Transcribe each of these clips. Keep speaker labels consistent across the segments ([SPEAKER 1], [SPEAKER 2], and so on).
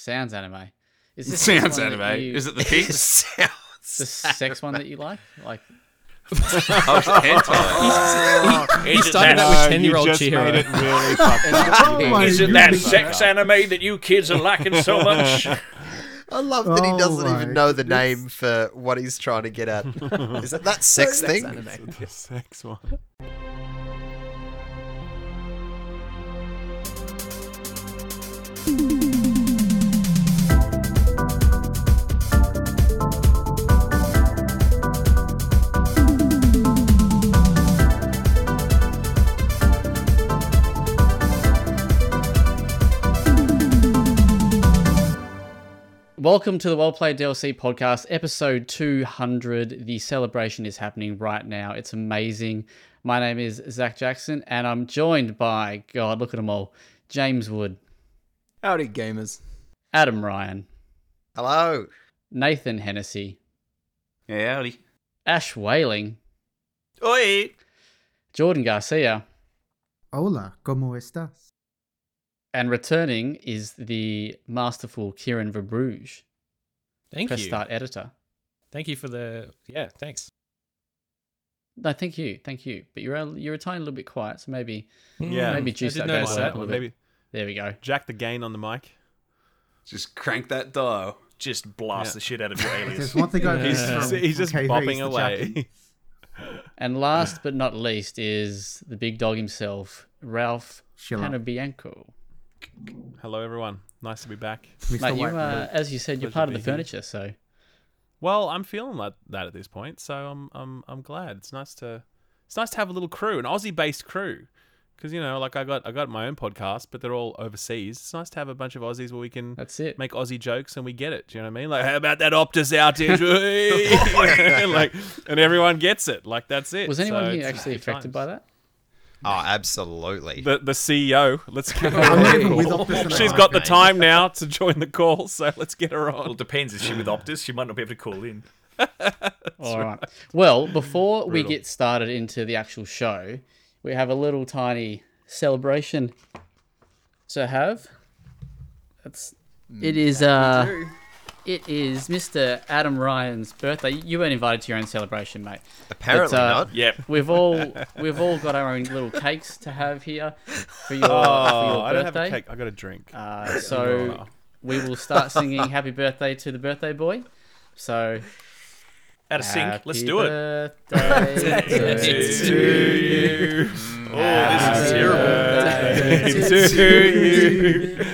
[SPEAKER 1] Sounds anime. Is this the
[SPEAKER 2] Sounds
[SPEAKER 1] one that
[SPEAKER 2] anime.
[SPEAKER 1] you-
[SPEAKER 2] Is it the
[SPEAKER 3] It
[SPEAKER 2] pigs?
[SPEAKER 1] the
[SPEAKER 3] sounds.
[SPEAKER 1] sex one that you like? Like
[SPEAKER 2] oh, it's hentai.
[SPEAKER 4] Is it
[SPEAKER 5] started
[SPEAKER 4] that-
[SPEAKER 5] out with
[SPEAKER 4] Uh,
[SPEAKER 5] 10-year-old
[SPEAKER 4] You just
[SPEAKER 5] Chihiro.
[SPEAKER 4] made it really fucked up.
[SPEAKER 5] Is
[SPEAKER 4] Is
[SPEAKER 5] it
[SPEAKER 4] it
[SPEAKER 5] that
[SPEAKER 4] that
[SPEAKER 5] sex
[SPEAKER 4] sex
[SPEAKER 5] anime that you kids are lacking so much?
[SPEAKER 3] I love that he
[SPEAKER 6] Oh
[SPEAKER 3] doesn't
[SPEAKER 6] my
[SPEAKER 3] even know the name for what he's trying to get at. Is it that sex thing?
[SPEAKER 4] The sex one.
[SPEAKER 1] Welcome to the Well Played DLC podcast, episode 200. The celebration is happening right now. It's amazing. My name is Zach Jackson, and I'm joined by, God, look at them all James Wood,
[SPEAKER 6] Howdy, gamers.
[SPEAKER 1] Adam Ryan,
[SPEAKER 3] Hello.
[SPEAKER 1] Nathan Hennessy,
[SPEAKER 2] Yeah, howdy.
[SPEAKER 1] Ash Whaling,
[SPEAKER 2] Oi.
[SPEAKER 1] Jordan Garcia,
[SPEAKER 6] Hola, ¿cómo estás?
[SPEAKER 1] and returning is the masterful Kieran Verbruge,
[SPEAKER 5] Thank
[SPEAKER 1] press
[SPEAKER 5] you.
[SPEAKER 1] start editor.
[SPEAKER 5] Thank you for the yeah. Thanks.
[SPEAKER 1] No, thank you, thank you. But you're a, you're a tiny little bit quiet, so maybe
[SPEAKER 4] Yeah.
[SPEAKER 1] maybe juice
[SPEAKER 5] I did
[SPEAKER 1] that
[SPEAKER 5] notice
[SPEAKER 1] bass
[SPEAKER 5] that.
[SPEAKER 1] up a little bit.
[SPEAKER 4] Maybe
[SPEAKER 1] There we go.
[SPEAKER 4] jack the gain on the mic.
[SPEAKER 2] Just crank that dial.
[SPEAKER 5] Just blast
[SPEAKER 4] Yeah.
[SPEAKER 5] the shit out of your
[SPEAKER 6] If There's
[SPEAKER 5] alias.
[SPEAKER 6] one thing I've
[SPEAKER 5] He's-
[SPEAKER 6] missed
[SPEAKER 4] He's,
[SPEAKER 6] from
[SPEAKER 4] he's just
[SPEAKER 6] KV, it's
[SPEAKER 4] bopping
[SPEAKER 6] the
[SPEAKER 4] away.
[SPEAKER 1] And last but not least is the big dog himself, Ralph
[SPEAKER 6] Shut up.
[SPEAKER 1] Panabianco.
[SPEAKER 4] Hello, everyone. Nice to be back.
[SPEAKER 6] Mr.
[SPEAKER 1] Mate, you,
[SPEAKER 6] White
[SPEAKER 1] uh, as you said, you're
[SPEAKER 4] Pleasure
[SPEAKER 1] part of the
[SPEAKER 4] being here.
[SPEAKER 1] furniture, so
[SPEAKER 4] Well, I'm feeling like that at this point, so I'm I'm I'm glad. It's nice to it's nice to have a little crew, an Aussie-based crew, because you know, like I got I got my own podcast, but they're all overseas. It's nice to have a bunch of Aussies where we can
[SPEAKER 1] that's it.
[SPEAKER 4] make Aussie jokes and we get it. Do you know what I mean? Like, how about that Optus outage? like, and everyone gets it. Like, that's it.
[SPEAKER 1] Was anyone
[SPEAKER 4] So
[SPEAKER 1] here
[SPEAKER 4] it's
[SPEAKER 1] actually
[SPEAKER 4] good
[SPEAKER 1] affected
[SPEAKER 4] times.
[SPEAKER 1] by that?
[SPEAKER 3] Oh, absolutely.
[SPEAKER 4] The, the CEO. Let's get
[SPEAKER 6] I'm not
[SPEAKER 4] her
[SPEAKER 6] even
[SPEAKER 4] on.
[SPEAKER 6] with
[SPEAKER 4] the
[SPEAKER 6] Optus and
[SPEAKER 4] call.
[SPEAKER 6] I
[SPEAKER 4] She's
[SPEAKER 6] like
[SPEAKER 4] got the
[SPEAKER 3] that.
[SPEAKER 4] time now to join the call, so let's get her
[SPEAKER 2] Well,
[SPEAKER 4] on.
[SPEAKER 2] depends. Is she with Optus? She might not be able to call in.
[SPEAKER 1] All right. Well, before we get started into the actual show, we have a little tiny celebration to have. That's
[SPEAKER 4] Mm.
[SPEAKER 1] it is uh
[SPEAKER 6] do.
[SPEAKER 1] it is Mr. Adam Ryan's birthday. You weren't invited to your own celebration, mate.
[SPEAKER 3] Apparently
[SPEAKER 1] uh,
[SPEAKER 3] not.
[SPEAKER 2] Yep.
[SPEAKER 1] We've all we've all got our own little cakes to have here for your, for
[SPEAKER 4] Oh,
[SPEAKER 1] your
[SPEAKER 4] I don't have a
[SPEAKER 1] birthday.
[SPEAKER 4] cake. I got a drink.
[SPEAKER 1] Uh, so we will start singing "Happy Birthday" to the birthday boy. So
[SPEAKER 2] Out of sync.
[SPEAKER 1] happy
[SPEAKER 2] Let's do it.
[SPEAKER 1] birthday
[SPEAKER 2] It's
[SPEAKER 1] to
[SPEAKER 4] you.
[SPEAKER 2] Oh, this is terrible.
[SPEAKER 1] birthday
[SPEAKER 4] to you.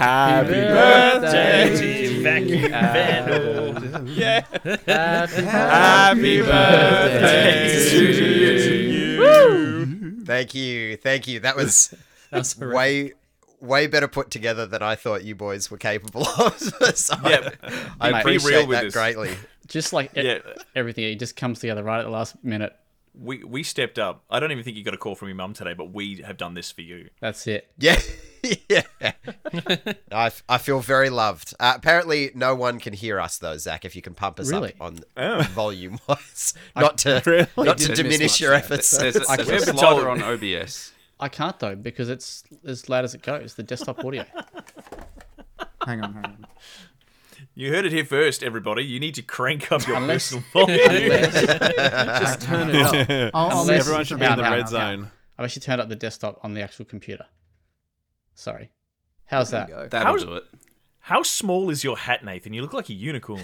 [SPEAKER 4] Happy
[SPEAKER 1] birthday
[SPEAKER 4] birthday.
[SPEAKER 2] Vacuum vandal.
[SPEAKER 4] Yeah.
[SPEAKER 1] Happy
[SPEAKER 4] Happy birthday
[SPEAKER 2] birthday
[SPEAKER 4] to you.
[SPEAKER 3] Thank you. Thank you. That was
[SPEAKER 5] That's all right.
[SPEAKER 3] way way better put together than I thought you boys were capable of. so I,
[SPEAKER 2] Yeah. Be
[SPEAKER 3] I
[SPEAKER 2] real
[SPEAKER 3] appreciate
[SPEAKER 2] with
[SPEAKER 3] that
[SPEAKER 2] us.
[SPEAKER 3] greatly.
[SPEAKER 1] Just like e-
[SPEAKER 2] Yeah.
[SPEAKER 1] everything, it just comes together right at the last minute.
[SPEAKER 2] We we stepped up. I don't even think you got a call from your mum today, but we have done this for you.
[SPEAKER 1] That's it.
[SPEAKER 3] Yeah. yeah. I, f- I feel very loved. Uh, apparently, no one can hear us, though, Zach, if you can pump us
[SPEAKER 1] Really?
[SPEAKER 3] up on
[SPEAKER 2] Oh.
[SPEAKER 3] volume wise. Not to,
[SPEAKER 4] really?
[SPEAKER 3] not
[SPEAKER 7] Didn't
[SPEAKER 3] to
[SPEAKER 7] miss
[SPEAKER 3] diminish
[SPEAKER 7] much
[SPEAKER 3] your
[SPEAKER 7] there.
[SPEAKER 3] efforts.
[SPEAKER 7] There's a,
[SPEAKER 1] I
[SPEAKER 7] there's
[SPEAKER 1] guess
[SPEAKER 7] a
[SPEAKER 2] it's
[SPEAKER 7] slider on
[SPEAKER 2] all-
[SPEAKER 7] OBS.
[SPEAKER 1] I can't though because it's as loud as it goes. The desktop audio.
[SPEAKER 6] Jack. Hang on, hang on.
[SPEAKER 2] You heard it here first, everybody. You need to crank up your
[SPEAKER 1] Unless-
[SPEAKER 2] personal volume.
[SPEAKER 6] Just turn it up. I'll, I'll
[SPEAKER 1] Unless-
[SPEAKER 4] Everyone should be
[SPEAKER 1] Yeah,
[SPEAKER 4] in the
[SPEAKER 1] no,
[SPEAKER 4] red
[SPEAKER 1] no.
[SPEAKER 4] zone.
[SPEAKER 1] I've actually turned up the desktop on the actual computer. Sorry. How's that?
[SPEAKER 7] That'll
[SPEAKER 2] How's-
[SPEAKER 7] do it.
[SPEAKER 2] How small is your hat, Nathan? You look like a unicorn.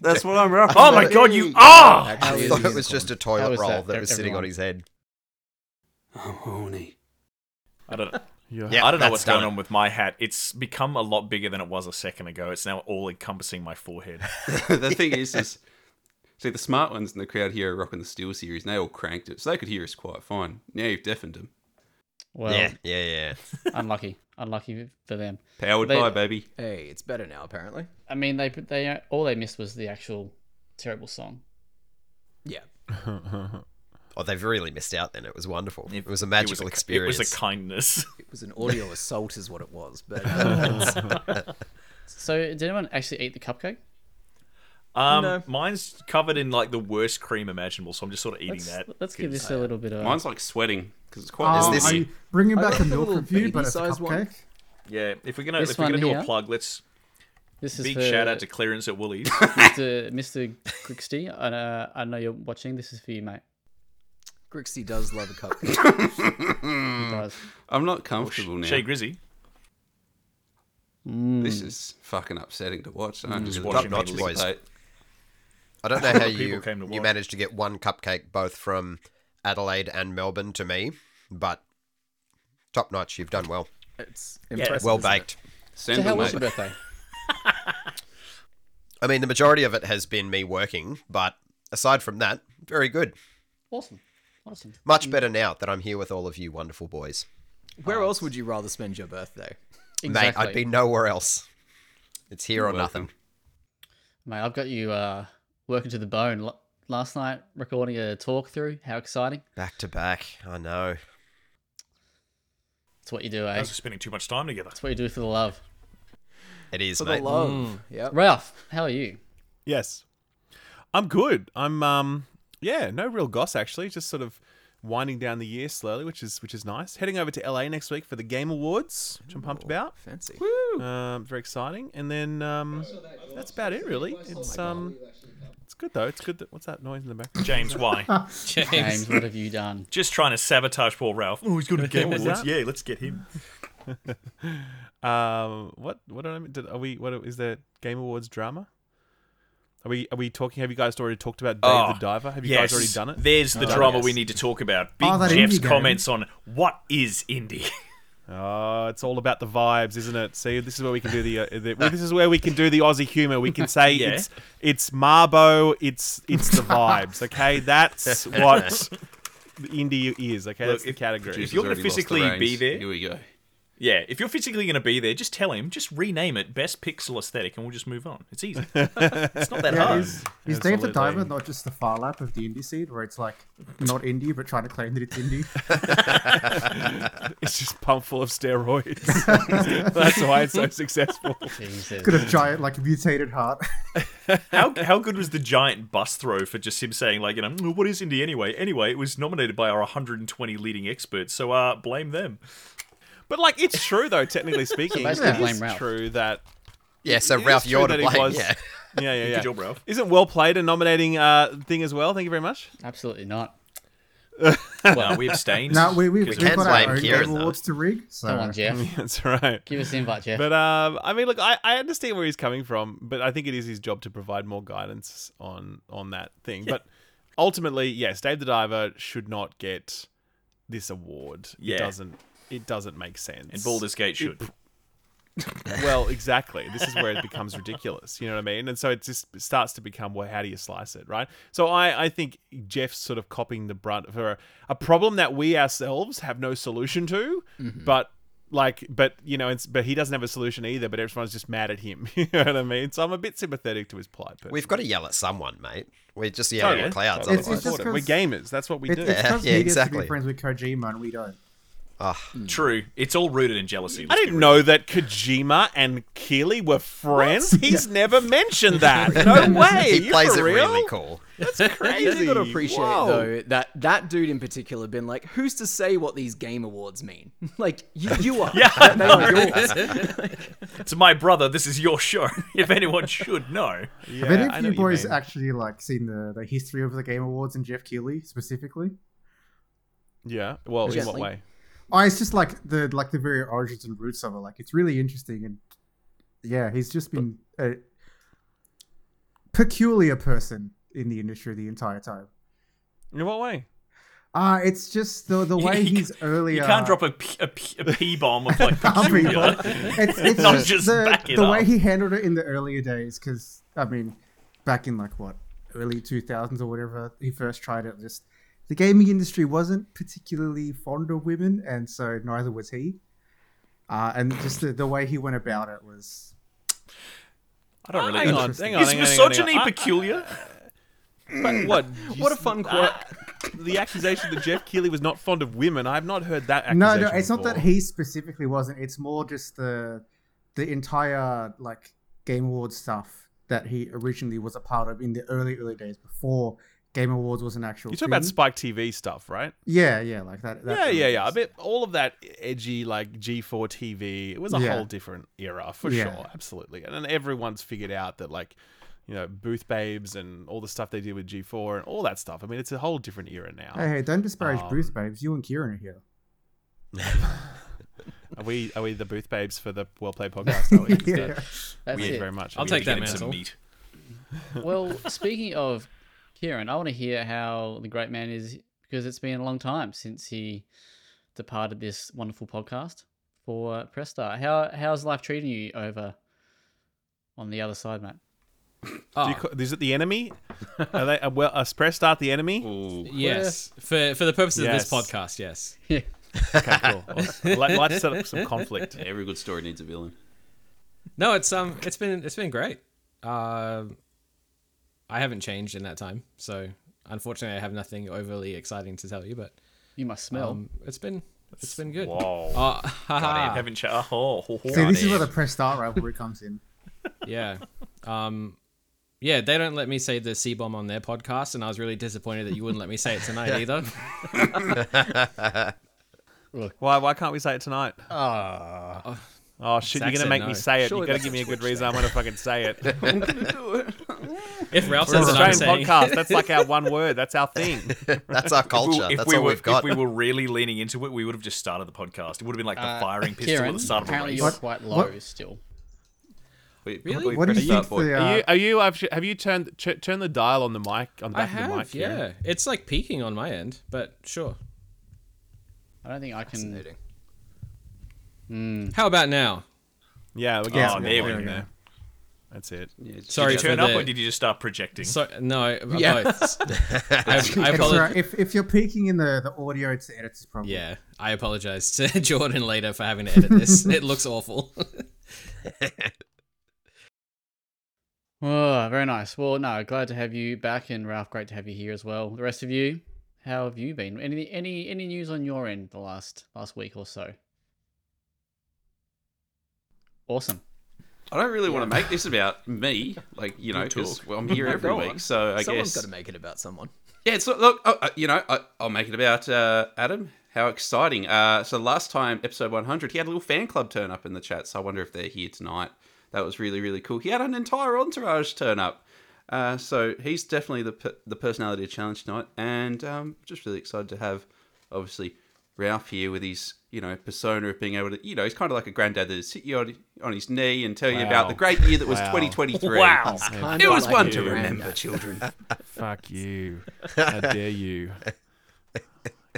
[SPEAKER 7] That's what I'm rocking.
[SPEAKER 2] Oh my god, you are!
[SPEAKER 3] I
[SPEAKER 7] Actually,
[SPEAKER 3] thought it was just a
[SPEAKER 1] How
[SPEAKER 3] toilet
[SPEAKER 1] is
[SPEAKER 3] roll
[SPEAKER 1] that,
[SPEAKER 3] that, was sitting on
[SPEAKER 1] everyone?
[SPEAKER 3] his head.
[SPEAKER 7] I'm horny.
[SPEAKER 2] I don't.
[SPEAKER 4] Yeah.
[SPEAKER 3] Yeah,
[SPEAKER 2] I don't know
[SPEAKER 3] that's
[SPEAKER 2] what's going
[SPEAKER 3] done it.
[SPEAKER 2] on with my hat. It's become a lot bigger than it was a second ago. It's now all encompassing my forehead.
[SPEAKER 7] the thing is, is see the smart ones in the crowd here are rocking the Steel Series. and They all cranked it, so they could hear us quite fine. Now you've deafened them.
[SPEAKER 1] Well,
[SPEAKER 3] yeah, yeah, yeah.
[SPEAKER 1] unlucky. Unlucky for them.
[SPEAKER 7] Powered
[SPEAKER 1] They-
[SPEAKER 7] by baby.
[SPEAKER 6] Hey, it's better now, apparently.
[SPEAKER 1] I mean, they they all they missed was the actual terrible song.
[SPEAKER 6] Yeah.
[SPEAKER 3] Oh, they've really missed out then. It was wonderful. It, was a
[SPEAKER 2] It was
[SPEAKER 3] magical
[SPEAKER 2] a,
[SPEAKER 3] experience.
[SPEAKER 2] It was a kindness.
[SPEAKER 6] It was an audio assault, is what it was. But uh,
[SPEAKER 1] So, did anyone actually eat the cupcake?
[SPEAKER 2] Um,
[SPEAKER 6] No.
[SPEAKER 2] mine's covered in like the worst cream imaginable, so I'm just sort of eating
[SPEAKER 1] Let's,
[SPEAKER 2] that.
[SPEAKER 1] let's give this a little bit of.
[SPEAKER 7] Mine's like sweating because it's quite.
[SPEAKER 3] Is
[SPEAKER 1] Oh,
[SPEAKER 6] um,
[SPEAKER 3] this-
[SPEAKER 6] are
[SPEAKER 7] warm.
[SPEAKER 6] you bringing
[SPEAKER 5] I
[SPEAKER 6] back
[SPEAKER 5] like
[SPEAKER 6] a
[SPEAKER 5] the
[SPEAKER 6] milk
[SPEAKER 5] little
[SPEAKER 6] review, but it's a
[SPEAKER 5] baby-sized one.
[SPEAKER 6] cupcake.
[SPEAKER 2] Yeah, if we're gonna
[SPEAKER 1] This
[SPEAKER 2] if we're
[SPEAKER 1] one
[SPEAKER 2] gonna do
[SPEAKER 1] here?
[SPEAKER 2] a plug, let's
[SPEAKER 1] This is
[SPEAKER 2] Big
[SPEAKER 1] for
[SPEAKER 2] shout out to clearance at Woolies.
[SPEAKER 1] Mr. Mr. Grixty. I know, I know you're watching. This is for you, mate.
[SPEAKER 6] Grixie does love a cup.
[SPEAKER 1] Guys.
[SPEAKER 7] I'm not comfortable now.
[SPEAKER 2] Shay Grizzy.
[SPEAKER 1] Mm.
[SPEAKER 7] This is fucking upsetting to watch.
[SPEAKER 5] Mm.
[SPEAKER 7] I'm just
[SPEAKER 2] watching
[SPEAKER 7] not
[SPEAKER 2] people
[SPEAKER 3] eat.
[SPEAKER 7] participate.
[SPEAKER 3] I don't know how
[SPEAKER 2] People
[SPEAKER 3] you
[SPEAKER 2] came to
[SPEAKER 3] you
[SPEAKER 2] watch.
[SPEAKER 3] managed to get one cupcake both from Adelaide and Melbourne to me, but top notch. You've done well.
[SPEAKER 6] It's impressive.
[SPEAKER 3] well
[SPEAKER 6] isn't it?
[SPEAKER 3] baked.
[SPEAKER 7] Send
[SPEAKER 1] So, how
[SPEAKER 7] them,
[SPEAKER 1] was
[SPEAKER 7] mate.
[SPEAKER 1] your birthday?
[SPEAKER 3] I mean, the majority of it has been me working, but aside from that, very good.
[SPEAKER 1] Awesome. Awesome.
[SPEAKER 6] Mm.
[SPEAKER 3] Much better now that I'm here with all of you wonderful boys.
[SPEAKER 6] Where else would you rather spend your birthday?
[SPEAKER 3] Mate, I'd be nowhere else. It's here or nothing.
[SPEAKER 1] Mate, I've got you uh, working to the bone. L- last night, recording a talk through. How exciting!
[SPEAKER 3] Back to back. I know.
[SPEAKER 1] It's what you do, eh?
[SPEAKER 2] Guys are spending too much time together.
[SPEAKER 1] It's what you do for the love.
[SPEAKER 3] It is,
[SPEAKER 6] For the
[SPEAKER 3] mate.
[SPEAKER 6] love. Yep.
[SPEAKER 1] Ralph, how are you?
[SPEAKER 4] Yes. I'm good. I'm um yeah, no real goss actually, just sort of winding down the year slowly, which is which is nice. Heading over to LA next week for the Game Awards, which I'm pumped about.
[SPEAKER 6] Fancy.
[SPEAKER 4] Um very exciting. And then um that's about it really. It's um it's good though. It's good that what's that noise in the background?
[SPEAKER 2] James, why?
[SPEAKER 5] James.
[SPEAKER 1] James, what have you done?
[SPEAKER 2] Just trying to sabotage poor Ralph. Oh, he's going to Game
[SPEAKER 4] What was
[SPEAKER 2] Awards.
[SPEAKER 4] that?
[SPEAKER 2] Yeah, let's get him.
[SPEAKER 4] Um what what did I mean? Did, are we what is there Game Awards drama? Are we are we talking have you guys already talked about Dave
[SPEAKER 2] Oh,
[SPEAKER 4] the Diver? Have you
[SPEAKER 2] yes.
[SPEAKER 4] guys already done it? Oh,
[SPEAKER 2] There's the drama we need to talk about. Big
[SPEAKER 5] Oh, that
[SPEAKER 2] Jeff's
[SPEAKER 5] indie game.
[SPEAKER 2] comments on what is indie.
[SPEAKER 4] Oh, it's all about the vibes, isn't it? See, this is where we can do the, uh, the well, this is where we can do the Aussie humor. We can say
[SPEAKER 2] Yeah.
[SPEAKER 4] it's it's Marbo, it's it's the vibes. Okay, that's what indie is. Okay, that's the
[SPEAKER 2] if-
[SPEAKER 4] category.
[SPEAKER 2] if you're gonna
[SPEAKER 7] Producer's already lost the
[SPEAKER 2] physically be
[SPEAKER 7] reins.
[SPEAKER 2] there-
[SPEAKER 7] Here we go.
[SPEAKER 2] Yeah, if you're physically going to be there, just tell him. Just rename it Best Pixel Aesthetic, and we'll just move on. It's easy. it's not that
[SPEAKER 8] Yeah,
[SPEAKER 2] hard.
[SPEAKER 8] is, is Dave the
[SPEAKER 4] Absolutely.
[SPEAKER 8] Diver not just the far lap of the indie seed, where it's like not indie but trying to claim that it's indie?
[SPEAKER 4] It's just pumped full of steroids. that's why it's so successful.
[SPEAKER 1] Jesus.
[SPEAKER 8] Could have giant like mutated heart.
[SPEAKER 2] How, how good was the giant bus throw for just him saying like you know "Mm, what is indie anyway? Anyway, it was nominated by our 120 leading experts, so uh blame them.
[SPEAKER 4] But like, it's true though. Technically speaking,
[SPEAKER 1] basically
[SPEAKER 4] it
[SPEAKER 1] blame
[SPEAKER 4] is
[SPEAKER 1] Ralph.
[SPEAKER 4] true that
[SPEAKER 3] Yeah, so
[SPEAKER 4] it is
[SPEAKER 3] Ralph,
[SPEAKER 4] true
[SPEAKER 3] you're to
[SPEAKER 4] that he
[SPEAKER 3] blame.
[SPEAKER 4] was-
[SPEAKER 3] Yeah.
[SPEAKER 4] yeah, yeah, yeah.
[SPEAKER 2] job, Ralph.
[SPEAKER 4] Isn't well played a nominating uh, thing as well? Thank you very much.
[SPEAKER 1] Absolutely not.
[SPEAKER 2] Well, we abstained.
[SPEAKER 8] now we we we've
[SPEAKER 2] Because
[SPEAKER 3] can
[SPEAKER 8] got
[SPEAKER 3] blame
[SPEAKER 8] our own
[SPEAKER 3] Kieran,
[SPEAKER 8] game
[SPEAKER 3] though.
[SPEAKER 8] awards to rig. So
[SPEAKER 1] Come on, Jeff.
[SPEAKER 4] That's right.
[SPEAKER 1] Give us the invite, Jeff.
[SPEAKER 4] But um, I mean, look, I, I understand where he's coming from, but I think it is his job to provide more guidance on on that thing. But ultimately, yes, Dave the Diver should not get this award.
[SPEAKER 2] Yeah.
[SPEAKER 4] It doesn't. It doesn't make sense.
[SPEAKER 2] and Baldur's Gate should.
[SPEAKER 4] Well, exactly. This is where it becomes ridiculous. You know what I mean? And so it just starts to become, well, how do you slice it, right? So I, I think Jeff's sort of copying the brunt for a, a problem that we ourselves have no solution to, but like, but you know, it's but he doesn't have a solution either. But everyone's just mad at him. You know what I mean? So I'm a bit sympathetic to his plight. But
[SPEAKER 3] We've got to yell at someone, mate. We're just yelling
[SPEAKER 4] yeah.
[SPEAKER 3] at clouds.
[SPEAKER 8] It's- it's
[SPEAKER 3] otherwise.
[SPEAKER 8] just-
[SPEAKER 4] we're gamers. That's what we
[SPEAKER 8] It,
[SPEAKER 4] do.
[SPEAKER 8] it's because
[SPEAKER 3] Yeah,
[SPEAKER 8] media to
[SPEAKER 3] exactly.
[SPEAKER 8] be friends with Kojima and we don't.
[SPEAKER 3] Ah,
[SPEAKER 8] Mm.
[SPEAKER 2] True. It's all rooted in jealousy.
[SPEAKER 4] I
[SPEAKER 2] let's
[SPEAKER 4] didn't know that Kojima and Keeley were friends. He's never mentioned that. No way.
[SPEAKER 3] he
[SPEAKER 4] You
[SPEAKER 3] plays
[SPEAKER 4] for
[SPEAKER 3] it
[SPEAKER 4] real?
[SPEAKER 3] really cool.
[SPEAKER 4] Crazy.
[SPEAKER 6] You do gotta appreciate
[SPEAKER 4] Whoa.
[SPEAKER 6] though that that dude in particular been like, who's to say what these game awards mean? like you, you are.
[SPEAKER 2] Yeah.
[SPEAKER 6] They are yours.
[SPEAKER 2] be- It's my brother. This is your show. if anyone should know.
[SPEAKER 8] have any
[SPEAKER 4] I
[SPEAKER 8] of
[SPEAKER 4] know
[SPEAKER 8] you
[SPEAKER 4] what you
[SPEAKER 8] boys
[SPEAKER 4] mean.
[SPEAKER 8] actually like seen the, the history of the game awards and Jeff Keighley specifically?
[SPEAKER 4] Yeah. Well, in what
[SPEAKER 6] Gently.
[SPEAKER 4] way?
[SPEAKER 8] Oh, it's just like the like the very origins and roots of it. Like it's really interesting, and yeah, he's just been a peculiar person in the industry the entire time.
[SPEAKER 4] In what way?
[SPEAKER 8] Uh it's just the the way
[SPEAKER 2] You
[SPEAKER 8] he's earlier.
[SPEAKER 2] You can't drop a p- a p- a p bomb of like
[SPEAKER 8] I'll be-
[SPEAKER 2] peculiar.
[SPEAKER 8] It's, it's
[SPEAKER 2] Not
[SPEAKER 8] just
[SPEAKER 2] just
[SPEAKER 8] the,
[SPEAKER 2] back it
[SPEAKER 8] the way
[SPEAKER 2] up.
[SPEAKER 8] he handled it in the earlier days, because I mean, back in like what early two thousands or whatever he first tried it, just the gaming industry wasn't particularly fond of women, and so neither was he. Uh, and just the, the way he went about it was
[SPEAKER 2] I don't really.
[SPEAKER 4] Hang
[SPEAKER 2] know.
[SPEAKER 4] on, hang on.
[SPEAKER 2] Is
[SPEAKER 4] hang on, hang on, hang
[SPEAKER 2] misogyny
[SPEAKER 4] on. I-
[SPEAKER 2] peculiar?
[SPEAKER 4] But what?
[SPEAKER 6] what a fun quirk.
[SPEAKER 4] Ah, the accusation that Jeff Keighley was not fond of women. I've not heard that accusation.
[SPEAKER 8] no, no. It's not
[SPEAKER 4] before.
[SPEAKER 8] that he specifically wasn't. It's more just the the entire like Game Awards stuff that he originally was a part of in the early early days before Game Awards was an actual.
[SPEAKER 4] You talk about
[SPEAKER 8] thing.
[SPEAKER 4] Spike TV stuff, right?
[SPEAKER 8] Yeah, yeah, like that. that
[SPEAKER 4] yeah, yeah, yeah. A bit all of that edgy like G4 TV. It was a
[SPEAKER 8] Yeah.
[SPEAKER 4] whole different era for
[SPEAKER 8] Yeah.
[SPEAKER 4] sure, absolutely. And then everyone's figured out that like, you know, Booth Babes and all the stuff they did with G4 and all that stuff. I mean, it's a whole different era now.
[SPEAKER 8] Hey, hey, don't disparage
[SPEAKER 4] Um,
[SPEAKER 8] Bruce, babes. You and Kieran are here.
[SPEAKER 4] Are we are we the Booth Babes for the Well Played podcast? Are we?
[SPEAKER 8] Yeah.
[SPEAKER 4] Thank
[SPEAKER 1] That's
[SPEAKER 4] you
[SPEAKER 1] it.
[SPEAKER 4] very much.
[SPEAKER 5] I'll
[SPEAKER 4] We
[SPEAKER 5] take
[SPEAKER 4] need to
[SPEAKER 5] that,
[SPEAKER 4] get into-
[SPEAKER 5] mantle.
[SPEAKER 2] meat.
[SPEAKER 1] Well, speaking of Kieran, I want to hear how the great man is because it's been a long time since he departed this wonderful podcast for Press Start. How how's life treating you over on the other side, mate?
[SPEAKER 4] Do you
[SPEAKER 5] Ah.
[SPEAKER 4] ca- is it the enemy? Are they uh, well? Us press start the enemy.
[SPEAKER 7] Ooh.
[SPEAKER 5] Yes. For for the purposes
[SPEAKER 4] Yes.
[SPEAKER 5] of this podcast, yes.
[SPEAKER 4] Okay, cool. Awesome. I'd like to set up some conflict.
[SPEAKER 7] Every good story needs a villain.
[SPEAKER 5] No, it's um, it's been it's been great. Uh, I haven't changed in that time, so unfortunately, I have nothing overly exciting to tell you. But
[SPEAKER 1] You must smell.
[SPEAKER 5] um, it's been it's been good.
[SPEAKER 2] Whoa.
[SPEAKER 5] Uh,
[SPEAKER 2] I
[SPEAKER 5] haha,
[SPEAKER 2] haven't Oh, cha- oh, ho, ho, ho.
[SPEAKER 8] See, this is where the press start rivalry comes in.
[SPEAKER 5] yeah, um, yeah. They don't let me say the c bomb on their podcast, and I was really disappointed that you wouldn't let me say it tonight either.
[SPEAKER 4] Why? Why can't we say it tonight? oh shit!
[SPEAKER 5] Zach
[SPEAKER 4] you're gonna
[SPEAKER 5] said
[SPEAKER 4] make me
[SPEAKER 5] no.
[SPEAKER 4] say it.
[SPEAKER 5] Ah. Surely
[SPEAKER 4] you gotta
[SPEAKER 5] that's
[SPEAKER 4] give
[SPEAKER 5] a
[SPEAKER 4] me a good
[SPEAKER 5] Twitch
[SPEAKER 4] reason. I'm gonna fucking say it. It's
[SPEAKER 5] If Ralph
[SPEAKER 4] an
[SPEAKER 5] says it, I'm
[SPEAKER 4] Australian
[SPEAKER 5] saying
[SPEAKER 4] podcast. That's like our one word. That's our thing.
[SPEAKER 3] That's our culture.
[SPEAKER 2] If
[SPEAKER 3] That's
[SPEAKER 2] we
[SPEAKER 3] all
[SPEAKER 2] were,
[SPEAKER 3] we've got.
[SPEAKER 2] If we were really leaning into it, we would have just started the podcast. It would have been like the firing pistol at
[SPEAKER 1] Kieran,
[SPEAKER 2] the start of a
[SPEAKER 1] apparently
[SPEAKER 2] race.
[SPEAKER 1] you're quite low
[SPEAKER 8] What?
[SPEAKER 1] still.
[SPEAKER 7] Wait,
[SPEAKER 5] Really?
[SPEAKER 7] probably
[SPEAKER 8] What do
[SPEAKER 7] press
[SPEAKER 8] you
[SPEAKER 7] start
[SPEAKER 8] think?
[SPEAKER 7] for-
[SPEAKER 8] The,
[SPEAKER 4] Are you? Are you?
[SPEAKER 8] uh,
[SPEAKER 4] Have you, have you turned ch- turn the dial on the mic on the
[SPEAKER 5] I
[SPEAKER 4] back of the mic?
[SPEAKER 5] have,
[SPEAKER 4] here?
[SPEAKER 5] yeah. It's like peaking on my end, but sure.
[SPEAKER 1] I don't think I can.
[SPEAKER 3] Fascinating.
[SPEAKER 5] How about now?
[SPEAKER 4] Yeah. We're
[SPEAKER 8] Yeah.
[SPEAKER 4] getting
[SPEAKER 2] there
[SPEAKER 4] there
[SPEAKER 2] we
[SPEAKER 4] we
[SPEAKER 2] go.
[SPEAKER 4] there. That's it.
[SPEAKER 7] Yeah, just-
[SPEAKER 5] Sorry
[SPEAKER 2] Did you
[SPEAKER 5] for
[SPEAKER 2] turn up,
[SPEAKER 5] the.
[SPEAKER 2] or did you just start projecting?
[SPEAKER 5] so, no,
[SPEAKER 6] Yeah.
[SPEAKER 5] both. I, I
[SPEAKER 8] It's all
[SPEAKER 5] apologize.
[SPEAKER 8] right. If, if you're peeking in the, the audio, it's the editor's problem.
[SPEAKER 5] Yeah, I apologize to Jordan later for having to edit this. it looks awful.
[SPEAKER 1] Oh, very nice. Well, no, glad to have you back, and Ralph, great to have you here as well. The rest of you, how have you been? Any any any news on your end the last last week or so? Awesome.
[SPEAKER 7] I don't really want to make this about me, like you know, because well, I'm here every
[SPEAKER 6] Go on.
[SPEAKER 7] week, so I
[SPEAKER 6] Someone's
[SPEAKER 7] guess.
[SPEAKER 6] got to make it about someone.
[SPEAKER 7] Yeah, it's look, oh, uh, you know, I, I'll make it about uh, Adam. How exciting! Uh, so last time, episode 100, he had a little fan club turn up in the chat. So I wonder if they're here tonight. That was really really cool. He had an entire entourage turn up. Uh, so he's definitely the per- the personality of challenge tonight, and um, just really excited to have obviously Ralph here with his you know persona of being able to you know he's kind of like a granddad that would sit you on, on his knee and tell you about
[SPEAKER 4] Wow.
[SPEAKER 7] the great year that was
[SPEAKER 4] Wow.
[SPEAKER 7] 2023.
[SPEAKER 6] Kinda
[SPEAKER 7] It was
[SPEAKER 6] like
[SPEAKER 7] one
[SPEAKER 6] a
[SPEAKER 7] to
[SPEAKER 6] grand-
[SPEAKER 7] remember, children.
[SPEAKER 4] Fuck you! How dare you?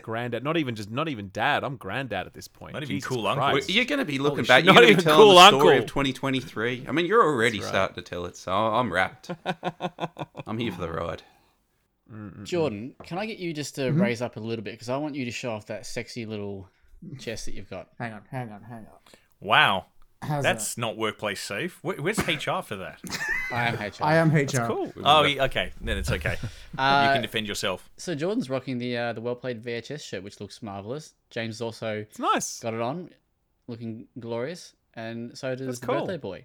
[SPEAKER 4] Granddad, not even just not even dad. I'm granddad at this point.
[SPEAKER 2] Not even
[SPEAKER 4] Jesus
[SPEAKER 2] cool uncle.
[SPEAKER 4] Christ.
[SPEAKER 7] You're going to be looking back.
[SPEAKER 4] shit.
[SPEAKER 7] You're
[SPEAKER 4] Not
[SPEAKER 7] going to be
[SPEAKER 4] even
[SPEAKER 7] telling
[SPEAKER 4] cool
[SPEAKER 7] the
[SPEAKER 4] uncle.
[SPEAKER 7] story of 2023. I mean, you're already starting to tell it, so I'm wrapped. I'm here for the ride.
[SPEAKER 1] Jordan, can I get you just to
[SPEAKER 8] Mm-hmm.
[SPEAKER 1] raise up a little bit because I want you to show off that sexy little chest that you've got.
[SPEAKER 8] Hang on, hang on, hang on.
[SPEAKER 2] wow,
[SPEAKER 8] How's
[SPEAKER 2] that's not workplace safe. Where, where's HR for that?
[SPEAKER 1] I am HR.
[SPEAKER 8] that? I am HR.
[SPEAKER 4] cool.
[SPEAKER 2] oh, yeah, okay. Then it's okay. you can defend yourself.
[SPEAKER 1] Uh, So Jordan's rocking the uh, the well played VHS shirt, which looks marvelous. James has also
[SPEAKER 4] It's nice.
[SPEAKER 1] got it on, looking glorious, and so does
[SPEAKER 4] That's
[SPEAKER 1] the
[SPEAKER 4] cool.
[SPEAKER 1] birthday boy.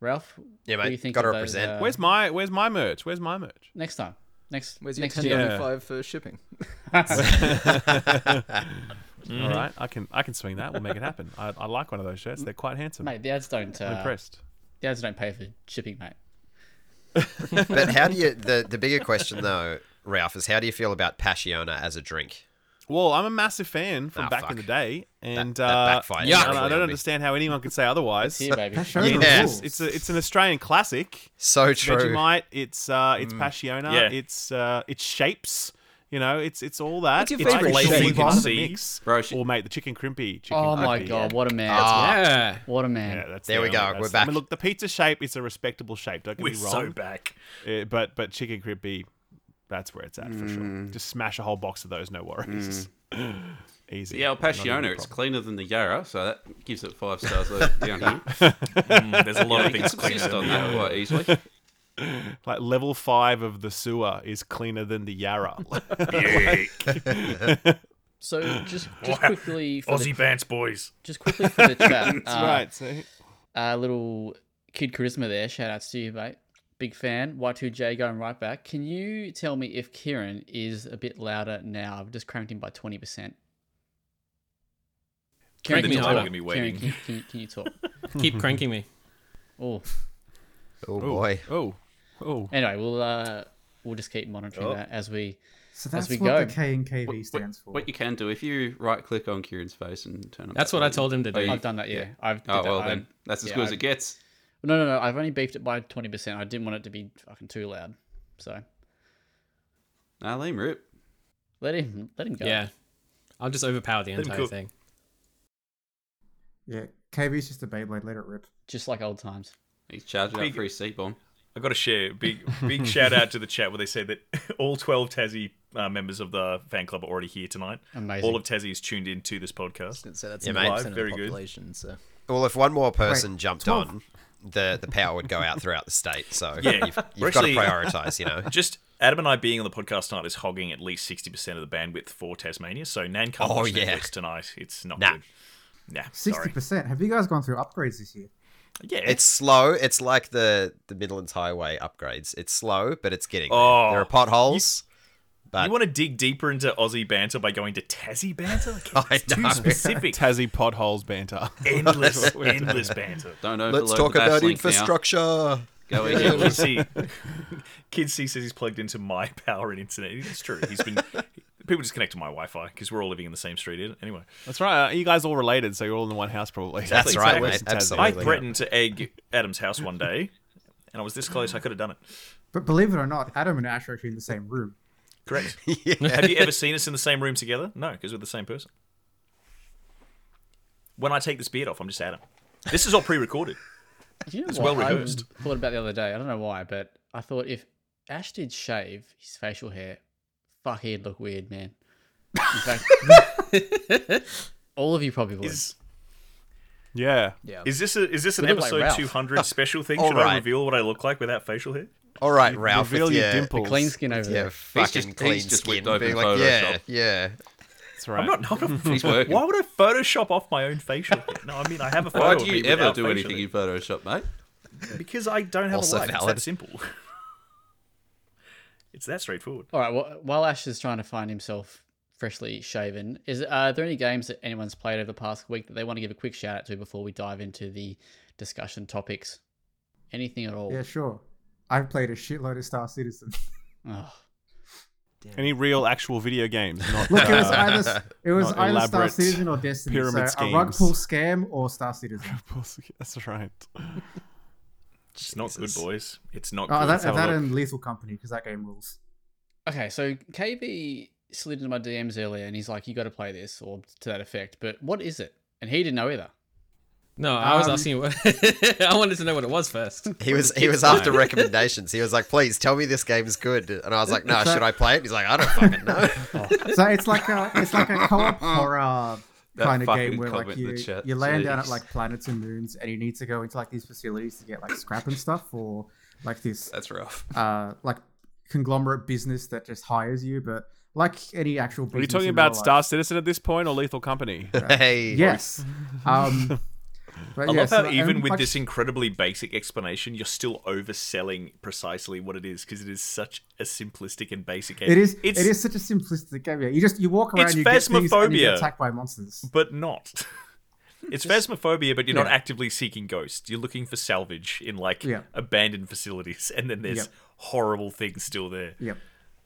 [SPEAKER 1] Ralph,
[SPEAKER 3] Yeah,
[SPEAKER 1] what do
[SPEAKER 3] mate,
[SPEAKER 1] you think
[SPEAKER 3] gotta
[SPEAKER 1] of those,
[SPEAKER 3] represent.
[SPEAKER 1] uh,
[SPEAKER 4] Where's my Where's my merch? Where's my merch?
[SPEAKER 1] next time? Next,
[SPEAKER 6] Where's your
[SPEAKER 1] next
[SPEAKER 6] ten
[SPEAKER 1] year.
[SPEAKER 6] ninety five for shipping?
[SPEAKER 2] Mm-hmm.
[SPEAKER 4] All right, I can I can swing that. We'll make it happen. I, I like one of those shirts. They're quite handsome.
[SPEAKER 1] mate. The ads don't.
[SPEAKER 4] I'm
[SPEAKER 1] Uh,
[SPEAKER 4] impressed.
[SPEAKER 1] the ads don't pay for shipping, mate.
[SPEAKER 3] But how do you? The, the bigger question though, Ralph, is how do you feel about Passiona as a drink?
[SPEAKER 4] Well, I'm a massive fan from
[SPEAKER 3] Ah,
[SPEAKER 4] back
[SPEAKER 3] fuck.
[SPEAKER 4] in the day, and
[SPEAKER 3] that
[SPEAKER 4] uh,
[SPEAKER 3] backfired
[SPEAKER 4] yeah,
[SPEAKER 3] terribly
[SPEAKER 4] I
[SPEAKER 3] on
[SPEAKER 4] don't
[SPEAKER 3] me.
[SPEAKER 4] understand how anyone could say otherwise.
[SPEAKER 1] Here, baby.
[SPEAKER 8] That show
[SPEAKER 3] Yeah.
[SPEAKER 8] yes.
[SPEAKER 4] It's, it's a, it's an Australian classic.
[SPEAKER 3] So true.
[SPEAKER 4] Vegemite. It's uh, it's Passiona.
[SPEAKER 2] Yeah.
[SPEAKER 4] It's uh, it's shapes. You know, it's it's all that.
[SPEAKER 6] What's your
[SPEAKER 4] It's
[SPEAKER 6] favourite
[SPEAKER 4] all
[SPEAKER 6] shape?
[SPEAKER 4] in
[SPEAKER 2] Bun?
[SPEAKER 4] the
[SPEAKER 2] See?
[SPEAKER 4] mix.
[SPEAKER 7] Bro, she-
[SPEAKER 4] Or mate, the chicken crimpy. Chicken
[SPEAKER 1] Oh my
[SPEAKER 4] crimpy.
[SPEAKER 1] god, what a man!
[SPEAKER 5] yeah.
[SPEAKER 1] What a man!
[SPEAKER 4] Yeah, that's
[SPEAKER 3] There
[SPEAKER 4] the
[SPEAKER 3] we
[SPEAKER 4] only-
[SPEAKER 3] go,
[SPEAKER 4] that's-
[SPEAKER 3] we're back.
[SPEAKER 4] I mean, look, the pizza shape is a respectable shape. Don't get
[SPEAKER 2] We're
[SPEAKER 4] me wrong.
[SPEAKER 2] so back.
[SPEAKER 4] Uh, but but chicken crimpy, that's where it's at for sure. Just smash a whole box of those, no worries. Easy.
[SPEAKER 7] Yeah, El
[SPEAKER 4] Not even a
[SPEAKER 7] Passiona, it's
[SPEAKER 4] problem.
[SPEAKER 7] cleaner than the Yarra, so that gives it five stars though, down here.
[SPEAKER 2] Mm, there's a lot of
[SPEAKER 7] You can
[SPEAKER 2] things cleaner
[SPEAKER 7] subsist on
[SPEAKER 2] than the
[SPEAKER 7] that
[SPEAKER 2] other.
[SPEAKER 7] quite easily.
[SPEAKER 4] like level five of the sewer is cleaner than the Yarra.
[SPEAKER 1] So just just quickly for the,
[SPEAKER 2] Aussie Bants boys.
[SPEAKER 1] just quickly for the chat. uh,
[SPEAKER 4] So
[SPEAKER 1] uh, little kid charisma there. Shout outs to you, mate. Big fan. Y2J going right back. Can you tell me if Kieran is a bit louder now? I've just cranked him by 20%. Kieran,
[SPEAKER 2] the
[SPEAKER 1] can you
[SPEAKER 2] timer
[SPEAKER 1] talk?
[SPEAKER 2] gonna be
[SPEAKER 1] Kieran,
[SPEAKER 2] waiting.
[SPEAKER 1] can, you- can, you- can you talk?
[SPEAKER 5] Keep cranking me.
[SPEAKER 1] Oh,
[SPEAKER 3] Oh boy.
[SPEAKER 4] Oh, oh.
[SPEAKER 1] anyway, we'll uh, we'll just keep monitoring
[SPEAKER 2] Oh.
[SPEAKER 1] that as we.
[SPEAKER 8] So that's
[SPEAKER 1] we
[SPEAKER 8] what
[SPEAKER 1] go.
[SPEAKER 8] the K and KV
[SPEAKER 7] What-
[SPEAKER 8] stands for.
[SPEAKER 7] What you can do if you right click on Kieran's face and turn it.
[SPEAKER 5] That's what I told him to do.
[SPEAKER 1] I've done that. Yeah, I've. did
[SPEAKER 7] Oh
[SPEAKER 1] that.
[SPEAKER 7] well,
[SPEAKER 1] I-
[SPEAKER 7] then that's as
[SPEAKER 1] yeah,
[SPEAKER 7] good as
[SPEAKER 1] I-
[SPEAKER 7] it gets.
[SPEAKER 1] No, no, no. I've only beefed it by 20%. I didn't want it to be fucking too loud. So
[SPEAKER 7] Nah, lame rip.
[SPEAKER 1] let him let him go.
[SPEAKER 5] Yeah. I'll just overpower the
[SPEAKER 2] him
[SPEAKER 5] entire
[SPEAKER 2] cook.
[SPEAKER 5] thing.
[SPEAKER 8] yeah, KV is just a Beyblade. Let it rip.
[SPEAKER 1] Just like old times.
[SPEAKER 7] He's charging up
[SPEAKER 2] Big-
[SPEAKER 7] for his seat bomb.
[SPEAKER 2] I got to share big big shout out to the chat where they say that all twelve Tassie uh, members of the fan club are already here tonight.
[SPEAKER 1] Amazing.
[SPEAKER 2] All of Tassie is tuned in to this podcast.
[SPEAKER 6] So that's
[SPEAKER 3] Yeah,
[SPEAKER 6] yeah,
[SPEAKER 3] mate.
[SPEAKER 6] percent of
[SPEAKER 2] Very
[SPEAKER 6] the
[SPEAKER 2] good.
[SPEAKER 6] population. So
[SPEAKER 3] Well, if one more person jumped
[SPEAKER 8] 12.
[SPEAKER 3] on, the the power would go out throughout the state. So
[SPEAKER 2] Yeah.
[SPEAKER 3] you've,
[SPEAKER 2] We're
[SPEAKER 3] you've got to
[SPEAKER 2] actually-
[SPEAKER 3] prioritize. You know.
[SPEAKER 2] Just Adam and I being on the podcast tonight is hogging at least sixty percent of the bandwidth for Tasmania. So Nan can't
[SPEAKER 3] Oh,
[SPEAKER 2] watch
[SPEAKER 3] yeah.
[SPEAKER 2] Netflix tonight. It's not
[SPEAKER 3] Nah.
[SPEAKER 2] good. Nah,
[SPEAKER 8] Sixty
[SPEAKER 2] sorry.
[SPEAKER 8] percent. Have you guys gone through upgrades this year?
[SPEAKER 2] Yeah,
[SPEAKER 3] It's slow. It's like the the Midlands Highway upgrades. It's slow, but it's getting there.
[SPEAKER 2] Oh.
[SPEAKER 3] there. are potholes. but
[SPEAKER 2] you want to dig deeper into Aussie banter by going to Tassie banter?
[SPEAKER 3] I
[SPEAKER 2] It's too
[SPEAKER 3] know.
[SPEAKER 2] specific.
[SPEAKER 4] Tassie potholes banter.
[SPEAKER 2] endless, endless banter.
[SPEAKER 7] Don't overload
[SPEAKER 3] let's
[SPEAKER 7] the
[SPEAKER 3] talk about
[SPEAKER 7] Basslink now.
[SPEAKER 3] infrastructure.
[SPEAKER 7] Go in.
[SPEAKER 2] Yeah, Kid C, Kid C says he's plugged into my power and internet. It's true. He's been people just connect to my Wi-Fi because we're all living in the same street. eh? Anyway,
[SPEAKER 4] That's right. uh, You guys all related, so you're all in one house probably.
[SPEAKER 3] That's
[SPEAKER 2] Exactly.
[SPEAKER 3] right,
[SPEAKER 2] Exactly.
[SPEAKER 3] mate.
[SPEAKER 4] Tassie.
[SPEAKER 2] I
[SPEAKER 3] Absolutely.
[SPEAKER 2] threatened to egg Adam's house one day, and I was this close. I could have done it.
[SPEAKER 8] But believe it or not, Adam and Ash are actually in the same room.
[SPEAKER 2] Correct. Have you ever seen us in the same room together? No, because we're the same person. When I take this beard off, I'm just Adam. This is all pre-recorded.
[SPEAKER 1] Do you know
[SPEAKER 2] It's
[SPEAKER 1] what
[SPEAKER 2] well
[SPEAKER 1] I
[SPEAKER 2] rehearsed.
[SPEAKER 1] thought about the other day? I don't know why, but I thought if Ash did shave his facial hair, fuck, he'd look weird, man. In fact, all of you probably would.
[SPEAKER 2] Is
[SPEAKER 4] Yeah.
[SPEAKER 6] yeah,
[SPEAKER 2] is this a, is this an
[SPEAKER 1] You look like
[SPEAKER 2] episode
[SPEAKER 1] Ralph.
[SPEAKER 2] 200 special thing?
[SPEAKER 3] All
[SPEAKER 2] Should I
[SPEAKER 3] right.
[SPEAKER 2] reveal what I look like without facial hair?
[SPEAKER 3] All right, Ralph.
[SPEAKER 4] Reveal
[SPEAKER 3] with
[SPEAKER 4] your
[SPEAKER 3] your
[SPEAKER 4] dimples.
[SPEAKER 1] Clean skin over
[SPEAKER 3] Yeah,
[SPEAKER 1] there.
[SPEAKER 3] fucking
[SPEAKER 7] just-
[SPEAKER 3] clean
[SPEAKER 7] he's just
[SPEAKER 3] skin.
[SPEAKER 7] whipped open
[SPEAKER 3] being like, yeah,
[SPEAKER 7] Photoshop.
[SPEAKER 3] yeah.
[SPEAKER 4] That's right.
[SPEAKER 2] I'm not. not a,
[SPEAKER 7] He's working.
[SPEAKER 2] Why would I Photoshop off my own facial? hair? No, I mean I have a photo.
[SPEAKER 7] Why
[SPEAKER 2] of
[SPEAKER 7] do
[SPEAKER 2] me
[SPEAKER 7] you ever
[SPEAKER 2] without
[SPEAKER 7] do
[SPEAKER 2] facial
[SPEAKER 7] anything in Photoshop, mate?
[SPEAKER 2] hair. Because I don't have
[SPEAKER 3] Also
[SPEAKER 2] a life. It's
[SPEAKER 3] valid.
[SPEAKER 2] that simple. it's that straightforward.
[SPEAKER 1] All right. Well, while Ash is trying to find himself freshly shaven, is are there any games that anyone's played over the past week that they want to give a quick shout out to before we dive into the discussion topics? Anything at all?
[SPEAKER 8] Yeah, sure. I've played a shitload of Star Citizen.
[SPEAKER 1] Ugh.
[SPEAKER 4] Any real actual video games? Not,
[SPEAKER 8] Look, it was
[SPEAKER 4] uh,
[SPEAKER 8] either it was
[SPEAKER 4] not
[SPEAKER 8] either Star
[SPEAKER 4] elaborate
[SPEAKER 8] Citizen or Destiny. So
[SPEAKER 4] pyramid
[SPEAKER 8] a rug
[SPEAKER 4] schemes.
[SPEAKER 8] pull scam or Star Citizen.
[SPEAKER 4] That's right.
[SPEAKER 2] It's not good,
[SPEAKER 3] Jesus.
[SPEAKER 2] boys. It's not
[SPEAKER 8] Oh,
[SPEAKER 2] good.
[SPEAKER 8] that,
[SPEAKER 2] Let's have a
[SPEAKER 8] that
[SPEAKER 2] look.
[SPEAKER 8] and Lethal Company because that game rules.
[SPEAKER 1] Okay, so KB slid into my DMs earlier and he's like, "You got to play this," or to that effect. But what is it? And he didn't know either.
[SPEAKER 5] No, I was
[SPEAKER 8] Um,
[SPEAKER 5] asking. you What, I wanted to know what it was first.
[SPEAKER 3] He was he was after recommendations. He was like, "Please tell me this game's good," and I was like, "No, should I play it?" He's like, "I don't fucking know."
[SPEAKER 8] So it's like a it's like a co-op horror
[SPEAKER 7] That
[SPEAKER 8] kind of
[SPEAKER 7] fucking
[SPEAKER 8] game where like
[SPEAKER 7] comment in
[SPEAKER 8] you
[SPEAKER 7] the chat,
[SPEAKER 8] you're laying down at
[SPEAKER 7] jeez.
[SPEAKER 8] like planets and moons, and you need to go into like these facilities to get like scrap and stuff or like this
[SPEAKER 7] That's rough.
[SPEAKER 8] uh like conglomerate business that just hires you, but like any actual.
[SPEAKER 4] Are you
[SPEAKER 8] business
[SPEAKER 4] talking
[SPEAKER 8] in
[SPEAKER 4] about
[SPEAKER 8] real life-
[SPEAKER 4] Star Citizen at this point or Lethal Company?
[SPEAKER 3] hey,
[SPEAKER 8] Yes. Um, but
[SPEAKER 2] I
[SPEAKER 8] yeah,
[SPEAKER 2] love
[SPEAKER 8] so
[SPEAKER 2] how even
[SPEAKER 8] I'm
[SPEAKER 2] with
[SPEAKER 8] like-
[SPEAKER 2] this incredibly basic explanation, you're still overselling precisely what it is because it is such a simplistic and basic. game.
[SPEAKER 8] It is.
[SPEAKER 2] It's,
[SPEAKER 8] it is such a simplistic game. Yeah, you just you walk around,
[SPEAKER 2] It's
[SPEAKER 8] you get things, and you
[SPEAKER 2] phasmophobia.
[SPEAKER 8] get attacked by monsters.
[SPEAKER 2] but not. It's phasmophobia, but you're not actively seeking ghosts. You're looking for salvage in like
[SPEAKER 8] Yeah.
[SPEAKER 2] abandoned facilities, and then there's
[SPEAKER 8] Yep.
[SPEAKER 2] horrible things still there.
[SPEAKER 8] Yep.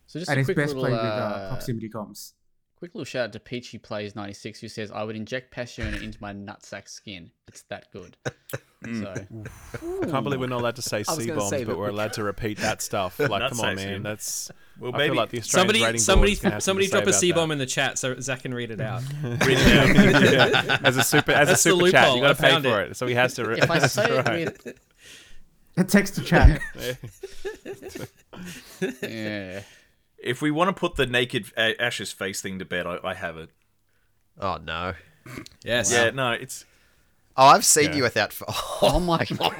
[SPEAKER 1] So just
[SPEAKER 8] And
[SPEAKER 1] a
[SPEAKER 8] it's
[SPEAKER 1] quick
[SPEAKER 8] best
[SPEAKER 1] little
[SPEAKER 8] played with
[SPEAKER 1] uh,
[SPEAKER 8] uh, proximity comms.
[SPEAKER 1] quick little shout out to Peachy Plays ninety six who says, "I would inject Passiona into my nutsack skin. It's that good."
[SPEAKER 2] Mm.
[SPEAKER 1] so
[SPEAKER 4] I can't believe we're not allowed to say
[SPEAKER 6] was
[SPEAKER 4] C
[SPEAKER 6] gonna
[SPEAKER 4] bombs,
[SPEAKER 6] say,
[SPEAKER 4] but
[SPEAKER 6] but
[SPEAKER 4] we're
[SPEAKER 6] we-
[SPEAKER 4] allowed to repeat that stuff. Like, come
[SPEAKER 2] say
[SPEAKER 4] on,
[SPEAKER 2] C.
[SPEAKER 4] man. That's
[SPEAKER 2] Well,
[SPEAKER 4] I feel
[SPEAKER 2] maybe
[SPEAKER 4] like the Australian
[SPEAKER 5] Somebody,
[SPEAKER 4] rating
[SPEAKER 5] somebody,
[SPEAKER 4] board's gonna have
[SPEAKER 5] somebody
[SPEAKER 4] something
[SPEAKER 5] drop
[SPEAKER 4] to
[SPEAKER 5] a
[SPEAKER 4] say
[SPEAKER 5] C
[SPEAKER 4] about
[SPEAKER 5] bomb in the chat so Zach can read it out.
[SPEAKER 2] read it out.
[SPEAKER 4] that. Yeah. as a super as
[SPEAKER 5] That's
[SPEAKER 4] a
[SPEAKER 5] the
[SPEAKER 4] super chat.
[SPEAKER 5] loophole.
[SPEAKER 4] You got
[SPEAKER 5] I
[SPEAKER 4] to pay
[SPEAKER 5] found
[SPEAKER 4] for
[SPEAKER 5] it.
[SPEAKER 4] it, so he has to. Re-
[SPEAKER 1] if I
[SPEAKER 4] That's
[SPEAKER 1] say it
[SPEAKER 4] right.
[SPEAKER 1] with
[SPEAKER 8] A text to chat.
[SPEAKER 1] yeah,
[SPEAKER 2] If we want to put the naked A- Ash's face thing to bed, I, I have it.
[SPEAKER 3] Oh no.
[SPEAKER 5] Yes.
[SPEAKER 2] Yeah, no, it's
[SPEAKER 3] Oh, I've seen
[SPEAKER 4] Yeah.
[SPEAKER 3] you with that. f
[SPEAKER 1] oh my god,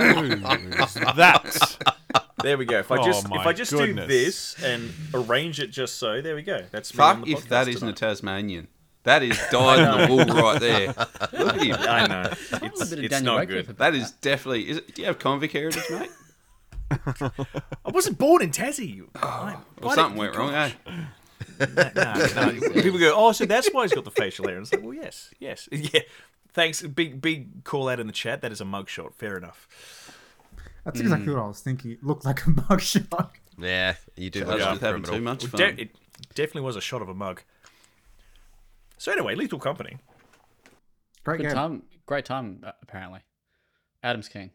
[SPEAKER 4] that.
[SPEAKER 2] there we go. If I
[SPEAKER 4] Oh
[SPEAKER 2] just
[SPEAKER 4] my
[SPEAKER 2] if I just
[SPEAKER 4] goodness.
[SPEAKER 2] do this and arrange it just so, there we go. That's me on
[SPEAKER 7] Fuck
[SPEAKER 2] the
[SPEAKER 7] if that
[SPEAKER 2] podcast
[SPEAKER 7] isn't
[SPEAKER 2] tonight.
[SPEAKER 7] a Tasmanian. That is dyed in the wool right there. Look at him.
[SPEAKER 2] I know.
[SPEAKER 1] a
[SPEAKER 2] It's,
[SPEAKER 1] bit of
[SPEAKER 2] it's
[SPEAKER 1] Daniel
[SPEAKER 2] not
[SPEAKER 1] Radcliffe
[SPEAKER 2] good.
[SPEAKER 1] about
[SPEAKER 7] That is definitely. Is it, do you have convict heritage, mate?
[SPEAKER 2] I wasn't born in Tassie. Why-
[SPEAKER 7] Well,
[SPEAKER 2] why
[SPEAKER 7] something
[SPEAKER 2] did-
[SPEAKER 7] went wrong, eh?
[SPEAKER 2] Nah, nah. People go, oh, so that's why he's got the facial hair. And it's like, well, yes, yes, yeah. Thanks. Big, big call out in the chat. That is a mugshot. Fair enough.
[SPEAKER 8] That's
[SPEAKER 1] Hmm.
[SPEAKER 8] exactly what I was thinking. It looked like a mugshot.
[SPEAKER 3] Yeah, you do
[SPEAKER 7] I was
[SPEAKER 3] look like
[SPEAKER 7] just
[SPEAKER 3] a
[SPEAKER 7] having too
[SPEAKER 3] criminal.
[SPEAKER 7] much fun.
[SPEAKER 2] De- it definitely was a shot of a mug. So anyway, Lethal Company.
[SPEAKER 8] Great
[SPEAKER 1] Good
[SPEAKER 8] game.
[SPEAKER 1] time. Great time, uh, apparently. Adam's king.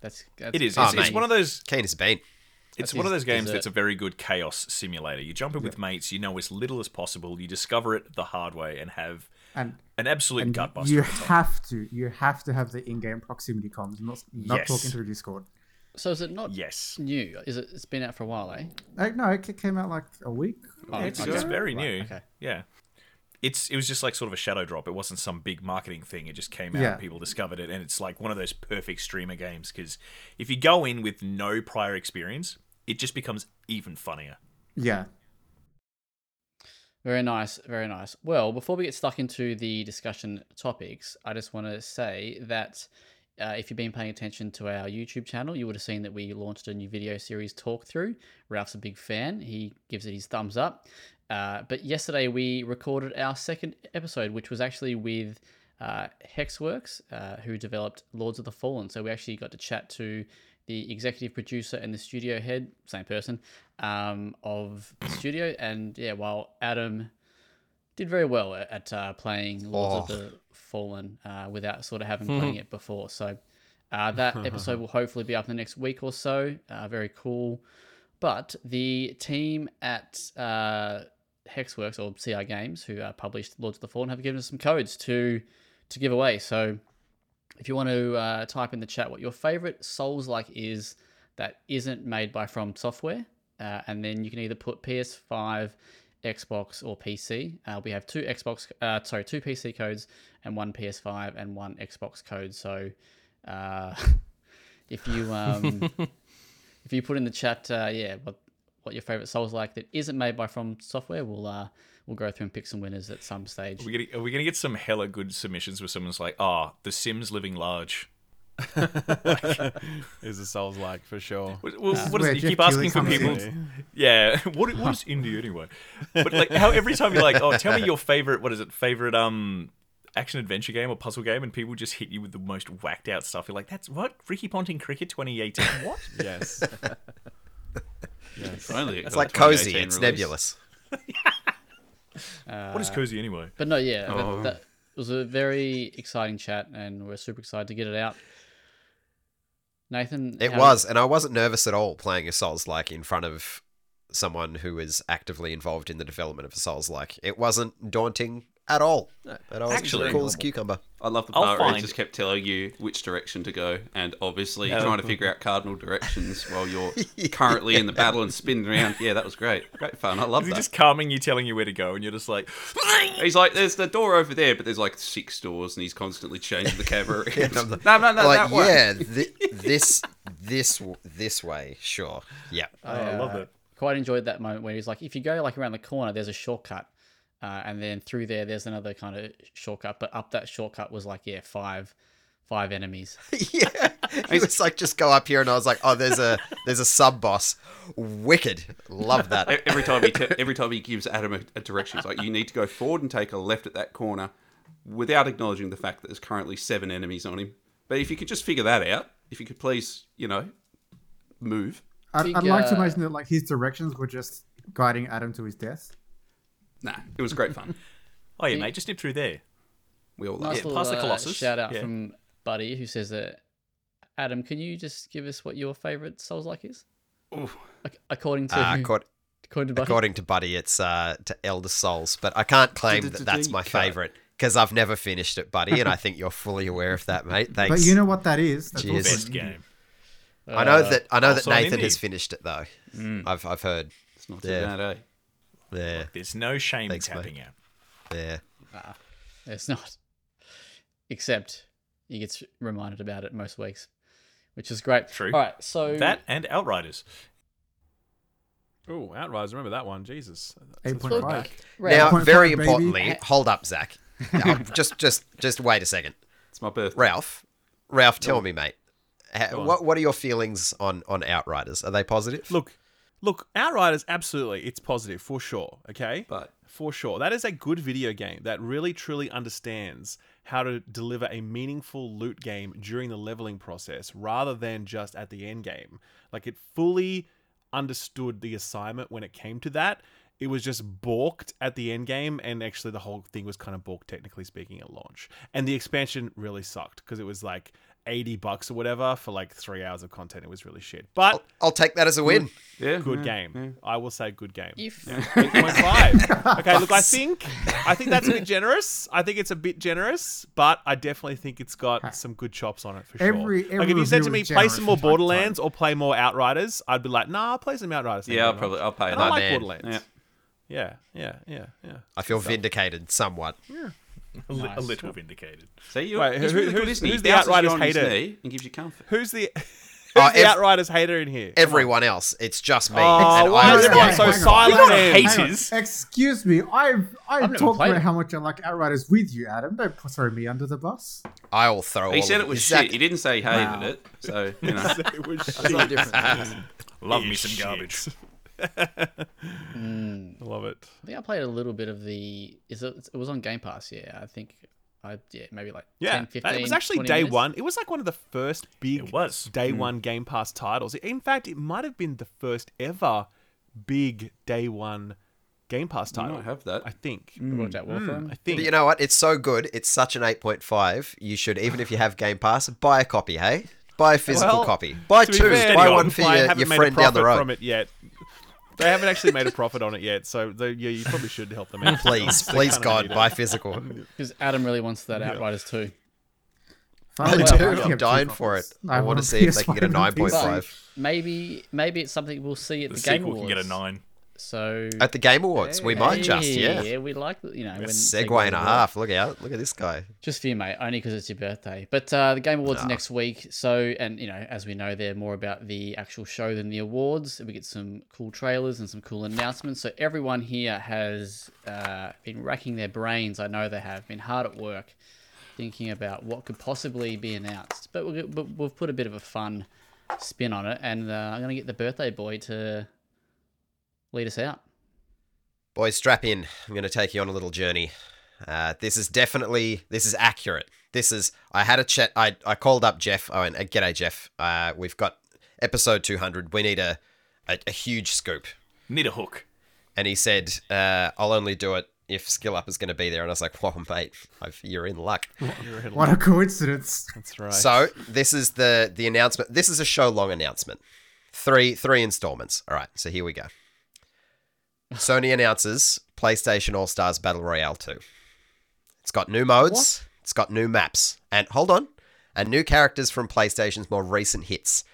[SPEAKER 1] That's, that's
[SPEAKER 2] It is.
[SPEAKER 1] that's
[SPEAKER 2] It's,
[SPEAKER 3] Oh,
[SPEAKER 2] it's
[SPEAKER 3] mate.
[SPEAKER 2] one of those.
[SPEAKER 3] Keen as a bean.
[SPEAKER 2] It's
[SPEAKER 1] That's
[SPEAKER 2] one of
[SPEAKER 1] his
[SPEAKER 2] those games
[SPEAKER 1] dessert.
[SPEAKER 2] that's a very good chaos simulator. You jump in with mates. You know as little as possible. You discover it the hard way and have
[SPEAKER 8] And
[SPEAKER 2] an absolute
[SPEAKER 8] and
[SPEAKER 2] gut
[SPEAKER 8] you
[SPEAKER 2] buster.
[SPEAKER 8] have to, you have to have the in-game proximity comms. Not not
[SPEAKER 2] Yes.
[SPEAKER 8] talking through Discord.
[SPEAKER 1] So is it not
[SPEAKER 2] Yes.
[SPEAKER 1] new? Is it? It's been out for a while, eh?
[SPEAKER 8] Uh, no, it ca- came out like a week.
[SPEAKER 1] Oh,
[SPEAKER 2] It's,
[SPEAKER 1] okay.
[SPEAKER 2] it's very new.
[SPEAKER 1] okay.
[SPEAKER 2] Yeah. It's it was just like sort of a shadow drop. It wasn't some big marketing thing. It just came out
[SPEAKER 8] Yeah.
[SPEAKER 2] and people discovered it and it's like one of those perfect streamer games cuz if you go in with no prior experience, it just becomes even funnier.
[SPEAKER 8] Yeah,
[SPEAKER 1] Very nice, very nice. Well, before we get stuck into the discussion topics, I just want to say that uh, if you've been paying attention to our YouTube channel, you would have seen that we launched a new video series talk through. Ralph's a big fan; he gives it his thumbs up. Uh, but yesterday we recorded our second episode, which was actually with uh, Hexworks, uh, who developed Lords of the Fallen. So we actually got to chat to the executive producer and the studio head, same person, um, of the studio. And yeah, while Adam did very well at, at uh, playing Lords of the Fallen uh, without sort of having playing it before. So uh, that episode will hopefully be up in the next week or so. Uh, very cool. But the team at uh, Hexworks or CI Games, who uh, published Lords of the Fallen, have given us some codes to to give away. So if you want to uh, type in the chat what your favorite Souls like is that isn't made by From Software, uh, and then you can either put PS5, Xbox, or PC. Uh, we have two Xbox, uh, sorry, two PC codes and one PS5 and one Xbox code. So uh, if you um, if you put in the chat, uh, yeah, what what your favorite Souls like that isn't made by From Software, we'll uh, we'll go through and pick some winners at some stage.
[SPEAKER 2] Are we gonna, are we gonna get some hella good submissions where someone's like, "Ah, The Sims Living Large."
[SPEAKER 4] Is the Souls like for sure?
[SPEAKER 2] What, what, what
[SPEAKER 8] where
[SPEAKER 2] is it? You
[SPEAKER 8] Jeff
[SPEAKER 2] keep asking
[SPEAKER 8] Keighley
[SPEAKER 2] for
[SPEAKER 8] comes
[SPEAKER 2] people.
[SPEAKER 4] in.
[SPEAKER 2] Yeah. What, what is indie anyway? But like, how every time you're like, oh, tell me your favorite. What is it? Favorite um action adventure game or puzzle game, and people just hit you with the most whacked out stuff. You're like, that's what Ricky Ponting Cricket 2018. What?
[SPEAKER 4] Yes.
[SPEAKER 7] If only it
[SPEAKER 3] It's
[SPEAKER 7] got a
[SPEAKER 3] like cozy.
[SPEAKER 7] 2018
[SPEAKER 3] It's
[SPEAKER 7] release.
[SPEAKER 3] nebulous.
[SPEAKER 2] what is cozy anyway?
[SPEAKER 1] But no, yeah,
[SPEAKER 2] Oh.
[SPEAKER 1] that, that was a very exciting chat, and we're super excited to get it out. Nathan, um,
[SPEAKER 3] It
[SPEAKER 1] how-
[SPEAKER 3] was, and I wasn't nervous at all playing a Souls like in front of someone who is actively involved in the development of a Souls like. It wasn't daunting at all. At all.
[SPEAKER 2] Actually-
[SPEAKER 3] Actually, cool as cucumber.
[SPEAKER 7] I love the
[SPEAKER 2] I'll
[SPEAKER 7] part where it
[SPEAKER 2] find-
[SPEAKER 7] just kept telling you which direction to go, and obviously trying to figure out cardinal directions while you're currently in the battle and spinning around. Yeah, that was great. Great fun. I love
[SPEAKER 2] They're
[SPEAKER 7] that.
[SPEAKER 2] just calming you, telling you where to go, and you're just like,
[SPEAKER 7] He's like, there's the door over there, but there's like six doors, and he's constantly changing the camera.
[SPEAKER 3] I'm like-
[SPEAKER 7] no, no, no,
[SPEAKER 3] like,
[SPEAKER 7] that one.
[SPEAKER 3] yeah, thi- this, this, w- this way. Sure. Yeah.
[SPEAKER 2] oh, I love it.
[SPEAKER 1] quite enjoyed that moment where he's like, if you go like around the corner, there's a shortcut, uh, and then through there, there's another kind of shortcut. But up that shortcut was like, yeah, five, five enemies.
[SPEAKER 3] yeah. He was like, just go up here, and I was like, oh, there's a, there's a sub boss. Wicked. Love that. Uh,
[SPEAKER 7] E- Every time he te- every time he gives Adam a, a direction, he's like, you need to go forward and take a left at that corner, without acknowledging the fact that there's currently seven enemies on him. But if you could just figure that out, if you could please, you know, move.
[SPEAKER 8] I'd,
[SPEAKER 1] Big,
[SPEAKER 8] I'd like to
[SPEAKER 1] uh,
[SPEAKER 8] imagine that like his directions were just guiding Adam to his death.
[SPEAKER 7] Nah, it was great fun.
[SPEAKER 2] Oh yeah, mate, just nip through there.
[SPEAKER 7] We all
[SPEAKER 1] Nice
[SPEAKER 7] loved it.
[SPEAKER 1] little
[SPEAKER 2] past the
[SPEAKER 1] uh,
[SPEAKER 2] Colossus,
[SPEAKER 1] shout out
[SPEAKER 2] yeah.
[SPEAKER 1] from Buddy who says that. Adam, can you just give us what your favorite Souls like is? Ac- According to
[SPEAKER 3] Uh,
[SPEAKER 1] who-
[SPEAKER 3] caught,
[SPEAKER 1] according to Buddy.
[SPEAKER 3] According to Buddy, it's uh, to Elder Souls, but I can't claim that that's my favorite because I've never finished it, Buddy, and I think you're fully aware of that, mate. Thanks.
[SPEAKER 8] But you know what that is? That's
[SPEAKER 3] Cheers.
[SPEAKER 8] also
[SPEAKER 2] Best game.
[SPEAKER 3] I know that I know
[SPEAKER 8] uh,
[SPEAKER 3] that
[SPEAKER 2] also an
[SPEAKER 3] Nathan has
[SPEAKER 2] indie.
[SPEAKER 3] finished it though.
[SPEAKER 8] Hmm.
[SPEAKER 3] I've I've heard.
[SPEAKER 7] It's not too
[SPEAKER 3] Yeah.
[SPEAKER 7] bad, eh?
[SPEAKER 3] Yeah,
[SPEAKER 2] There's no shame
[SPEAKER 3] Thanks,
[SPEAKER 2] in
[SPEAKER 3] mate.
[SPEAKER 2] tapping out.
[SPEAKER 3] yeah.
[SPEAKER 1] It's not. Except he gets reminded about it most weeks, which is great.
[SPEAKER 2] True.
[SPEAKER 1] All right, so
[SPEAKER 2] That and Outriders.
[SPEAKER 4] Ooh, Outrise. Remember that one? Jesus.
[SPEAKER 8] eight point five.
[SPEAKER 1] Ray,
[SPEAKER 3] Now,
[SPEAKER 8] Point
[SPEAKER 3] very
[SPEAKER 8] five, baby.
[SPEAKER 3] importantly, hold up, Zach. Now, just just just wait a second,
[SPEAKER 7] It's my birthday.
[SPEAKER 3] Ralph. Ralph, tell me, mate. Ha- What What are your feelings on on Outriders? Are they positive?
[SPEAKER 4] Look, look, Outriders, absolutely, it's positive for sure. Okay,
[SPEAKER 7] But-
[SPEAKER 4] for sure, that is a good video game that really truly understands how to deliver a meaningful loot game during the leveling process, rather than just at the end game. Like it fully understood the assignment when it came to that. It was just balked at the end game, and actually the whole thing was kind of balked, technically speaking, at launch. And the expansion really sucked because it was like eighty bucks or whatever for like three hours of content. It was really shit. But
[SPEAKER 3] I'll take that as a win.
[SPEAKER 7] Yeah.
[SPEAKER 4] good
[SPEAKER 7] yeah.
[SPEAKER 4] game. I will say good game.
[SPEAKER 1] If
[SPEAKER 4] 8.5. okay, look, I think I think that's a bit generous. I think it's a bit generous, but I definitely think it's got some good chops on it for
[SPEAKER 8] Every-
[SPEAKER 4] sure.
[SPEAKER 8] every
[SPEAKER 4] like if you said to
[SPEAKER 8] review
[SPEAKER 4] me,
[SPEAKER 8] is
[SPEAKER 4] play
[SPEAKER 8] generous
[SPEAKER 4] some
[SPEAKER 8] from
[SPEAKER 4] more
[SPEAKER 8] time to
[SPEAKER 4] Borderlands or play more Outriders, I'd be like, nah, I'll play some Outriders. thank
[SPEAKER 7] Yeah,
[SPEAKER 4] you
[SPEAKER 7] I'll
[SPEAKER 4] very
[SPEAKER 7] probably
[SPEAKER 4] much.
[SPEAKER 7] I'll pay
[SPEAKER 4] And
[SPEAKER 7] that.
[SPEAKER 4] I like
[SPEAKER 3] man.
[SPEAKER 4] Borderlands.
[SPEAKER 7] Yeah.
[SPEAKER 4] Yeah, yeah, yeah, yeah.
[SPEAKER 3] I feel vindicated somewhat.
[SPEAKER 2] A, li- a little vindicated.
[SPEAKER 7] See, you.
[SPEAKER 4] Wait,
[SPEAKER 7] he's
[SPEAKER 4] who-
[SPEAKER 7] really good,
[SPEAKER 4] who's-
[SPEAKER 7] isn't he?
[SPEAKER 4] who's
[SPEAKER 7] He
[SPEAKER 4] the
[SPEAKER 7] bounces you
[SPEAKER 4] Outriders
[SPEAKER 7] on his
[SPEAKER 4] hater?
[SPEAKER 7] knee and gives you comfort.
[SPEAKER 4] Who's the who's
[SPEAKER 3] Oh,
[SPEAKER 4] the
[SPEAKER 3] ev-
[SPEAKER 4] Outriders hater in here?
[SPEAKER 3] Everyone else, it's just me.
[SPEAKER 4] Oh,
[SPEAKER 3] and
[SPEAKER 4] why
[SPEAKER 3] I
[SPEAKER 4] is
[SPEAKER 3] was
[SPEAKER 4] everyone
[SPEAKER 8] hang
[SPEAKER 4] so
[SPEAKER 8] on.
[SPEAKER 4] silent? then?
[SPEAKER 8] Hang on.
[SPEAKER 2] Haters.
[SPEAKER 8] Excuse me, I've I've,
[SPEAKER 1] never
[SPEAKER 8] talked
[SPEAKER 1] played
[SPEAKER 8] about
[SPEAKER 1] it.
[SPEAKER 8] how much I like Outriders with you, Adam. Don't p- throw me under the bus.
[SPEAKER 3] I will throw.
[SPEAKER 7] He
[SPEAKER 4] Oh,
[SPEAKER 3] all
[SPEAKER 7] said
[SPEAKER 3] of
[SPEAKER 7] it was
[SPEAKER 3] Zach-
[SPEAKER 7] shit. He didn't say he hated it. So, you know.
[SPEAKER 4] It was
[SPEAKER 6] It's not different.
[SPEAKER 2] Love me some garbage.
[SPEAKER 4] I love it.
[SPEAKER 1] I think I played a little bit of the. Is it? It was on Game Pass. Yeah, I think. I yeah maybe like
[SPEAKER 4] Yeah,
[SPEAKER 1] 10,
[SPEAKER 4] that-
[SPEAKER 1] 15,
[SPEAKER 4] it was actually
[SPEAKER 1] 20
[SPEAKER 4] day
[SPEAKER 1] minutes.
[SPEAKER 4] one. It was like one of the first big
[SPEAKER 2] It was.
[SPEAKER 4] day one Game Pass titles. In fact, it might have been the first ever big day one Game Pass
[SPEAKER 7] I
[SPEAKER 4] title.
[SPEAKER 7] don't have that.
[SPEAKER 4] I think.
[SPEAKER 1] Watch out, Warframe.
[SPEAKER 4] Hmm, I think.
[SPEAKER 3] But Mm. you know what? It's so good. It's such an 8.5. You should, even if you have Game Pass, buy a copy, hey? Buy a physical
[SPEAKER 4] Well,
[SPEAKER 3] copy. Buy
[SPEAKER 4] to be
[SPEAKER 3] two.
[SPEAKER 4] fair,
[SPEAKER 3] buy
[SPEAKER 4] Steady
[SPEAKER 3] one
[SPEAKER 4] on,
[SPEAKER 3] for
[SPEAKER 4] Fine
[SPEAKER 3] your,
[SPEAKER 4] haven't
[SPEAKER 3] your
[SPEAKER 4] made a
[SPEAKER 3] friend down the
[SPEAKER 4] profit
[SPEAKER 3] road.
[SPEAKER 4] From it yet. They haven't actually made a profit on it yet, so they, yeah, you probably should help them out.
[SPEAKER 3] Please,
[SPEAKER 4] They
[SPEAKER 3] please,
[SPEAKER 4] kinda
[SPEAKER 3] God,
[SPEAKER 4] need it.
[SPEAKER 3] buy physical.
[SPEAKER 1] Because Adam really wants that Outriders too.
[SPEAKER 8] Finally,
[SPEAKER 3] I do.
[SPEAKER 8] I think
[SPEAKER 3] I'm
[SPEAKER 8] I've
[SPEAKER 3] dying
[SPEAKER 8] two
[SPEAKER 3] for it.
[SPEAKER 8] copies.
[SPEAKER 3] I want
[SPEAKER 8] want a
[SPEAKER 3] to see if they can
[SPEAKER 8] PS5
[SPEAKER 3] get a
[SPEAKER 8] and PC.
[SPEAKER 3] 9.5.
[SPEAKER 1] Um, Maybe maybe it's something we'll see at
[SPEAKER 2] The
[SPEAKER 1] the, Game
[SPEAKER 2] sequel
[SPEAKER 1] Awards.
[SPEAKER 2] can get a nine.
[SPEAKER 1] So
[SPEAKER 3] At the Game Awards, we might just,
[SPEAKER 1] Hey,
[SPEAKER 3] yeah.
[SPEAKER 1] yeah, we like the- you know when
[SPEAKER 3] Segway
[SPEAKER 1] segues
[SPEAKER 3] and a
[SPEAKER 1] are-
[SPEAKER 3] half. Look out. Look at this guy.
[SPEAKER 1] Just for you, mate. Only because it's your birthday. But uh, the Game Awards are next week. So, and you know, as we know, they're more about the actual show than the awards. We get some cool trailers and some cool announcements. So everyone here has uh, been racking their brains. I know they have been hard at work thinking about what could possibly be announced. But we'll, but we've put a bit of a fun spin on it, and uh, I'm gonna get the birthday boy to lead us out.
[SPEAKER 3] Boys, strap in. I'm going to take you on a little journey. Uh, this is definitely this is accurate. This is I had a chat. I I called up Jeff. Oh, and uh, g'day, Jeff. Uh, we've got episode 200. We need a a, a huge scoop.
[SPEAKER 2] Need a hook.
[SPEAKER 3] And he said, uh, "I'll only do it if Skill Up is going to be there." And I was like, "Whoa, mate, I've, you're in luck."
[SPEAKER 8] What a coincidence!
[SPEAKER 4] That's right.
[SPEAKER 3] So this is the the announcement. This is a show long announcement. Three three installments. All right, so here we go. Sony announces PlayStation All Stars Battle Royale 2. It's got new modes, it's got new maps, and hold on, and new characters from PlayStation's more recent hits.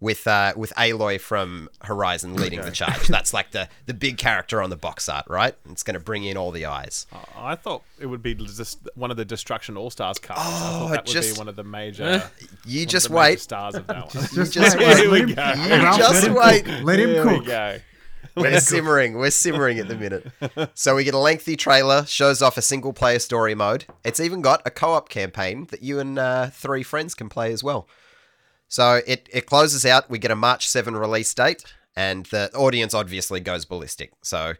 [SPEAKER 3] With uh, with Aloy from Horizon leading the charge. That's like the the big character on the box art, right? It's going to bring in all the eyes.
[SPEAKER 4] I thought it would be just one of the Destruction All Stars cards. I
[SPEAKER 3] Oh,
[SPEAKER 4] thought that would
[SPEAKER 3] just-
[SPEAKER 4] be one of the major, one of
[SPEAKER 3] You
[SPEAKER 4] the
[SPEAKER 3] just
[SPEAKER 4] major
[SPEAKER 3] wait.
[SPEAKER 4] stars of that one.
[SPEAKER 8] Just
[SPEAKER 3] just
[SPEAKER 8] wait,
[SPEAKER 3] wait.
[SPEAKER 8] let
[SPEAKER 4] We
[SPEAKER 8] him-
[SPEAKER 4] go.
[SPEAKER 3] You
[SPEAKER 8] Ralph,
[SPEAKER 3] just
[SPEAKER 8] let him
[SPEAKER 3] wait.
[SPEAKER 8] cook. Let him
[SPEAKER 4] There we
[SPEAKER 8] cook.
[SPEAKER 4] go.
[SPEAKER 3] We're simmering. We're simmering at the minute. So we get a lengthy trailer, shows off a single player story mode. It's even got a co op campaign that you and uh, three friends can play as well. So it, it closes out. We get a March 7 release date, and the audience obviously goes ballistic. So,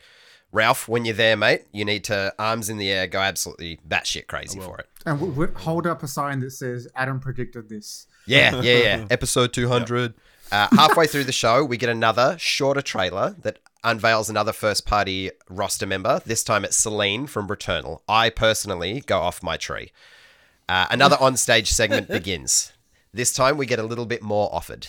[SPEAKER 3] Ralph, when you're there, mate, you need to arms in the air, go absolutely batshit crazy for it.
[SPEAKER 8] And we, we hold up a sign that says Adam predicted this.
[SPEAKER 3] Yeah, yeah, yeah. Episode 200. Uh, halfway through the show, we get another shorter trailer that unveils another first party roster member. This time it's Celine from Returnal. I personally go off my tree. Uh, another on stage segment begins. This time we get a little bit more offered.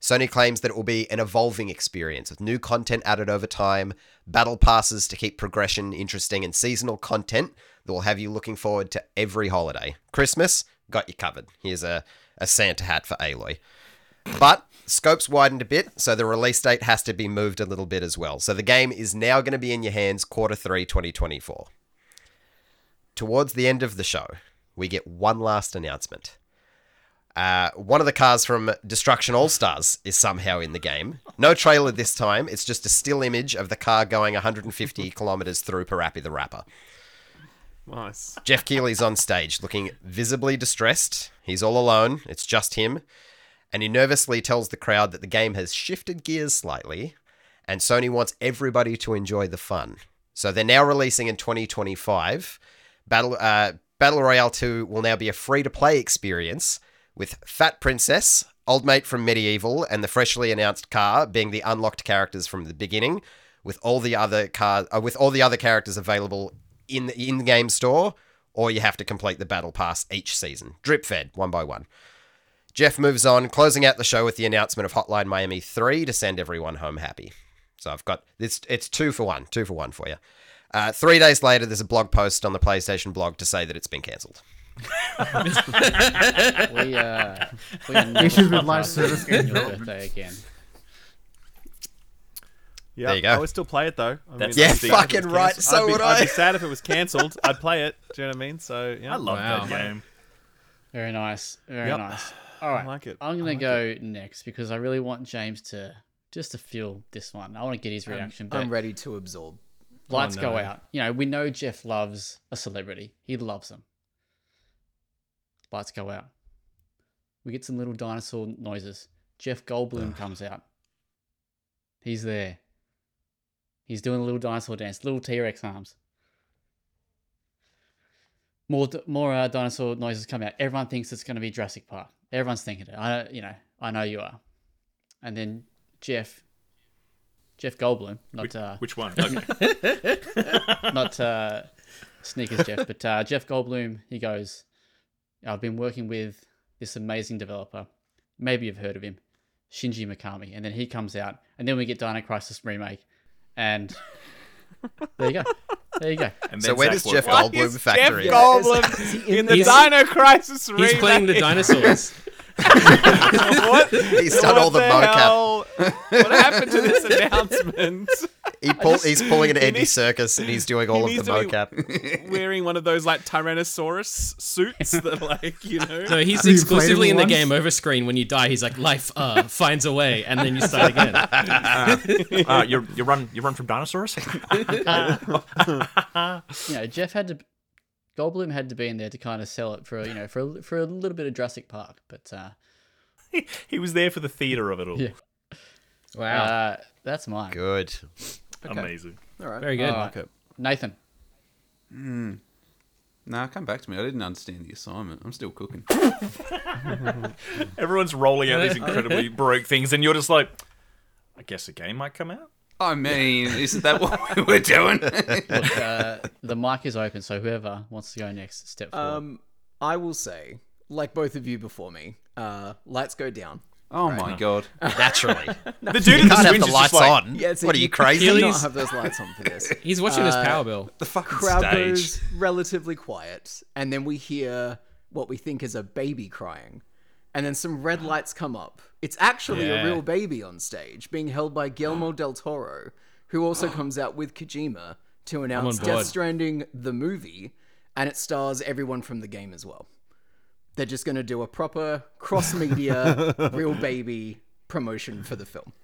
[SPEAKER 3] Sony claims that it will be an evolving experience with new content added over time, battle passes to keep progression interesting, and seasonal content that will have you looking forward to every holiday. Christmas, got you covered. Here's a, a Santa hat for Aloy. But scope's widened a bit, so the release date has to be moved a little bit as well. So the game is now going to be in your hands quarter three, 2024. Towards the end of the show, we get one last announcement. Uh, one of the cars from Destruction All Stars is somehow in the game. No trailer this time. It's just a still image of the car going 150 kilometers through Parappy the Rapper.
[SPEAKER 4] Nice.
[SPEAKER 3] Jeff Keighley's on stage, looking visibly distressed. He's all alone. It's just him. and he nervously tells the crowd that the game has shifted gears slightly and Sony wants everybody to enjoy the fun. So they're now releasing in 2025 Battle uh, Battle Royale 2 will now be a free-to-play experience with Fat Princess, Old Mate from Medieval and the freshly announced car being the unlocked characters from the beginning with all the other car uh, with all the other characters available in the in-game store or you have to complete the battle pass each season. Drip fed one by one. Jeff moves on, closing out the show with the announcement of Hotline Miami 3 to send everyone home happy. So I've got this, it's two for one, two for one for you. Uh, three days later, there's a blog post on the PlayStation blog to say that it's been cancelled.
[SPEAKER 1] We, uh, we are never
[SPEAKER 8] Issues with
[SPEAKER 1] podcasting
[SPEAKER 8] live service
[SPEAKER 1] on
[SPEAKER 8] game
[SPEAKER 1] your
[SPEAKER 8] development.
[SPEAKER 1] birthday again.
[SPEAKER 4] Yeah,
[SPEAKER 3] There you go.
[SPEAKER 4] I would still play it though. I
[SPEAKER 2] That's
[SPEAKER 4] mean,
[SPEAKER 2] Yeah,
[SPEAKER 4] I'd be-
[SPEAKER 3] fucking
[SPEAKER 4] I'd be
[SPEAKER 3] right,
[SPEAKER 4] cancelled.
[SPEAKER 3] so
[SPEAKER 4] I'd be,
[SPEAKER 3] would
[SPEAKER 4] I'd
[SPEAKER 3] I.
[SPEAKER 4] be sad if it was cancelled. I'd play it. Do you know what I mean? So yeah,
[SPEAKER 2] I love
[SPEAKER 5] Wow.
[SPEAKER 2] that game.
[SPEAKER 1] Very nice. Very
[SPEAKER 4] Yep.
[SPEAKER 1] nice. All right.
[SPEAKER 4] like it.
[SPEAKER 1] I'm
[SPEAKER 4] I
[SPEAKER 1] gonna
[SPEAKER 4] like
[SPEAKER 1] go next because I really want James to just to feel this one. I want to get his reaction. but
[SPEAKER 6] I'm ready to absorb.
[SPEAKER 1] lights go
[SPEAKER 5] no.
[SPEAKER 1] out. You know, we know Jeff loves a celebrity. He loves them. Lights go out. We get some little dinosaur noises. Jeff Goldblum comes out. He's there. He's doing a little dinosaur dance, little T Rex arms. More, d- more uh, dinosaur noises come out. Everyone thinks it's going to be Jurassic Park. Everyone's thinking it. I, you know, I know you are. And then Jeff, Jeff Goldblum, not
[SPEAKER 2] Which,
[SPEAKER 1] uh,
[SPEAKER 2] which one? Okay.
[SPEAKER 1] not uh, sneakers, Jeff, but uh, Jeff Goldblum. He goes, I've been working with this amazing developer. Maybe you've heard of him, Shinji Mikami. And then he comes out, and then we get Dino Crisis remake, and there you go, there you go.
[SPEAKER 2] And
[SPEAKER 3] So
[SPEAKER 2] then
[SPEAKER 3] where
[SPEAKER 2] Zach
[SPEAKER 3] does
[SPEAKER 2] Wolf-
[SPEAKER 3] Jeff Goldblum factor in?
[SPEAKER 4] Goldblum in the
[SPEAKER 5] He's-
[SPEAKER 4] Dino Crisis
[SPEAKER 5] He's playing the dinosaurs.
[SPEAKER 4] what?
[SPEAKER 3] He's done all the mocap.
[SPEAKER 4] hell? What happened to this announcement?
[SPEAKER 3] He pull, he's pulling an Andy
[SPEAKER 4] needs-
[SPEAKER 3] Circus and he's doing all of the
[SPEAKER 4] needs to be-
[SPEAKER 3] mocap.
[SPEAKER 4] Wearing one of those like Tyrannosaurus suits that, like, you know.
[SPEAKER 5] No, he's
[SPEAKER 8] Have you played
[SPEAKER 5] exclusively in the
[SPEAKER 8] him once?
[SPEAKER 5] game over screen. When you die, he's like, life uh, finds a way, and then you start again.
[SPEAKER 2] uh, you you run you run from dinosaurs.
[SPEAKER 1] You know, Jeff had to, Goldblum had to be in there to kind of sell it for you know for a, for a little bit of Jurassic Park, but uh,
[SPEAKER 2] he was there for the theater of it all.
[SPEAKER 1] Yeah.
[SPEAKER 5] Wow.
[SPEAKER 1] uh, that's mine.
[SPEAKER 3] Good.
[SPEAKER 2] Amazing.
[SPEAKER 5] Very good.
[SPEAKER 1] Alright. Nathan,
[SPEAKER 7] Nah, come back to me. I didn't understand the assignment. I'm still cooking.
[SPEAKER 2] Everyone's rolling out these incredibly broke things, and you're just like, I guess a game might come out.
[SPEAKER 7] I mean, isn't that what we were doing?
[SPEAKER 1] look, uh, the mic is open, so whoever wants to go next, step forward.
[SPEAKER 6] Um, I will say, like both of you before me, uh, lights go down.
[SPEAKER 7] oh my god.
[SPEAKER 3] Naturally.
[SPEAKER 2] The dude in the
[SPEAKER 3] Can't have
[SPEAKER 2] swing
[SPEAKER 3] the
[SPEAKER 2] is just
[SPEAKER 3] lights
[SPEAKER 2] like,
[SPEAKER 3] on.
[SPEAKER 6] Yeah, it's
[SPEAKER 3] what are you crazy?
[SPEAKER 6] Do
[SPEAKER 5] Achilles-
[SPEAKER 6] not have those lights on for this.
[SPEAKER 5] He's watching this power bill.
[SPEAKER 7] The fucking
[SPEAKER 6] Crowd
[SPEAKER 7] stage.
[SPEAKER 6] goes relatively quiet, and then we hear what we think is a baby crying, and then some red lights come up. It's actually
[SPEAKER 4] Yeah.
[SPEAKER 6] a real baby on stage being held by Guillermo del Toro, who also comes out with Kojima to announce Death
[SPEAKER 5] board.
[SPEAKER 6] Stranding the movie, and it stars everyone from the game as well. They're just going to do a proper cross media, real baby promotion for the film.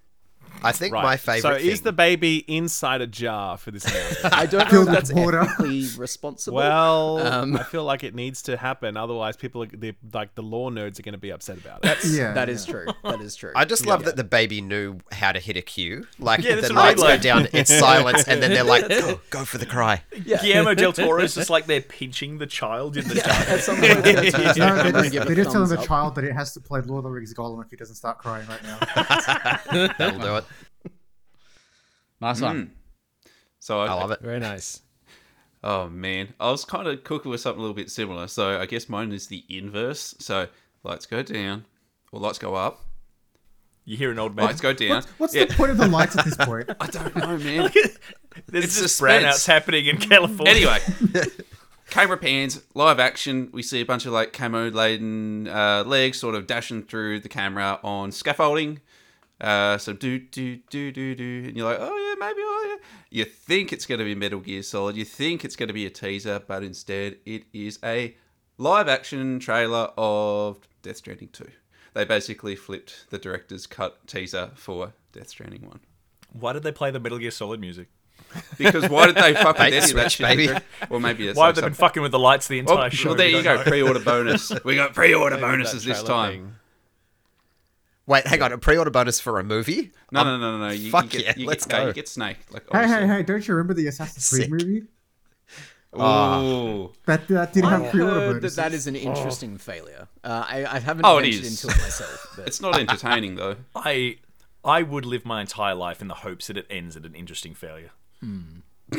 [SPEAKER 3] I think my
[SPEAKER 4] so
[SPEAKER 3] favorite
[SPEAKER 4] is
[SPEAKER 3] thing-
[SPEAKER 4] the baby inside a jar for this announcement?
[SPEAKER 6] I don't know
[SPEAKER 8] Filled
[SPEAKER 6] if
[SPEAKER 8] with
[SPEAKER 6] that's
[SPEAKER 8] water.
[SPEAKER 6] ethically responsible.
[SPEAKER 4] well,
[SPEAKER 2] Um,
[SPEAKER 4] I feel like it needs to happen. Otherwise, people are, the like the law nerds are going to be upset about it.
[SPEAKER 8] Yeah,
[SPEAKER 6] that
[SPEAKER 8] yeah.
[SPEAKER 6] is true. That is true.
[SPEAKER 3] I just love that the baby knew how to hit a cue. Like
[SPEAKER 2] Yeah, that's
[SPEAKER 3] the
[SPEAKER 2] what I
[SPEAKER 3] lights go
[SPEAKER 2] like.
[SPEAKER 3] down, it's silence, and then they're like, "Oh, "Go for the cry."
[SPEAKER 2] Guillermo del Toro's just like they're pinching the child in the dark.
[SPEAKER 6] At some point, they're gonna turn
[SPEAKER 8] No,
[SPEAKER 6] around
[SPEAKER 8] they
[SPEAKER 6] and
[SPEAKER 8] just,
[SPEAKER 6] give
[SPEAKER 8] they
[SPEAKER 6] a
[SPEAKER 8] just tell
[SPEAKER 6] thumbs
[SPEAKER 8] the
[SPEAKER 6] up.
[SPEAKER 8] child that it has to play Lord of the Rings Gollum if he doesn't start crying right now.
[SPEAKER 3] That'll do it.
[SPEAKER 1] nice one.
[SPEAKER 7] So I,
[SPEAKER 3] I love it.
[SPEAKER 5] Very nice.
[SPEAKER 7] Oh man, I was kind of cooking with something a little bit similar. So I guess mine is the inverse. So lights go down, or lights go up.
[SPEAKER 2] You hear an old
[SPEAKER 3] Oh,
[SPEAKER 2] man.
[SPEAKER 7] Lights go down.
[SPEAKER 8] What's
[SPEAKER 7] yeah,
[SPEAKER 8] the point of the lights at this point?
[SPEAKER 7] I don't know, man.
[SPEAKER 2] There's
[SPEAKER 7] It's
[SPEAKER 2] just
[SPEAKER 7] suspense.
[SPEAKER 2] brownouts happening in California.
[SPEAKER 7] anyway, camera pans, live action. We see a bunch of like camo laden uh, legs sort of dashing through the camera on scaffolding. Uh, so do do do do do, and you're like, oh yeah, maybe, oh yeah. You think it's going to be Metal Gear Solid. You think it's going to be a teaser, but instead it is a live action trailer of Death Stranding Two. They basically flipped the director's cut teaser for Death Stranding One.
[SPEAKER 2] Why did they play the Metal Gear Solid music?
[SPEAKER 7] Because why did they fuck with
[SPEAKER 3] Bait
[SPEAKER 7] any of that
[SPEAKER 3] switch,
[SPEAKER 7] shit?
[SPEAKER 3] baby.
[SPEAKER 7] Well, maybe it's
[SPEAKER 2] Why
[SPEAKER 7] like
[SPEAKER 2] have they been
[SPEAKER 7] something-
[SPEAKER 2] fucking with the lights the
[SPEAKER 3] Oh,
[SPEAKER 2] entire
[SPEAKER 7] well,
[SPEAKER 2] show?
[SPEAKER 7] well, there
[SPEAKER 2] We
[SPEAKER 7] you
[SPEAKER 2] don't
[SPEAKER 7] go.
[SPEAKER 2] know.
[SPEAKER 7] Pre-order bonus. We got pre-order bonuses this
[SPEAKER 4] That
[SPEAKER 7] time.
[SPEAKER 4] thing.
[SPEAKER 3] Wait, hang on. A pre-order bonus for a movie?
[SPEAKER 7] No, no, no, no, no. You,
[SPEAKER 3] fuck
[SPEAKER 7] you get,
[SPEAKER 3] yeah,
[SPEAKER 7] you
[SPEAKER 3] let's
[SPEAKER 7] get, no,
[SPEAKER 3] go.
[SPEAKER 7] you get Snake. Like,
[SPEAKER 8] Hey,
[SPEAKER 7] obviously.
[SPEAKER 8] hey, hey! Don't you remember the Assassin's Creed
[SPEAKER 3] Sick.
[SPEAKER 8] movie?
[SPEAKER 3] Oh,
[SPEAKER 7] Ooh.
[SPEAKER 8] That that didn't
[SPEAKER 6] I
[SPEAKER 8] have pre-order
[SPEAKER 6] heard that
[SPEAKER 8] bonuses.
[SPEAKER 6] that is an interesting failure. Uh, I, I haven't
[SPEAKER 7] Oh, it
[SPEAKER 6] ventured
[SPEAKER 7] is.
[SPEAKER 6] into it myself. But
[SPEAKER 7] It's not entertaining though.
[SPEAKER 2] I I would live my entire life in the hopes that it ends at an interesting failure.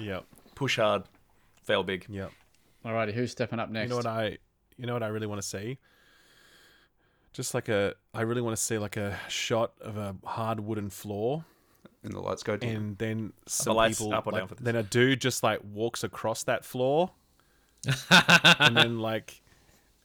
[SPEAKER 4] Yep.
[SPEAKER 2] Push hard, fail big.
[SPEAKER 4] Yep.
[SPEAKER 1] Alrighty, who's stepping up next?
[SPEAKER 4] You know what I you know what I really want to see? Just like a I really want to see like a shot of a hard wooden floor
[SPEAKER 7] And the lights go down.
[SPEAKER 4] and then some
[SPEAKER 2] Mm. lights
[SPEAKER 4] people
[SPEAKER 2] up or
[SPEAKER 4] like,
[SPEAKER 2] down for this?
[SPEAKER 4] then a dude just like walks across that floor and then like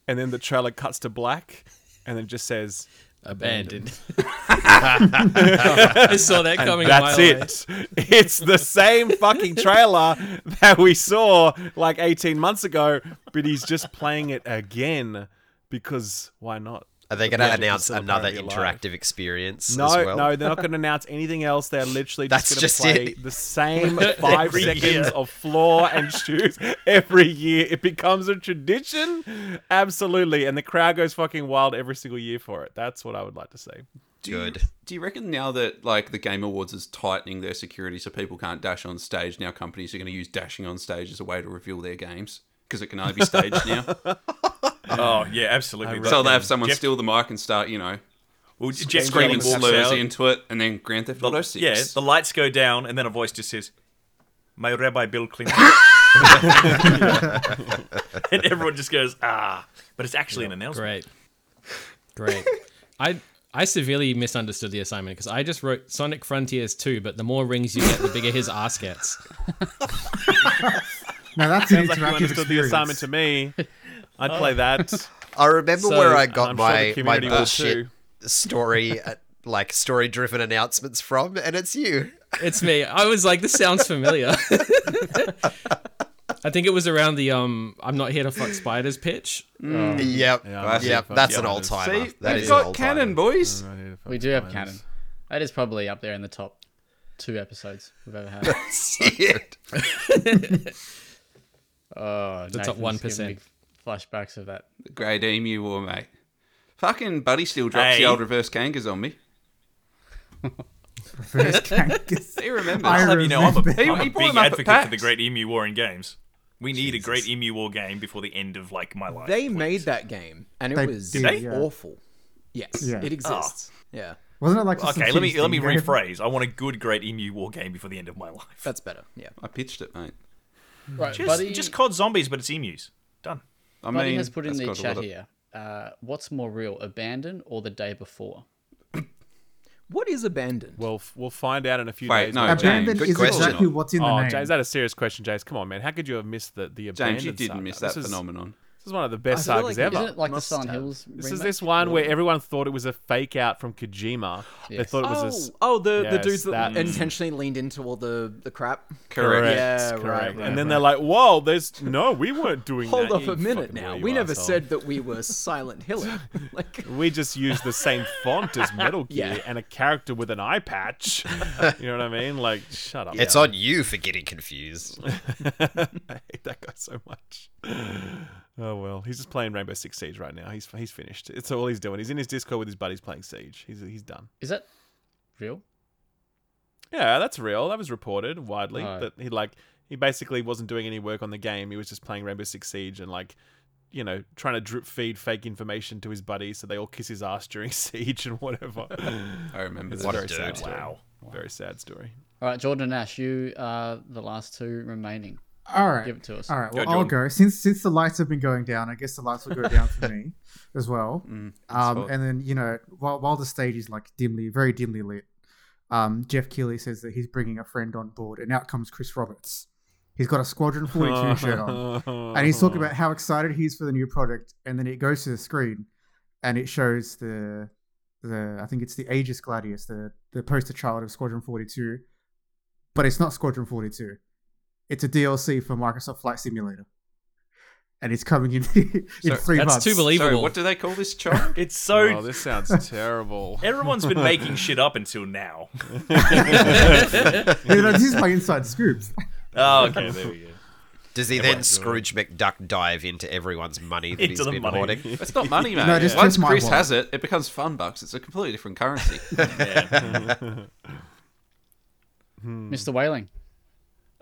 [SPEAKER 4] and then the trailer cuts to black and then it just says
[SPEAKER 5] Abandoned. I saw that coming. a
[SPEAKER 4] that's
[SPEAKER 5] mile away.
[SPEAKER 4] it it's the same fucking trailer that we saw like 18 months ago but he's just playing it again because why not
[SPEAKER 3] Are they going to
[SPEAKER 4] magic is
[SPEAKER 3] announce
[SPEAKER 4] still
[SPEAKER 3] another
[SPEAKER 4] apparently alive.
[SPEAKER 3] interactive experience
[SPEAKER 4] No,
[SPEAKER 3] as well?
[SPEAKER 4] no, they're not going to announce anything else. They're literally just
[SPEAKER 3] That's
[SPEAKER 4] going
[SPEAKER 3] just
[SPEAKER 4] to play
[SPEAKER 3] it.
[SPEAKER 4] the same five
[SPEAKER 2] Every
[SPEAKER 4] seconds
[SPEAKER 2] year.
[SPEAKER 4] of floor and shoes every year. It becomes a tradition, absolutely, and the crowd goes fucking wild every single year for it. That's what I would like to see.
[SPEAKER 7] Do you-
[SPEAKER 3] Good.
[SPEAKER 7] Do you, reckon now that like the Game Awards is tightening their security so people can't dash on stage, now companies are going to use dashing on stage as a way to reveal their games because it can only be staged now.
[SPEAKER 2] Oh yeah, absolutely. um,
[SPEAKER 7] so they'll have someone
[SPEAKER 2] Jeff-
[SPEAKER 7] steal the mic and start, you know,
[SPEAKER 2] well, Jeff
[SPEAKER 7] screaming
[SPEAKER 2] Daniels
[SPEAKER 7] slurs
[SPEAKER 2] out.
[SPEAKER 7] into it, and then Grand Theft Auto Six.
[SPEAKER 2] Yeah, the lights go down, and then a voice just says, "My Rabbi Bill Clinton," and everyone just goes, "Ah!" But it's actually an announcement.
[SPEAKER 5] Great. Great. I I severely misunderstood the assignment because I just wrote Sonic Frontiers 2, but the more rings you get, the bigger his ass gets.
[SPEAKER 8] Now that's an
[SPEAKER 4] Sounds like you
[SPEAKER 8] interactive
[SPEAKER 4] understood the
[SPEAKER 8] experience.
[SPEAKER 4] assignment to me. I'd play that.
[SPEAKER 3] I remember
[SPEAKER 4] So,
[SPEAKER 3] where I
[SPEAKER 4] and
[SPEAKER 3] got
[SPEAKER 4] I'm sure
[SPEAKER 3] my,
[SPEAKER 4] the
[SPEAKER 3] my
[SPEAKER 4] community will
[SPEAKER 3] bullshit
[SPEAKER 4] too.
[SPEAKER 3] story, uh, like story driven announcements from, and it's you.
[SPEAKER 5] It's me. I was like, this sounds familiar. I think it was around the um I'm not here to fuck spiders pitch.
[SPEAKER 3] Yep.
[SPEAKER 4] Mm. Yeah,
[SPEAKER 3] yep.
[SPEAKER 4] I see.
[SPEAKER 3] That's an
[SPEAKER 4] Yeah.
[SPEAKER 3] old timer.
[SPEAKER 7] See,
[SPEAKER 3] Ah, That
[SPEAKER 7] we've
[SPEAKER 3] is an
[SPEAKER 7] got
[SPEAKER 3] old
[SPEAKER 7] cannon,
[SPEAKER 3] timer.
[SPEAKER 7] boys.
[SPEAKER 1] we do have canon. That is probably up there in the top two episodes we've ever had. Oh,
[SPEAKER 5] The top
[SPEAKER 1] Nathan's giving
[SPEAKER 5] 1%.
[SPEAKER 1] me Flashbacks of that.
[SPEAKER 7] The Great Emu E War, mate. Fucking Buddy still drops
[SPEAKER 2] Hey.
[SPEAKER 7] the old reverse Kangas on me.
[SPEAKER 8] First Kangas.
[SPEAKER 7] He remembers.
[SPEAKER 8] I
[SPEAKER 2] I'll have you know, I'm a,
[SPEAKER 8] remember.
[SPEAKER 2] I'm
[SPEAKER 7] He
[SPEAKER 2] a
[SPEAKER 7] brought
[SPEAKER 2] big
[SPEAKER 7] him up at
[SPEAKER 2] advocate for the
[SPEAKER 7] PAX.
[SPEAKER 2] Great Emu War in games. We need a Great Emu War game before the end of like my life.
[SPEAKER 6] they made that game, and it
[SPEAKER 8] They
[SPEAKER 6] was
[SPEAKER 8] did, Did they?
[SPEAKER 6] awful. Yes,
[SPEAKER 8] Yeah.
[SPEAKER 6] it exists. Yeah,
[SPEAKER 8] Wasn't it like just
[SPEAKER 2] Okay,
[SPEAKER 8] some
[SPEAKER 2] let me
[SPEAKER 8] shitty
[SPEAKER 2] let me
[SPEAKER 8] thing, right?
[SPEAKER 2] rephrase. I want a good Great Emu War game before the end of my life.
[SPEAKER 6] that's better. Yeah,
[SPEAKER 7] I pitched it, mate.
[SPEAKER 1] Right,
[SPEAKER 2] Just
[SPEAKER 1] buddy,
[SPEAKER 2] just COD zombies, but it's emus. Done.
[SPEAKER 7] I
[SPEAKER 1] buddy
[SPEAKER 7] mean,
[SPEAKER 1] has put in
[SPEAKER 7] that's
[SPEAKER 1] the
[SPEAKER 7] got a
[SPEAKER 1] chat
[SPEAKER 7] lot of-
[SPEAKER 1] here. Uh, what's more real, Abandon or the day before?
[SPEAKER 6] what is abandoned?
[SPEAKER 4] We'll f- we'll find out in a few
[SPEAKER 7] Wait,
[SPEAKER 4] days.
[SPEAKER 7] no,
[SPEAKER 4] maybe.
[SPEAKER 7] James,
[SPEAKER 8] Abandoned
[SPEAKER 7] good
[SPEAKER 8] is
[SPEAKER 7] question.
[SPEAKER 8] exactly what's in the
[SPEAKER 4] Oh,
[SPEAKER 8] name.
[SPEAKER 4] James, that is serious question, James. Come on, man. How could you have missed the the abandoned
[SPEAKER 7] James, you didn't
[SPEAKER 4] saga?
[SPEAKER 7] miss that
[SPEAKER 4] this is,
[SPEAKER 7] phenomenon.
[SPEAKER 4] This is one of the best
[SPEAKER 6] I feel
[SPEAKER 4] sagas
[SPEAKER 6] like-
[SPEAKER 4] ever.
[SPEAKER 1] Isn't it like the
[SPEAKER 6] must
[SPEAKER 1] Silent
[SPEAKER 6] have.
[SPEAKER 1] Hills?
[SPEAKER 4] This is
[SPEAKER 1] remake?
[SPEAKER 4] this one where everyone thought it was a fake out from Kojima. They
[SPEAKER 1] Yes.
[SPEAKER 4] thought it was a
[SPEAKER 6] Oh,
[SPEAKER 4] s-
[SPEAKER 6] oh, the the
[SPEAKER 4] Yes,
[SPEAKER 6] dudes that
[SPEAKER 4] that's-
[SPEAKER 6] intentionally leaned into all the the crap.
[SPEAKER 7] Correct.
[SPEAKER 6] Yeah, right,
[SPEAKER 4] correct.
[SPEAKER 6] right,
[SPEAKER 4] and then they're like, "Whoa, there's no, we weren't doing
[SPEAKER 6] Hold
[SPEAKER 4] that."
[SPEAKER 6] up
[SPEAKER 4] you
[SPEAKER 6] a minute
[SPEAKER 4] fucking
[SPEAKER 6] now.
[SPEAKER 4] weird
[SPEAKER 6] We never
[SPEAKER 4] asshole."
[SPEAKER 6] said that we were Silent Hiller. like,
[SPEAKER 4] we just used the same font as Metal Gear
[SPEAKER 6] Yeah.
[SPEAKER 4] and a character with an eye patch. You know what I mean? Like, shut up.
[SPEAKER 3] It's on you for getting confused.
[SPEAKER 4] I hate that guy so much. Oh well, he's just playing Rainbow Six Siege right now. He's he's finished. It's all he's doing. He's in his Discord with his buddies playing Siege. He's he's done.
[SPEAKER 1] Is that real?
[SPEAKER 4] Yeah, that's real. That was reported widely
[SPEAKER 1] Right.
[SPEAKER 4] that he like he basically wasn't doing any work on the game. He was just playing Rainbow Six Siege and like you know trying to drip feed fake information to his buddies so they all kiss his ass during siege and whatever.
[SPEAKER 7] I remember
[SPEAKER 4] it's
[SPEAKER 7] that.
[SPEAKER 4] very sad.
[SPEAKER 3] dude.
[SPEAKER 4] Story. Wow, very sad story.
[SPEAKER 1] All right, Jordan and Ash, you are the last two remaining.
[SPEAKER 8] All right.
[SPEAKER 1] Give it to us.
[SPEAKER 8] All right.
[SPEAKER 7] Go,
[SPEAKER 8] Well, I'll
[SPEAKER 7] Jordan.
[SPEAKER 8] go. Since since the lights have been going down, I guess the lights will go down for me as well. um,
[SPEAKER 7] fine.
[SPEAKER 8] and then you know, while while the stage is like dimly, very dimly lit, um, Jeff Keighley says that he's bringing a friend on board, and out comes Chris Roberts. He's got a Squadron Forty Two shirt on,
[SPEAKER 5] Oh,
[SPEAKER 8] and he's talking about how excited he is for the new product. And then it goes to the screen, and it shows the the I think it's the Aegis Gladius, the the poster child of Squadron Forty Two, but it's not Squadron Forty Two. It's a DLC for Microsoft Flight Simulator, and it's coming in in three
[SPEAKER 5] That's
[SPEAKER 8] months.
[SPEAKER 5] too believable.
[SPEAKER 7] Sorry, what do they call this child?
[SPEAKER 2] It's
[SPEAKER 4] Oh,
[SPEAKER 2] so
[SPEAKER 4] this sounds terrible.
[SPEAKER 2] everyone's been making shit up until now.
[SPEAKER 8] Yeah, no, this is my inside scoop.
[SPEAKER 2] Oh, okay, there we go.
[SPEAKER 3] Does he then Scrooge McDuck dive into everyone's money that
[SPEAKER 2] Into
[SPEAKER 3] he's
[SPEAKER 2] the
[SPEAKER 3] been
[SPEAKER 2] money.
[SPEAKER 3] hoarding?
[SPEAKER 7] It's not money, man.
[SPEAKER 8] just-
[SPEAKER 7] Once
[SPEAKER 8] just my
[SPEAKER 7] Chris
[SPEAKER 8] wallet.
[SPEAKER 7] has it, it becomes fun bucks. It's a completely different currency.
[SPEAKER 1] Mr. Whaling.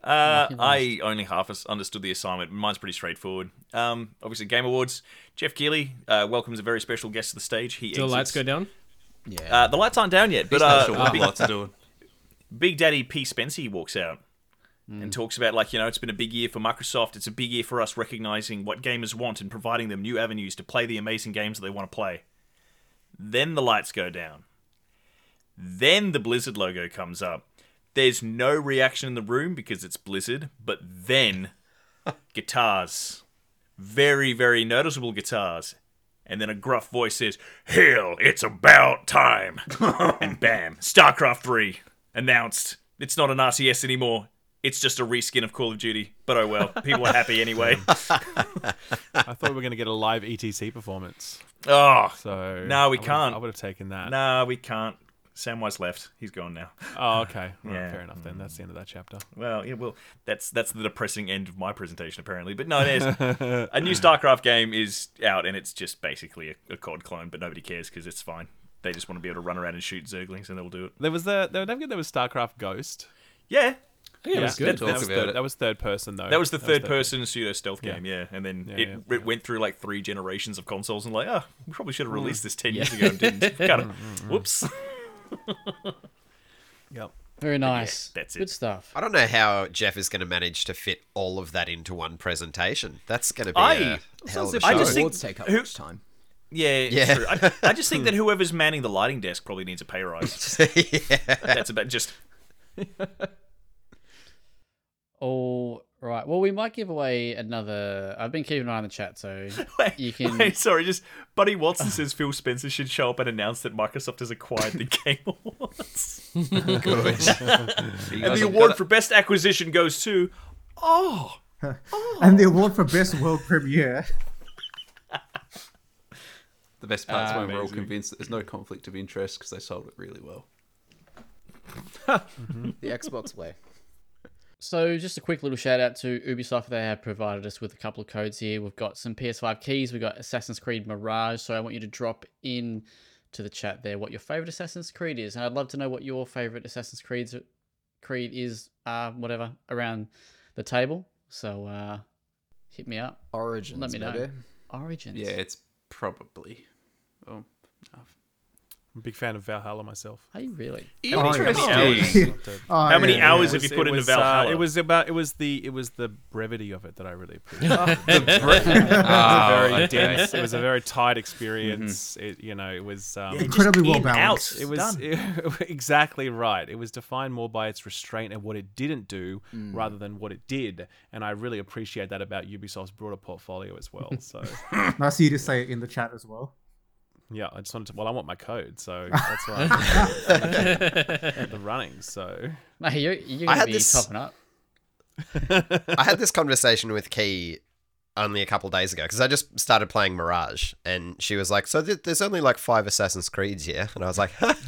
[SPEAKER 2] Uh, I only half us- understood the assignment. Mine's pretty straightforward. Um, obviously, Game Awards. Jeff Keighley uh, welcomes a very special guest to the stage. He
[SPEAKER 5] Do the lights go
[SPEAKER 2] exits-
[SPEAKER 5] down?
[SPEAKER 2] Uh, the lights aren't down yet, but
[SPEAKER 7] He's not
[SPEAKER 2] uh,
[SPEAKER 7] sure what
[SPEAKER 2] Big-
[SPEAKER 7] lots are doing.
[SPEAKER 2] Big Daddy P. Spency walks out and talks about, like, you know, it's been a big year for Microsoft. It's a big year for us recognizing what gamers want and providing them new avenues to play the amazing games that they want to play. Then the lights go down. Then the Blizzard logo comes up. There's no reaction in the room because it's Blizzard, but then guitars. Very, very noticeable guitars. And then a gruff voice says, Hell, it's about time. and bam, StarCraft 3 announced. It's not an RTS anymore. It's just a reskin of Call of Duty. But oh well, people are happy anyway.
[SPEAKER 4] I thought we were going to get a live ETC performance.
[SPEAKER 2] Oh,
[SPEAKER 4] So
[SPEAKER 2] No, we
[SPEAKER 4] I would've-
[SPEAKER 2] can't.
[SPEAKER 4] I would have taken that.
[SPEAKER 2] nah, we can't. Samwise left. He's gone now.
[SPEAKER 4] Oh, okay. All right,
[SPEAKER 2] Yeah. Mm.
[SPEAKER 4] Fair enough. Then that's the end of that chapter.
[SPEAKER 2] Well, yeah, well, that's that's the depressing end of my presentation apparently. But no, there's a new StarCraft game is out, and it's just basically a, a COD clone, but nobody cares because it's fine. They just want to be able to run around and shoot zerglings, and they'll do it.
[SPEAKER 4] There was the. There, don't forget there was StarCraft Ghost.
[SPEAKER 2] Yeah,
[SPEAKER 5] Yeah, it was
[SPEAKER 4] That,
[SPEAKER 5] good.
[SPEAKER 7] Talk
[SPEAKER 4] that, was
[SPEAKER 7] about
[SPEAKER 4] third,
[SPEAKER 7] it.
[SPEAKER 4] that was third person though.
[SPEAKER 2] that was the third
[SPEAKER 4] third
[SPEAKER 2] person pseudo stealth game. Yeah, and then it,
[SPEAKER 4] yeah,
[SPEAKER 2] it went through like three generations of consoles, and like, oh, we probably should have released this ten years ago and didn't. Kind of, whoops.
[SPEAKER 4] Yep.
[SPEAKER 1] Very nice.
[SPEAKER 2] that's it.
[SPEAKER 1] Good stuff.
[SPEAKER 3] I don't know how Jeff is going to manage to fit all of that into one presentation. That's going to be
[SPEAKER 2] I-
[SPEAKER 3] a hell of a
[SPEAKER 2] I
[SPEAKER 3] show.
[SPEAKER 2] just think-
[SPEAKER 6] Awards take up
[SPEAKER 2] who-
[SPEAKER 6] much time.
[SPEAKER 2] Yeah, it's
[SPEAKER 3] Yeah.
[SPEAKER 2] true. I, I just think that whoever's manning the lighting desk probably needs a pay rise. That's about just
[SPEAKER 1] All right. Well, we might give away another. I've been keeping an eye on the chat, so
[SPEAKER 2] Wait,
[SPEAKER 1] You can-
[SPEAKER 2] wait, sorry, just Buddy Watson says Phil Spencer should show up and announce that Microsoft has acquired the Game Awards.
[SPEAKER 7] You
[SPEAKER 2] and
[SPEAKER 7] guys
[SPEAKER 2] the
[SPEAKER 7] have
[SPEAKER 2] award
[SPEAKER 7] got
[SPEAKER 2] for best acquisition goes to Oh
[SPEAKER 8] And the award for best world premiere.
[SPEAKER 7] it. the best
[SPEAKER 2] Ah,
[SPEAKER 7] part's when we're all convinced that there's no conflict of interest because they sold it really well.
[SPEAKER 6] The Xbox way.
[SPEAKER 1] So, just a quick little shout out to Ubisoft. They have provided us with a couple of codes here. We've got some PS5 keys. We've got Assassin's Creed Mirage. So, I want you to drop in to the chat there what your favorite Assassin's Creed is. And I'd love to know what your favorite Assassin's Creed's, Creed is, uh, whatever, around the table. So, uh, hit me up.
[SPEAKER 6] Origins.
[SPEAKER 1] Let me know.
[SPEAKER 6] maybe.
[SPEAKER 1] Origins.
[SPEAKER 7] Yeah, it's probably. Oh,
[SPEAKER 4] I'm a big fan of Valhalla myself.
[SPEAKER 1] Are you really?
[SPEAKER 2] Interesting.
[SPEAKER 8] Oh,
[SPEAKER 2] How many
[SPEAKER 8] yeah.
[SPEAKER 2] hours
[SPEAKER 4] It
[SPEAKER 2] have you
[SPEAKER 4] was-
[SPEAKER 2] put
[SPEAKER 4] it
[SPEAKER 2] into
[SPEAKER 4] was, uh,
[SPEAKER 2] Valhalla?
[SPEAKER 4] it was about. It was the. It was the brevity of it that I really appreciated.
[SPEAKER 7] Ah,
[SPEAKER 4] very
[SPEAKER 7] okay.
[SPEAKER 4] dense. It was a very
[SPEAKER 2] Mm-hmm.
[SPEAKER 4] tight experience. It, you know, it was. Um,
[SPEAKER 8] Incredibly well
[SPEAKER 2] in,
[SPEAKER 8] balanced.
[SPEAKER 2] out,
[SPEAKER 4] it was
[SPEAKER 2] done.
[SPEAKER 4] exactly right. It was defined more by its restraint and what it didn't do, rather than what it did. And I really appreciate that about Ubisoft's broader portfolio as well. So,
[SPEAKER 8] Nice of you to say it in the chat as well.
[SPEAKER 4] yeah, I just wanted to. Well, I want my code, so that's why I'm the running. So,
[SPEAKER 1] Mate, you're, you're going to
[SPEAKER 3] I had
[SPEAKER 1] be
[SPEAKER 3] this-
[SPEAKER 1] topping up.
[SPEAKER 3] I had this conversation with Key only a couple days ago because I just started playing Mirage, and she was like, "So th- there's only like five Assassin's Creeds here," and I was like,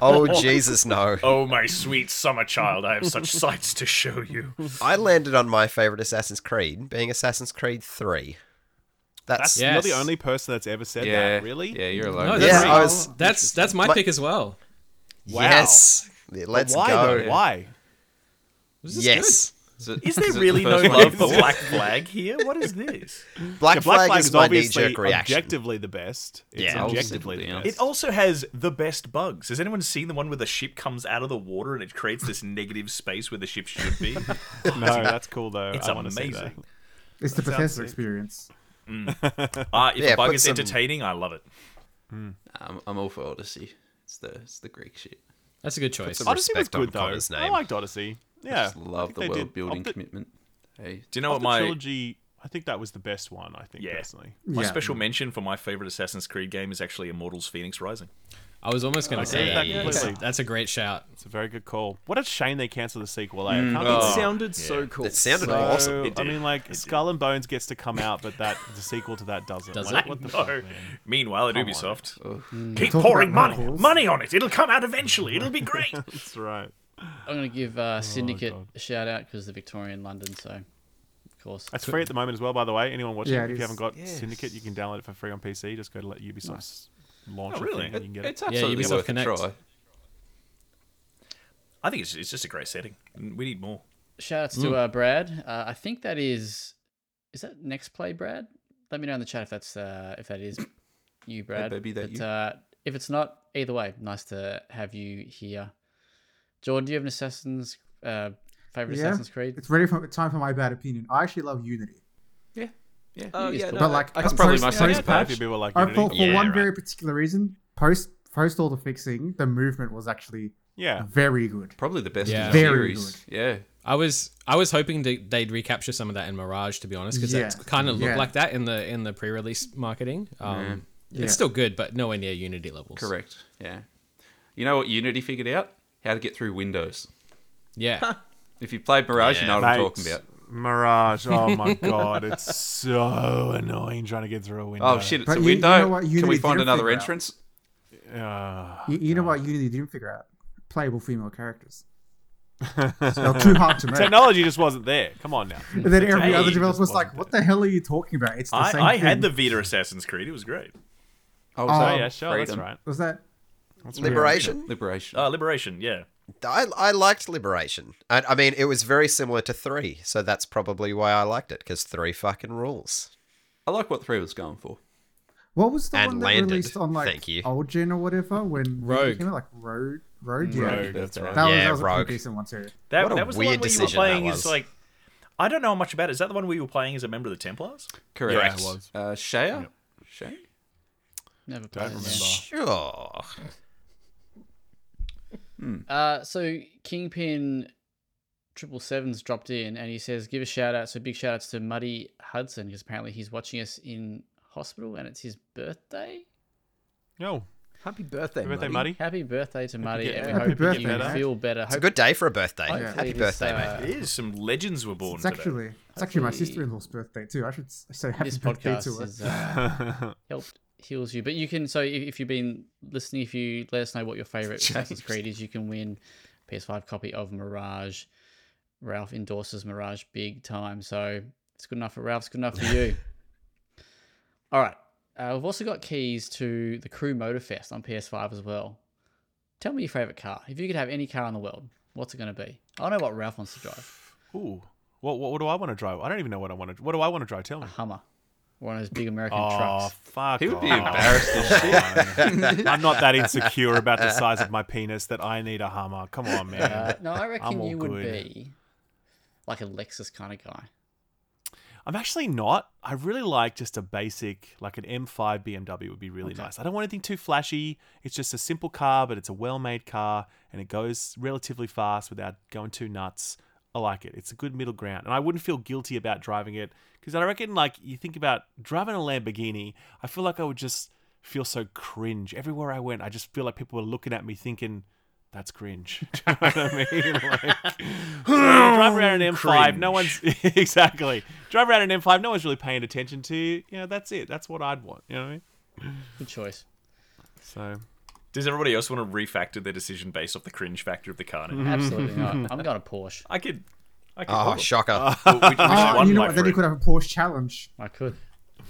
[SPEAKER 3] "Oh Jesus, no!"
[SPEAKER 2] Oh my sweet summer child, I have such sights to show you.
[SPEAKER 3] I landed on my favorite Assassin's Creed being Assassin's Creed Three. That's
[SPEAKER 4] that's
[SPEAKER 3] yeah.
[SPEAKER 4] you're the
[SPEAKER 5] Yes.
[SPEAKER 4] only person that's ever said
[SPEAKER 7] Oh, yeah,
[SPEAKER 4] that. Really?
[SPEAKER 7] Yeah, you're
[SPEAKER 5] No,
[SPEAKER 7] alone.
[SPEAKER 5] that's
[SPEAKER 3] Yeah,
[SPEAKER 5] right.
[SPEAKER 3] I was-
[SPEAKER 5] That's that's my
[SPEAKER 3] But-
[SPEAKER 5] pick as well.
[SPEAKER 4] Wow.
[SPEAKER 3] Yes, Yeah,
[SPEAKER 4] But
[SPEAKER 3] let's
[SPEAKER 4] why
[SPEAKER 3] go.
[SPEAKER 4] Though? Why?
[SPEAKER 5] Was this
[SPEAKER 3] Yes,
[SPEAKER 7] Is, it-
[SPEAKER 2] Is there
[SPEAKER 7] it the
[SPEAKER 2] really no
[SPEAKER 7] first one?
[SPEAKER 2] love for Black Flag here? What is this?
[SPEAKER 3] Black,
[SPEAKER 4] Yeah,
[SPEAKER 3] Flag, is my
[SPEAKER 4] obviously
[SPEAKER 3] knee-jerk reaction.
[SPEAKER 4] objectively the best. It's
[SPEAKER 3] Yeah.
[SPEAKER 7] I'll
[SPEAKER 4] objectively
[SPEAKER 7] sit
[SPEAKER 4] the
[SPEAKER 7] down.
[SPEAKER 4] best.
[SPEAKER 2] It also has the best bugs. Has anyone seen the one where the ship comes out of the water and it creates this negative space where the ship should be?
[SPEAKER 4] no, that's cool though.
[SPEAKER 2] It's
[SPEAKER 4] I wanna see
[SPEAKER 2] amazing.
[SPEAKER 4] that.
[SPEAKER 8] It's the Bethesda experience.
[SPEAKER 2] Ah, if
[SPEAKER 3] Yeah,
[SPEAKER 2] a bug
[SPEAKER 3] put
[SPEAKER 2] is
[SPEAKER 3] some-
[SPEAKER 2] entertaining, I love it.
[SPEAKER 7] I'm, I'm all for Odyssey. It's the it's the Greek shit.
[SPEAKER 5] That's a good choice.
[SPEAKER 3] some-
[SPEAKER 4] Odyssey was
[SPEAKER 3] respect on
[SPEAKER 4] good though.
[SPEAKER 3] Connor's
[SPEAKER 4] I
[SPEAKER 3] name.
[SPEAKER 4] liked Odyssey. Yeah,
[SPEAKER 7] I just love
[SPEAKER 4] think
[SPEAKER 7] the
[SPEAKER 4] they did-
[SPEAKER 7] world building
[SPEAKER 4] of the,
[SPEAKER 7] commitment. Hey,
[SPEAKER 2] Do you know
[SPEAKER 4] of
[SPEAKER 2] what
[SPEAKER 4] the
[SPEAKER 2] Oh, my
[SPEAKER 4] trilogy? I think that was the best one. I think
[SPEAKER 2] Yeah.
[SPEAKER 4] personally.
[SPEAKER 2] My
[SPEAKER 8] Yeah.
[SPEAKER 2] special mention for my favorite Assassin's Creed game is actually Immortals: Phoenix Rising.
[SPEAKER 5] I was almost gonna say
[SPEAKER 4] Yeah,
[SPEAKER 5] that.
[SPEAKER 4] yeah,
[SPEAKER 5] That's-
[SPEAKER 4] yeah.
[SPEAKER 5] That's a great shout.
[SPEAKER 4] It's a very good call. What a shame they canceled the sequel.
[SPEAKER 2] Mm.
[SPEAKER 4] Eh? Can't
[SPEAKER 7] oh,
[SPEAKER 4] be
[SPEAKER 7] It
[SPEAKER 6] sounded so cool.
[SPEAKER 3] It sounded
[SPEAKER 4] so-
[SPEAKER 3] awesome.
[SPEAKER 2] It
[SPEAKER 4] I
[SPEAKER 2] did.
[SPEAKER 4] mean, like Skull and Bones gets to come out, but that the sequel to that doesn't.
[SPEAKER 5] Does
[SPEAKER 4] Like,
[SPEAKER 5] it?
[SPEAKER 4] What the
[SPEAKER 2] No.
[SPEAKER 4] fuck, man?
[SPEAKER 2] Meanwhile, at Ubisoft, keep
[SPEAKER 8] Talk
[SPEAKER 2] pouring
[SPEAKER 8] about
[SPEAKER 2] money,
[SPEAKER 8] Knuckles.
[SPEAKER 2] money on it. It'll come out eventually. It'll be great.
[SPEAKER 4] That's right.
[SPEAKER 1] I'm going to give uh, Syndicate
[SPEAKER 4] Oh, God.
[SPEAKER 1] a shout out because they're Victorian London, so course.
[SPEAKER 4] That's free at the moment as well, by the way. Anyone watching,
[SPEAKER 8] Yeah,
[SPEAKER 4] if
[SPEAKER 8] it is.
[SPEAKER 4] you haven't got
[SPEAKER 2] Yes.
[SPEAKER 4] Syndicate, you can download it for free on PC. Just go to let Ubisoft's launch
[SPEAKER 2] Oh,
[SPEAKER 4] it
[SPEAKER 2] really?
[SPEAKER 4] thing and you can get it.
[SPEAKER 7] It's absolutely
[SPEAKER 5] Ubisoft
[SPEAKER 7] worth
[SPEAKER 5] Connect.
[SPEAKER 7] a try.
[SPEAKER 2] I think it's, it's just a great setting. and We need more.
[SPEAKER 1] Shoutouts
[SPEAKER 7] Mm.
[SPEAKER 1] to uh, Brad. Uh, I think that is is that next play, Brad? Let me know in the chat if that's uh, if that is you, Brad.
[SPEAKER 7] baby, that
[SPEAKER 1] but,
[SPEAKER 7] you.
[SPEAKER 1] Uh, if it's not, either way, nice to have you here. Jordan, do you have an Assassin's uh, favorite
[SPEAKER 8] Yeah.
[SPEAKER 1] Assassin's Creed?
[SPEAKER 8] It's ready for time for my bad opinion. I actually love Unity,
[SPEAKER 7] Yeah.
[SPEAKER 1] Oh, yeah,
[SPEAKER 8] but like
[SPEAKER 7] That's probably my
[SPEAKER 8] post-
[SPEAKER 7] sweet
[SPEAKER 8] post-
[SPEAKER 7] spot.
[SPEAKER 4] If people like
[SPEAKER 8] I
[SPEAKER 4] Unity.
[SPEAKER 8] thought for
[SPEAKER 2] Yeah,
[SPEAKER 8] one
[SPEAKER 2] right.
[SPEAKER 8] very particular reason, post post all the fixing, the movement was actually
[SPEAKER 4] Yeah.
[SPEAKER 8] very good.
[SPEAKER 7] Probably the best
[SPEAKER 5] Yeah.
[SPEAKER 7] of the
[SPEAKER 8] Very
[SPEAKER 7] series. Yeah.
[SPEAKER 5] I was I was hoping to, they'd recapture some of that in Mirage, to be honest, because
[SPEAKER 8] Yeah.
[SPEAKER 5] that kind of looked
[SPEAKER 8] Yeah.
[SPEAKER 5] like that in the in the pre-release marketing. Um,
[SPEAKER 8] Yeah.
[SPEAKER 5] It's still good, but nowhere near Unity levels.
[SPEAKER 7] Correct. Yeah. You know what Unity figured out? How to get through Windows.
[SPEAKER 5] Yeah.
[SPEAKER 7] If you played Mirage, you know what I'm talking
[SPEAKER 4] Mates,
[SPEAKER 7] about.
[SPEAKER 4] Mirage. Oh my god, it's so annoying trying to get through a window.
[SPEAKER 7] Oh shit, it's
[SPEAKER 8] But
[SPEAKER 7] a
[SPEAKER 8] you- you
[SPEAKER 7] window.
[SPEAKER 8] know what
[SPEAKER 7] Can we
[SPEAKER 8] Unity
[SPEAKER 7] find
[SPEAKER 8] didn't
[SPEAKER 7] another
[SPEAKER 8] figure out?
[SPEAKER 7] entrance?
[SPEAKER 4] Uh,
[SPEAKER 8] You, you know what Unity didn't figure out? Playable female characters. They're too hard to make.
[SPEAKER 4] technology just wasn't there. Come on now.
[SPEAKER 8] And then every
[SPEAKER 2] Hey,
[SPEAKER 8] other
[SPEAKER 2] just
[SPEAKER 8] developer was like,
[SPEAKER 4] wasn't
[SPEAKER 8] "What the hell are you talking about?" It's the
[SPEAKER 2] I,
[SPEAKER 8] same
[SPEAKER 2] I
[SPEAKER 8] thing.
[SPEAKER 2] had the Vita Assassin's Creed. It was great.
[SPEAKER 7] Oh,
[SPEAKER 8] Oh,
[SPEAKER 4] Oh
[SPEAKER 7] sorry,
[SPEAKER 4] yeah, sure,
[SPEAKER 7] freedom.
[SPEAKER 4] that's right.
[SPEAKER 8] Was that?
[SPEAKER 3] Liberation?
[SPEAKER 7] Liberation.
[SPEAKER 2] Uh, Liberation, yeah.
[SPEAKER 3] I, I liked Liberation. I, I mean, it was very similar to 3, so that's probably why I liked it, because 3 fucking rules.
[SPEAKER 7] I like what three was going for.
[SPEAKER 8] What was the
[SPEAKER 3] And
[SPEAKER 8] one
[SPEAKER 3] landed.
[SPEAKER 8] that released on like
[SPEAKER 3] Thank you.
[SPEAKER 8] old gen or whatever when
[SPEAKER 5] Rogue.
[SPEAKER 8] came out, like Rogue, Rogue, yeah.
[SPEAKER 4] Rogue, that's right.
[SPEAKER 8] That, was,
[SPEAKER 3] Yeah,
[SPEAKER 8] that was a
[SPEAKER 3] Rogue.
[SPEAKER 8] pretty decent one too.
[SPEAKER 2] That,
[SPEAKER 3] What a
[SPEAKER 2] that was
[SPEAKER 3] weird
[SPEAKER 2] the one where you
[SPEAKER 3] decision
[SPEAKER 2] were playing
[SPEAKER 3] that
[SPEAKER 2] as
[SPEAKER 3] was.
[SPEAKER 2] like I don't know much about it. Is that the one where you were playing as a member of the Templars?
[SPEAKER 7] Correct.
[SPEAKER 4] Yeah, it was.
[SPEAKER 7] Uh, Shea? Shea?
[SPEAKER 1] Never
[SPEAKER 4] Don't
[SPEAKER 1] played it.
[SPEAKER 4] remember.
[SPEAKER 3] Sure.
[SPEAKER 1] Uh, so Kingpin Triple Sevens dropped in and he says, "Give a shout out." So big shout outs to Muddy Hudson because apparently he's watching us in hospital and it's his birthday.
[SPEAKER 4] Yo,
[SPEAKER 6] Happy birthday,
[SPEAKER 4] happy birthday,
[SPEAKER 6] Muddy.
[SPEAKER 4] Muddy.
[SPEAKER 1] Happy birthday to Muddy,
[SPEAKER 4] get-
[SPEAKER 1] and we
[SPEAKER 8] Happy
[SPEAKER 1] hope that you
[SPEAKER 8] birthday.
[SPEAKER 1] feel better.
[SPEAKER 3] It's a good day for a birthday.
[SPEAKER 1] Hopefully
[SPEAKER 3] Happy
[SPEAKER 1] this,
[SPEAKER 3] birthday, mate.
[SPEAKER 1] uh,
[SPEAKER 2] It is. Some legends were born
[SPEAKER 8] It's
[SPEAKER 2] today.
[SPEAKER 8] actually it's actually my
[SPEAKER 1] Hopefully-
[SPEAKER 8] sister-in-law's birthday too. I should s- say happy
[SPEAKER 1] this
[SPEAKER 8] birthday to
[SPEAKER 1] podcast
[SPEAKER 8] her.
[SPEAKER 1] has uh, helped heals you. But you can so if, if you've been listening, if you let us know what your favorite Assassin's Creed is, you can win PS5 copy of Mirage. Ralph endorses Mirage big time, so it's good enough for Ralph. It's good enough for you. All right, uh, we've also got keys to the Crew Motorfest on PS5 as well. Tell me your favorite car. If you could have any car in the world, what's it going to be? I know what Ralph wants to drive.
[SPEAKER 4] ooh, what, what what do I want to drive? I don't even know what I want to. What do I want to drive? Tell
[SPEAKER 1] A
[SPEAKER 4] me.
[SPEAKER 1] Hummer, one of those big American
[SPEAKER 4] Oh
[SPEAKER 1] trucks.
[SPEAKER 4] fuck!
[SPEAKER 7] He would be
[SPEAKER 4] off.
[SPEAKER 7] embarrassed as shit.
[SPEAKER 4] I'm not that insecure about the size of my penis that I need a hammer. Come on, man.
[SPEAKER 1] Uh, no, I reckon
[SPEAKER 4] all
[SPEAKER 1] you would
[SPEAKER 4] good.
[SPEAKER 1] be like a Lexus kind of guy.
[SPEAKER 4] I'm actually not. I really like just a basic, like an M5 BMW would be really nice. I don't want anything too flashy. It's just a simple car, but it's a well made car and it goes relatively fast without going too nuts. I like it. It's a good middle ground. And I wouldn't feel guilty about driving it because I reckon, like, you think about driving a Lamborghini, I feel like I would just feel so cringe. Everywhere I went, I just feel like people were looking at me thinking, that's cringe. Do you know what I mean? Like, so
[SPEAKER 2] Oh,
[SPEAKER 4] you drive around an M5, no one's exactly. Drive around an M5, no one's really paying attention to you. You know, that's it. That's what I'd want. You know what I mean?
[SPEAKER 1] Good choice.
[SPEAKER 4] So
[SPEAKER 2] Does everybody else want to refactor their decision based off the cringe factor of the car?
[SPEAKER 1] Mm-hmm.
[SPEAKER 2] now?
[SPEAKER 1] Absolutely not. I'm going to Porsche.
[SPEAKER 2] I could. I could.
[SPEAKER 3] Oh, shocker.
[SPEAKER 2] Well, we- we just
[SPEAKER 8] Oh,
[SPEAKER 2] won,
[SPEAKER 8] you know
[SPEAKER 2] my
[SPEAKER 8] what? Then you
[SPEAKER 2] friend.
[SPEAKER 8] could have a Porsche challenge.
[SPEAKER 1] I could.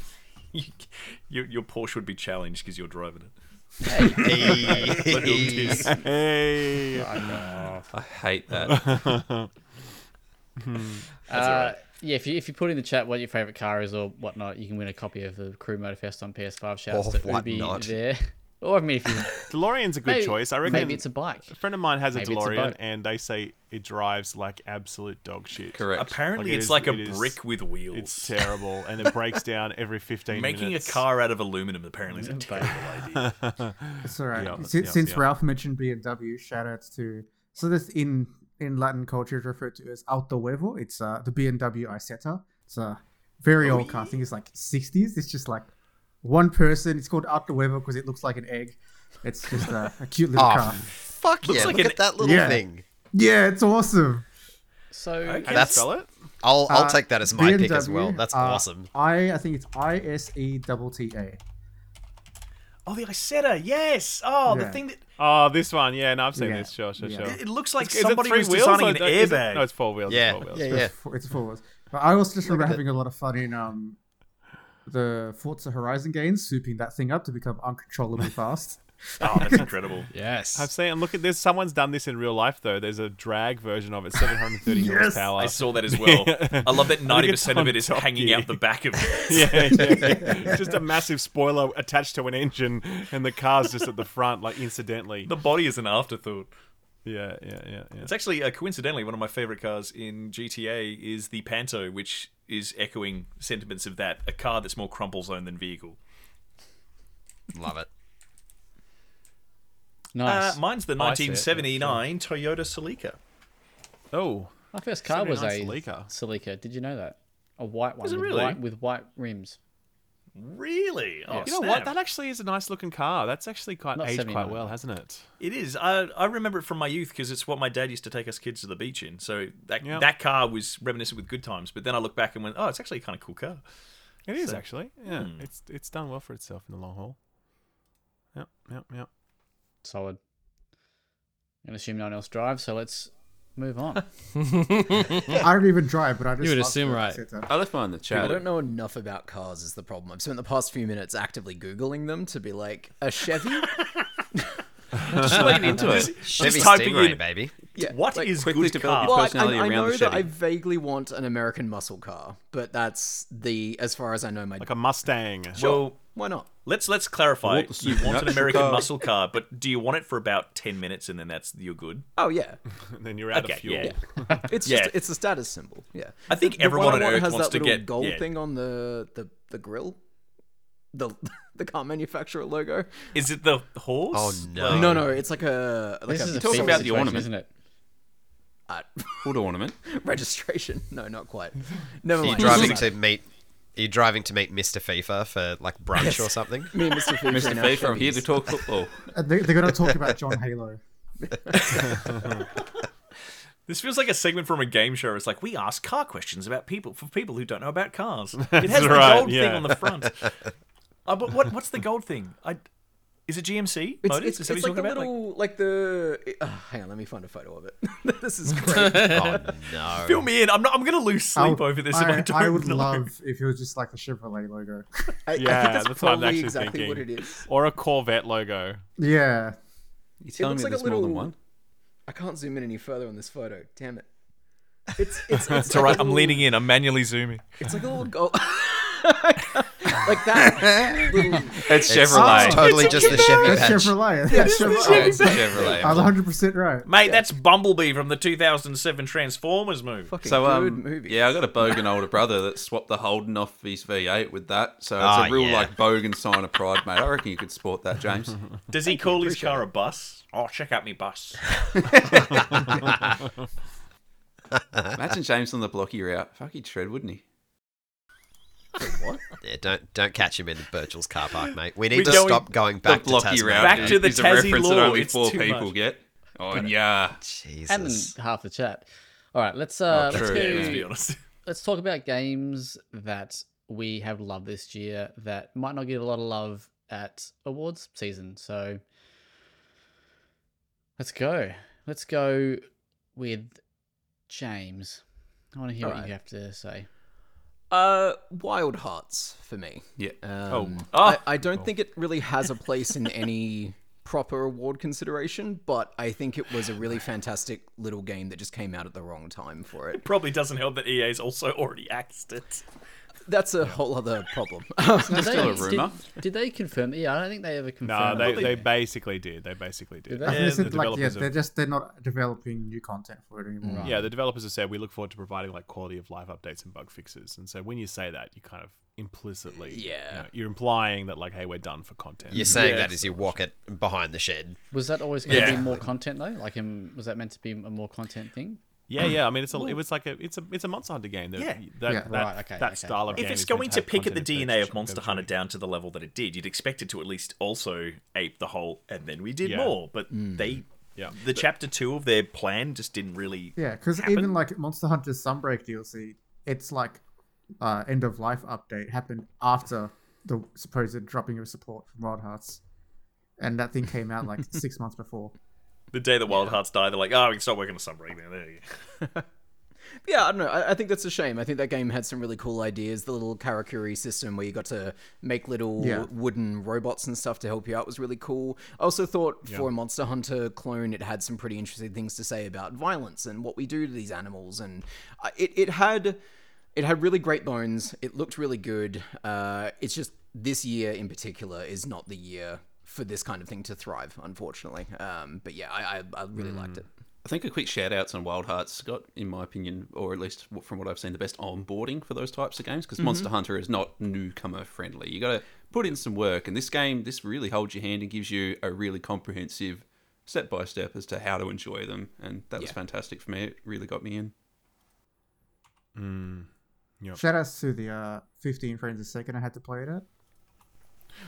[SPEAKER 2] your, your Porsche would be challenged because you're driving it.
[SPEAKER 3] Hey.
[SPEAKER 4] hey,
[SPEAKER 7] I hate that.
[SPEAKER 1] Uh, Yeah, if you, if you put in the chat what your favorite car is or whatnot, you can win a copy of the Crew Motorfest on PS5. Shouts
[SPEAKER 3] Or
[SPEAKER 1] to Ubi
[SPEAKER 3] whatnot.
[SPEAKER 1] there. Or I mean, if you,
[SPEAKER 4] DeLorean's a good
[SPEAKER 1] maybe,
[SPEAKER 4] choice. I reckon.
[SPEAKER 1] maybe it's a bike.
[SPEAKER 4] a friend of mine has a
[SPEAKER 1] maybe it's a
[SPEAKER 4] DeLorean,
[SPEAKER 1] boat.
[SPEAKER 4] and they say it drives like absolute dog shit.
[SPEAKER 7] Correct.
[SPEAKER 2] Apparently,
[SPEAKER 4] Like, it
[SPEAKER 2] it's
[SPEAKER 4] is-
[SPEAKER 2] like a
[SPEAKER 4] it is-
[SPEAKER 2] brick with wheels.
[SPEAKER 4] It's terrible, and it breaks down every 15
[SPEAKER 2] Making
[SPEAKER 4] minutes.
[SPEAKER 2] a car out of aluminum apparently is a terrible idea.
[SPEAKER 8] It's all right.
[SPEAKER 4] Yeah,
[SPEAKER 8] since
[SPEAKER 4] yeah,
[SPEAKER 8] since
[SPEAKER 4] yeah.
[SPEAKER 8] Ralph mentioned BMW, shout outs to so this in in Latin culture is referred to as alto huevo. It's uh, the BMW Isetta. It's a very old car. I think it's like 60s. It's just like one person. It's called alto huevo because it looks like an egg. It's just a, a cute little
[SPEAKER 3] Oh,
[SPEAKER 8] car.
[SPEAKER 3] fuck yeah.
[SPEAKER 2] like
[SPEAKER 3] Look
[SPEAKER 2] an-
[SPEAKER 3] at that little
[SPEAKER 8] Yeah.
[SPEAKER 3] thing.
[SPEAKER 8] Yeah, it's awesome.
[SPEAKER 1] So
[SPEAKER 4] Can
[SPEAKER 3] That's-
[SPEAKER 4] you spell it?
[SPEAKER 3] I'll, I'll
[SPEAKER 8] Uh,
[SPEAKER 3] take that as my pick as
[SPEAKER 8] BMW,
[SPEAKER 3] well. That's
[SPEAKER 8] uh,
[SPEAKER 3] awesome.
[SPEAKER 8] I I think it's I S E double T A.
[SPEAKER 2] Oh, the Isetta, yes. Oh, the
[SPEAKER 8] Yeah.
[SPEAKER 2] thing that
[SPEAKER 4] Oh, this one. Yeah, no, I've seen
[SPEAKER 8] Yeah.
[SPEAKER 4] this. Sure, sure,
[SPEAKER 8] Yeah.
[SPEAKER 4] sure.
[SPEAKER 2] it Oh, looks like
[SPEAKER 4] Is it
[SPEAKER 2] somebody
[SPEAKER 4] three
[SPEAKER 2] was
[SPEAKER 4] wheels or
[SPEAKER 2] designing an
[SPEAKER 4] is it-
[SPEAKER 2] airbag.
[SPEAKER 4] No, it's four wheels. it's
[SPEAKER 3] Yeah.
[SPEAKER 4] four wheels.
[SPEAKER 3] Yeah, yeah.
[SPEAKER 8] It's four wheels. But I also just remember having a lot of fun in um, the Forza Horizon games, souping that thing up to become uncontrollably fast.
[SPEAKER 2] Oh, that's incredible.
[SPEAKER 5] Yes.
[SPEAKER 4] I've seen. And look at this. Someone's done this in real life though. There's a drag version of it, 730 horsepower.
[SPEAKER 2] I saw that as well. I love that 90% of it is
[SPEAKER 4] on Top
[SPEAKER 2] hanging
[SPEAKER 4] Gear.
[SPEAKER 2] out the back of it.
[SPEAKER 4] yeah, yeah. just a massive spoiler attached to an engine, and the car's just at the front, like incidentally.
[SPEAKER 2] The body is an afterthought.
[SPEAKER 4] Yeah, yeah, yeah, yeah.
[SPEAKER 2] It's actually uh, coincidentally one of my favorite cars in GTA is the Panto, which is echoing sentiments of that a car that's more crumple zone than vehicle.
[SPEAKER 3] Love it.
[SPEAKER 1] Nice.
[SPEAKER 2] Uh, mine's the
[SPEAKER 4] I see it,
[SPEAKER 2] 1979 Toyota Celica.
[SPEAKER 4] Oh,
[SPEAKER 1] My first car was a
[SPEAKER 4] 79
[SPEAKER 1] Celica.
[SPEAKER 4] Celica.
[SPEAKER 1] Did you know that? A white one.
[SPEAKER 2] it
[SPEAKER 1] with
[SPEAKER 2] really?
[SPEAKER 1] White, with white rims.
[SPEAKER 2] Really? Oh,
[SPEAKER 4] you know what? That actually is a nice looking car. That's actually quite
[SPEAKER 1] Not
[SPEAKER 4] aged
[SPEAKER 1] 79.
[SPEAKER 4] quite well, hasn't it?
[SPEAKER 2] It is. I, I remember it from my youth because it's what my dad used to take us kids to the beach in. So that
[SPEAKER 4] Yeah.
[SPEAKER 2] that car was reminiscent with good times. But then I look back and went, oh, it's actually a kind of cool car.
[SPEAKER 4] It is
[SPEAKER 2] So-
[SPEAKER 4] actually. Yeah, hmm. it's it's done well for itself in the long haul. Yep, yep, yep.
[SPEAKER 1] Solid. I'm gonna assume no one else drives, so let's move on.
[SPEAKER 8] I don't even drive, but I just
[SPEAKER 5] would
[SPEAKER 8] love
[SPEAKER 5] assume,
[SPEAKER 8] Forza
[SPEAKER 5] right?
[SPEAKER 8] Center.
[SPEAKER 7] I left mine in the
[SPEAKER 6] I
[SPEAKER 7] chat.
[SPEAKER 6] don't know enough about cars is the problem. I've spent the past few minutes actively googling them to be like a Chevy.
[SPEAKER 7] Just lean into it.
[SPEAKER 3] Chevy
[SPEAKER 2] typing
[SPEAKER 3] Stingray,
[SPEAKER 2] in-
[SPEAKER 3] baby.
[SPEAKER 6] yeah,
[SPEAKER 2] What is
[SPEAKER 6] like,
[SPEAKER 7] quickly
[SPEAKER 2] good
[SPEAKER 7] develop
[SPEAKER 2] car?
[SPEAKER 6] Well, I,
[SPEAKER 7] personality
[SPEAKER 6] I- I
[SPEAKER 7] around
[SPEAKER 6] know
[SPEAKER 7] the
[SPEAKER 6] that
[SPEAKER 7] Chevy.
[SPEAKER 6] I vaguely want an American muscle car, but that's the as far as I know. My
[SPEAKER 4] Like a Mustang.
[SPEAKER 2] Well,
[SPEAKER 6] why not?
[SPEAKER 2] let's let's clarify.
[SPEAKER 7] want the
[SPEAKER 2] You want an
[SPEAKER 7] supernatural
[SPEAKER 2] American
[SPEAKER 7] car.
[SPEAKER 2] muscle car, but do you want it for about ten minutes and then that's you're good?
[SPEAKER 6] Oh yeah,
[SPEAKER 4] and then you're out
[SPEAKER 2] Okay,
[SPEAKER 4] of fuel.
[SPEAKER 2] yeah.
[SPEAKER 6] it's
[SPEAKER 2] Yeah.
[SPEAKER 6] just it's a status symbol. Yeah,
[SPEAKER 2] I think
[SPEAKER 6] The
[SPEAKER 2] everyone
[SPEAKER 6] one I
[SPEAKER 2] on
[SPEAKER 6] want
[SPEAKER 2] Earth
[SPEAKER 6] has
[SPEAKER 2] wants
[SPEAKER 6] that
[SPEAKER 2] to
[SPEAKER 6] little
[SPEAKER 2] get
[SPEAKER 6] gold
[SPEAKER 2] yeah.
[SPEAKER 6] thing on the the the grill, the the car manufacturer logo.
[SPEAKER 2] Is it the horse?
[SPEAKER 3] Oh, no.
[SPEAKER 6] No, no, it's like a like
[SPEAKER 1] this
[SPEAKER 6] a
[SPEAKER 1] is a
[SPEAKER 6] talking
[SPEAKER 1] fixed
[SPEAKER 7] about the
[SPEAKER 1] situation,
[SPEAKER 7] ornament.
[SPEAKER 1] isn't it?
[SPEAKER 7] Hood ornament.
[SPEAKER 6] registration. No, not quite. Never
[SPEAKER 3] Are you
[SPEAKER 6] mind.
[SPEAKER 3] driving to meet? Are you driving to meet Mr. FIFA for like brunch or something?
[SPEAKER 6] me and Mr. Feature
[SPEAKER 7] Mr.
[SPEAKER 6] are now
[SPEAKER 7] FIFA, I'm here
[SPEAKER 6] Chevys.
[SPEAKER 7] to talk football.
[SPEAKER 8] And they- They're going to talk about John Halo.
[SPEAKER 2] This feels like a segment from a game show. It's like we ask car questions about people for people who don't know about cars. It has the
[SPEAKER 4] right,
[SPEAKER 2] gold thing
[SPEAKER 4] yeah.
[SPEAKER 2] on the front. uh, but what what's the gold thing? I is Oh, it GMC
[SPEAKER 6] It's,
[SPEAKER 2] motors?
[SPEAKER 6] it's,
[SPEAKER 2] is
[SPEAKER 6] it's
[SPEAKER 2] that what
[SPEAKER 6] like
[SPEAKER 2] you're
[SPEAKER 6] the
[SPEAKER 2] talking about? Like-
[SPEAKER 6] little, like, the. Uh, hang on, let me find a photo of it. this is great.
[SPEAKER 3] oh no.
[SPEAKER 2] fill me in. I'm not. I'm gonna lose sleep
[SPEAKER 8] I'll-
[SPEAKER 2] over this.
[SPEAKER 8] I,
[SPEAKER 2] if I,
[SPEAKER 8] I
[SPEAKER 2] don't
[SPEAKER 8] would
[SPEAKER 2] know.
[SPEAKER 8] love if it was just like the Chevrolet logo.
[SPEAKER 6] I, I
[SPEAKER 4] Yeah,
[SPEAKER 6] think that's,
[SPEAKER 4] that's what I'm
[SPEAKER 6] probably
[SPEAKER 4] actually
[SPEAKER 6] exactly
[SPEAKER 4] thinking.
[SPEAKER 6] what it is.
[SPEAKER 4] Or a Corvette logo.
[SPEAKER 8] Yeah.
[SPEAKER 7] You
[SPEAKER 6] It
[SPEAKER 7] telling
[SPEAKER 6] looks
[SPEAKER 7] me
[SPEAKER 6] like a
[SPEAKER 7] there's more
[SPEAKER 6] little.
[SPEAKER 7] than one?
[SPEAKER 6] I can't zoom in any further on this photo. Damn it. It's it's, it's
[SPEAKER 2] It's all right.
[SPEAKER 6] Like a
[SPEAKER 2] I'm
[SPEAKER 6] little-
[SPEAKER 2] leaning in. I'm manually zooming.
[SPEAKER 6] It's like a little gold. like that. Little,
[SPEAKER 7] It's
[SPEAKER 3] It's
[SPEAKER 7] Chevrolet.
[SPEAKER 3] totally just the Chevy
[SPEAKER 8] That's
[SPEAKER 3] patch.
[SPEAKER 8] Chevrolet. That's Chevrolet.
[SPEAKER 7] It's Chevrolet.
[SPEAKER 8] I was 100% right.
[SPEAKER 2] Mate, that's Bumblebee from the 2007 Transformers movie.
[SPEAKER 6] fucking
[SPEAKER 7] So um,
[SPEAKER 6] good movie.
[SPEAKER 7] yeah, I got a Bogan older brother that swapped the Holden off his V8 with that, so it's
[SPEAKER 3] Ah,
[SPEAKER 7] a real
[SPEAKER 3] yeah.
[SPEAKER 7] like Bogan sign of pride, mate. I reckon you could sport that, James.
[SPEAKER 2] Does he call his car a bus? Oh, check out me bus.
[SPEAKER 7] Imagine James on the blocky route. Fuck, he'd shred, wouldn't he?
[SPEAKER 3] Yeah, don't don't catch him in Birchall's car park, mate. We need
[SPEAKER 2] We're
[SPEAKER 3] to
[SPEAKER 2] going
[SPEAKER 3] stop going back
[SPEAKER 7] the
[SPEAKER 3] to
[SPEAKER 7] blocky
[SPEAKER 3] Tasmania.
[SPEAKER 7] route.
[SPEAKER 2] Back to the
[SPEAKER 7] is
[SPEAKER 2] Tassie
[SPEAKER 7] a reference that
[SPEAKER 2] law,
[SPEAKER 7] only
[SPEAKER 2] it's
[SPEAKER 7] four
[SPEAKER 2] too
[SPEAKER 7] people
[SPEAKER 2] much.
[SPEAKER 7] get. Oh yeah,
[SPEAKER 3] Jesus.
[SPEAKER 1] And then half the chat. All right, let's uh, let's,
[SPEAKER 7] Oh, true,
[SPEAKER 1] go,
[SPEAKER 7] yeah,
[SPEAKER 2] Let's be honest.
[SPEAKER 1] let's talk about games that we have loved this year that might not get a lot of love at awards season. So let's go. Let's go with James. I want to hear what
[SPEAKER 6] Alright.
[SPEAKER 1] you have to say.
[SPEAKER 6] Uh, Wild Hearts for me.
[SPEAKER 7] yeah.
[SPEAKER 6] Um,
[SPEAKER 2] Oh.
[SPEAKER 6] I, I don't think it really has a place in any proper award consideration, but I think it was a really fantastic little game that just came out at the wrong time for it.
[SPEAKER 2] Probably doesn't help that EA's also already axed it.
[SPEAKER 6] That's a whole other problem.
[SPEAKER 1] Did
[SPEAKER 7] still a
[SPEAKER 1] did-
[SPEAKER 7] rumour.
[SPEAKER 1] Did, they confirm? Yeah, I don't think they ever
[SPEAKER 4] No,
[SPEAKER 1] confirmed.
[SPEAKER 4] they,
[SPEAKER 1] it.
[SPEAKER 4] they basically did. They basically did.
[SPEAKER 1] they?
[SPEAKER 8] I think they said, like, yeah,
[SPEAKER 4] developers
[SPEAKER 8] they're
[SPEAKER 4] have-
[SPEAKER 8] just they're not developing new content for it anymore.
[SPEAKER 4] Yeah, the developers have said we look forward to providing like quality of life updates and bug fixes. And so when you say that, you kind of implicitly,
[SPEAKER 6] Yeah.
[SPEAKER 4] you are implying that like, hey, we're done for content.
[SPEAKER 3] You're saying that as you walk it behind the shed.
[SPEAKER 1] Was that always going to
[SPEAKER 2] Yeah.
[SPEAKER 1] be more content though? Like, um, was that meant to be a more content thing?
[SPEAKER 4] Yeah, yeah. I mean, it's a, it was like a, it's a, it's a Monster Hunter game. That,
[SPEAKER 2] Yeah.
[SPEAKER 4] that,
[SPEAKER 8] Yeah.
[SPEAKER 4] that,
[SPEAKER 1] Right, okay,
[SPEAKER 4] that
[SPEAKER 1] okay.
[SPEAKER 4] style of game.
[SPEAKER 2] If it's
[SPEAKER 4] is meant
[SPEAKER 2] going
[SPEAKER 4] to
[SPEAKER 2] to
[SPEAKER 4] have
[SPEAKER 2] pick at the
[SPEAKER 4] content and
[SPEAKER 2] DNA
[SPEAKER 4] focus-
[SPEAKER 2] of Monster
[SPEAKER 4] focus
[SPEAKER 2] Hunter
[SPEAKER 4] on-
[SPEAKER 2] down to the level that it did, you'd expect it to at least also ape the whole, and then we did
[SPEAKER 4] Yeah. Hmm.
[SPEAKER 2] more. But they,
[SPEAKER 4] Yeah.
[SPEAKER 2] the chapter two of their plan just didn't really.
[SPEAKER 8] Yeah, because even like Monster Hunter Sunbreak DLC, it's like uh, end of life update happened after the supposed dropping of support from Wild Hearts, and that thing came out like six months before.
[SPEAKER 2] The day that Wild Hearts die, they're like, oh, we can start working on Sunbreak now. There you go.
[SPEAKER 6] yeah, I don't know. I, I think that's a shame. I think that game had some really cool ideas. The little Karakuri system where you got to make little
[SPEAKER 8] Yeah.
[SPEAKER 6] wooden robots and stuff to help you out was really cool. I also thought for a Monster Hunter clone, it had some pretty interesting things to say about violence and what we do to these animals. And uh, it, it had it had really great bones. It looked really good. Uh, it's just this year in particular is not the year for this kind of thing to thrive, unfortunately. Um, but yeah, I, I, I really liked it.
[SPEAKER 7] I think a quick shout outs on Wild Hearts got, in my opinion, or at least w- from what I've seen, the best onboarding for those types of games because Monster Hunter is not newcomer friendly. You got to put in some work, and this game this really holds your hand and gives you a really comprehensive step by step as to how to enjoy them, and that was
[SPEAKER 6] Yeah.
[SPEAKER 7] fantastic for me. It really got me in.
[SPEAKER 8] Shout outs to the uh, 15 frames a second I had to play it at.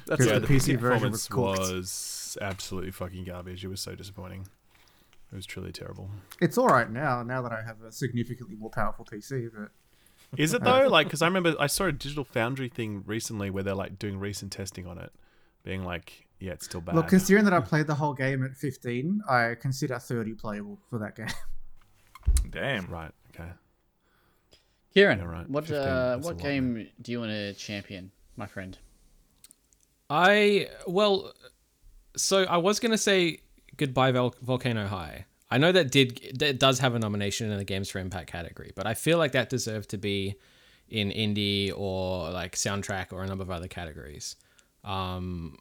[SPEAKER 1] That's
[SPEAKER 8] Because
[SPEAKER 1] good.
[SPEAKER 8] the PC version
[SPEAKER 4] performance
[SPEAKER 8] was cooked.
[SPEAKER 4] was absolutely fucking garbage. It was so disappointing. It was truly terrible.
[SPEAKER 8] It's all right now, now that I have a significantly more powerful PC, but
[SPEAKER 4] Is it though? Like, because I remember I saw a Digital Foundry thing recently where they're like doing recent testing on it, being like, yeah, it's still bad.
[SPEAKER 8] Look, considering that I played the whole game at 15, I consider 30 playable for that game.
[SPEAKER 2] Damn.
[SPEAKER 4] right. Okay.
[SPEAKER 1] Kieran,
[SPEAKER 4] Yeah, right.
[SPEAKER 1] what
[SPEAKER 4] 15,
[SPEAKER 1] uh,
[SPEAKER 4] that's a
[SPEAKER 1] what
[SPEAKER 4] lot,
[SPEAKER 1] game do you want to champion, my friend?
[SPEAKER 5] I well, so I was gonna say goodbye Vol- Volcano High. I know that did that does have a nomination in the Games for Impact category, but I feel like that deserved to be in indie or like soundtrack or a number of other categories. Um,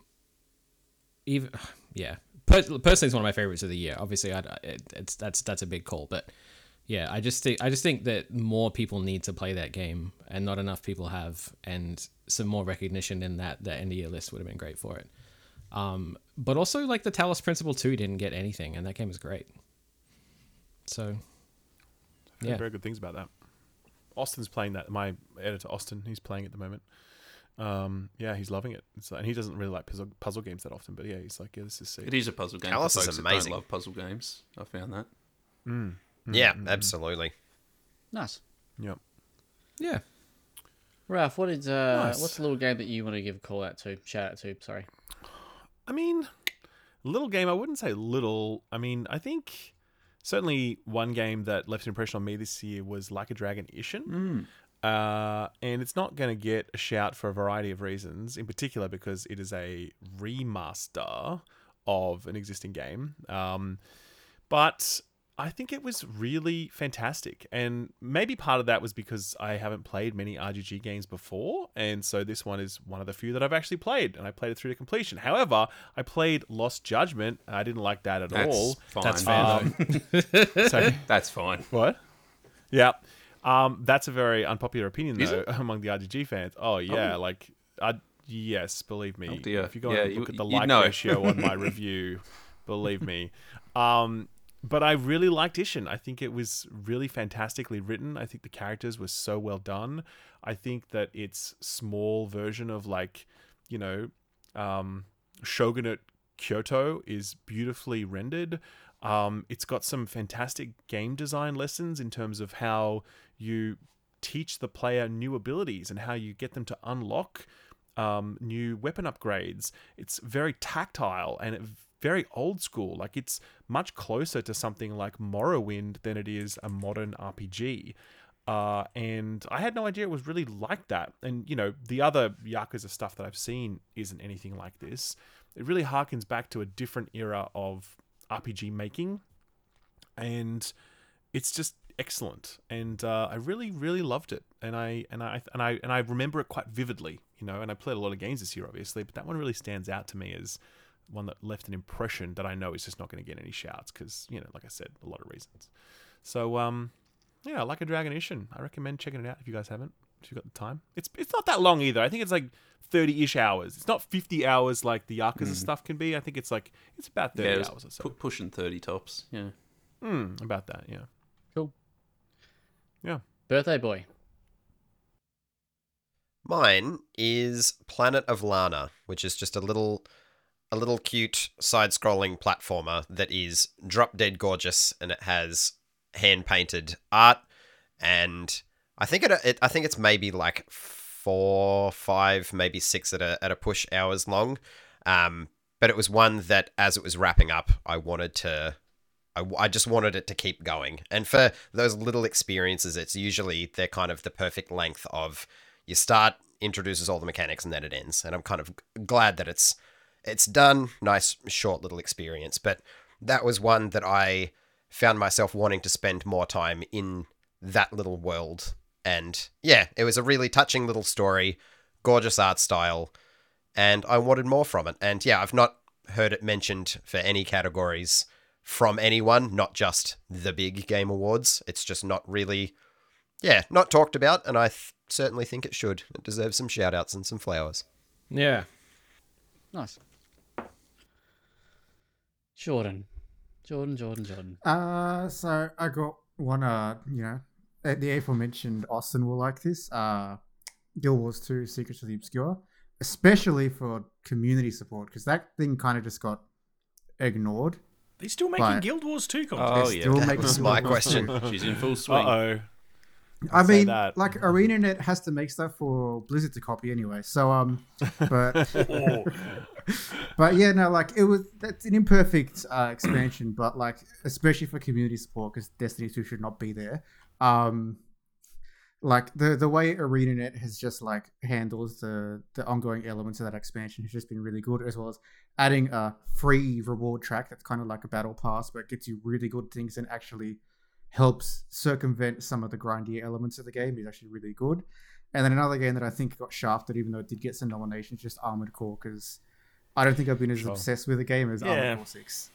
[SPEAKER 5] even yeah, per- personally, it's one of my favorites of the year. Obviously, I it, it's that's that's a big call, but yeah, I just think I just think that more people need to play that game, and not enough people have, and some more recognition in that that end of year list would have been great for it. Um, but also like the Talos Principle two didn't get anything, and that game is great. So
[SPEAKER 4] Heard
[SPEAKER 5] Yeah.
[SPEAKER 4] Very good things about that. Austin's playing that. My editor Austin, he's playing at the moment. Um, yeah, he's loving it. It's like, and he doesn't really like puzzle, puzzle games that often, but yeah, he's like, yeah, this is sick.
[SPEAKER 7] It is a puzzle game.
[SPEAKER 3] Talos
[SPEAKER 7] for
[SPEAKER 3] is
[SPEAKER 7] folks That
[SPEAKER 3] amazing.
[SPEAKER 7] don't love puzzle games. I found that.
[SPEAKER 3] yeah,
[SPEAKER 7] Mm-hmm.
[SPEAKER 3] absolutely.
[SPEAKER 1] Nice.
[SPEAKER 4] Yep.
[SPEAKER 5] yeah,
[SPEAKER 1] Ralph, what is uh,
[SPEAKER 4] Nice.
[SPEAKER 1] what's the little game that you want to give a call out to? Shout out to, sorry.
[SPEAKER 4] I mean, little game. I wouldn't say little. I mean, I think certainly one game that left an impression on me this year was Like a Dragon Ishin. Uh, and it's not going to get a shout for a variety of reasons, in particular because it is a remaster of an existing game. Um, but I think it was really fantastic. And maybe part of that was because I haven't played many RGG games before. And so this one is one of the few that I've actually played. And I played it through to completion. However, I played Lost Judgment. and I didn't like that at
[SPEAKER 7] That's
[SPEAKER 4] all.
[SPEAKER 7] fine.
[SPEAKER 5] that's fair.
[SPEAKER 4] Um, so,
[SPEAKER 7] That's fine.
[SPEAKER 4] what? Yeah. Um, that's a very unpopular opinion, though, among the RGG fans. Oh, yeah. Like, I, yes, believe me.
[SPEAKER 7] Oh, dear.
[SPEAKER 4] If you go
[SPEAKER 7] Yeah,
[SPEAKER 4] and
[SPEAKER 7] you-
[SPEAKER 4] look at the
[SPEAKER 7] you'd
[SPEAKER 4] like
[SPEAKER 7] know.
[SPEAKER 4] ratio on my review, believe me. Um, but I really liked Ishin. I think it was really fantastically written. I think the characters were so well done. I think that its small version of, like, you know, um, Shogunate Kyoto is beautifully rendered. Um, it's got some fantastic game design lessons in terms of how you teach the player new abilities and how you get them to unlock um, new weapon upgrades. It's very tactile and it, very old school. Like it's much closer to something like Morrowind than it is a modern RPG. Uh, and I had no idea it was really like that. And you know, the other Yakuza stuff that I've seen isn't anything like this. It really harkens back to a different era of RPG making, and it's just excellent. And uh, I really, really loved it. And I and I and I and I remember it quite vividly. You know, and I played a lot of games this year, obviously, but that one really stands out to me as one that left an impression that I know is just not going to get any shouts because you know, like I said, a lot of reasons. So um, yeah, like a Dragonician. I recommend checking it out if you guys haven't. If you've got the time, it's it's not that long either. I think it's like thirty-ish hours. It's not fifty hours like the Yakuza stuff can be. I think it's like it's about thirty
[SPEAKER 7] Hmm. Yeah, it was
[SPEAKER 4] hours or so.
[SPEAKER 7] pu- pushing thirty tops. Yeah.
[SPEAKER 4] Mm, about that, yeah.
[SPEAKER 1] Cool.
[SPEAKER 4] Yeah.
[SPEAKER 1] Birthday boy.
[SPEAKER 3] Mine is Planet of Lana, which is just a little a little cute side-scrolling platformer that is drop dead gorgeous and it has hand-painted art and I think it, it I think it's maybe like 4 5 maybe 6 at a at a push hours long. Um but it was one that as it was wrapping up I wanted to I, w- I just wanted it to keep going. And for those little experiences, it's usually they're kind of the perfect length of you start, introduces all the mechanics, and then it ends. And I'm kind of glad that it's it's done. Nice short little experience. But that was one that I found myself wanting to spend more time in that little world. And yeah, it was a really touching little story, gorgeous art style, and I wanted more from it. And yeah, I've not heard it mentioned for any categories from anyone, not just the big game awards. It's just not really, yeah, not talked about. And I th- certainly think it should. It deserves some shout outs and some flowers.
[SPEAKER 5] Yeah.
[SPEAKER 1] Nice. Jordan. Jordan, Jordan, Jordan.
[SPEAKER 8] Uh, so I got one. Uh, you know, uh, the aforementioned Austin will like this. Uh, Guild Wars Two: Secrets of the Obscure, especially for community support because that thing kind of just got ignored.
[SPEAKER 2] They're still making
[SPEAKER 8] Right.
[SPEAKER 2] Guild Wars 2
[SPEAKER 7] Oh,
[SPEAKER 2] content.
[SPEAKER 8] They
[SPEAKER 7] yeah,
[SPEAKER 8] still
[SPEAKER 3] that
[SPEAKER 8] make
[SPEAKER 3] was
[SPEAKER 8] Guild
[SPEAKER 3] my
[SPEAKER 8] Wars 2.
[SPEAKER 3] question.
[SPEAKER 7] She's in full swing.
[SPEAKER 4] Uh oh.
[SPEAKER 8] I
[SPEAKER 4] say
[SPEAKER 8] mean,
[SPEAKER 4] that.
[SPEAKER 8] like ArenaNet has to make stuff for Blizzard to copy anyway. So um, but but yeah, no, like it was that's an imperfect uh, expansion, but like especially for community support because Destiny Two should not be there. Um, like the the way ArenaNet has just like handles the the ongoing elements of that expansion has just been really good, as well as adding a free reward track that's kind of like a battle pass, but gets you really good things and actually helps circumvent some of the grindier elements of the game is actually really good. And then another game that I think got shafted, even though it did get some nominations, just Armored Core, because I don't think I've been as obsessed with a game as
[SPEAKER 2] Yeah.
[SPEAKER 8] Armored Core Six.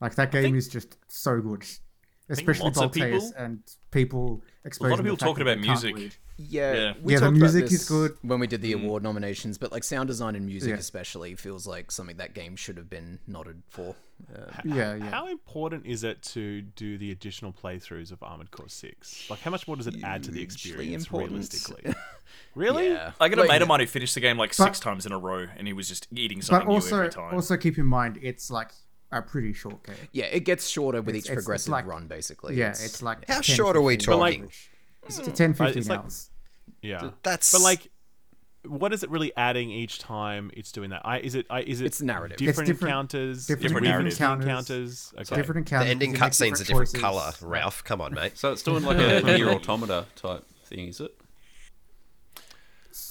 [SPEAKER 8] Like that game is just so good, especially
[SPEAKER 2] lots of
[SPEAKER 8] Voltaeus
[SPEAKER 2] people-
[SPEAKER 8] and people. Exposing
[SPEAKER 2] people
[SPEAKER 8] the fact
[SPEAKER 2] talking
[SPEAKER 8] that
[SPEAKER 2] about
[SPEAKER 8] they can't
[SPEAKER 2] music.
[SPEAKER 8] read.
[SPEAKER 6] Yeah,
[SPEAKER 2] Yeah.
[SPEAKER 6] we
[SPEAKER 8] Yeah, the
[SPEAKER 6] talked about
[SPEAKER 8] music is
[SPEAKER 6] this
[SPEAKER 8] good.
[SPEAKER 6] when we did the award nominations, but like sound design and music
[SPEAKER 8] Yeah.
[SPEAKER 6] especially feels like something that game should have been nodded for. Uh,
[SPEAKER 8] Yeah, yeah.
[SPEAKER 4] How important is it to do the additional playthroughs of Armored Core 6? Like, how much more does it add to the experience
[SPEAKER 6] important.
[SPEAKER 4] realistically? Really?
[SPEAKER 6] yeah,
[SPEAKER 2] I got a
[SPEAKER 6] Like,
[SPEAKER 2] mate of mine who finished the game like
[SPEAKER 8] But-
[SPEAKER 2] six times in a row, and he was just eating
[SPEAKER 8] but
[SPEAKER 2] something new
[SPEAKER 8] also
[SPEAKER 2] every time.
[SPEAKER 8] also keep in mind it's like a pretty short game.
[SPEAKER 6] Yeah, it gets shorter with
[SPEAKER 8] It's-
[SPEAKER 6] each
[SPEAKER 8] it's- it's
[SPEAKER 6] progressive
[SPEAKER 8] like-
[SPEAKER 6] run, basically.
[SPEAKER 8] Yeah, it's like
[SPEAKER 3] How
[SPEAKER 8] 10,
[SPEAKER 3] short are we
[SPEAKER 8] 15 hours.
[SPEAKER 3] talking?
[SPEAKER 8] It's 10, 15
[SPEAKER 4] it's like-
[SPEAKER 8] hours.
[SPEAKER 4] Yeah.
[SPEAKER 3] That's
[SPEAKER 4] But like, what is it really adding each time it's doing that? I is it I is it
[SPEAKER 6] It's narrative. It's
[SPEAKER 4] Different,
[SPEAKER 8] different-
[SPEAKER 4] encounters,
[SPEAKER 8] different
[SPEAKER 4] different
[SPEAKER 8] narrative.
[SPEAKER 4] encounters. Okay.
[SPEAKER 8] different
[SPEAKER 3] the
[SPEAKER 8] encounters.
[SPEAKER 3] ending
[SPEAKER 8] you make
[SPEAKER 3] cutscenes are different
[SPEAKER 8] different choices.
[SPEAKER 3] color, Ralph. Come on, mate.
[SPEAKER 7] So it's doing like a near automata type thing, is it?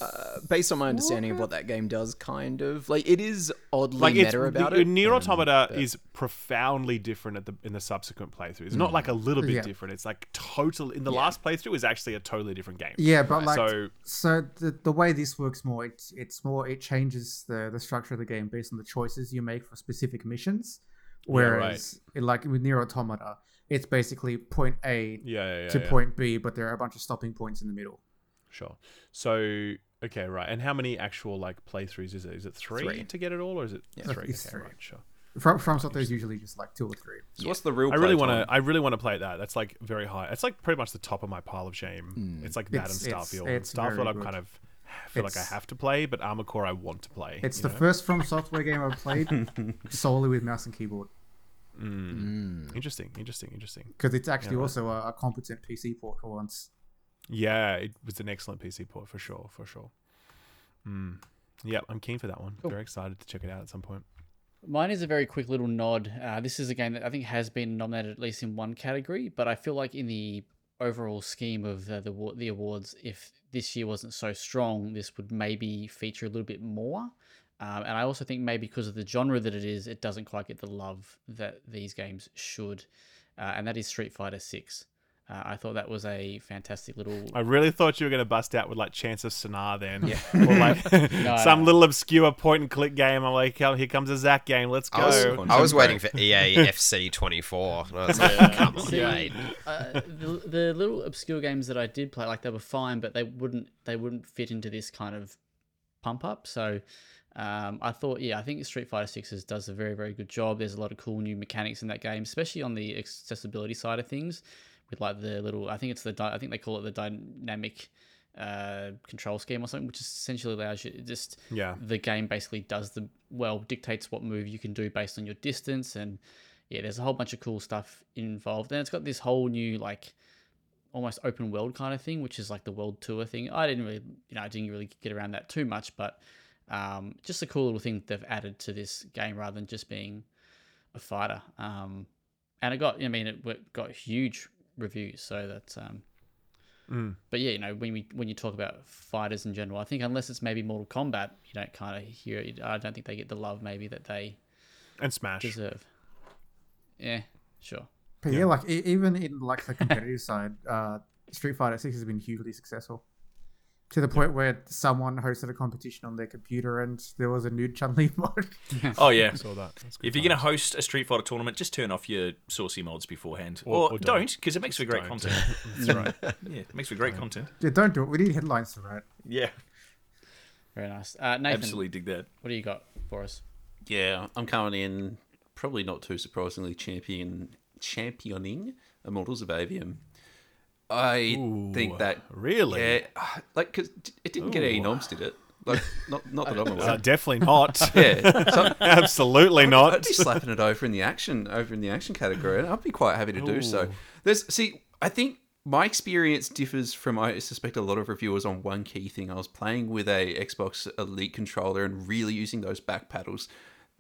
[SPEAKER 6] uh, based on my understanding of what that game does, kind of like it is oddly
[SPEAKER 4] like it's
[SPEAKER 6] meta about
[SPEAKER 4] the,
[SPEAKER 6] it.
[SPEAKER 4] Nier Automata is profoundly different at the in the subsequent playthrough. It's not like a little bit
[SPEAKER 8] Mm. Yeah.
[SPEAKER 4] different. It's like total. In the last playthrough, is actually a totally different game.
[SPEAKER 8] Yeah, but like
[SPEAKER 4] So-
[SPEAKER 8] so, the, the way this works more, it's it's more it changes the the structure of the game based on the choices you make for specific missions.
[SPEAKER 4] right.
[SPEAKER 8] Whereas it, like with Nier Automata, it's basically point A
[SPEAKER 4] Yeah, yeah, yeah,
[SPEAKER 8] to
[SPEAKER 4] yeah.
[SPEAKER 8] point B, but there are a bunch of stopping points in the middle.
[SPEAKER 4] Sure. So okay, right. And how many actual like playthroughs is it? Is it three,
[SPEAKER 6] Three.
[SPEAKER 4] to get it all, or is it three?
[SPEAKER 8] It's
[SPEAKER 4] okay,
[SPEAKER 8] three.
[SPEAKER 4] right, sure.
[SPEAKER 8] From from software is usually just like two or three.
[SPEAKER 7] So what's the real?
[SPEAKER 4] I really
[SPEAKER 7] want
[SPEAKER 4] want to. I really want to play that. That's like very high. It's like pretty much the top of my pile of shame. It's like that
[SPEAKER 8] Mm. It's-
[SPEAKER 4] and
[SPEAKER 8] it's-
[SPEAKER 4] Starfield.
[SPEAKER 8] it's
[SPEAKER 4] Starfield,
[SPEAKER 8] very
[SPEAKER 4] I'm
[SPEAKER 8] good.
[SPEAKER 4] kind of feel like I
[SPEAKER 8] It's-
[SPEAKER 4] have to play, but Armor Core, I want to play.
[SPEAKER 8] It's
[SPEAKER 4] you
[SPEAKER 8] the
[SPEAKER 4] know?
[SPEAKER 8] first from software game I've played solely with mouse and keyboard
[SPEAKER 4] interesting, interesting, interesting.
[SPEAKER 8] because it's actually also a, a competent PC port for once.
[SPEAKER 4] Yeah, it was an excellent PC port for sure, for sure. Mm. Yeah, I'm keen for that one. Very excited to check it out at some point.
[SPEAKER 1] Mine is a very quick little nod. Uh, this is a game that I think has been nominated at least in one category, but I feel like in the overall scheme of uh, the wa- the awards, if this year wasn't so strong, this would maybe feature a little bit more. Um, and I also think maybe because of the genre that it is, it doesn't quite get the love that these games should, uh, and that is Street Fighter Six. Uh, I thought that was a fantastic little.
[SPEAKER 4] I really thought you were going to bust out with like Chance of Sonar then, or like some
[SPEAKER 1] no.
[SPEAKER 4] little obscure point and click game. I'm like, oh, here comes a Zack game. Let's go.
[SPEAKER 3] I was, I was waiting for E EA FC 24. and I was like, come on, mate.
[SPEAKER 1] uh, the, the little obscure games that I did play, like they were fine, but they wouldn't they wouldn't fit into this kind of pump up. So um, I thought, yeah, I think Street Fighter Six is, does a very very good job. There's a lot of cool new mechanics in that game, especially on the accessibility side of things, with like the little I think it's the dy- I think they call it the dynamic uh, control scheme or something, which essentially allows you it just
[SPEAKER 4] Yeah.
[SPEAKER 1] the game basically does the well dictates what move you can do based on your distance and yeah, there's a whole bunch of cool stuff involved, and it's got this whole new like almost open world kind of thing, which is like the world tour thing. I didn't really, you know, I didn't really get around that too much, but um, just a cool little thing that they've added to this game rather than just being a fighter. Um, and it got I mean it w- got huge reviews. So that's um, but yeah, you know when we when you talk about fighters in general, I think unless it's maybe Mortal Kombat, you don't kind of hear it. I don't think they get the love maybe that they
[SPEAKER 4] and Smash.
[SPEAKER 1] deserve. Yeah, sure.
[SPEAKER 8] But yeah, like e- even in like the competitive side, uh, Street Fighter Six has been hugely successful to the point where someone hosted a competition on their computer and there was a nude Chun Li mod.
[SPEAKER 2] Oh yeah.
[SPEAKER 4] Saw that. That's good
[SPEAKER 2] If you're going to host a Street Fighter tournament, just turn off your saucy mods beforehand,
[SPEAKER 4] Or-
[SPEAKER 2] or,
[SPEAKER 4] or don't.
[SPEAKER 2] don't, because it makes for great
[SPEAKER 4] Don't.
[SPEAKER 2] content. That's right. Yeah, it makes for great content.
[SPEAKER 8] yeah, don't do it. We need headlines to write.
[SPEAKER 2] Yeah,
[SPEAKER 1] Very nice. Uh, Nathan,
[SPEAKER 2] absolutely dig that.
[SPEAKER 1] what do you got for us?
[SPEAKER 7] Yeah, I'm coming in probably not too surprisingly champion championing Immortals of Avium. I think that
[SPEAKER 4] really?
[SPEAKER 7] yeah, like because it didn't get any noms, did it? Like not not that I'm aware.
[SPEAKER 4] Uh,
[SPEAKER 7] of.
[SPEAKER 4] definitely not.
[SPEAKER 7] yeah, so
[SPEAKER 4] Absolutely
[SPEAKER 7] I'd
[SPEAKER 4] not.
[SPEAKER 7] be slapping it over in the action over in the action category, and I'd be quite happy to do so.
[SPEAKER 4] Ooh.
[SPEAKER 7] There's see, I think my experience differs from I suspect a lot of reviewers on one key thing. I was playing with a Xbox Elite controller and really using those back paddles.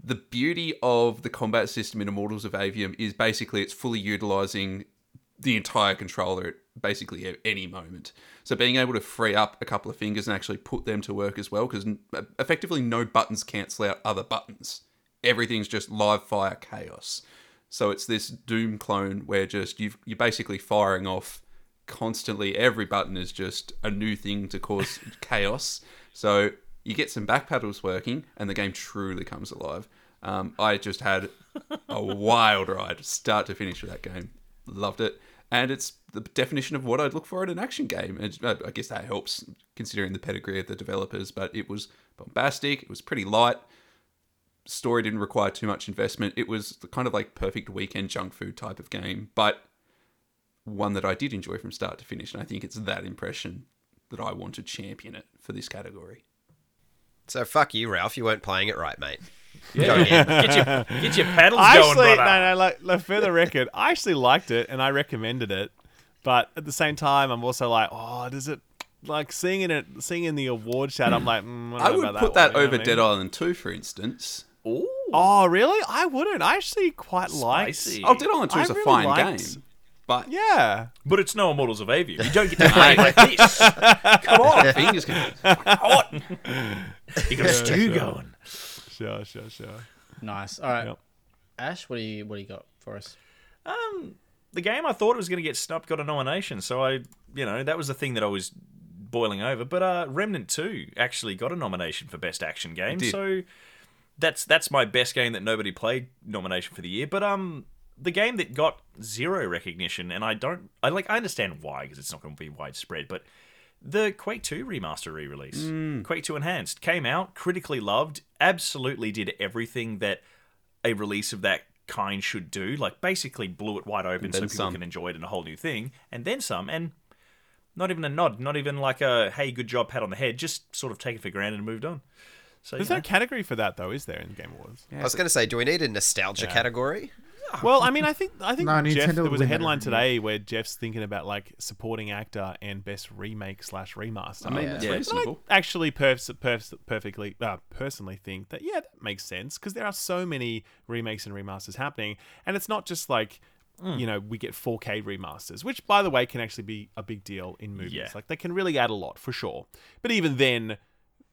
[SPEAKER 7] The beauty of the combat system in Immortals of Avium is basically it's fully utilizing the entire controller at basically at any moment. So being able to free up a couple of fingers and actually put them to work as well, because effectively no buttons cancel out other buttons. Everything's just live fire chaos. So it's this Doom clone where just you've, you're basically firing off constantly. Every button is just a new thing to cause chaos. So you get some back paddles working, and the game truly comes alive. Um, I just had a wild ride, start to finish, with that game. Loved it, and it's the definition of what I'd look for in an action game. And uh, I guess that helps considering the pedigree of the developers. But it was bombastic. It was pretty light story didn't require too much investment. It was the kind of like perfect weekend junk food type of game, but one that I did enjoy from start to finish. And I think it's that impression that I want to champion it for this category.
[SPEAKER 3] So fuck you, Ralph. You weren't playing it right, mate. Go again.
[SPEAKER 2] Get your get your paddles
[SPEAKER 4] I
[SPEAKER 2] going,
[SPEAKER 4] actually,
[SPEAKER 2] brother.
[SPEAKER 4] no, no, like, like, for the record, I actually liked it and I recommended it, but at the same time, I'm also like, oh, does it like seeing it, at- seeing in the award shout? I'm like, mm, I, don't
[SPEAKER 7] I
[SPEAKER 4] know
[SPEAKER 7] would
[SPEAKER 4] about
[SPEAKER 7] put
[SPEAKER 4] that,
[SPEAKER 7] that,
[SPEAKER 4] one, you know
[SPEAKER 7] over
[SPEAKER 4] what I
[SPEAKER 7] Dead
[SPEAKER 4] mean?
[SPEAKER 7] Island 2, for instance.
[SPEAKER 4] Oh, really? I wouldn't. I actually quite
[SPEAKER 2] Spicy.
[SPEAKER 4] liked.
[SPEAKER 7] Oh, Dead Island 2
[SPEAKER 4] I
[SPEAKER 7] is a
[SPEAKER 4] really
[SPEAKER 7] fine
[SPEAKER 4] liked-
[SPEAKER 7] game, but
[SPEAKER 4] Yeah,
[SPEAKER 2] But it's no Immortals of Avium. You don't get to play like this. Come on,
[SPEAKER 7] fingers can
[SPEAKER 2] hot. You got a stew going.
[SPEAKER 4] sure, sure, sure.
[SPEAKER 1] Nice. All right,
[SPEAKER 4] Yep.
[SPEAKER 1] Ash, what do you what do you got for us?
[SPEAKER 2] Um, the game I thought was going to get snubbed got a nomination, so I, you know, that was the thing that I was boiling over. But uh, Remnant Two actually got a nomination for Best Action Game,
[SPEAKER 7] did.
[SPEAKER 2] so that's that's my best game that nobody played nomination for the year. But um, the game that got zero recognition, and I don't, I like, I understand why because it's not going to be widespread, but. The Quake 2 remaster re release,
[SPEAKER 7] Mm.
[SPEAKER 2] Quake 2 Enhanced, came out, critically loved, absolutely did everything that a release of that kind should do. Like basically blew it wide open so
[SPEAKER 7] then
[SPEAKER 2] people
[SPEAKER 7] some.
[SPEAKER 2] can enjoy it in a whole new thing, and then some, and not even a nod, not even like a hey, good job, pat on the head, just sort of taken for granted and moved on. So you
[SPEAKER 4] There's
[SPEAKER 2] know.
[SPEAKER 4] no category for that though, is there in Game Awards?
[SPEAKER 3] I was going to say, do we need a nostalgia category?
[SPEAKER 4] Well, I mean, I think I think
[SPEAKER 8] No,
[SPEAKER 4] Jeff.
[SPEAKER 8] Nintendo
[SPEAKER 4] There
[SPEAKER 8] would
[SPEAKER 4] was a
[SPEAKER 8] win that
[SPEAKER 4] headline
[SPEAKER 8] every year.
[SPEAKER 4] today where Jeff's thinking about like supporting actor and best remake slash remaster.
[SPEAKER 7] I mean, that's
[SPEAKER 2] Yeah.
[SPEAKER 7] reasonable.
[SPEAKER 4] actually pers- pers- perfectly uh, personally think that yeah that makes sense because there are so many remakes and remasters happening and it's not just like you know we get 4k remasters which by the way can actually be a big deal in movies
[SPEAKER 2] Yeah.
[SPEAKER 4] like they can really add a lot for sure but even then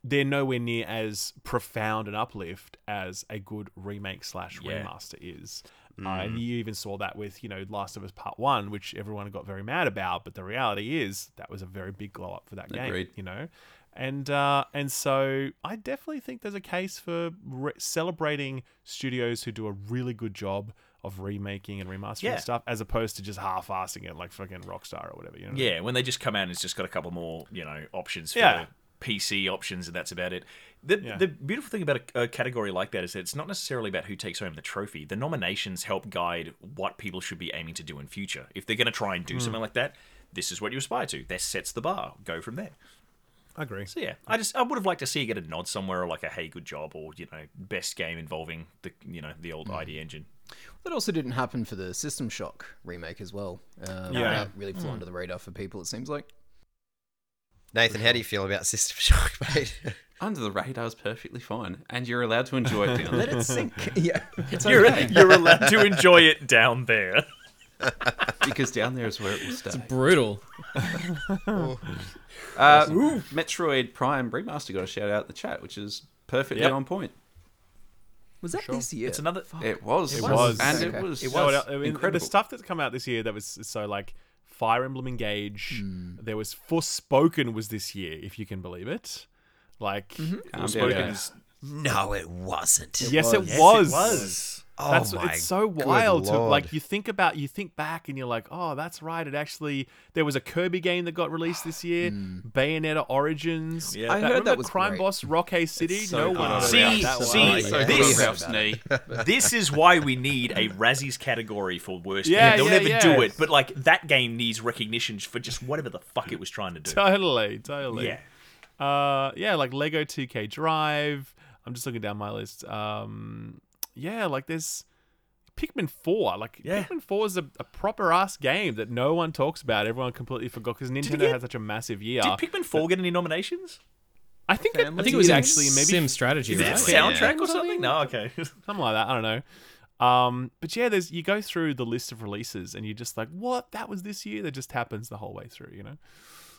[SPEAKER 4] they're nowhere near as profound an uplift as a good remake slash
[SPEAKER 2] Yeah.
[SPEAKER 4] remaster is. Uh, and you even saw that with you know Last of Us Part One, which everyone got very mad about. But the reality is that was a very big glow up for that game.
[SPEAKER 7] Agreed.
[SPEAKER 4] You know, and uh, and so I definitely think there's a case for re- celebrating studios who do a really good job of remaking and remastering
[SPEAKER 2] Yeah.
[SPEAKER 4] stuff, as opposed to just half-assing it like fucking Rockstar or whatever. You know. what I mean?
[SPEAKER 2] Yeah, when they just come out and it's just got a couple more, you know, options for
[SPEAKER 4] Yeah.
[SPEAKER 2] PC options and that's about it. The,
[SPEAKER 4] Yeah.
[SPEAKER 2] the beautiful thing about a, a category like that is that it's not necessarily about who takes home the trophy. The nominations help guide what people should be aiming to do in future. If they're going to try
[SPEAKER 4] Hmm.
[SPEAKER 2] and do something like that, this is what you aspire to. That sets the bar. Go from there.
[SPEAKER 4] I agree.
[SPEAKER 2] So yeah, I just I would have liked to see you get a nod somewhere or like a hey good job or you know best game involving the you know the old ID engine.
[SPEAKER 6] That also didn't happen for the System Shock remake as well. Um,
[SPEAKER 4] Yeah.
[SPEAKER 6] that really
[SPEAKER 8] Hmm.
[SPEAKER 6] flew under the radar for people. It seems like.
[SPEAKER 3] Nathan, how do you feel about System Shock, mate?
[SPEAKER 7] Under the radar is perfectly fine, and you're allowed to enjoy it down
[SPEAKER 6] Let
[SPEAKER 7] there.
[SPEAKER 6] it sink. Yeah. It's
[SPEAKER 2] You're,
[SPEAKER 6] okay.
[SPEAKER 2] you're allowed to enjoy it down there.
[SPEAKER 7] because down there is where it will stay.
[SPEAKER 5] Brutal.
[SPEAKER 7] Uh, Metroid Prime Remaster got a shout out in the chat, which is perfectly
[SPEAKER 2] Yep.
[SPEAKER 7] on point.
[SPEAKER 6] Was that this year?
[SPEAKER 2] It's another.
[SPEAKER 7] It was,
[SPEAKER 4] It was.
[SPEAKER 7] and
[SPEAKER 6] Okay.
[SPEAKER 7] it was,
[SPEAKER 2] It
[SPEAKER 4] No,
[SPEAKER 2] was.
[SPEAKER 4] I mean,
[SPEAKER 7] incredible.
[SPEAKER 4] The stuff that's come out this year that was so like Fire Emblem Engage.
[SPEAKER 7] Hmm.
[SPEAKER 4] There was Forspoken was this year, if you can believe it. Like
[SPEAKER 2] Mm-hmm.
[SPEAKER 7] Calm down,
[SPEAKER 2] Spoken
[SPEAKER 7] guys.
[SPEAKER 2] is-
[SPEAKER 3] No, it wasn't.
[SPEAKER 4] yes, it
[SPEAKER 2] Yes,
[SPEAKER 4] was.
[SPEAKER 2] It was.
[SPEAKER 3] oh
[SPEAKER 4] That's
[SPEAKER 3] my
[SPEAKER 4] it's so
[SPEAKER 3] good
[SPEAKER 4] wild to
[SPEAKER 3] lord.
[SPEAKER 4] like you think about you think back and you're like, oh, that's right. It actually there was a Kirby game that got released this year, Bayonetta Origins.
[SPEAKER 2] Yeah. I
[SPEAKER 6] heard that
[SPEAKER 4] remember
[SPEAKER 6] was
[SPEAKER 4] Crime
[SPEAKER 6] great.
[SPEAKER 4] Boss Roque City.
[SPEAKER 7] so
[SPEAKER 4] no one
[SPEAKER 7] good.
[SPEAKER 4] knows
[SPEAKER 2] See,
[SPEAKER 4] about that
[SPEAKER 2] see,
[SPEAKER 4] one.
[SPEAKER 7] So good
[SPEAKER 2] this-
[SPEAKER 7] on Ralph's knee.
[SPEAKER 2] This is why we need a Razzies category for worst.
[SPEAKER 4] Yeah,
[SPEAKER 2] game. They'll
[SPEAKER 4] yeah,
[SPEAKER 2] never
[SPEAKER 4] yeah.
[SPEAKER 2] do it, but like that game needs recognition for just whatever the fuck it was trying to do.
[SPEAKER 4] Totally, totally.
[SPEAKER 2] Yeah.
[SPEAKER 4] uh yeah like lego 2k drive i'm just looking down my list um yeah like there's pikmin 4 like
[SPEAKER 2] Yeah.
[SPEAKER 4] pikmin 4 is a, a proper ass game that no one talks about everyone completely forgot because nintendo
[SPEAKER 2] get-
[SPEAKER 4] had such a massive year
[SPEAKER 2] Did Pikmin 4 get any nominations?
[SPEAKER 4] i think it,
[SPEAKER 5] I think it was
[SPEAKER 4] did.
[SPEAKER 5] actually maybe
[SPEAKER 4] Sim
[SPEAKER 5] Sim strategy,
[SPEAKER 2] Is it
[SPEAKER 5] right?
[SPEAKER 2] soundtrack or something? No, okay.
[SPEAKER 4] something like that i don't know um but yeah there's you go through the list of releases and you're just like what that was this year that just happens the whole way through you know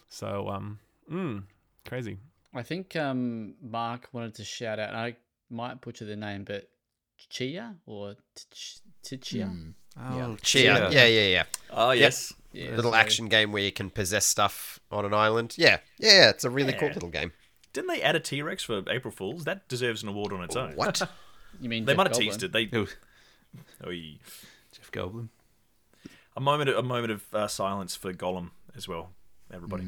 [SPEAKER 4] so um mm, crazy
[SPEAKER 1] I think um, Mark wanted to shout out, and I might butcher the name, but Chia or Tch- Tichia?
[SPEAKER 6] Hmm.
[SPEAKER 7] Oh,
[SPEAKER 3] Cheer. Yeah, yeah, yeah. yeah.
[SPEAKER 2] Oh, yes.
[SPEAKER 1] Yeah,
[SPEAKER 3] little
[SPEAKER 1] so-
[SPEAKER 3] action game where you can possess stuff on an island. Yeah, yeah, it's a really cool
[SPEAKER 2] Yeah.
[SPEAKER 3] little game.
[SPEAKER 2] Didn't they add a T Rex for April Fools? That deserves an award on its own.
[SPEAKER 3] What?
[SPEAKER 1] You mean
[SPEAKER 2] They
[SPEAKER 1] Jeff
[SPEAKER 2] might have
[SPEAKER 1] Goldblum.
[SPEAKER 2] teased it. They.
[SPEAKER 7] It was
[SPEAKER 2] Oy.
[SPEAKER 7] Jeff Goldblum.
[SPEAKER 2] A moment, of- a moment of uh, silence for Gollum as well. Everybody.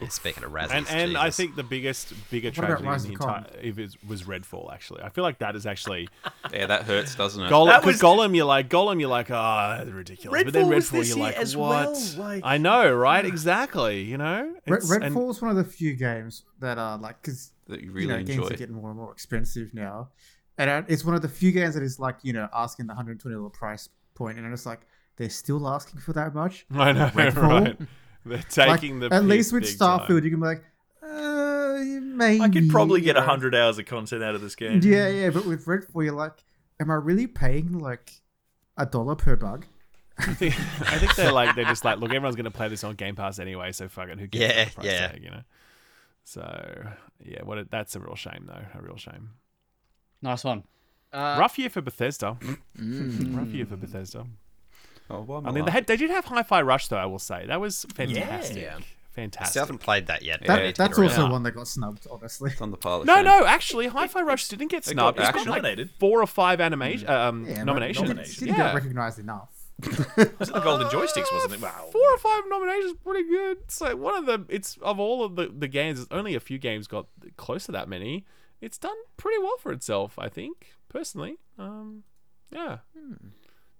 [SPEAKER 3] Yeah, speaking of Razzies,
[SPEAKER 4] and and I
[SPEAKER 3] Jesus.
[SPEAKER 4] think the biggest bigger tragedy
[SPEAKER 8] about
[SPEAKER 4] in
[SPEAKER 8] Rise
[SPEAKER 4] the
[SPEAKER 8] of Khan?
[SPEAKER 4] entire if it was Redfall actually. I feel like that is actually
[SPEAKER 7] Yeah, that hurts, doesn't it?
[SPEAKER 4] Golem.
[SPEAKER 2] That was-
[SPEAKER 4] Because Golem, you're like Golem, you're like ah ridiculous. but then
[SPEAKER 2] Redfall
[SPEAKER 4] Redfall,
[SPEAKER 2] was this
[SPEAKER 4] you're
[SPEAKER 2] year
[SPEAKER 4] like
[SPEAKER 2] as
[SPEAKER 4] what?
[SPEAKER 2] well, like-
[SPEAKER 4] I know, right? Exactly. You know,
[SPEAKER 8] Red,
[SPEAKER 4] It's- and-
[SPEAKER 8] Redfall's one of the few games that are like because
[SPEAKER 7] That you
[SPEAKER 8] you know
[SPEAKER 7] really
[SPEAKER 8] games are
[SPEAKER 7] enjoy.
[SPEAKER 8] getting more and more expensive now, and uh, it's one of the few games that is like you know asking the hundred twenty dollar price point, and I'm just like they're still asking for that much.
[SPEAKER 4] I know,
[SPEAKER 8] Redfall?
[SPEAKER 4] right? They're
[SPEAKER 8] Like,
[SPEAKER 4] taking the
[SPEAKER 8] at
[SPEAKER 4] piss
[SPEAKER 8] least with
[SPEAKER 4] big time.
[SPEAKER 8] Starfield, you can be like, uh, maybe
[SPEAKER 2] I could probably
[SPEAKER 8] you
[SPEAKER 2] get
[SPEAKER 8] know.
[SPEAKER 2] 100 hours of content out of this game.
[SPEAKER 8] Yeah, yeah, but with Redfall, you're like, am I really paying like a dollar per bug?
[SPEAKER 4] I think, I think they're like they're just like look, everyone's gonna play this on Game Pass anyway, so fuck it, who
[SPEAKER 3] Yeah,
[SPEAKER 4] cares? about the price
[SPEAKER 3] yeah.
[SPEAKER 4] tag, you know. So yeah, what a, that's a real shame though, a real shame.
[SPEAKER 1] Nice one.
[SPEAKER 4] Rough year for Bethesda. Mm. Rough year for Bethesda.
[SPEAKER 7] Oh, why am
[SPEAKER 4] I mean, they,
[SPEAKER 7] laughing?
[SPEAKER 4] had, they did have Hi Fi Rush, though, I will say. That was fantastic.
[SPEAKER 6] Yeah.
[SPEAKER 3] I still
[SPEAKER 4] Fantastic.
[SPEAKER 3] haven't played that yet. but I
[SPEAKER 8] That,
[SPEAKER 3] need to get
[SPEAKER 8] that's
[SPEAKER 3] around
[SPEAKER 8] also
[SPEAKER 3] it.
[SPEAKER 8] one that got snubbed, honestly.
[SPEAKER 7] It's on the pile of
[SPEAKER 4] No,
[SPEAKER 7] shame.
[SPEAKER 4] no, actually, Hi Fi Rush didn't get snubbed. It's got
[SPEAKER 7] actually
[SPEAKER 4] like
[SPEAKER 2] nominated.
[SPEAKER 4] four or five animation um,
[SPEAKER 8] Yeah,
[SPEAKER 4] nominations.
[SPEAKER 8] Didn't, didn't
[SPEAKER 4] yeah.
[SPEAKER 8] get recognized enough.
[SPEAKER 2] Was it the Golden Joysticks, wasn't it? Wow.
[SPEAKER 4] Four or five nominations, is pretty good. It's like one of the, it's of all of the, the games, only a few games got close to that many. It's done pretty well for itself, I think, personally. Um, yeah.
[SPEAKER 7] Hmm.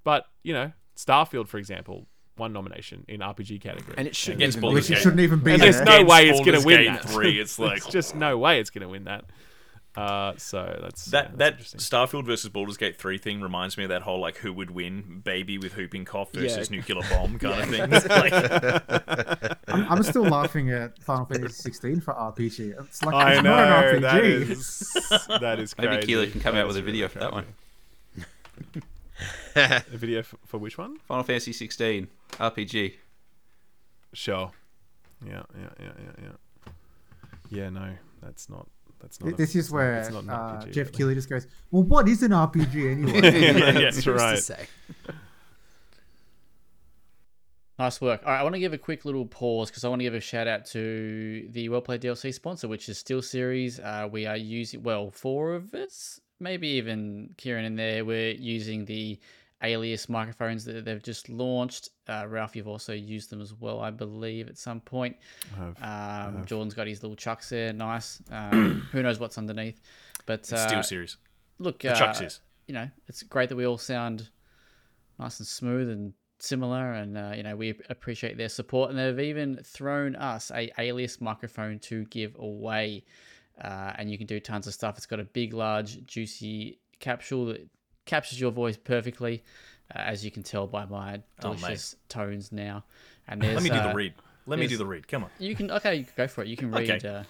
[SPEAKER 4] But, you know, Starfield, for example, one nomination in RPG category.
[SPEAKER 6] And it shouldn't
[SPEAKER 2] Against
[SPEAKER 6] even
[SPEAKER 2] Baldur's
[SPEAKER 8] Which
[SPEAKER 2] Gate.
[SPEAKER 8] it shouldn't even be
[SPEAKER 4] And
[SPEAKER 8] there.
[SPEAKER 4] there's no
[SPEAKER 2] Against
[SPEAKER 4] way it's gonna
[SPEAKER 2] Baldur's
[SPEAKER 4] win
[SPEAKER 2] Gate
[SPEAKER 4] that.
[SPEAKER 2] 3. It's like
[SPEAKER 4] There's just no way it's going to win that. Uh, so that's
[SPEAKER 2] that
[SPEAKER 4] yeah, that's
[SPEAKER 2] that
[SPEAKER 4] interesting.
[SPEAKER 2] Starfield versus Baldur's Gate 3 thing reminds me of that whole like who would win baby with whooping cough versus nuclear bomb kind of thing. It's like,
[SPEAKER 8] I'm, I'm still laughing at Final Fantasy 16 for RPG. It's like
[SPEAKER 4] I
[SPEAKER 8] it's
[SPEAKER 4] know
[SPEAKER 8] not an RPG.
[SPEAKER 4] that is that is crazy.
[SPEAKER 7] Maybe Keeler can come
[SPEAKER 4] That
[SPEAKER 7] out with
[SPEAKER 4] is
[SPEAKER 7] a video
[SPEAKER 4] really
[SPEAKER 7] for that one.
[SPEAKER 4] crazy. A video for, for which one?
[SPEAKER 7] Final Fantasy 16 RPG.
[SPEAKER 4] Sure. Yeah, yeah, yeah, yeah, yeah. Yeah, no, that's not. That's not.
[SPEAKER 8] Th-
[SPEAKER 4] a-
[SPEAKER 8] This
[SPEAKER 4] it's
[SPEAKER 8] is
[SPEAKER 4] not-
[SPEAKER 8] where
[SPEAKER 4] it's not an
[SPEAKER 8] uh,
[SPEAKER 4] RPG,
[SPEAKER 8] Jeff
[SPEAKER 4] really.
[SPEAKER 8] Keighley just goes, "Well, what is an RPG anyway?"
[SPEAKER 4] yeah,
[SPEAKER 6] Who's
[SPEAKER 4] that's
[SPEAKER 6] to
[SPEAKER 4] right.
[SPEAKER 6] say?
[SPEAKER 1] Nice work. All right, I want to give a quick little pause because I want to give a shout out to the Well Played DLC sponsor, which is Steel Series. Uh, we are using, well, four of us, maybe even Kieran in there. We're using the alias microphones that they've just launched. Uh, Ralph, you've also used them as well, I believe, at some point. Um, Jordan's got his little chucks there. Nice. Um, who knows what's underneath? But uh,
[SPEAKER 2] Steel Series.
[SPEAKER 1] look,
[SPEAKER 2] The Chucks
[SPEAKER 1] uh,
[SPEAKER 2] is.
[SPEAKER 1] you know, it's great that we all sound nice and smooth and similar, and uh, you know, we appreciate their support. And they've even thrown us a alias microphone to give away, uh, and you can do tons of stuff. It's got a big, large, juicy capsule that captures your voice perfectly, uh, as you can tell by my
[SPEAKER 2] Oh, mate.
[SPEAKER 1] delicious tones now. And there's,
[SPEAKER 2] Let me do
[SPEAKER 1] uh,
[SPEAKER 2] the read. Let me
[SPEAKER 1] there's-
[SPEAKER 2] do the read. Come on.
[SPEAKER 1] uh, You can okay, you can go for it. You can
[SPEAKER 2] Okay.
[SPEAKER 1] read. Uh,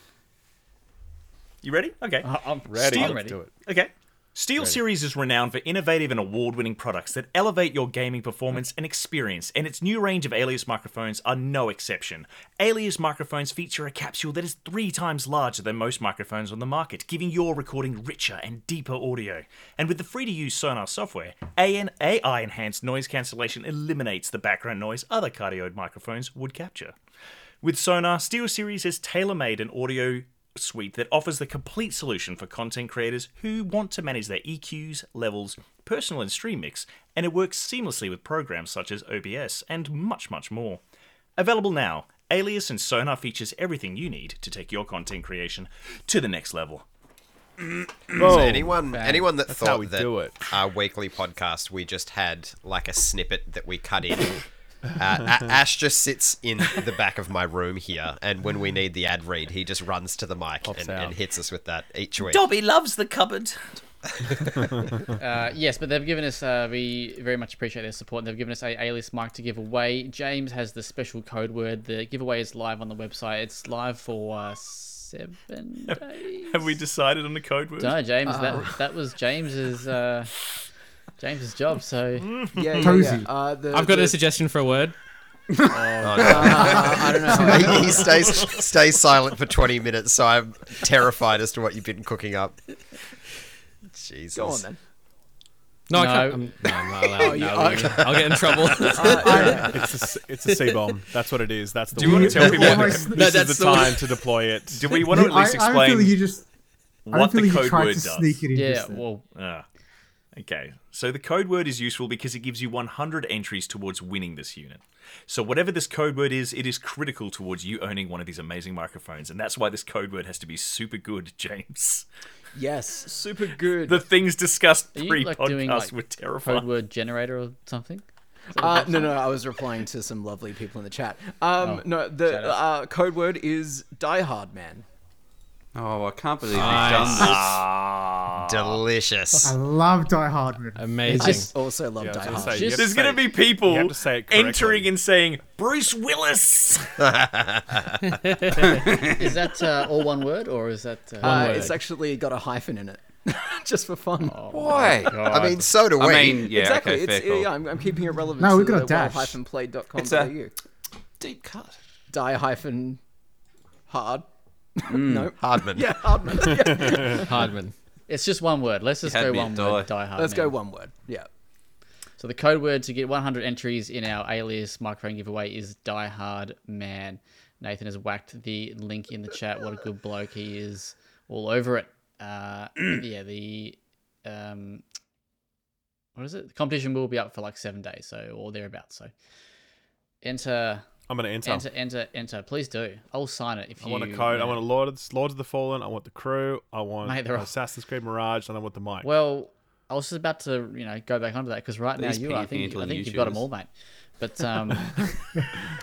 [SPEAKER 2] You ready? Okay.
[SPEAKER 1] I- I'm
[SPEAKER 4] Ready?
[SPEAKER 1] I'm
[SPEAKER 2] Steel-
[SPEAKER 1] ready.
[SPEAKER 4] Do it.
[SPEAKER 2] Okay. Steel Series is renowned for innovative and award winning products that elevate your gaming performance and experience, and its new range of Alias microphones are no exception. Alias microphones feature a capsule that is three times larger than most microphones on the market, giving your recording richer and deeper audio. And with the free to use Sonar software, AN- AI enhanced noise cancellation eliminates the background noise other cardioid microphones would capture. With Sonar, SteelSeries has tailor made an audio suite that offers the complete solution for content creators who want to manage their EQs, levels, personal and stream mix, and it works seamlessly with programs such as OBS and much, much more. Available now, Alias and Sonar features everything you need to take your content creation to the next level.
[SPEAKER 3] So anyone, anyone that
[SPEAKER 4] how
[SPEAKER 3] thought
[SPEAKER 4] we
[SPEAKER 3] that
[SPEAKER 4] do it.
[SPEAKER 3] our weekly podcast, we just had like a snippet that we cut in. Uh, A- Ash just sits in the back of my room here, and when we need the ad read, he just runs to the mic and,
[SPEAKER 4] out.
[SPEAKER 3] and hits us with that each week.
[SPEAKER 2] Dobby loves the cupboard.
[SPEAKER 1] Uh, yes, but they've given us. Uh, we very much appreciate their support. and They've given us a alias mic to give away. James has the special code word. The giveaway is live on the website. It's live for uh, seven days.
[SPEAKER 2] Have we decided on the code word?
[SPEAKER 1] No, James.
[SPEAKER 6] Oh.
[SPEAKER 1] That that was James's uh, James's job. So
[SPEAKER 6] Yeah, yeah, yeah.
[SPEAKER 8] Cozy.
[SPEAKER 6] Uh, the,
[SPEAKER 5] I've got
[SPEAKER 6] the, uh,
[SPEAKER 5] a suggestion for a word.
[SPEAKER 6] I don't know.
[SPEAKER 3] he stays stays silent for twenty minutes, so I'm terrified as to what you've been cooking up. Jesus,
[SPEAKER 6] Go on then.
[SPEAKER 5] No, Oh,
[SPEAKER 1] No.
[SPEAKER 5] I can't. I'm, no, I'm not allowed.
[SPEAKER 6] you-
[SPEAKER 5] no, I'll get in trouble.
[SPEAKER 4] It's a, s- it's a C bomb. That's what it is. That's the.
[SPEAKER 2] Do you want to
[SPEAKER 4] word.
[SPEAKER 2] tell people?
[SPEAKER 8] Yeah.
[SPEAKER 2] what-
[SPEAKER 4] This
[SPEAKER 5] No,
[SPEAKER 4] is
[SPEAKER 5] that's
[SPEAKER 4] the
[SPEAKER 5] the one.
[SPEAKER 4] time to deploy it.
[SPEAKER 2] Do we want to at least
[SPEAKER 8] I, I feel
[SPEAKER 2] explain
[SPEAKER 8] you just. I
[SPEAKER 2] what
[SPEAKER 8] feel
[SPEAKER 2] the
[SPEAKER 8] you
[SPEAKER 2] code
[SPEAKER 8] tried
[SPEAKER 2] word
[SPEAKER 8] to
[SPEAKER 2] does?
[SPEAKER 8] sneak it in.
[SPEAKER 1] yeah,
[SPEAKER 8] just then.
[SPEAKER 1] well,
[SPEAKER 2] Ah, okay. So the code word is useful because it gives you 100 entries towards winning this unit. So whatever this code word is, it is critical towards you owning one of these amazing microphones, and that's why this code word has to be super good, James.
[SPEAKER 6] Yes, super good.
[SPEAKER 2] The things discussed
[SPEAKER 1] Are you,
[SPEAKER 2] pre-podcast
[SPEAKER 1] like, doing, like,
[SPEAKER 2] were
[SPEAKER 1] code
[SPEAKER 2] terrifying.
[SPEAKER 1] word generator or something.
[SPEAKER 6] Uh, no, no, I was replying to some lovely people in the chat. Um, no, the uh, code word is Die Hard Man.
[SPEAKER 7] Oh, I can't believe you've done this. Ah.
[SPEAKER 3] delicious.
[SPEAKER 8] I love Die Hard. man.
[SPEAKER 1] Um,
[SPEAKER 5] Amazing.
[SPEAKER 6] I s- also love
[SPEAKER 4] I
[SPEAKER 6] Die
[SPEAKER 4] was gonna
[SPEAKER 6] Hard.
[SPEAKER 4] say, you have to
[SPEAKER 2] There's
[SPEAKER 4] say
[SPEAKER 2] going to
[SPEAKER 4] it.
[SPEAKER 2] be people
[SPEAKER 4] You have to say it correctly.
[SPEAKER 2] entering and saying Bruce Willis.
[SPEAKER 1] Is that uh, all one word or is that? Uh,
[SPEAKER 6] Uh,
[SPEAKER 5] word.
[SPEAKER 6] it's actually got a hyphen in it, just for fun.
[SPEAKER 7] Why?
[SPEAKER 3] I mean, so do we.
[SPEAKER 7] I mean, yeah,
[SPEAKER 6] exactly.
[SPEAKER 7] okay,
[SPEAKER 6] it's,
[SPEAKER 7] fair call.
[SPEAKER 6] yeah, I'm, I'm keeping it relevant.
[SPEAKER 8] No,
[SPEAKER 6] to
[SPEAKER 8] we've got
[SPEAKER 6] the
[SPEAKER 8] a dash.
[SPEAKER 6] Well-played.com.
[SPEAKER 7] It's a-
[SPEAKER 6] deep cut. Die hyphen hard. no.
[SPEAKER 3] Hardman.
[SPEAKER 6] Yeah, hard man. Yeah.
[SPEAKER 5] Hardman.
[SPEAKER 1] It's just one word. Let's just
[SPEAKER 7] had
[SPEAKER 1] go
[SPEAKER 7] me at
[SPEAKER 1] one word.
[SPEAKER 7] die.
[SPEAKER 1] Die hard.
[SPEAKER 6] Let's
[SPEAKER 1] man.
[SPEAKER 6] go one word. Yeah.
[SPEAKER 1] So the code word to get 100 entries in our alias microphone giveaway is Die Hard Man. Nathan has whacked the link in the chat. What a good bloke he is. All over it. Uh, yeah, the um, what is it? The competition will be up for like seven days, so or thereabouts. So enter,
[SPEAKER 4] I'm going to enter.
[SPEAKER 1] enter, enter, enter. Please do. I'll sign it if
[SPEAKER 4] I
[SPEAKER 1] you.
[SPEAKER 4] want a code. I
[SPEAKER 1] yeah.
[SPEAKER 4] want a Lord of, Lords of the Fallen. I want the crew. I want
[SPEAKER 1] Mate, they're all-
[SPEAKER 4] Assassin's Creed Mirage, and I want the mic.
[SPEAKER 1] Well, I was just about to, you know, go back onto that because right
[SPEAKER 7] These
[SPEAKER 1] now you are. I think,
[SPEAKER 7] panhandling
[SPEAKER 1] I think you've got them
[SPEAKER 7] YouTubers.
[SPEAKER 1] all, mate. But um,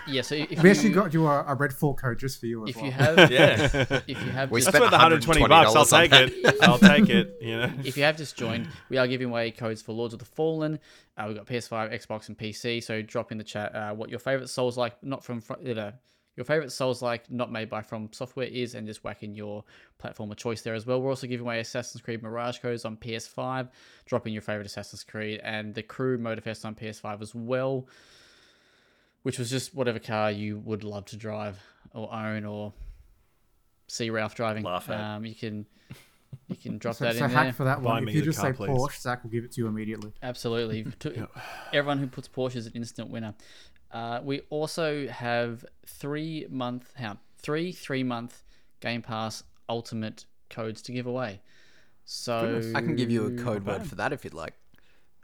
[SPEAKER 1] yeah, so if
[SPEAKER 8] We
[SPEAKER 1] you,
[SPEAKER 8] actually got you a, a red four code just for you as
[SPEAKER 1] if
[SPEAKER 8] well.
[SPEAKER 1] you have
[SPEAKER 2] yeah.
[SPEAKER 1] if you have
[SPEAKER 3] We
[SPEAKER 1] just,
[SPEAKER 4] That's
[SPEAKER 3] spent
[SPEAKER 4] worth 120 bucks. I'll
[SPEAKER 3] $120 on
[SPEAKER 4] take it. I'll take it. You know.
[SPEAKER 1] if you have just joined, we are giving away codes for Lords of the Fallen. Uh, we've got PS5, Xbox, and PC. So drop in the chat uh, what your favorite Souls like, not from fr- you know, your favorite Souls like, not made by From Software is, and just whack in your platform of choice there as well. We're also giving away Assassin's Creed Mirage codes on PS5. Drop in your favorite Assassin's Creed and the Crew Motorfest on PS5 as well, which was just whatever car you would love to drive or own or see Ralph driving.
[SPEAKER 2] Laugh at.
[SPEAKER 1] Um, you can. You can drop
[SPEAKER 8] so
[SPEAKER 1] that
[SPEAKER 8] so
[SPEAKER 1] in
[SPEAKER 8] hack
[SPEAKER 1] there.
[SPEAKER 8] for that
[SPEAKER 4] Buy
[SPEAKER 8] one.
[SPEAKER 4] me
[SPEAKER 8] If you
[SPEAKER 4] the
[SPEAKER 8] just
[SPEAKER 4] car,
[SPEAKER 8] say
[SPEAKER 4] please.
[SPEAKER 8] Porsche, Zach will give it to you immediately.
[SPEAKER 1] Absolutely. To- Everyone who puts Porsche is an instant winner. Uh, we also have three month how three three month Game Pass Ultimate codes to give away. So
[SPEAKER 6] I can give you a code word for that if you'd like.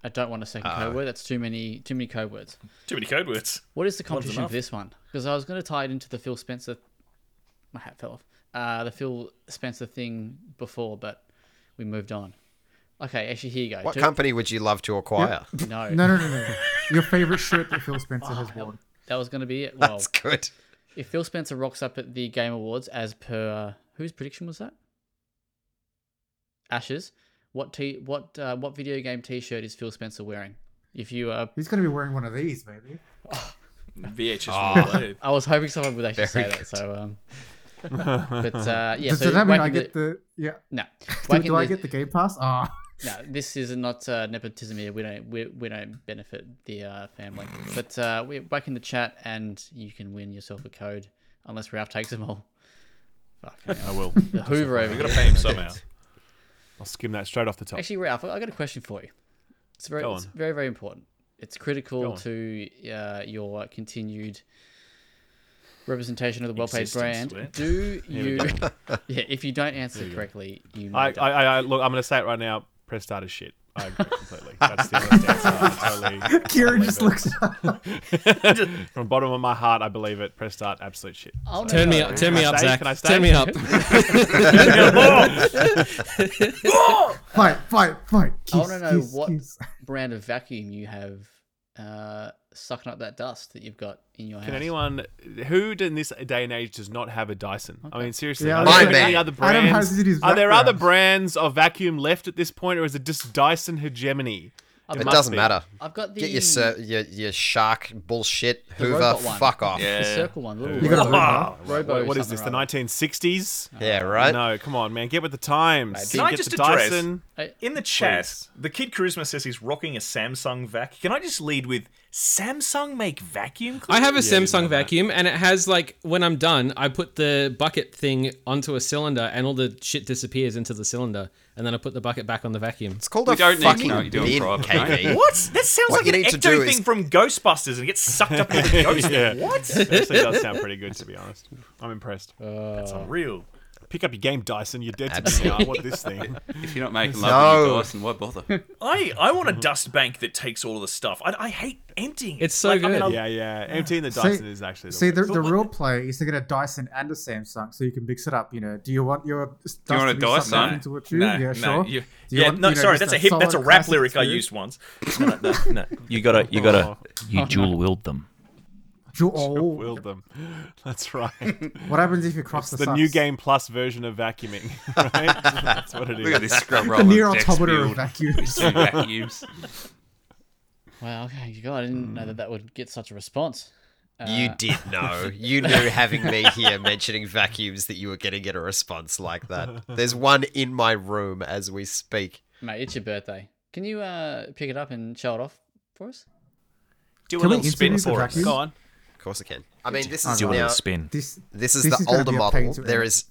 [SPEAKER 1] I don't want a second code word. That's too many too many code words.
[SPEAKER 2] Too many code words.
[SPEAKER 1] What is the competition for this one? Because I was going to tie it into the Phil Spencer. My hat fell off. Uh, the Phil Spencer thing before, but we moved on. Okay, actually, here you go.
[SPEAKER 3] What
[SPEAKER 1] Ju-
[SPEAKER 3] company would you love to acquire?
[SPEAKER 4] Oh,
[SPEAKER 1] no,
[SPEAKER 8] No, no, no, no. no. Your favorite shirt that Phil Spencer has
[SPEAKER 1] Oh,
[SPEAKER 8] worn.
[SPEAKER 1] that was going to be it. Well,
[SPEAKER 3] That's good.
[SPEAKER 1] If Phil Spencer rocks up at the Game Awards as per uh, whose prediction was that? Ashes. What t what uh, what video game T-shirt is Phil Spencer wearing? If you uh,
[SPEAKER 8] He's going to be wearing one of these, maybe.
[SPEAKER 2] VHS.
[SPEAKER 3] Ah.
[SPEAKER 2] relayed.
[SPEAKER 7] Ah.
[SPEAKER 1] I was hoping someone would actually
[SPEAKER 3] Very
[SPEAKER 1] say that.
[SPEAKER 3] good.
[SPEAKER 1] So um, But uh, yeah,
[SPEAKER 8] Does,
[SPEAKER 1] so
[SPEAKER 8] does that mean I
[SPEAKER 1] Whacking
[SPEAKER 8] get the yeah?
[SPEAKER 1] no.
[SPEAKER 8] Do,
[SPEAKER 1] Whacking
[SPEAKER 8] do I
[SPEAKER 1] the-
[SPEAKER 8] get the Game Pass? Ah,
[SPEAKER 1] no, this is not uh, nepotism here. We don't we, we don't benefit the uh, family. But uh, we're back in the chat, and you can win yourself a code, unless Ralph takes them all. Fuck,
[SPEAKER 4] I will.
[SPEAKER 1] the Hoover over
[SPEAKER 2] We've got
[SPEAKER 1] here.
[SPEAKER 2] to pay him somehow.
[SPEAKER 4] I'll skim that straight off the top.
[SPEAKER 1] Actually, Ralph, I I got a question for you. It's very
[SPEAKER 4] Go
[SPEAKER 1] it's
[SPEAKER 4] on.
[SPEAKER 1] very very important. It's critical
[SPEAKER 4] on.
[SPEAKER 1] to uh, your continued representation of the well paid
[SPEAKER 2] Existence,
[SPEAKER 1] brand.
[SPEAKER 2] right?
[SPEAKER 1] Do you? yeah, if you don't answer correctly, you.
[SPEAKER 4] I,
[SPEAKER 1] know
[SPEAKER 4] I, I, I look. I'm going to say it right now. Press start is shit. I agree completely. That's the honest answer. I totally.
[SPEAKER 8] Kieran just
[SPEAKER 4] believe
[SPEAKER 8] looks.
[SPEAKER 4] it. from the bottom of my heart. I believe it. Press start, absolute shit.
[SPEAKER 1] I'll
[SPEAKER 4] So-
[SPEAKER 5] Turn
[SPEAKER 1] never
[SPEAKER 5] me
[SPEAKER 1] know.
[SPEAKER 5] up. Turn me
[SPEAKER 4] Can I
[SPEAKER 5] up,
[SPEAKER 4] stay?
[SPEAKER 5] Zach.
[SPEAKER 4] Can I stay?
[SPEAKER 5] Turn me up.
[SPEAKER 8] fight, fight, fight. Kiss,
[SPEAKER 1] I want to know
[SPEAKER 8] kiss,
[SPEAKER 1] what
[SPEAKER 8] kiss.
[SPEAKER 1] brand of vacuum you have uh, sucking up that dust that you've got in your
[SPEAKER 4] Can
[SPEAKER 1] house.
[SPEAKER 4] anyone who in this day and age does not have a Dyson? I mean, seriously,
[SPEAKER 8] Yeah, I
[SPEAKER 4] are
[SPEAKER 8] was
[SPEAKER 4] there
[SPEAKER 3] gonna
[SPEAKER 4] any
[SPEAKER 3] say,
[SPEAKER 4] other
[SPEAKER 8] Adam
[SPEAKER 4] brands?
[SPEAKER 8] has it in his
[SPEAKER 4] are there other
[SPEAKER 8] background.
[SPEAKER 4] brands of vacuum left at this point, or is it just Dyson hegemony?
[SPEAKER 1] It
[SPEAKER 3] It
[SPEAKER 4] must
[SPEAKER 3] doesn't
[SPEAKER 4] be.
[SPEAKER 3] matter.
[SPEAKER 1] I've got the
[SPEAKER 3] Get your, sir, your your shark bullshit
[SPEAKER 1] the
[SPEAKER 3] Hoover.
[SPEAKER 1] robot one.
[SPEAKER 3] Fuck off.
[SPEAKER 1] The
[SPEAKER 2] Yeah.
[SPEAKER 1] circle one. Little
[SPEAKER 8] You got a
[SPEAKER 1] robot.
[SPEAKER 8] Hoover?
[SPEAKER 1] Robo
[SPEAKER 4] Wait, what is
[SPEAKER 1] something
[SPEAKER 4] this?
[SPEAKER 1] or
[SPEAKER 4] The
[SPEAKER 1] other.
[SPEAKER 4] 1960s?
[SPEAKER 3] Yeah, right.
[SPEAKER 4] No, come on, man, get with the times.
[SPEAKER 2] Can I
[SPEAKER 4] get
[SPEAKER 2] just
[SPEAKER 4] the
[SPEAKER 2] address-
[SPEAKER 4] Dyson.
[SPEAKER 2] In the chat, the kid Charisma says he's rocking a Samsung vac. Can I just lead with Samsung make vacuum
[SPEAKER 5] I
[SPEAKER 2] cleaners?
[SPEAKER 5] have a Samsung vacuum, and it has like when I'm done, I put the bucket thing onto a cylinder, and all the shit disappears into the cylinder, and then I put the bucket back on the vacuum.
[SPEAKER 3] It's called
[SPEAKER 7] We
[SPEAKER 3] a
[SPEAKER 7] don't need to
[SPEAKER 3] fucking
[SPEAKER 7] know what you're doing
[SPEAKER 3] bin,
[SPEAKER 7] private,
[SPEAKER 3] KD.
[SPEAKER 2] What? That sounds
[SPEAKER 3] What
[SPEAKER 2] like
[SPEAKER 3] you
[SPEAKER 2] an
[SPEAKER 3] need to
[SPEAKER 2] ecto
[SPEAKER 3] do
[SPEAKER 2] thing
[SPEAKER 3] is-
[SPEAKER 2] from Ghostbusters and gets sucked up into the ghost.
[SPEAKER 4] Oh, Yeah.
[SPEAKER 2] What?
[SPEAKER 4] It actually does sound pretty good, to be honest. I'm impressed.
[SPEAKER 2] That's unreal.
[SPEAKER 4] Pick up your game, Dyson. You're dead to me now. What this thing?
[SPEAKER 7] If you're not making love with
[SPEAKER 3] No.
[SPEAKER 7] your Dyson, why bother?
[SPEAKER 2] I, I want a dust bank that takes all of the stuff. I, I hate emptying. it.
[SPEAKER 5] It's so
[SPEAKER 2] Like, I
[SPEAKER 5] good.
[SPEAKER 2] mean, I-
[SPEAKER 4] Yeah, yeah. Emptying the
[SPEAKER 8] See-
[SPEAKER 4] Dyson is actually the
[SPEAKER 8] See, the,
[SPEAKER 4] worst.
[SPEAKER 8] the real play is to get a Dyson and a Samsung, so you can mix it up. You know, do you want your
[SPEAKER 7] Do you want a Dyson?
[SPEAKER 8] Into a tube?
[SPEAKER 2] No,
[SPEAKER 8] yeah,
[SPEAKER 2] no,
[SPEAKER 8] sure.
[SPEAKER 2] you-
[SPEAKER 8] Do you
[SPEAKER 2] yeah,
[SPEAKER 8] want,
[SPEAKER 2] no,
[SPEAKER 8] you know,
[SPEAKER 2] sorry,
[SPEAKER 8] just
[SPEAKER 2] that's a hip, that's a
[SPEAKER 8] solid
[SPEAKER 2] rap
[SPEAKER 8] classic
[SPEAKER 2] lyric I
[SPEAKER 8] tube?
[SPEAKER 2] used once. No, no, no, no. You gotta, you gotta, you dual wield them.
[SPEAKER 8] Do- oh,
[SPEAKER 4] Willed them. That's right.
[SPEAKER 8] What happens if you cross
[SPEAKER 4] the
[SPEAKER 8] the
[SPEAKER 4] new
[SPEAKER 8] sucks?
[SPEAKER 4] game plus version of vacuuming. Right? That's what it is.
[SPEAKER 7] Look at this scrub
[SPEAKER 8] The
[SPEAKER 7] roller.
[SPEAKER 8] near
[SPEAKER 7] Dex
[SPEAKER 8] automator of
[SPEAKER 7] build.
[SPEAKER 8] vacuums.
[SPEAKER 7] Two vacuums.
[SPEAKER 1] Wow. Okay. God, I didn't
[SPEAKER 4] Hmm.
[SPEAKER 1] know that that would get such a response. Uh.
[SPEAKER 3] You did know. You knew having me here mentioning vacuums that you were going to get a response like that. There's one in my room as we speak.
[SPEAKER 1] Mate, it's your birthday. Can you uh, pick it up and show it off for us?
[SPEAKER 2] Do a
[SPEAKER 8] Can we
[SPEAKER 2] little spin
[SPEAKER 8] introduce the
[SPEAKER 2] for us.
[SPEAKER 8] vacuum?
[SPEAKER 4] Go on.
[SPEAKER 3] Of course, I can. I mean, this is
[SPEAKER 2] Do a
[SPEAKER 3] now,
[SPEAKER 2] little spin.
[SPEAKER 8] this
[SPEAKER 3] this is
[SPEAKER 8] This
[SPEAKER 3] the
[SPEAKER 8] is gonna
[SPEAKER 3] older
[SPEAKER 8] be a pain
[SPEAKER 3] model.
[SPEAKER 8] to
[SPEAKER 3] There
[SPEAKER 8] edit.
[SPEAKER 3] is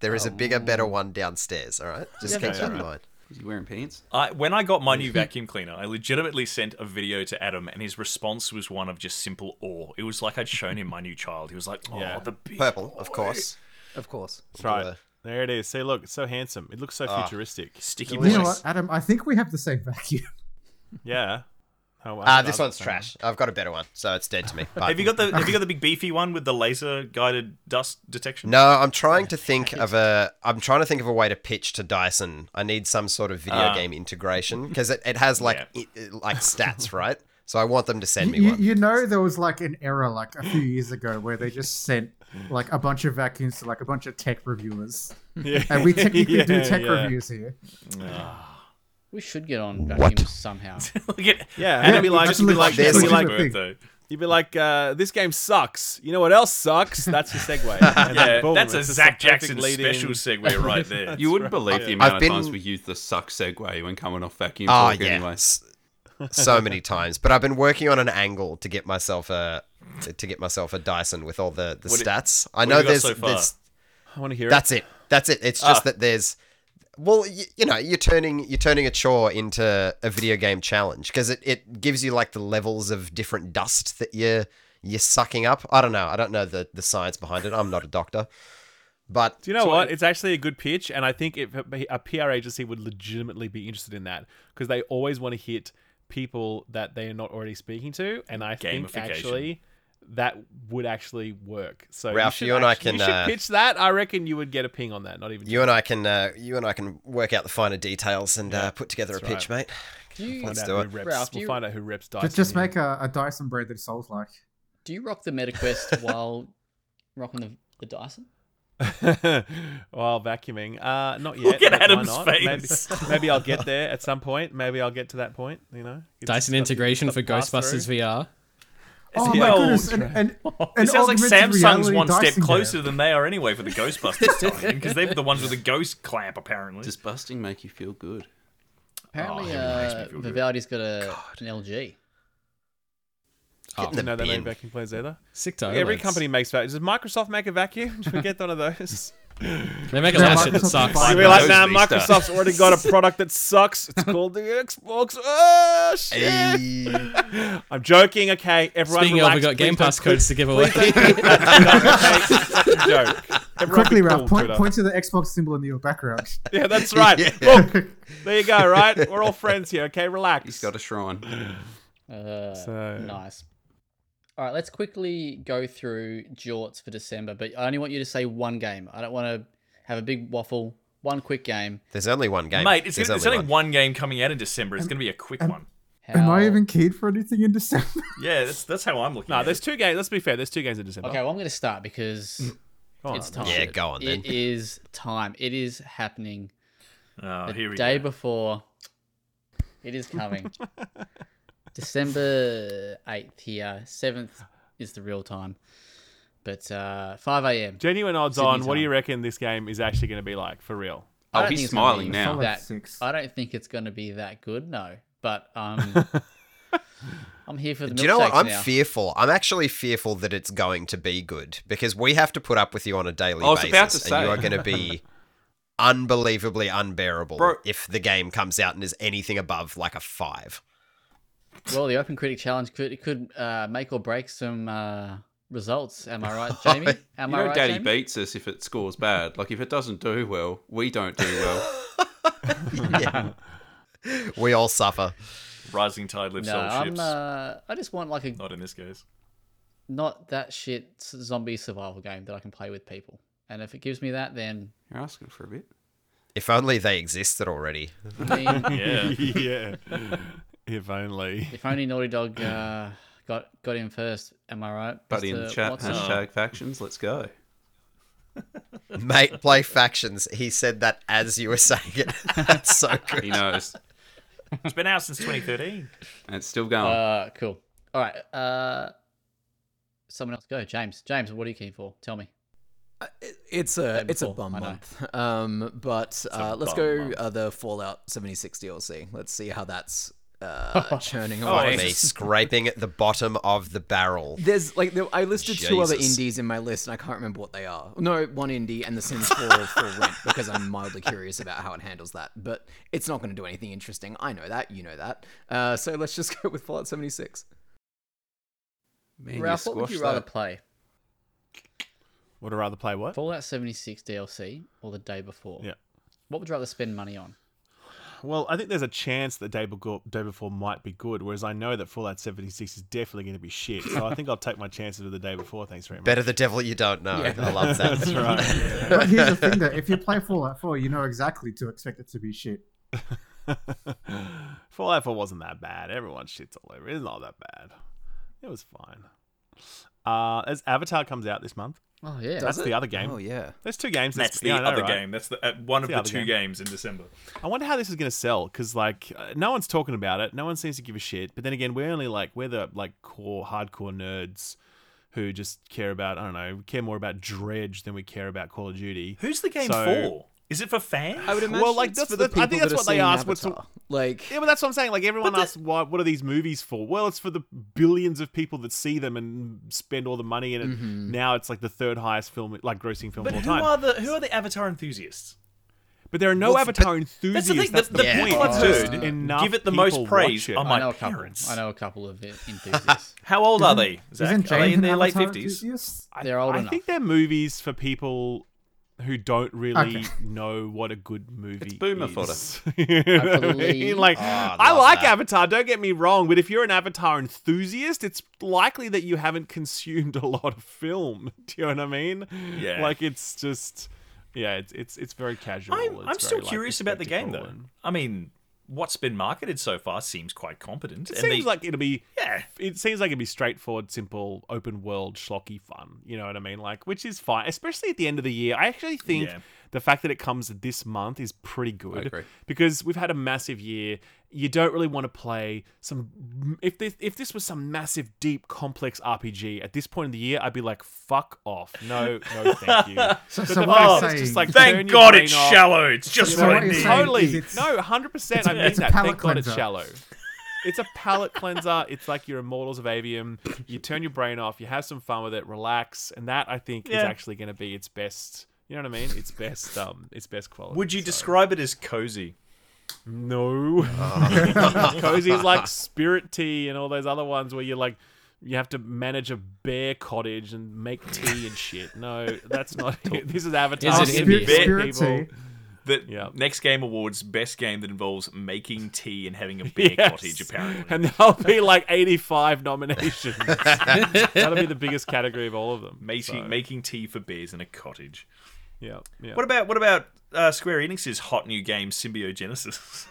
[SPEAKER 3] there is a bigger, better one downstairs. All right, just keep that in mind.
[SPEAKER 7] Is he wearing pants?
[SPEAKER 2] I, when I got my new vacuum cleaner, I legitimately sent a video to Adam, and his response was one of just simple awe. It was like I'd shown him my new child. He was like, "Oh,
[SPEAKER 4] Yeah.
[SPEAKER 2] the big
[SPEAKER 3] Purple, of
[SPEAKER 2] boy."
[SPEAKER 3] course.
[SPEAKER 6] Of course.
[SPEAKER 4] That's right.
[SPEAKER 3] the-
[SPEAKER 4] There it is. See, look, it's so handsome. It looks so futuristic.
[SPEAKER 2] sticky
[SPEAKER 8] You
[SPEAKER 2] boys."
[SPEAKER 8] know what, Adam? I think we have the same vacuum.
[SPEAKER 4] Yeah. Oh,
[SPEAKER 3] Ah, this one's trash. I've got a better one, so it's dead to me. But
[SPEAKER 2] Have you got the Have you got the big beefy one with the laser guided dust detection?
[SPEAKER 3] No, I'm trying to think of a. I'm trying to think of a way to pitch to Dyson. I need some sort of video game integration because it, it has like
[SPEAKER 2] Ah. Yeah.
[SPEAKER 3] i- like stats, right? So I want them to send me
[SPEAKER 8] You,
[SPEAKER 3] one.
[SPEAKER 8] you know, there was like an error like a few years ago where they just sent like a bunch of vacuums to like a bunch of tech reviewers,
[SPEAKER 4] Yeah.
[SPEAKER 8] and we technically do
[SPEAKER 4] Yeah,
[SPEAKER 8] tech
[SPEAKER 4] yeah.
[SPEAKER 8] reviews here.
[SPEAKER 1] We should get on vacuums somehow.
[SPEAKER 2] Look at
[SPEAKER 4] Yeah, and it'd be like,
[SPEAKER 2] just
[SPEAKER 4] it'd be like,
[SPEAKER 3] There's
[SPEAKER 4] it'd be
[SPEAKER 3] a
[SPEAKER 4] like,
[SPEAKER 8] good thing.
[SPEAKER 2] birthday.
[SPEAKER 4] you'd be like, uh, this game sucks. You know what else sucks? That's your segue. And then
[SPEAKER 2] Yeah,
[SPEAKER 4] boom,
[SPEAKER 2] that's a
[SPEAKER 4] it's just
[SPEAKER 2] Zach
[SPEAKER 4] perfect
[SPEAKER 2] Jackson
[SPEAKER 4] lead-in.
[SPEAKER 2] special segue right there.
[SPEAKER 7] You wouldn't believe the
[SPEAKER 3] I've
[SPEAKER 7] amount
[SPEAKER 3] been-
[SPEAKER 7] of times we used the suck segue when coming off vacuum
[SPEAKER 3] Oh
[SPEAKER 7] talk
[SPEAKER 3] yeah,
[SPEAKER 7] anyway.
[SPEAKER 3] s- so many times. But I've been working on an angle to get myself a to get myself a Dyson with all the the
[SPEAKER 2] What it-
[SPEAKER 3] stats. I
[SPEAKER 2] what
[SPEAKER 3] know
[SPEAKER 2] have you Ah.
[SPEAKER 3] there's,
[SPEAKER 2] got so far?
[SPEAKER 3] there's
[SPEAKER 4] I want to hear
[SPEAKER 3] that's it. That's it. It's just that there's well, you, you know, you're turning you're turning a chore into a video game challenge because it, it gives you like the levels of different dust that you you're sucking up. I don't know. I don't know the the science behind it. I'm not a doctor, but
[SPEAKER 4] Do you know what? It's actually a good pitch, and I think if a a PR agency would legitimately be interested in that because they always want to hit people that they are not already speaking to, and I think
[SPEAKER 2] Gamification.
[SPEAKER 4] actually that would actually work. So
[SPEAKER 3] Ralph,
[SPEAKER 4] should
[SPEAKER 3] you and I
[SPEAKER 4] actually- you
[SPEAKER 3] can,
[SPEAKER 4] should
[SPEAKER 3] uh,
[SPEAKER 4] pitch that. I reckon you would get a ping on that. Not even
[SPEAKER 3] you and I can uh, you and I can work out the finer details and uh, put together a pitch, mate.
[SPEAKER 1] Do you,
[SPEAKER 4] find
[SPEAKER 3] Let's
[SPEAKER 4] out
[SPEAKER 3] do
[SPEAKER 4] who
[SPEAKER 3] it.
[SPEAKER 4] reps.
[SPEAKER 1] Ralph, do
[SPEAKER 4] we'll
[SPEAKER 1] you-
[SPEAKER 4] find out who reps Dyson.
[SPEAKER 8] Just, just
[SPEAKER 4] yeah.
[SPEAKER 8] make a, a Dyson bread that souls like.
[SPEAKER 1] do you rock the MetaQuest while rocking the, the Dyson?
[SPEAKER 4] while vacuuming. Uh, not yet.
[SPEAKER 2] Look at
[SPEAKER 4] but why
[SPEAKER 2] Adam's
[SPEAKER 4] not?
[SPEAKER 2] face.
[SPEAKER 4] Maybe, maybe I'll get there at some point. Maybe I'll get to that point. You know, It's-
[SPEAKER 5] Dyson
[SPEAKER 4] it's-
[SPEAKER 5] integration
[SPEAKER 4] it's
[SPEAKER 5] for
[SPEAKER 4] a pass-through.
[SPEAKER 5] Ghostbusters VR.
[SPEAKER 8] Oh my
[SPEAKER 2] Well,
[SPEAKER 8] goodness! An, an, an
[SPEAKER 2] It sounds like
[SPEAKER 8] augmented
[SPEAKER 2] Samsung's
[SPEAKER 8] reality
[SPEAKER 2] one step
[SPEAKER 8] Dyson
[SPEAKER 2] closer
[SPEAKER 8] Game.
[SPEAKER 2] than they are anyway for the Ghostbusters tie because they're the ones with the ghost clamp, apparently.
[SPEAKER 7] Does busting make you feel good?
[SPEAKER 1] Apparently,
[SPEAKER 2] Oh, it makes me
[SPEAKER 1] uh,
[SPEAKER 2] feel good.
[SPEAKER 1] Vivali's got a, an LG.
[SPEAKER 4] Oh,
[SPEAKER 3] the
[SPEAKER 4] no, they
[SPEAKER 3] bin.
[SPEAKER 4] make vacuum cleaners either.
[SPEAKER 5] Sick to
[SPEAKER 4] Every
[SPEAKER 5] OLEDs.
[SPEAKER 4] company makes vacuum. Does Microsoft make a vacuum? Do we get one of those?
[SPEAKER 5] They make a lot of shit that
[SPEAKER 8] Microsoft
[SPEAKER 5] sucks.
[SPEAKER 8] Fire.
[SPEAKER 4] We'd be like,
[SPEAKER 7] Those
[SPEAKER 4] nah,
[SPEAKER 7] these days."
[SPEAKER 4] Microsoft's already got a product that sucks. It's called the Xbox. Oh, shit. I'm joking, okay? Everyone
[SPEAKER 5] Speaking of,
[SPEAKER 4] relax.
[SPEAKER 5] we got
[SPEAKER 4] Please
[SPEAKER 5] Game
[SPEAKER 4] don't
[SPEAKER 5] Pass
[SPEAKER 4] click-
[SPEAKER 5] codes to give away.
[SPEAKER 4] That's not a joke. Everyone
[SPEAKER 8] Quickly,
[SPEAKER 4] be
[SPEAKER 8] Ralph,
[SPEAKER 4] cool,
[SPEAKER 8] point,
[SPEAKER 4] Twitter.
[SPEAKER 8] point to the Xbox symbol in your background.
[SPEAKER 4] Yeah, that's right. Look, there you go, right? We're all friends here, okay? Relax.
[SPEAKER 7] He's got a shrine.
[SPEAKER 1] Uh,
[SPEAKER 4] So-
[SPEAKER 1] Nice. All right, let's quickly go through jorts for December, but I only want you to say one game. I don't want to have a big waffle. One quick game.
[SPEAKER 3] There's only one game.
[SPEAKER 2] Mate, it's,
[SPEAKER 3] There's
[SPEAKER 2] gonna, it's only one game coming out in December. It's going to be a quick one.
[SPEAKER 8] Am I
[SPEAKER 1] How-
[SPEAKER 8] even keen for anything in December?
[SPEAKER 2] Yeah, that's, that's how I'm looking
[SPEAKER 4] Nah,
[SPEAKER 2] at
[SPEAKER 4] there's
[SPEAKER 2] it.
[SPEAKER 4] two games. Let's be fair. There's two games in December.
[SPEAKER 1] Okay, well, I'm going to start because
[SPEAKER 4] Go on.
[SPEAKER 1] it's time.
[SPEAKER 3] Yeah, go on then.
[SPEAKER 1] It is time. It is happening.
[SPEAKER 2] Oh,
[SPEAKER 1] The
[SPEAKER 2] here we
[SPEAKER 1] day
[SPEAKER 2] go.
[SPEAKER 1] before. It is coming. December 8th here. 7th is the real time. But uh, 5 a.m.
[SPEAKER 4] Genuine odds
[SPEAKER 1] Sydney
[SPEAKER 4] on. What do
[SPEAKER 1] time.
[SPEAKER 4] you reckon this game is actually going to be like for real?
[SPEAKER 1] I
[SPEAKER 7] I'll
[SPEAKER 1] don't
[SPEAKER 7] be
[SPEAKER 1] think it's gonna
[SPEAKER 7] smiling
[SPEAKER 1] be
[SPEAKER 7] now.
[SPEAKER 1] That,
[SPEAKER 8] Six.
[SPEAKER 1] I don't think it's going to be that good, no. But um, I'm here for the
[SPEAKER 3] Do you know what?
[SPEAKER 1] milkshakes
[SPEAKER 3] I'm
[SPEAKER 1] now.
[SPEAKER 3] fearful. I'm actually fearful that it's going to be good because we have to put up with you on a daily
[SPEAKER 7] I was
[SPEAKER 3] basis,
[SPEAKER 7] about to
[SPEAKER 3] and
[SPEAKER 7] say.
[SPEAKER 3] you are going to be unbelievably unbearable
[SPEAKER 7] Bro-
[SPEAKER 3] if the game comes out and is anything above like a five.
[SPEAKER 1] Well, the Open Critic Challenge could could uh, make or break some uh, results. Am I right, Jamie? Am
[SPEAKER 7] You
[SPEAKER 1] I
[SPEAKER 7] know,
[SPEAKER 1] right,
[SPEAKER 7] Daddy
[SPEAKER 1] Jamie?
[SPEAKER 7] beats us if it scores bad. Like if it doesn't do well, we don't do well.
[SPEAKER 3] Yeah. we all suffer.
[SPEAKER 2] Rising tide lifts
[SPEAKER 1] No,
[SPEAKER 2] all
[SPEAKER 1] I'm.
[SPEAKER 2] ships.
[SPEAKER 1] Uh, I just want like a
[SPEAKER 2] Not in this case.
[SPEAKER 1] not that shit s- zombie survival game that I can play with people. And if it gives me that, then
[SPEAKER 7] You're asking for a bit.
[SPEAKER 3] If only they existed already.
[SPEAKER 1] I mean,
[SPEAKER 2] Yeah.
[SPEAKER 4] yeah. if only.
[SPEAKER 1] if only Naughty Dog uh, got got in first. Am I right?
[SPEAKER 7] But in
[SPEAKER 1] Mr.
[SPEAKER 7] the chat,
[SPEAKER 1] Watson?
[SPEAKER 7] hashtag factions, let's go.
[SPEAKER 3] Mate, play factions. He said that as you were saying it. That's so
[SPEAKER 7] He
[SPEAKER 3] good.
[SPEAKER 7] knows.
[SPEAKER 2] it's been out since 2013.
[SPEAKER 7] And it's still going.
[SPEAKER 1] Uh, cool. All right. Uh, someone else go. James. James, what are you keen for? Tell me.
[SPEAKER 6] It's a
[SPEAKER 1] Day
[SPEAKER 6] it's a
[SPEAKER 1] before,
[SPEAKER 6] bum
[SPEAKER 1] I know.
[SPEAKER 6] month. Um, but uh, let's
[SPEAKER 2] bum
[SPEAKER 6] go
[SPEAKER 2] month.
[SPEAKER 6] uh, the Fallout 76 DLC. Let's see how that's uh, churning
[SPEAKER 2] Oh,
[SPEAKER 6] away.
[SPEAKER 3] Me scraping at the bottom of the barrel.
[SPEAKER 6] There's like there, I listed two other
[SPEAKER 3] Jesus.
[SPEAKER 6] indies in my list, and I can't remember what they are. No, one indie and The Sims 4 for rent because I'm mildly curious about how it handles that. But it's not going to do anything interesting. I know that. You know that. Uh, so let's just go with Fallout 76.
[SPEAKER 7] Man,
[SPEAKER 1] Ralph, what would
[SPEAKER 7] squashed
[SPEAKER 1] you rather
[SPEAKER 7] that.
[SPEAKER 1] play?
[SPEAKER 4] Would I rather play what?
[SPEAKER 1] Fallout 76 DLC or the day before?
[SPEAKER 4] Yeah.
[SPEAKER 1] What would you rather spend money on?
[SPEAKER 4] Well, I think there's a chance that day before, day before might be good, whereas I know that Fallout 76 is definitely going to be shit. So I think I'll take my chances with the day before. Thanks very much.
[SPEAKER 3] Better the devil you don't know. I love that.
[SPEAKER 4] That's right.
[SPEAKER 8] but here's the thing, though: if you play Fallout 4, you know exactly to expect it to be shit.
[SPEAKER 4] Fallout 4 wasn't that bad. Everyone shits all over it. It's not that bad. It was fine. Uh, as Avatar comes out this month,
[SPEAKER 1] Oh, yeah.
[SPEAKER 4] that's the other game.
[SPEAKER 6] Oh yeah.
[SPEAKER 4] There's two games.
[SPEAKER 2] That's the
[SPEAKER 4] yeah, I know,
[SPEAKER 2] other
[SPEAKER 4] right?
[SPEAKER 2] game. That's the uh, one of
[SPEAKER 4] the
[SPEAKER 2] the,
[SPEAKER 4] other
[SPEAKER 2] two
[SPEAKER 4] game.
[SPEAKER 2] games in December.
[SPEAKER 4] I wonder how this is going to sell because like uh, no one's talking about it. No one seems to give a shit. But then again, we're only like we're the like core hardcore nerds who just care about I don't know care more about Dredge than we care about Call of Duty.
[SPEAKER 2] Who's the game
[SPEAKER 4] So-
[SPEAKER 2] for? Is it for fans?
[SPEAKER 6] I would imagine
[SPEAKER 4] Well, like,
[SPEAKER 6] it's
[SPEAKER 4] that's
[SPEAKER 6] for
[SPEAKER 4] the-
[SPEAKER 6] the
[SPEAKER 4] I
[SPEAKER 6] people
[SPEAKER 4] think that's
[SPEAKER 6] that are
[SPEAKER 4] what they
[SPEAKER 6] seeing
[SPEAKER 4] asked, what's-
[SPEAKER 6] Avatar. Like
[SPEAKER 4] Yeah, but that's what I'm saying. Like everyone asks, why, what are these movies for? Well, it's for the billions of people that see them and spend all the money in it.
[SPEAKER 6] Mm-hmm.
[SPEAKER 4] Now it's like the third highest film, like grossing film
[SPEAKER 2] But
[SPEAKER 4] of all
[SPEAKER 2] who
[SPEAKER 4] time.
[SPEAKER 2] are the who are the Avatar enthusiasts?
[SPEAKER 4] but there are no Avatar
[SPEAKER 2] That's
[SPEAKER 4] enthusiasts.
[SPEAKER 2] the thing. The, the
[SPEAKER 3] Yeah.
[SPEAKER 2] people that
[SPEAKER 4] just
[SPEAKER 2] do
[SPEAKER 4] enough
[SPEAKER 2] give it the
[SPEAKER 4] people
[SPEAKER 2] most
[SPEAKER 4] watch
[SPEAKER 2] praise
[SPEAKER 4] it.
[SPEAKER 2] are
[SPEAKER 1] I
[SPEAKER 2] my
[SPEAKER 1] know a couple.
[SPEAKER 2] parents.
[SPEAKER 1] I know a couple of en- enthusiasts.
[SPEAKER 2] How old are they? Zach?
[SPEAKER 8] Isn't
[SPEAKER 2] are they
[SPEAKER 8] James
[SPEAKER 2] in
[SPEAKER 8] an
[SPEAKER 2] their late
[SPEAKER 8] Avatar
[SPEAKER 2] fifties?
[SPEAKER 8] enthusiast?
[SPEAKER 4] I-
[SPEAKER 1] They're old
[SPEAKER 4] I
[SPEAKER 1] enough.
[SPEAKER 4] think they're movies for people who don't really
[SPEAKER 8] Okay.
[SPEAKER 4] know what a good movie
[SPEAKER 7] It's boomer
[SPEAKER 4] is. You know what I
[SPEAKER 1] believe-
[SPEAKER 4] mean? like
[SPEAKER 3] Oh,
[SPEAKER 2] Ah,
[SPEAKER 3] I
[SPEAKER 4] I
[SPEAKER 3] love
[SPEAKER 4] like
[SPEAKER 3] that.
[SPEAKER 4] Avatar, don't get me wrong, but if you're an Avatar enthusiast, it's likely that you haven't consumed a lot of film. Do you know what I mean?
[SPEAKER 2] Yeah.
[SPEAKER 4] Like it's just yeah, it's it's it's very casual.
[SPEAKER 2] I'm,
[SPEAKER 4] Oh, It's
[SPEAKER 2] I'm still
[SPEAKER 4] very, like,
[SPEAKER 2] curious about the game though.
[SPEAKER 4] spectacle and-
[SPEAKER 2] I mean, what's been marketed so far seems quite competent. and
[SPEAKER 4] It seems
[SPEAKER 2] they,
[SPEAKER 4] like it'll be
[SPEAKER 2] yeah,
[SPEAKER 4] it seems like it'd be straightforward, simple, open world, schlocky fun. You know what I mean? Like, which is fine, especially at the end of the year. I actually think
[SPEAKER 2] Yeah.
[SPEAKER 4] the fact that it comes this month is pretty good
[SPEAKER 7] agree.
[SPEAKER 4] because we've had a massive year you don't really want to play some if this if this was some massive deep complex RPG at this point in the year I'd be like fuck off no no thank you
[SPEAKER 8] So,
[SPEAKER 4] But
[SPEAKER 8] so
[SPEAKER 4] the fact
[SPEAKER 8] what you're
[SPEAKER 4] it's
[SPEAKER 8] saying,
[SPEAKER 4] just like turn
[SPEAKER 2] Thank
[SPEAKER 4] your
[SPEAKER 2] God
[SPEAKER 4] brain
[SPEAKER 2] it's
[SPEAKER 4] off.
[SPEAKER 2] shallow. It's just
[SPEAKER 8] So what
[SPEAKER 2] what I
[SPEAKER 8] you're
[SPEAKER 2] need.
[SPEAKER 8] saying-
[SPEAKER 4] totally
[SPEAKER 8] is it's-
[SPEAKER 4] no 100% I mean
[SPEAKER 8] it's a
[SPEAKER 4] that
[SPEAKER 8] palate
[SPEAKER 4] thank God it's
[SPEAKER 8] cleanser.
[SPEAKER 4] shallow it's a palate cleanser it's like your immortals of avium you turn your brain off you have some fun with it relax and that I think is
[SPEAKER 2] Yeah.
[SPEAKER 4] actually going to be its best you know what I mean its best um its best quality
[SPEAKER 2] Would you
[SPEAKER 4] so.
[SPEAKER 2] describe it as cozy?
[SPEAKER 4] No. Cozy is like spirit tea and all those other ones where you're like, you have to manage a bear cottage and make tea and shit. No, that's not it. This is Avatar.
[SPEAKER 5] Is it
[SPEAKER 8] Oh, Spirit-
[SPEAKER 5] Indian?
[SPEAKER 8] Spirit
[SPEAKER 4] people.
[SPEAKER 8] tea.
[SPEAKER 2] The
[SPEAKER 4] Yeah.
[SPEAKER 2] next game awards best game that involves making tea and having a bear
[SPEAKER 4] Yes.
[SPEAKER 2] cottage. Apparently,
[SPEAKER 4] And there'll be like 85 nominations. That'll be the biggest category of all of them.
[SPEAKER 2] making
[SPEAKER 4] So,
[SPEAKER 2] making tea for bears in a cottage.
[SPEAKER 4] yeah, yeah.
[SPEAKER 2] What about what about uh, Square Enix's hot new game Symbiogenesis?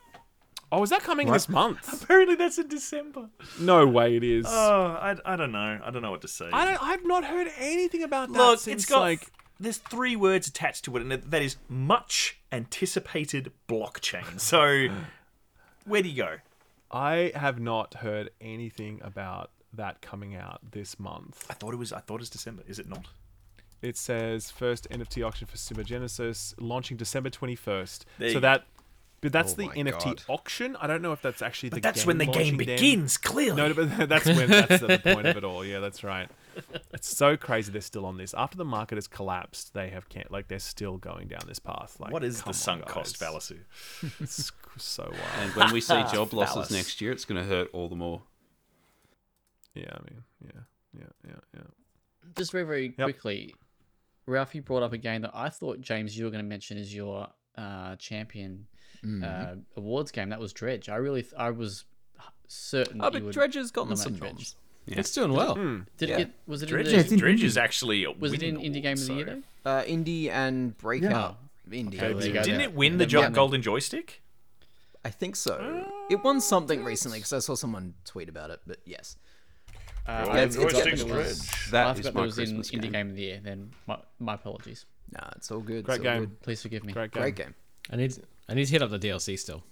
[SPEAKER 4] oh, is that coming this month?
[SPEAKER 2] Apparently, that's in December.
[SPEAKER 4] No way it is.
[SPEAKER 2] Oh, I, I don't know. I don't know what to say.
[SPEAKER 4] I don't, I've not heard anything about that
[SPEAKER 2] Look,
[SPEAKER 4] since
[SPEAKER 2] it's got
[SPEAKER 4] like
[SPEAKER 2] there's three words attached to it, and that is much anticipated blockchain. So, where do you go?
[SPEAKER 4] I have not heard anything about that coming out this month.
[SPEAKER 2] I thought it was. I thought it was December. Is it not?
[SPEAKER 4] It says first NFT auction for Simogenesis launching December 21st.
[SPEAKER 2] There you
[SPEAKER 4] so
[SPEAKER 2] go. Oh
[SPEAKER 4] that but that's the
[SPEAKER 3] my
[SPEAKER 4] NFT
[SPEAKER 3] God.
[SPEAKER 4] auction. I don't know if that's actually the
[SPEAKER 2] That's when the game
[SPEAKER 4] launching then.
[SPEAKER 2] begins. Clearly,
[SPEAKER 4] No, but that's when that's the point of it all. Yeah, that's right. It's so crazy they're still on this. After the market has collapsed, they have can't like they're still going down this path. Like
[SPEAKER 2] what is the
[SPEAKER 4] come on,
[SPEAKER 2] sunk
[SPEAKER 4] guys.
[SPEAKER 2] cost fallacy?
[SPEAKER 4] It's so wild.
[SPEAKER 7] And when we see job losses
[SPEAKER 2] Phallus.
[SPEAKER 7] next year, it's going to hurt all the more.
[SPEAKER 4] Yeah, I mean, yeah, yeah, yeah, yeah.
[SPEAKER 1] Just very, very quickly, Ralph, you brought up a game that I thought, James, you were going to mention as your uh, champion uh, awards game. That was Dredge. I really, th- I was certain
[SPEAKER 6] Oh,
[SPEAKER 1] that you
[SPEAKER 6] but
[SPEAKER 1] would.
[SPEAKER 6] Dredger's gotten
[SPEAKER 1] nominate
[SPEAKER 6] some Hmm.
[SPEAKER 1] Dredge.
[SPEAKER 6] noms.
[SPEAKER 5] It's doing well.
[SPEAKER 1] Did
[SPEAKER 6] Yeah.
[SPEAKER 1] it get? Was it
[SPEAKER 2] Dredge,
[SPEAKER 1] in the?
[SPEAKER 8] it's in
[SPEAKER 2] Dredge
[SPEAKER 8] indie.
[SPEAKER 2] is actually a
[SPEAKER 1] was it in
[SPEAKER 2] winning
[SPEAKER 1] Indie Game of the
[SPEAKER 2] award,
[SPEAKER 1] Year
[SPEAKER 2] so-
[SPEAKER 1] though?
[SPEAKER 6] Uh, indie and Breakout. Indie.
[SPEAKER 1] Okay, there you go.
[SPEAKER 2] Didn't
[SPEAKER 1] Yeah.
[SPEAKER 2] it win the jo- golden joystick?
[SPEAKER 6] I think so. It won something recently because I saw someone tweet about it, but yes.
[SPEAKER 1] Uh,
[SPEAKER 6] Yeah, it's- it's
[SPEAKER 1] forgot
[SPEAKER 6] up
[SPEAKER 1] that
[SPEAKER 6] there.
[SPEAKER 1] it was- I
[SPEAKER 7] That
[SPEAKER 1] forgot
[SPEAKER 7] is my
[SPEAKER 1] that it was in
[SPEAKER 7] Christmas
[SPEAKER 1] Indie
[SPEAKER 7] game.
[SPEAKER 1] Game of the Year. Then my, my apologies.
[SPEAKER 6] Nah, it's all good.
[SPEAKER 4] Great
[SPEAKER 6] it's all
[SPEAKER 4] game.
[SPEAKER 6] good.
[SPEAKER 1] Please forgive me.
[SPEAKER 4] Great game.
[SPEAKER 6] Great game.
[SPEAKER 5] I need I need to hit up the DLC still.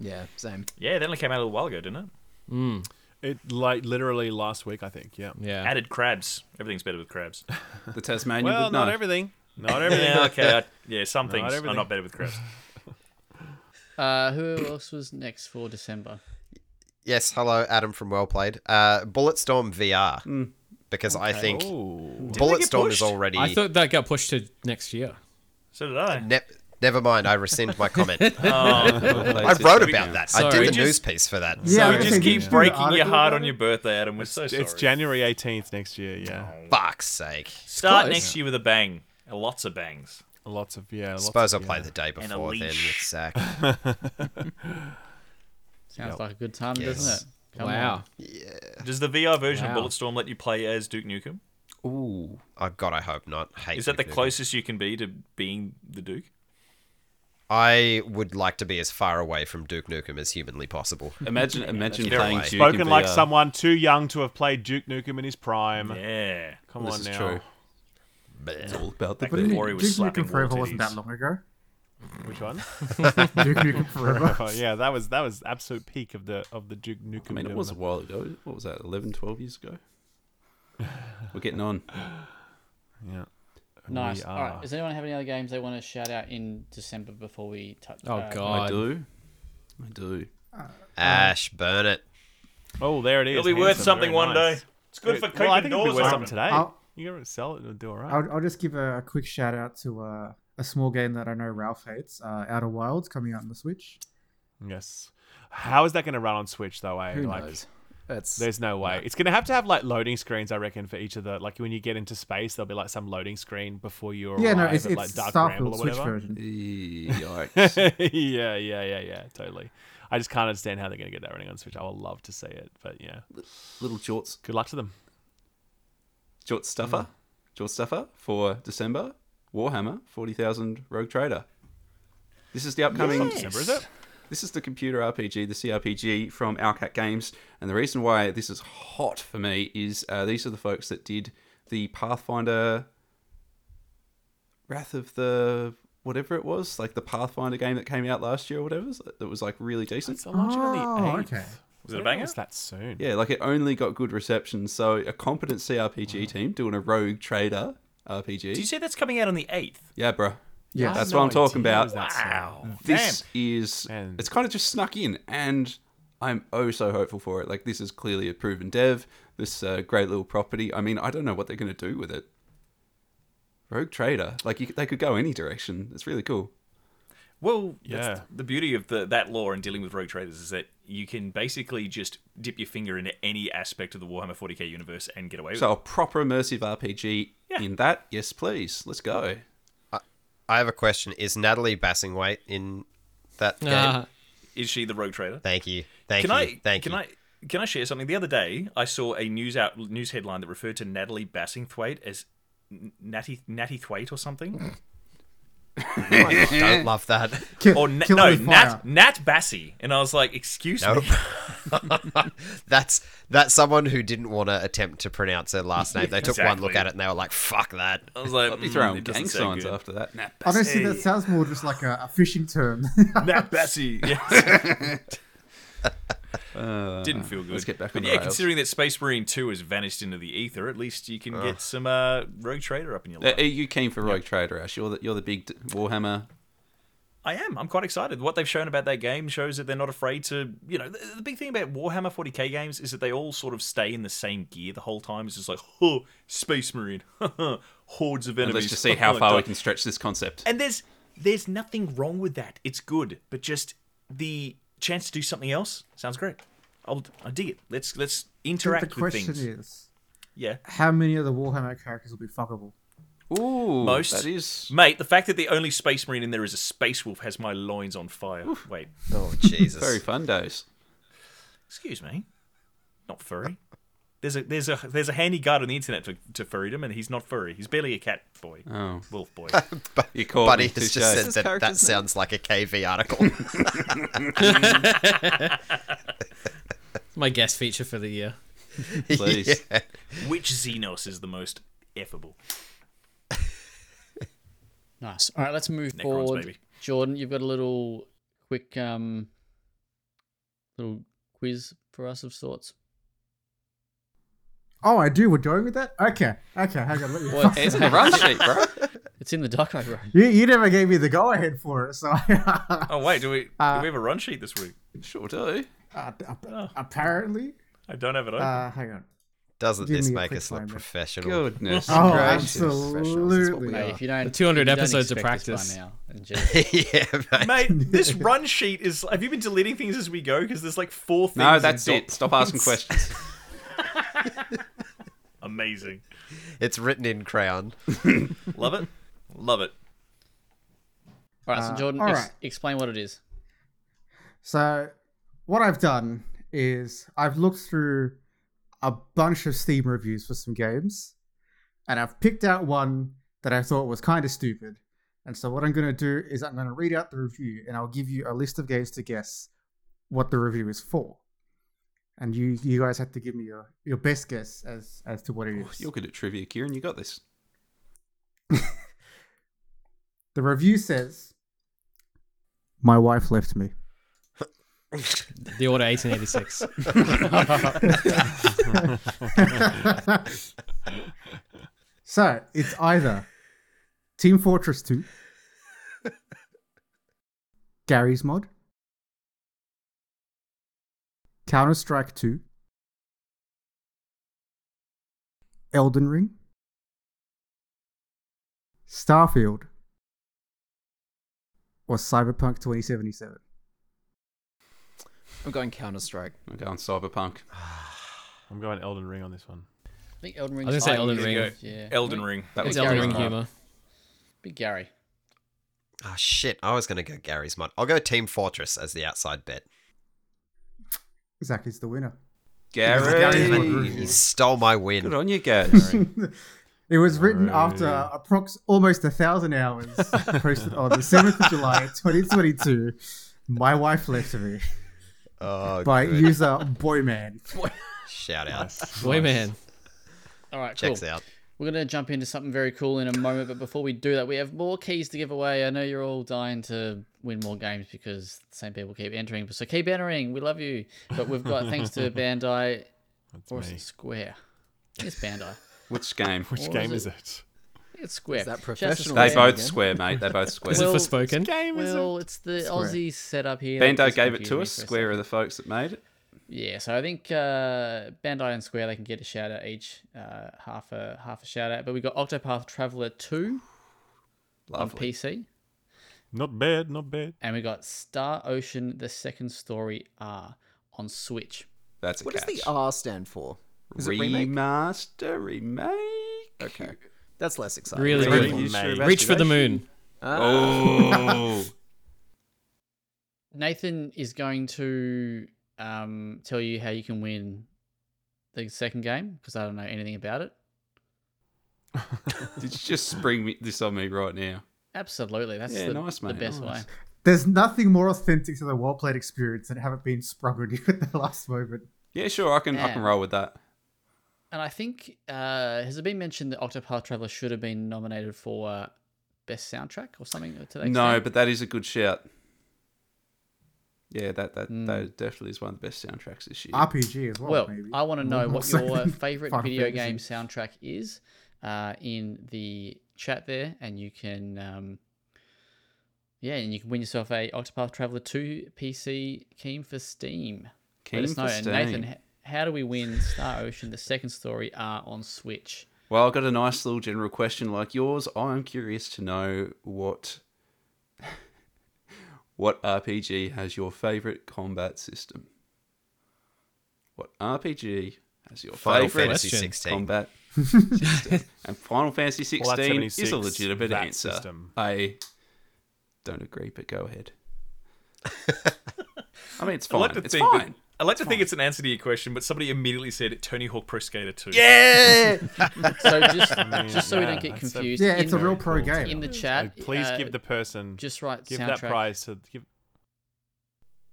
[SPEAKER 6] Yeah, same.
[SPEAKER 2] Yeah, that only came out a little while ago, didn't it?
[SPEAKER 4] It like literally last week, I think. Yeah.
[SPEAKER 5] Yeah.
[SPEAKER 2] Added crabs. Everything's better with crabs.
[SPEAKER 7] The Tasmanian
[SPEAKER 4] Well,
[SPEAKER 7] would know.
[SPEAKER 4] not everything. Not everything.
[SPEAKER 2] yeah, okay. I- yeah, some things are
[SPEAKER 4] everything.
[SPEAKER 2] not better with crabs.
[SPEAKER 1] Uh, who else was next for December?
[SPEAKER 3] Yes, hello, Adam from Well Played. Uh, Bulletstorm VR,
[SPEAKER 5] Hmm.
[SPEAKER 3] because I think Bulletstorm is
[SPEAKER 2] pushed?
[SPEAKER 3] already.
[SPEAKER 5] I thought that got pushed to next year.
[SPEAKER 2] So did I.
[SPEAKER 3] Ne- never mind, I rescind my comment.
[SPEAKER 7] Well,
[SPEAKER 3] I
[SPEAKER 7] it's
[SPEAKER 3] wrote
[SPEAKER 7] just-
[SPEAKER 3] about that. I
[SPEAKER 5] Sorry.
[SPEAKER 3] did the
[SPEAKER 2] Just-
[SPEAKER 3] news piece for that.
[SPEAKER 8] Yeah, I
[SPEAKER 2] you just
[SPEAKER 8] was gonna say, did
[SPEAKER 2] keep
[SPEAKER 8] you do an
[SPEAKER 2] breaking your
[SPEAKER 8] article
[SPEAKER 2] heart
[SPEAKER 8] about
[SPEAKER 2] on
[SPEAKER 8] it?
[SPEAKER 2] your birthday, Adam. We're so sorry.
[SPEAKER 4] It's January 18th next year. Yeah.
[SPEAKER 3] Fuck's sake.
[SPEAKER 2] Start
[SPEAKER 5] close.
[SPEAKER 2] next year with a bang. Lots of bangs.
[SPEAKER 4] Lots of yeah. Lots
[SPEAKER 3] Suppose I'll
[SPEAKER 4] of,
[SPEAKER 3] play
[SPEAKER 4] yeah.
[SPEAKER 3] the day before then with
[SPEAKER 2] leash.
[SPEAKER 3] Zach.
[SPEAKER 1] Sounds like a good time,
[SPEAKER 3] Yes.
[SPEAKER 1] doesn't it? Come
[SPEAKER 5] wow.
[SPEAKER 2] Does the VR version
[SPEAKER 5] Wow.
[SPEAKER 2] of Bulletstorm let you play as Duke Nukem?
[SPEAKER 7] Ooh.
[SPEAKER 3] Oh, God, I hope not. Hate
[SPEAKER 2] Is that the
[SPEAKER 3] Duke Nukem.
[SPEAKER 2] closest you can be to being the Duke?
[SPEAKER 3] I would like to be as far away from Duke Nukem as humanly possible.
[SPEAKER 7] Imagine, imagine
[SPEAKER 2] very
[SPEAKER 7] playing
[SPEAKER 2] nice.
[SPEAKER 7] Duke in uh,
[SPEAKER 4] Spoken like
[SPEAKER 7] VR.
[SPEAKER 4] someone too young to have played Duke Nukem in his prime.
[SPEAKER 2] Yeah.
[SPEAKER 4] Come
[SPEAKER 7] This
[SPEAKER 4] on
[SPEAKER 7] is
[SPEAKER 4] now.
[SPEAKER 7] true. It's all about the
[SPEAKER 2] But
[SPEAKER 8] Duke
[SPEAKER 7] bit.
[SPEAKER 2] Ori was slapping
[SPEAKER 8] Nukem Forever
[SPEAKER 2] war
[SPEAKER 8] wasn't
[SPEAKER 2] titties.
[SPEAKER 8] that long ago.
[SPEAKER 4] Which one?
[SPEAKER 8] Duke Nukem Forever.
[SPEAKER 4] oh, yeah, that was that was absolute peak of the of the Duke Nukem.
[SPEAKER 7] I mean, it was a while ago. What was that, 11, 12 years ago? We're getting on.
[SPEAKER 4] yeah.
[SPEAKER 1] Nice.
[SPEAKER 4] We
[SPEAKER 1] All right.
[SPEAKER 4] are-
[SPEAKER 1] Does anyone have any other games they want to shout out in December before we touch?
[SPEAKER 5] Oh
[SPEAKER 1] uh,
[SPEAKER 7] I
[SPEAKER 5] god.
[SPEAKER 7] do. I do.
[SPEAKER 3] Ash, burn it.
[SPEAKER 4] Oh, there it is.
[SPEAKER 2] It'll be worth
[SPEAKER 4] Handsome,
[SPEAKER 2] something
[SPEAKER 4] very
[SPEAKER 2] one
[SPEAKER 4] nice.
[SPEAKER 2] day. It's good
[SPEAKER 4] It-
[SPEAKER 2] for
[SPEAKER 4] well, I
[SPEAKER 2] coping
[SPEAKER 4] think it'll be
[SPEAKER 2] doors.
[SPEAKER 4] worth
[SPEAKER 2] or
[SPEAKER 4] something
[SPEAKER 2] something.
[SPEAKER 4] today.
[SPEAKER 8] I'll-
[SPEAKER 4] you gotta sell it and it'll do all right.
[SPEAKER 8] I'll, I'll just give a, a quick shout out to uh, a small game that I know Ralph hates, uh, Outer Wilds, coming out on the Switch.
[SPEAKER 4] Yes. How is that going to run on Switch though? Eh?
[SPEAKER 6] Who
[SPEAKER 4] like,
[SPEAKER 6] knows? That's
[SPEAKER 4] There's no way. It's gonna have to have like loading screens, I reckon, for each of the like when you get into space, there'll be like some loading screen before you arrive
[SPEAKER 8] yeah,
[SPEAKER 2] Oh,
[SPEAKER 8] no, it's,
[SPEAKER 4] at
[SPEAKER 8] it's
[SPEAKER 4] like Dark Ramble
[SPEAKER 8] Starfield
[SPEAKER 4] or
[SPEAKER 8] Switch
[SPEAKER 4] whatever.
[SPEAKER 8] version.
[SPEAKER 7] Eh, Yikes.
[SPEAKER 4] yeah, yeah, yeah, yeah, totally. I just can't understand how they're gonna get that running on Switch. I would love to see it, but yeah,
[SPEAKER 7] Little jorts.
[SPEAKER 4] good luck to them.
[SPEAKER 7] Jort Stuffer.
[SPEAKER 4] Mm.
[SPEAKER 7] Jort Stuffer for December. Warhammer 40,000 Rogue Trader. This is the upcoming.
[SPEAKER 4] December is it?
[SPEAKER 7] This is the computer RPG, the CRPG from Owlcat Games, and the reason why this is hot for me is uh, these are the folks that did the Pathfinder Wrath of the whatever it was, like the Pathfinder game that came out last year or whatever, that was like really decent. Mm-hmm.
[SPEAKER 4] It's launching
[SPEAKER 8] Oh,
[SPEAKER 4] on the eighth.
[SPEAKER 8] okay.
[SPEAKER 2] Was it a
[SPEAKER 4] Yeah,
[SPEAKER 2] banger?
[SPEAKER 4] It's that soon.
[SPEAKER 7] Yeah, like it only got good reception. So a competent CRPG
[SPEAKER 4] Mm.
[SPEAKER 7] team doing a rogue trader
[SPEAKER 2] Did you
[SPEAKER 7] RPG.
[SPEAKER 2] say that's coming out on the eighth?
[SPEAKER 7] Yeah, bro.
[SPEAKER 8] Yeah.
[SPEAKER 7] that's
[SPEAKER 4] No
[SPEAKER 7] what I'm talking
[SPEAKER 4] idea it
[SPEAKER 7] about.
[SPEAKER 4] was that soon.
[SPEAKER 7] This is
[SPEAKER 4] Man.
[SPEAKER 7] it's kind of just snuck in, and I'm oh so hopeful for it. Like this is clearly a proven dev. This uh, great little property. I mean, I don't know what they're going to do with it. Rogue trader, like you, they could go any direction. It's really cool.
[SPEAKER 2] Well,
[SPEAKER 4] Yeah.
[SPEAKER 2] that's th- the beauty of the, that law and dealing with rogue traders is that you can basically just dip your finger into any aspect of the Warhammer 40k universe and get away with
[SPEAKER 7] So a proper immersive RPG
[SPEAKER 2] Yeah.
[SPEAKER 7] in that. Yes, please. Let's go.
[SPEAKER 3] I have a question. Is Natalie Bassingwaite in that game?
[SPEAKER 5] Nah.
[SPEAKER 2] it. Is she the rogue trader?
[SPEAKER 3] Thank you. Thank
[SPEAKER 2] can
[SPEAKER 3] you.
[SPEAKER 2] I?
[SPEAKER 3] Thank
[SPEAKER 2] can
[SPEAKER 3] you.
[SPEAKER 2] I? Can I share something? The other day, I saw a news out news headline that referred to Natalie Bassingthwaite as N- Natty Natty Thwaite or something, Eh.
[SPEAKER 3] Don't love that.
[SPEAKER 8] Kill,
[SPEAKER 2] or Na-
[SPEAKER 8] kill
[SPEAKER 2] no
[SPEAKER 8] with fire.
[SPEAKER 2] Nat Nat Bassy, and I was like, "Excuse me."
[SPEAKER 3] that's that's someone who didn't want to attempt to pronounce their last name. They took one look
[SPEAKER 2] Exactly.
[SPEAKER 3] at it and they were like, "Fuck that."
[SPEAKER 2] I was like,
[SPEAKER 7] I'll be
[SPEAKER 2] "Mm,
[SPEAKER 7] throwing
[SPEAKER 2] it doesn't
[SPEAKER 7] gang
[SPEAKER 2] sound
[SPEAKER 7] signs
[SPEAKER 2] good."
[SPEAKER 7] after that. Nah,
[SPEAKER 8] Honestly, that sounds more just like a, a fishing term.
[SPEAKER 2] Nat Bassy. Yes.
[SPEAKER 7] Uh,
[SPEAKER 2] Didn't feel good.
[SPEAKER 7] Let's get back
[SPEAKER 2] But
[SPEAKER 7] on the
[SPEAKER 2] yeah,
[SPEAKER 7] rails.
[SPEAKER 2] considering that Space Marine 2 has vanished into the ether, at least you can get some uh, Rogue Trader up in your
[SPEAKER 7] Uh,
[SPEAKER 2] life.
[SPEAKER 7] are you keen for Rogue Trader, Ash? You're the, you're the big d- Warhammer.
[SPEAKER 2] I am. I'm quite excited. What they've shown about that game shows that they're not afraid to, you know, the, the big thing about Warhammer 40k games is that they all sort of stay in the same gear the whole time. It's just like, oh, Space Marine, hordes of enemies.
[SPEAKER 7] Let's just see how
[SPEAKER 2] Like
[SPEAKER 7] far
[SPEAKER 2] that.
[SPEAKER 7] we can stretch this concept.
[SPEAKER 2] And there's there's nothing wrong with that. It's good, but just the chance to do something else sounds great. I'll, I dig it. Let's let's
[SPEAKER 8] the
[SPEAKER 2] interact with
[SPEAKER 8] question
[SPEAKER 2] things.
[SPEAKER 8] is,
[SPEAKER 2] yeah.
[SPEAKER 8] how many of the Warhammer characters will be fuckable?
[SPEAKER 7] Ooh,
[SPEAKER 2] Most.
[SPEAKER 7] that is.
[SPEAKER 2] Mate, the fact that the only space marine in there is a space wolf has my loins on fire. Wait,
[SPEAKER 3] Oh Jesus!
[SPEAKER 7] Very fun days.
[SPEAKER 2] excuse me, not furry. There's a there's a there's a handy guard on the internet to, to furrydom, and he's not furry. He's barely a cat boy,
[SPEAKER 7] Oh,
[SPEAKER 2] wolf boy.
[SPEAKER 3] But,
[SPEAKER 7] You called
[SPEAKER 3] Buddy
[SPEAKER 7] me
[SPEAKER 3] has
[SPEAKER 7] touche.
[SPEAKER 3] just said
[SPEAKER 7] This
[SPEAKER 3] that that
[SPEAKER 7] character's
[SPEAKER 3] sounds like a KV article.
[SPEAKER 5] My guest feature for the year.
[SPEAKER 7] please.
[SPEAKER 3] Yeah.
[SPEAKER 2] Which Xenos is the most effable?
[SPEAKER 1] Nice. All right, let's move
[SPEAKER 2] Necrons,
[SPEAKER 1] forward.
[SPEAKER 2] baby.
[SPEAKER 1] Jordan, you've got a little quick um little quiz for us of sorts.
[SPEAKER 8] Oh, I do. We're going with that. Okay, okay. Hang on. Let me.
[SPEAKER 1] Well,
[SPEAKER 7] It's in the run sheet, bro.
[SPEAKER 1] It's in the doc I wrote.
[SPEAKER 8] You, you never gave me the go ahead for it, so I,
[SPEAKER 2] Oh wait, do we
[SPEAKER 8] Uh,
[SPEAKER 2] do we have a run sheet this week?
[SPEAKER 7] Sure do.
[SPEAKER 8] uh,
[SPEAKER 2] Oh.
[SPEAKER 8] apparently.
[SPEAKER 2] I don't have it open.
[SPEAKER 8] Uh, hang on.
[SPEAKER 3] Doesn't
[SPEAKER 8] Give
[SPEAKER 3] this
[SPEAKER 8] me a
[SPEAKER 3] make
[SPEAKER 8] quick
[SPEAKER 3] us look
[SPEAKER 8] find it.
[SPEAKER 3] professional?
[SPEAKER 7] Goodness
[SPEAKER 8] Oh,
[SPEAKER 7] gracious.
[SPEAKER 8] absolutely.
[SPEAKER 1] Mate, if you don't,
[SPEAKER 5] The 200
[SPEAKER 1] if you don't
[SPEAKER 5] episodes of
[SPEAKER 1] expect this
[SPEAKER 5] practice.
[SPEAKER 1] by now. then just-
[SPEAKER 3] yeah, mate.
[SPEAKER 2] Mate, this run sheet is. Have you been deleting things as we go? Because there's like four things.
[SPEAKER 7] No,
[SPEAKER 2] in
[SPEAKER 7] that's
[SPEAKER 2] dot-
[SPEAKER 7] it. Stop asking questions.
[SPEAKER 2] Amazing.
[SPEAKER 3] It's written in crayon.
[SPEAKER 2] Love it. Love it.
[SPEAKER 1] all right, so
[SPEAKER 8] Uh,
[SPEAKER 1] Jordan,
[SPEAKER 8] all
[SPEAKER 1] ex-
[SPEAKER 8] right.
[SPEAKER 1] explain what it is.
[SPEAKER 8] So, what I've done is I've looked through a bunch of Steam reviews for some games, and I've picked out one that I thought was kind of stupid. And so, what I'm going to do is I'm going to read out the review, and I'll give you a list of games to guess what the review is for. And you, you guys have to give me your, your best guess as as to what it is.
[SPEAKER 7] Oh, You're good at trivia, Kieran. You got this.
[SPEAKER 8] The review says, "My wife left me."
[SPEAKER 5] The Order 1886.
[SPEAKER 8] So it's either Team Fortress 2, Gary's Mod, Counter Strike 2, Elden Ring, Starfield, or Cyberpunk 2077.
[SPEAKER 6] I'm going Counter Strike.
[SPEAKER 7] I'm going Cyberpunk.
[SPEAKER 4] I'm going Elden Ring on this one.
[SPEAKER 1] I think Elden Ring.
[SPEAKER 5] I was gonna say Elden
[SPEAKER 2] There you
[SPEAKER 5] Ring.
[SPEAKER 2] go.
[SPEAKER 1] Yeah.
[SPEAKER 2] Elden Ring.
[SPEAKER 7] That
[SPEAKER 5] It's
[SPEAKER 7] was
[SPEAKER 5] Elden
[SPEAKER 1] Gary
[SPEAKER 5] Ring
[SPEAKER 1] Clark.
[SPEAKER 5] humor.
[SPEAKER 1] Big Gary.
[SPEAKER 3] Oh shit! I was gonna go Gary's mod. I'll go Team Fortress as the outside bet.
[SPEAKER 8] Zach is the winner.
[SPEAKER 7] Gary.
[SPEAKER 3] He stole my win.
[SPEAKER 7] Good on you, guys.
[SPEAKER 8] It was written after approx almost a thousand hours posted on the seventh of July, twenty twenty two. My wife left me
[SPEAKER 3] Oh,
[SPEAKER 8] by
[SPEAKER 3] good.
[SPEAKER 8] user Boyman.
[SPEAKER 3] shout out.
[SPEAKER 5] Boy, man. All right,
[SPEAKER 3] Checks
[SPEAKER 5] cool.
[SPEAKER 3] out.
[SPEAKER 1] We're going to jump into something very cool in a moment, but before we do that, we have more keys to give away. I know you're all dying to win more games because the same people keep entering, so keep entering. We love you. But we've got, thanks to Bandai, or is
[SPEAKER 4] me.
[SPEAKER 1] it Square? It's Bandai.
[SPEAKER 7] Which game?
[SPEAKER 4] Which
[SPEAKER 1] Or
[SPEAKER 4] game
[SPEAKER 1] is
[SPEAKER 4] is
[SPEAKER 1] it-
[SPEAKER 4] it?
[SPEAKER 1] It's Square.
[SPEAKER 6] that
[SPEAKER 1] Just a
[SPEAKER 6] professional
[SPEAKER 7] They
[SPEAKER 1] Square.
[SPEAKER 7] both
[SPEAKER 6] again.
[SPEAKER 7] square, mate. They both square.
[SPEAKER 5] Is
[SPEAKER 1] Well-
[SPEAKER 5] it for spoken?
[SPEAKER 4] Game is
[SPEAKER 1] Well,
[SPEAKER 4] it?
[SPEAKER 1] it's the Aussie setup here. that
[SPEAKER 7] Bando
[SPEAKER 1] just
[SPEAKER 7] gave it
[SPEAKER 1] confused
[SPEAKER 7] to
[SPEAKER 1] me
[SPEAKER 7] us.
[SPEAKER 1] for a
[SPEAKER 7] Square are the folks that made it.
[SPEAKER 1] Yeah, so I think uh, Bandai and Square they can get a shout out each, uh, half a half a shout out. But we got Octopath Traveler two on
[SPEAKER 7] Lovely.
[SPEAKER 1] PC,
[SPEAKER 4] Not bad, not bad.
[SPEAKER 1] and we got Star Ocean: The Second Story R on Switch.
[SPEAKER 7] That's a
[SPEAKER 6] What
[SPEAKER 7] catch.
[SPEAKER 6] does the R stand for? Is it remake?
[SPEAKER 7] remaster, remake? Okay.
[SPEAKER 6] That's less exciting. Ah.
[SPEAKER 5] Really,
[SPEAKER 4] Really
[SPEAKER 5] really.
[SPEAKER 4] made.
[SPEAKER 5] Reach for the moon.
[SPEAKER 7] Oh.
[SPEAKER 1] Nathan is going to um, tell you how you can win the second game because I don't know anything about it.
[SPEAKER 7] Did you just spring me, this on me right now?
[SPEAKER 1] Absolutely, that's
[SPEAKER 7] Yeah,
[SPEAKER 1] the,
[SPEAKER 7] nice,
[SPEAKER 1] the
[SPEAKER 7] mate,
[SPEAKER 1] best
[SPEAKER 7] nice.
[SPEAKER 1] way.
[SPEAKER 8] There's nothing more authentic to the well played experience than have it been sprung on you at the last moment.
[SPEAKER 7] Yeah, sure. I can. I can
[SPEAKER 1] Yeah.
[SPEAKER 7] roll with that.
[SPEAKER 1] And I think uh, has it been mentioned that Octopath Traveler should have been nominated for uh, best soundtrack or something? To that
[SPEAKER 7] No,
[SPEAKER 1] extent?
[SPEAKER 7] but that is a good shout. Yeah, that that,
[SPEAKER 1] Hmm.
[SPEAKER 7] that definitely is one of the best soundtracks this year.
[SPEAKER 8] RPG as well,
[SPEAKER 1] well,
[SPEAKER 8] maybe.
[SPEAKER 1] I want to know
[SPEAKER 8] More
[SPEAKER 1] what
[SPEAKER 8] so
[SPEAKER 1] your
[SPEAKER 8] than
[SPEAKER 1] favorite
[SPEAKER 8] Final
[SPEAKER 1] video
[SPEAKER 8] Fantasy.
[SPEAKER 1] game soundtrack is uh, in the chat there, and you can um, yeah, and you can win yourself a Octopath Traveler two PC keen for Steam.
[SPEAKER 7] Keen for
[SPEAKER 1] And Nathan,
[SPEAKER 7] Steam.
[SPEAKER 1] h- how do we win Star Ocean: The Second Story R on Switch?
[SPEAKER 7] Well, I've got a nice little general question like yours. I'm curious to know what what RPG has your favorite combat system? What RPG has your
[SPEAKER 3] Final
[SPEAKER 7] favorite
[SPEAKER 3] Fantasy
[SPEAKER 5] question.
[SPEAKER 3] 16.
[SPEAKER 7] combat system? And Final Fantasy 16
[SPEAKER 4] Fallout
[SPEAKER 7] is a
[SPEAKER 4] 76,
[SPEAKER 7] legitimate
[SPEAKER 4] that
[SPEAKER 7] answer.
[SPEAKER 4] system.
[SPEAKER 7] I don't agree, but go ahead. I mean, it's
[SPEAKER 2] I
[SPEAKER 7] fine.
[SPEAKER 2] like to
[SPEAKER 7] it's
[SPEAKER 2] think. that-
[SPEAKER 7] fine.
[SPEAKER 2] I like to think it's an answer to your question, but somebody immediately said Tony Hawk Pro Skater 2.
[SPEAKER 3] Yeah!
[SPEAKER 1] So just just so we
[SPEAKER 4] yeah,
[SPEAKER 1] don't get
[SPEAKER 4] that's a-
[SPEAKER 1] confused.
[SPEAKER 8] Yeah, it's
[SPEAKER 1] in-
[SPEAKER 8] a real pro
[SPEAKER 4] cool.
[SPEAKER 8] game.
[SPEAKER 1] in the
[SPEAKER 4] Uh,
[SPEAKER 1] chat.
[SPEAKER 4] please
[SPEAKER 1] uh,
[SPEAKER 4] give the person
[SPEAKER 1] just write
[SPEAKER 4] give
[SPEAKER 1] soundtrack.
[SPEAKER 4] that prize to give.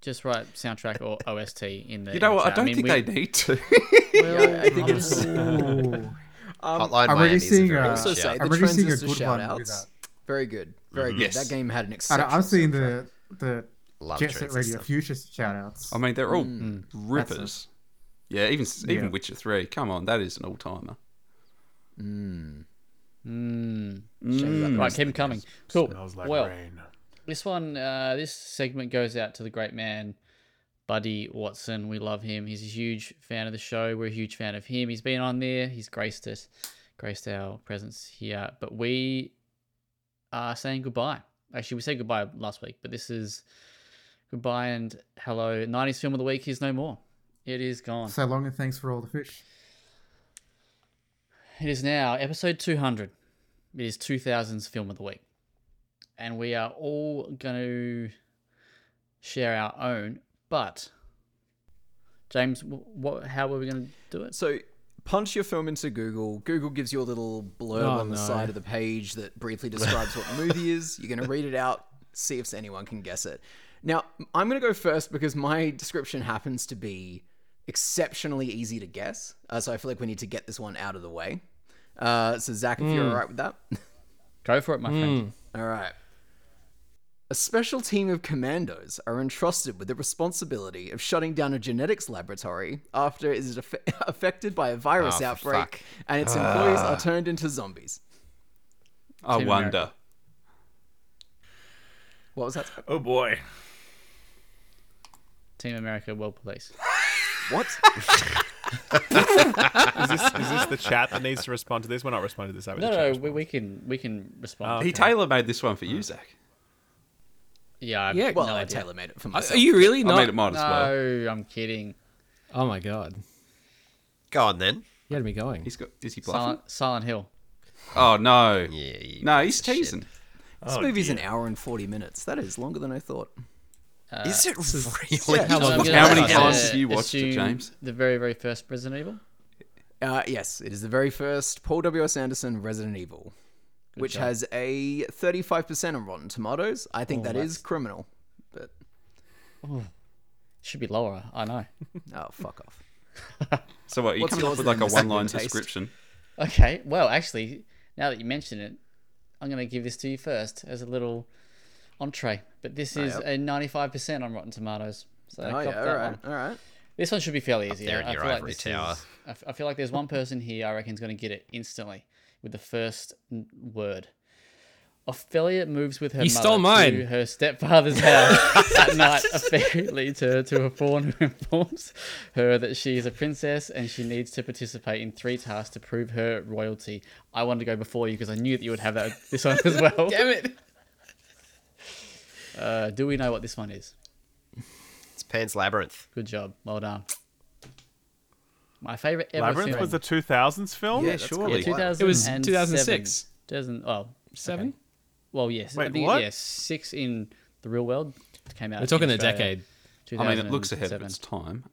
[SPEAKER 1] Just write soundtrack or OST in the.
[SPEAKER 7] You
[SPEAKER 1] in the
[SPEAKER 7] know what? I
[SPEAKER 1] chat.
[SPEAKER 7] don't
[SPEAKER 1] mean,
[SPEAKER 7] think
[SPEAKER 1] we-
[SPEAKER 7] they need to.
[SPEAKER 1] Well,
[SPEAKER 6] I think
[SPEAKER 1] um,
[SPEAKER 6] it's um,
[SPEAKER 8] Ooh.
[SPEAKER 3] Hotline
[SPEAKER 8] I'm
[SPEAKER 3] Miami
[SPEAKER 8] already
[SPEAKER 3] is a
[SPEAKER 8] seeing,
[SPEAKER 3] very
[SPEAKER 8] uh,
[SPEAKER 3] good
[SPEAKER 6] also
[SPEAKER 3] shout.
[SPEAKER 6] say the
[SPEAKER 8] I'm really seeing a
[SPEAKER 6] transistor
[SPEAKER 8] good
[SPEAKER 6] shout
[SPEAKER 8] one with
[SPEAKER 6] outs.
[SPEAKER 8] that.
[SPEAKER 6] Very good. Very good.
[SPEAKER 7] Yes.
[SPEAKER 6] That game had an
[SPEAKER 8] I
[SPEAKER 6] exceptional
[SPEAKER 8] know, I'm seeing
[SPEAKER 6] soundtrack.
[SPEAKER 8] the the
[SPEAKER 3] Love
[SPEAKER 8] Jet Set Radio
[SPEAKER 3] Transistor.
[SPEAKER 8] Future shout outs.
[SPEAKER 7] I mean, they're all rippers. Yeah, even even
[SPEAKER 8] Yeah.
[SPEAKER 7] Witcher Three. Come on, that is an all timer.
[SPEAKER 1] mm, right, keep 'em coming. Cool.
[SPEAKER 4] Smells like
[SPEAKER 1] well,
[SPEAKER 4] rain.
[SPEAKER 1] this one, uh, this segment goes out to the great man, Buddy Watson. We love him. He's a huge fan of the show. We're a huge fan of him. He's been on there. He's graced us, graced our presence here. But we are saying goodbye. Actually, we said goodbye last week, but this is goodbye and hello. 90s film of the week is no more. It is gone.
[SPEAKER 8] So long and thanks for all the fish.
[SPEAKER 1] It is now episode 200. It is 2000's film of the week. And we are all going to share our own, but James, wh- what how were we going to do it?
[SPEAKER 6] So punch your film into Google. Google gives you a little blurb
[SPEAKER 5] Oh,
[SPEAKER 6] on the
[SPEAKER 5] no.
[SPEAKER 6] side of the page that briefly describes what the movie is. You're going to read it out, see if anyone can guess it. Now, I'm going to go first because my description happens to be exceptionally easy to guess. Uh, so I feel like we need to get this one out of the way. Uh, so, Zach, if
[SPEAKER 5] Hmm.
[SPEAKER 6] you're all right with that.
[SPEAKER 1] Go for it, my
[SPEAKER 7] Hmm.
[SPEAKER 1] friend.
[SPEAKER 6] All right. A special team of commandos are entrusted with the responsibility of shutting down a genetics laboratory after it is aff- affected by a virus
[SPEAKER 1] Ah,
[SPEAKER 3] for fuck.
[SPEAKER 6] outbreak and its employees are turned into zombies.
[SPEAKER 7] I
[SPEAKER 1] Team
[SPEAKER 7] wonder.
[SPEAKER 1] America.
[SPEAKER 6] What was that?
[SPEAKER 2] Oh boy.
[SPEAKER 1] Team America, well placed.
[SPEAKER 6] What?
[SPEAKER 4] Is this, is this the chat that needs to respond to this? We're not responding to this. have we?
[SPEAKER 1] No,
[SPEAKER 4] The
[SPEAKER 1] no,
[SPEAKER 4] chat
[SPEAKER 1] we, we can we can respond.
[SPEAKER 7] He tailor made this one for you, Zach.
[SPEAKER 1] yeah, I,
[SPEAKER 5] Yeah,
[SPEAKER 1] yeah,
[SPEAKER 6] Well,
[SPEAKER 1] no
[SPEAKER 6] I
[SPEAKER 1] idea.
[SPEAKER 6] tailor made it for
[SPEAKER 5] Are
[SPEAKER 6] myself.
[SPEAKER 5] you really
[SPEAKER 7] I
[SPEAKER 5] not?
[SPEAKER 7] mean, it might as well.
[SPEAKER 1] No, I'm kidding.
[SPEAKER 5] Oh my god,
[SPEAKER 3] Go on then.
[SPEAKER 5] you had me going.
[SPEAKER 7] He's got. Is he bluffing?
[SPEAKER 1] Silent, Silent Hill.
[SPEAKER 7] Oh no.
[SPEAKER 3] Yeah, you
[SPEAKER 7] No,
[SPEAKER 3] piece
[SPEAKER 7] he's
[SPEAKER 3] of shit.
[SPEAKER 7] teasing.
[SPEAKER 6] this
[SPEAKER 1] Oh,
[SPEAKER 6] movie's an hour and 40 minutes. That is longer than I thought.
[SPEAKER 3] Is it really?
[SPEAKER 6] yeah, how
[SPEAKER 1] So I'm
[SPEAKER 6] long-
[SPEAKER 1] gonna
[SPEAKER 7] How many
[SPEAKER 1] uh,
[SPEAKER 7] times have you watched it,
[SPEAKER 1] assume
[SPEAKER 7] James?
[SPEAKER 1] The very, very first Resident Evil.
[SPEAKER 6] Uh, yes, it is the very first Paul W.S. Anderson Resident Evil, which has a 35% on Rotten Tomatoes. I
[SPEAKER 1] Oh,
[SPEAKER 6] think that is criminal. But,
[SPEAKER 1] Should be lower. I know.
[SPEAKER 6] oh, fuck off.
[SPEAKER 7] So what? You
[SPEAKER 6] What's
[SPEAKER 7] coming up
[SPEAKER 6] yours
[SPEAKER 7] with like
[SPEAKER 6] then,
[SPEAKER 7] a
[SPEAKER 6] Mr.
[SPEAKER 7] one-line
[SPEAKER 6] Taste?
[SPEAKER 7] description?
[SPEAKER 1] Okay. Well, actually, now that you mention it, I'm going to give this to you first as a little entree. But this is a 95% on Rotten Tomatoes. So
[SPEAKER 6] Oh,
[SPEAKER 1] cop
[SPEAKER 6] yeah,
[SPEAKER 1] that
[SPEAKER 6] all right,
[SPEAKER 1] one.
[SPEAKER 6] all right.
[SPEAKER 1] This one should be fairly easy.
[SPEAKER 3] there in
[SPEAKER 1] I
[SPEAKER 3] your
[SPEAKER 1] feel like
[SPEAKER 3] ivory
[SPEAKER 1] this
[SPEAKER 3] tower.
[SPEAKER 1] is- I f- I feel like there's one person here I reckon is going to get it instantly with the first n- word. Ophelia moves with her
[SPEAKER 5] You
[SPEAKER 1] mother
[SPEAKER 5] stole mine.
[SPEAKER 1] to her stepfather's house at night. A fairy leads her to a fawn who informs her that she is a princess and she needs to participate in three tasks to prove her royalty. I wanted to go before you because I knew that you would have that this one as well.
[SPEAKER 5] Damn it.
[SPEAKER 1] Uh, do we know what this one is?
[SPEAKER 3] It's Pan's Labyrinth.
[SPEAKER 1] Good job. Well done. My favorite ever
[SPEAKER 4] Labyrinth
[SPEAKER 1] film.
[SPEAKER 4] was the 2000s film.
[SPEAKER 7] Yeah, surely.
[SPEAKER 1] Yeah, 2000
[SPEAKER 5] It was
[SPEAKER 1] and
[SPEAKER 5] 2006.
[SPEAKER 1] seven. 2000, oh,
[SPEAKER 5] Seven?
[SPEAKER 1] okay. Well, yes. I
[SPEAKER 4] Wait,
[SPEAKER 1] think,
[SPEAKER 4] what?
[SPEAKER 1] yes, six in the real world came out.
[SPEAKER 5] We're talking
[SPEAKER 1] in
[SPEAKER 5] a
[SPEAKER 1] Australia,
[SPEAKER 5] decade.
[SPEAKER 7] I mean, it looks ahead of
[SPEAKER 1] 2007.
[SPEAKER 7] its time.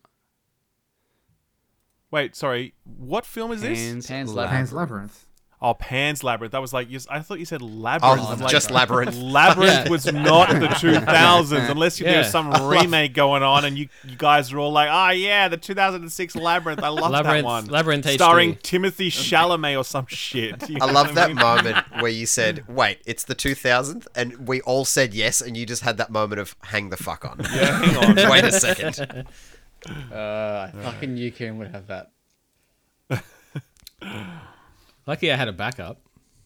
[SPEAKER 4] Wait, sorry. What film is this?
[SPEAKER 7] Pan's,
[SPEAKER 1] Pan's
[SPEAKER 7] Labyrinth.
[SPEAKER 1] Labyrinth.
[SPEAKER 8] Pan's Labyrinth.
[SPEAKER 4] Oh, Pan's Labyrinth. That was like, yes, I thought you said Labyrinth.
[SPEAKER 3] Oh,
[SPEAKER 4] I'm like,
[SPEAKER 3] just Labyrinth.
[SPEAKER 4] Labyrinth
[SPEAKER 5] Yeah.
[SPEAKER 4] was not the 2000s, unless you, there was
[SPEAKER 5] Yeah.
[SPEAKER 4] some remake going on, and you, you guys were all like, oh, yeah, the 2006 Labyrinth. I love that
[SPEAKER 5] Labyrinth-
[SPEAKER 4] one.
[SPEAKER 5] Labyrinth HD.
[SPEAKER 4] Starring Timothy Chalamet or some shit. You
[SPEAKER 3] I
[SPEAKER 4] know
[SPEAKER 3] love
[SPEAKER 4] what
[SPEAKER 3] that
[SPEAKER 4] mean?
[SPEAKER 3] moment where you said, "Wait, it's the 2000th," and we all said yes, and you just had that moment of "Hang the fuck on."
[SPEAKER 4] Yeah, hang on.
[SPEAKER 3] Wait a second.
[SPEAKER 1] Uh, I fucking knew Kieran would have that.
[SPEAKER 5] Lucky I had a backup.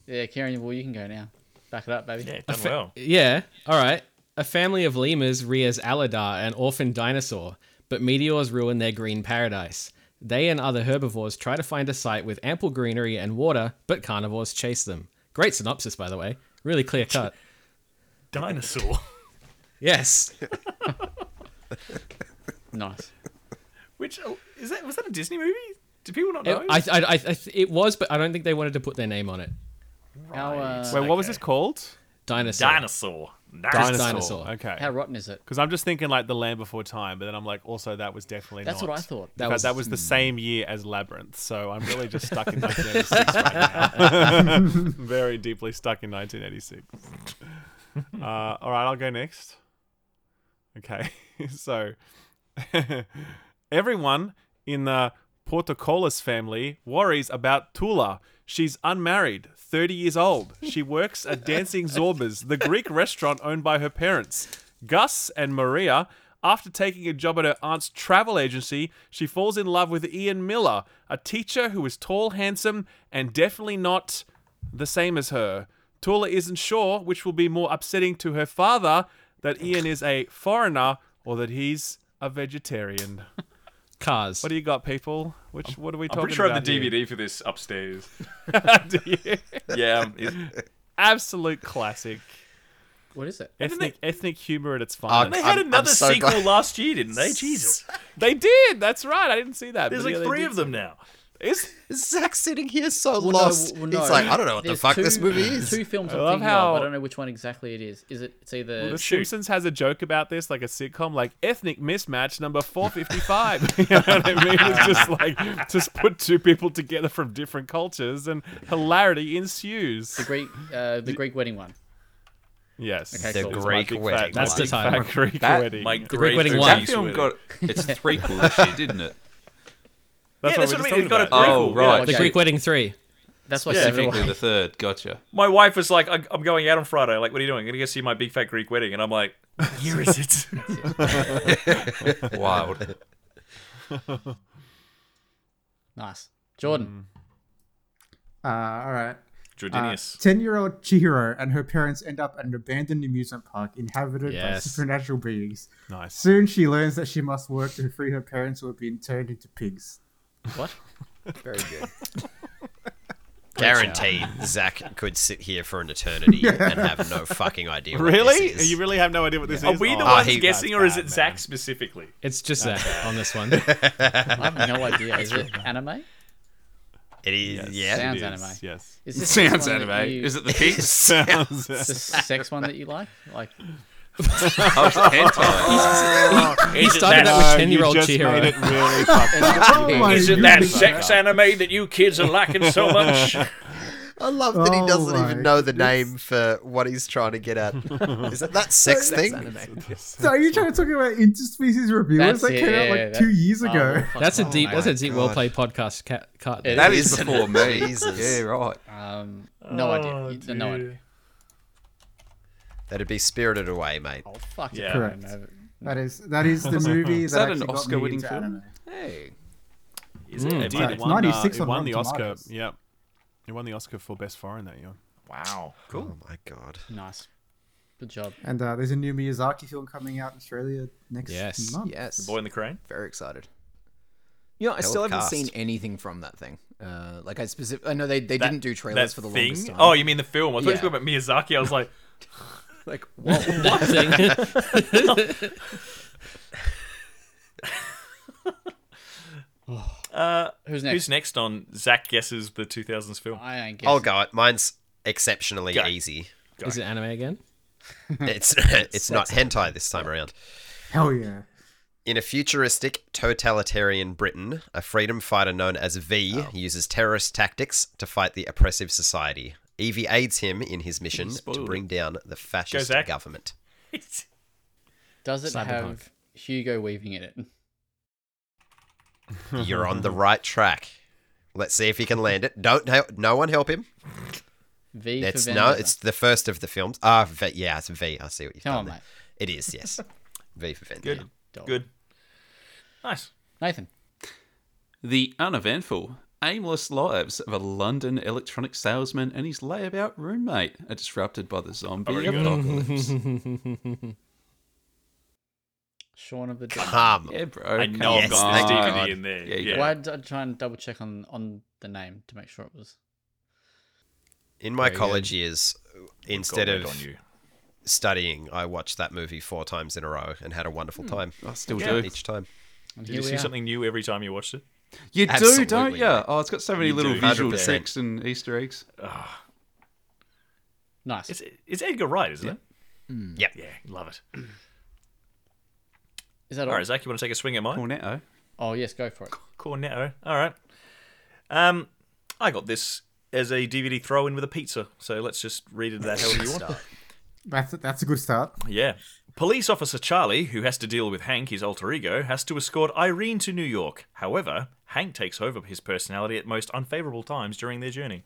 [SPEAKER 1] Yeah, Kieran, well, you can go now. Back it up, baby.
[SPEAKER 2] Yeah, done well.
[SPEAKER 5] Yeah. All right. A family of lemurs rears Aladar, an orphan dinosaur, but meteors ruin their green paradise. They and other herbivores try to find a site with ample greenery and water, but carnivores chase them. Great synopsis, by the way. Really clear cut.
[SPEAKER 2] Dinosaur.
[SPEAKER 5] yes.
[SPEAKER 1] Nice.
[SPEAKER 2] Which oh, is that? Was that a Disney movie? Do people not
[SPEAKER 5] It,
[SPEAKER 2] know?
[SPEAKER 5] I, I, I, I, it was, but I don't think they wanted to put their name on it.
[SPEAKER 1] How, uh,
[SPEAKER 4] Wait, what was
[SPEAKER 2] Okay.
[SPEAKER 4] this called?
[SPEAKER 5] Dinosaur.
[SPEAKER 2] Dinosaur.
[SPEAKER 5] Dinosaur. Dinosaur.
[SPEAKER 4] Okay.
[SPEAKER 1] how rotten is it?
[SPEAKER 4] Because I'm just thinking like The Land Before Time, but then I'm like, also that was definitely
[SPEAKER 1] That's
[SPEAKER 4] not-
[SPEAKER 1] what I thought. Hmm.
[SPEAKER 5] That
[SPEAKER 4] In fact,
[SPEAKER 5] was-
[SPEAKER 4] that was the same year as Labyrinth, so I'm really just stuck in 1986 right now. Very deeply stuck in 1986. Uh, all right, I'll go next. Okay, so everyone in the Portocolis family worries about Tula. She's unmarried, 30 years old. She works at Dancing Zorba's, the Greek restaurant owned by her parents. Gus and Maria, after taking a job at her aunt's travel agency, she falls in love with Ian Miller, a teacher who is tall, handsome, and definitely not the same as her. Tula isn't sure, which will be more upsetting to her father, that Ian is a foreigner or that he's a vegetarian.
[SPEAKER 5] Cars.
[SPEAKER 4] What do you got, people? Which what are we
[SPEAKER 2] I'm
[SPEAKER 4] talking
[SPEAKER 2] pretty sure I have
[SPEAKER 4] about
[SPEAKER 2] the
[SPEAKER 4] here?
[SPEAKER 2] DVD for this upstairs.
[SPEAKER 4] DVD.
[SPEAKER 2] yeah, um, is, and
[SPEAKER 4] Absolute classic.
[SPEAKER 1] What is it?
[SPEAKER 4] Ethnic ethnic humor at its
[SPEAKER 2] they
[SPEAKER 4] finest.
[SPEAKER 2] had
[SPEAKER 3] I'm- I'm
[SPEAKER 2] another
[SPEAKER 3] so
[SPEAKER 2] sequel
[SPEAKER 3] glad-
[SPEAKER 2] last year, didn't they? Jesus,
[SPEAKER 4] they did. That's right. I didn't see that.
[SPEAKER 2] there's
[SPEAKER 4] but
[SPEAKER 2] like
[SPEAKER 4] yeah, they
[SPEAKER 2] three
[SPEAKER 4] did.
[SPEAKER 2] of them now.
[SPEAKER 4] It's-
[SPEAKER 3] Zach's sitting here so
[SPEAKER 1] Well, no,
[SPEAKER 3] lost.
[SPEAKER 1] well, no.
[SPEAKER 3] He's like, I don't know what
[SPEAKER 1] There's
[SPEAKER 3] the fuck
[SPEAKER 1] two-
[SPEAKER 3] this movie is.
[SPEAKER 1] Two films I'm
[SPEAKER 4] love
[SPEAKER 1] thinking
[SPEAKER 4] how-
[SPEAKER 1] of. I don't know which one exactly it is. Is it? It's either.
[SPEAKER 4] The
[SPEAKER 2] Shoot.
[SPEAKER 4] Simpsons has a joke about this, like a sitcom, like ethnic mismatch number 455. you know what I mean? It's just like, just put two people together from different cultures and hilarity ensues.
[SPEAKER 1] the Greek, uh, the Greek wedding one.
[SPEAKER 4] Yes.
[SPEAKER 1] The
[SPEAKER 4] It's my
[SPEAKER 3] Greek
[SPEAKER 4] big
[SPEAKER 3] wedding.
[SPEAKER 4] Fat,
[SPEAKER 5] That's
[SPEAKER 4] my
[SPEAKER 5] the
[SPEAKER 4] big
[SPEAKER 5] title.
[SPEAKER 4] fat Greek
[SPEAKER 7] That,
[SPEAKER 4] wedding.
[SPEAKER 2] My
[SPEAKER 4] Yeah,
[SPEAKER 2] great
[SPEAKER 5] Wedding
[SPEAKER 2] booties
[SPEAKER 5] One.
[SPEAKER 7] that film
[SPEAKER 2] with it.
[SPEAKER 7] got its prequel this year, didn't it?
[SPEAKER 4] That's
[SPEAKER 2] yeah,
[SPEAKER 4] what
[SPEAKER 2] that's
[SPEAKER 4] we're
[SPEAKER 2] what I
[SPEAKER 4] just
[SPEAKER 2] mean. It's
[SPEAKER 4] talking
[SPEAKER 2] got a
[SPEAKER 4] about.
[SPEAKER 7] Oh,
[SPEAKER 2] prequel.
[SPEAKER 7] right.
[SPEAKER 2] Yeah,
[SPEAKER 5] the
[SPEAKER 1] Okay.
[SPEAKER 5] Greek Wedding 3.
[SPEAKER 1] That's what I said.
[SPEAKER 7] Specifically the third. Gotcha.
[SPEAKER 2] My wife was like, I- "I'm going out on Friday. Like, what are you doing? I'm gonna go see my big fat Greek wedding." And I'm like, "What year is it?"
[SPEAKER 7] Wild.
[SPEAKER 1] Nice,
[SPEAKER 5] Mm.
[SPEAKER 1] Jordan.
[SPEAKER 8] Uh, all right.
[SPEAKER 2] Jordinius.
[SPEAKER 4] Uh,
[SPEAKER 8] Ten-year-old Chihiro and her parents end up at an abandoned amusement park inhabited by
[SPEAKER 5] Yes.
[SPEAKER 8] supernatural beings.
[SPEAKER 4] Nice.
[SPEAKER 8] Soon she learns that she must work to free her parents who have been turned into pigs.
[SPEAKER 1] What?
[SPEAKER 6] Very good.
[SPEAKER 3] Guaranteed, Zach could sit here for an eternity and have no fucking idea. What
[SPEAKER 4] Really?
[SPEAKER 3] This is.
[SPEAKER 4] You really have no idea what this
[SPEAKER 2] Are
[SPEAKER 4] is?
[SPEAKER 2] we the
[SPEAKER 4] Oh,
[SPEAKER 2] ones
[SPEAKER 3] he-
[SPEAKER 2] guessing,
[SPEAKER 4] that's
[SPEAKER 2] or is
[SPEAKER 4] bad,
[SPEAKER 2] it
[SPEAKER 4] man.
[SPEAKER 2] Zach specifically?
[SPEAKER 5] It's just Zach on this one.
[SPEAKER 1] I have no idea. Is it anime?
[SPEAKER 3] It is. Yeah.
[SPEAKER 1] Sounds
[SPEAKER 4] It
[SPEAKER 1] anime.
[SPEAKER 4] is, Yes.
[SPEAKER 1] Is this the
[SPEAKER 7] Sounds
[SPEAKER 1] one that
[SPEAKER 7] anime.
[SPEAKER 1] you-
[SPEAKER 7] Is it the pigs?
[SPEAKER 4] Sounds.
[SPEAKER 1] the sex one that you like? Like
[SPEAKER 7] oh, it's hentai.
[SPEAKER 5] he started that with 10 year old
[SPEAKER 4] you just made it
[SPEAKER 5] Chihiro.
[SPEAKER 4] really fucked up.
[SPEAKER 8] Oh my
[SPEAKER 2] Is it that
[SPEAKER 8] goodness.
[SPEAKER 2] sex anime that you kids are lacking so much?
[SPEAKER 3] I love that he
[SPEAKER 8] Oh
[SPEAKER 3] doesn't
[SPEAKER 8] my
[SPEAKER 3] even know the name for what he's trying to get at. Is that that sex thing?
[SPEAKER 8] So are you trying to talk about interspecies reviewers
[SPEAKER 1] That's
[SPEAKER 8] that
[SPEAKER 1] it,
[SPEAKER 8] came
[SPEAKER 1] yeah,
[SPEAKER 8] out
[SPEAKER 1] yeah,
[SPEAKER 8] like
[SPEAKER 1] that-
[SPEAKER 8] two years ago?
[SPEAKER 1] Oh,
[SPEAKER 5] That's a
[SPEAKER 1] fuck.
[SPEAKER 5] deep. that's
[SPEAKER 3] my
[SPEAKER 5] a deep,
[SPEAKER 3] God.
[SPEAKER 5] well played podcast cut. cut
[SPEAKER 1] It
[SPEAKER 7] That
[SPEAKER 3] It
[SPEAKER 7] is
[SPEAKER 3] isn't
[SPEAKER 7] before me.
[SPEAKER 3] it? Jesus.
[SPEAKER 7] Yeah, right.
[SPEAKER 1] Um,
[SPEAKER 4] Oh,
[SPEAKER 1] no idea. You- No idea.
[SPEAKER 3] That'd be Spirited Away, mate.
[SPEAKER 1] Oh, fuck
[SPEAKER 2] Yeah.
[SPEAKER 1] it, I don't
[SPEAKER 8] Correct.
[SPEAKER 1] know.
[SPEAKER 8] That is that is the movie
[SPEAKER 7] that an
[SPEAKER 8] that, actually got me
[SPEAKER 7] Oscar-winning
[SPEAKER 8] into
[SPEAKER 7] film?
[SPEAKER 8] anime.
[SPEAKER 6] Hey,
[SPEAKER 2] Is it?
[SPEAKER 4] It
[SPEAKER 2] It
[SPEAKER 4] did.
[SPEAKER 2] did.
[SPEAKER 4] It
[SPEAKER 8] it's
[SPEAKER 4] won,
[SPEAKER 8] 96
[SPEAKER 4] uh, it
[SPEAKER 8] on
[SPEAKER 4] won the
[SPEAKER 8] Rotten
[SPEAKER 4] Oscar.
[SPEAKER 8] Tomatoes.
[SPEAKER 4] Yep. It won the Oscar for Best Foreign that year.
[SPEAKER 2] Wow.
[SPEAKER 3] Cool. Oh my god.
[SPEAKER 1] Nice. Good job.
[SPEAKER 8] And uh, there's a new Miyazaki film coming out in Australia next
[SPEAKER 5] Yes.
[SPEAKER 8] month.
[SPEAKER 6] yes.
[SPEAKER 2] Boy in the crane.
[SPEAKER 6] Very excited. Yeah, I still
[SPEAKER 3] of
[SPEAKER 6] haven't
[SPEAKER 3] cast.
[SPEAKER 6] seen anything from that thing. Uh, like I specific, I know they, they didn't do trailers
[SPEAKER 2] That
[SPEAKER 6] for the
[SPEAKER 2] thing?
[SPEAKER 6] longest time.
[SPEAKER 2] Oh, you mean the film? I thought you
[SPEAKER 6] Yeah.
[SPEAKER 2] were talking about Miyazaki. I was like,
[SPEAKER 6] like whoa.
[SPEAKER 5] What thing?
[SPEAKER 2] uh,
[SPEAKER 1] Who's next?
[SPEAKER 2] who's next on Zach guesses the 2000s film?
[SPEAKER 1] I ain't guessing.
[SPEAKER 3] I'll go it. Mine's exceptionally
[SPEAKER 2] Go.
[SPEAKER 3] easy.
[SPEAKER 5] Is it anime again?
[SPEAKER 3] It's it's not hentai this time around.
[SPEAKER 8] Hell yeah.
[SPEAKER 3] In a futuristic, totalitarian Britain, a freedom fighter known as V uses terrorist tactics to fight the oppressive society. Evie aids him in his mission to
[SPEAKER 7] spoiled
[SPEAKER 3] bring down the fascist
[SPEAKER 2] Zach.
[SPEAKER 3] government.
[SPEAKER 1] Does it
[SPEAKER 5] Cyberpunk.
[SPEAKER 1] have Hugo Weaving in it?
[SPEAKER 3] You're on the right track. Let's see if he can land it. Don't hel- no one help him.
[SPEAKER 1] V
[SPEAKER 3] It's
[SPEAKER 1] for
[SPEAKER 3] no,
[SPEAKER 1] Vendetta.
[SPEAKER 3] it's the first of the films. Ah, v- yeah, it's V. I see what you've
[SPEAKER 1] Come
[SPEAKER 3] done
[SPEAKER 1] on,
[SPEAKER 3] there.
[SPEAKER 1] mate.
[SPEAKER 3] It is yes. v for Vendetta.
[SPEAKER 2] Good.
[SPEAKER 6] Oh.
[SPEAKER 1] Dog.
[SPEAKER 2] Good. Nice.
[SPEAKER 1] Nathan.
[SPEAKER 7] The uneventful, aimless lives of a London electronic salesman and his layabout roommate are disrupted by the zombie apocalypse.
[SPEAKER 1] Sean of the Dead.
[SPEAKER 3] Come.
[SPEAKER 7] yeah, bro.
[SPEAKER 2] I know
[SPEAKER 3] Yes, Oh,
[SPEAKER 2] I've got
[SPEAKER 3] thank
[SPEAKER 2] this
[SPEAKER 3] God.
[SPEAKER 2] DVD in there.
[SPEAKER 7] Yeah,
[SPEAKER 2] Yeah.
[SPEAKER 7] you
[SPEAKER 1] Why did I try and double check on on the name to make sure it was?
[SPEAKER 3] In my college years, instead
[SPEAKER 2] Got that
[SPEAKER 3] of
[SPEAKER 2] on you.
[SPEAKER 3] studying, I watched that movie four times in a row and had a
[SPEAKER 5] Hmm.
[SPEAKER 3] wonderful time
[SPEAKER 5] Oh,
[SPEAKER 7] I still
[SPEAKER 2] Yeah.
[SPEAKER 7] do.
[SPEAKER 3] each time.
[SPEAKER 1] And
[SPEAKER 2] Did you
[SPEAKER 1] we
[SPEAKER 2] see
[SPEAKER 1] are.
[SPEAKER 2] something new every time you watched it?
[SPEAKER 7] You do,
[SPEAKER 3] Absolutely,
[SPEAKER 7] don't you?
[SPEAKER 3] mate.
[SPEAKER 7] Oh, it's got so many
[SPEAKER 2] You
[SPEAKER 7] little
[SPEAKER 2] do.
[SPEAKER 7] visual
[SPEAKER 3] 100%.
[SPEAKER 7] tricks and Easter eggs.
[SPEAKER 1] Nice.
[SPEAKER 2] It's, it's Edgar Wright, isn't it?
[SPEAKER 6] Hmm.
[SPEAKER 3] Yeah.
[SPEAKER 2] Yeah, love it.
[SPEAKER 1] Is that all?
[SPEAKER 2] All right, Zach, you want to take a swing at mine?
[SPEAKER 7] Cornetto.
[SPEAKER 1] Oh yes, go for it.
[SPEAKER 2] Cornetto. All right. Um, I got this as a DVD throw-in with a pizza, so let's just read it that however you want.
[SPEAKER 8] That's that's a good start.
[SPEAKER 2] Yeah. Police officer Charlie, who has to deal with Hank, his alter ego, has to escort Irene to New York. However, Hank takes over his personality at most unfavorable times during their journey.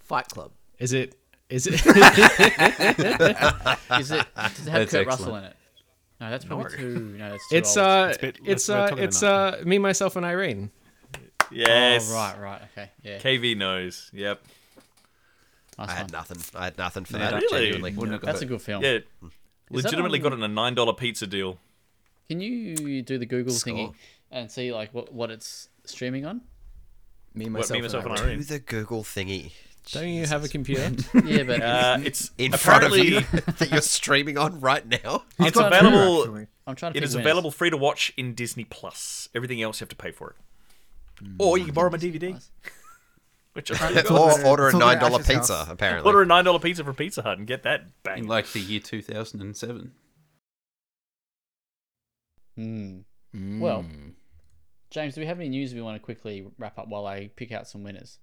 [SPEAKER 6] Fight Club.
[SPEAKER 5] Is it? Is it?
[SPEAKER 1] Is it? Does it have
[SPEAKER 7] That's
[SPEAKER 1] Kurt Russell
[SPEAKER 7] excellent.
[SPEAKER 1] in it? No, that's probably too. No, that's too
[SPEAKER 5] it's
[SPEAKER 1] old.
[SPEAKER 5] uh.
[SPEAKER 4] It's a bit-
[SPEAKER 5] It's
[SPEAKER 4] let's- we're
[SPEAKER 5] uh.
[SPEAKER 4] talking
[SPEAKER 5] It's
[SPEAKER 4] about
[SPEAKER 5] uh. Me, myself, and Irene.
[SPEAKER 2] Yes.
[SPEAKER 1] Oh, right, right, okay, yeah.
[SPEAKER 2] KV knows. Yep.
[SPEAKER 3] I had nothing. I had nothing for that.
[SPEAKER 2] Really?
[SPEAKER 3] Genuinely.
[SPEAKER 7] Wouldn't have got
[SPEAKER 1] That's
[SPEAKER 7] it.
[SPEAKER 1] a good film.
[SPEAKER 2] Yeah. Legitimately got it in a nine dollar pizza deal.
[SPEAKER 1] Can you do the Google
[SPEAKER 3] Score.
[SPEAKER 1] thingy and see like what what it's streaming on?
[SPEAKER 6] Me
[SPEAKER 2] What,
[SPEAKER 6] myself.
[SPEAKER 2] me, myself, and
[SPEAKER 6] Irene.
[SPEAKER 3] Do
[SPEAKER 2] Irene.
[SPEAKER 3] the Google thingy
[SPEAKER 5] Don't you have a computer?
[SPEAKER 1] Yeah, but um,
[SPEAKER 2] Uh, it's
[SPEAKER 3] in
[SPEAKER 2] apparently
[SPEAKER 3] front of you that you're streaming on right now.
[SPEAKER 2] it's available.
[SPEAKER 8] Actually.
[SPEAKER 1] I'm trying to.
[SPEAKER 2] It
[SPEAKER 1] pick
[SPEAKER 2] is
[SPEAKER 1] winners.
[SPEAKER 2] available free to watch in Disney Plus. Everything else you have to pay for it. Or you can borrow my DVD, which I
[SPEAKER 3] or order a
[SPEAKER 8] Talk about
[SPEAKER 3] nine dollar
[SPEAKER 8] Ash's house.
[SPEAKER 3] pizza, apparently.
[SPEAKER 2] order a nine dollar pizza from Pizza Hut and get that
[SPEAKER 7] In
[SPEAKER 2] bang.
[SPEAKER 7] like the year 2007.
[SPEAKER 1] Hmm.
[SPEAKER 6] Mm.
[SPEAKER 1] Well, James, do we have any news we want to quickly wrap up while I pick out some winners?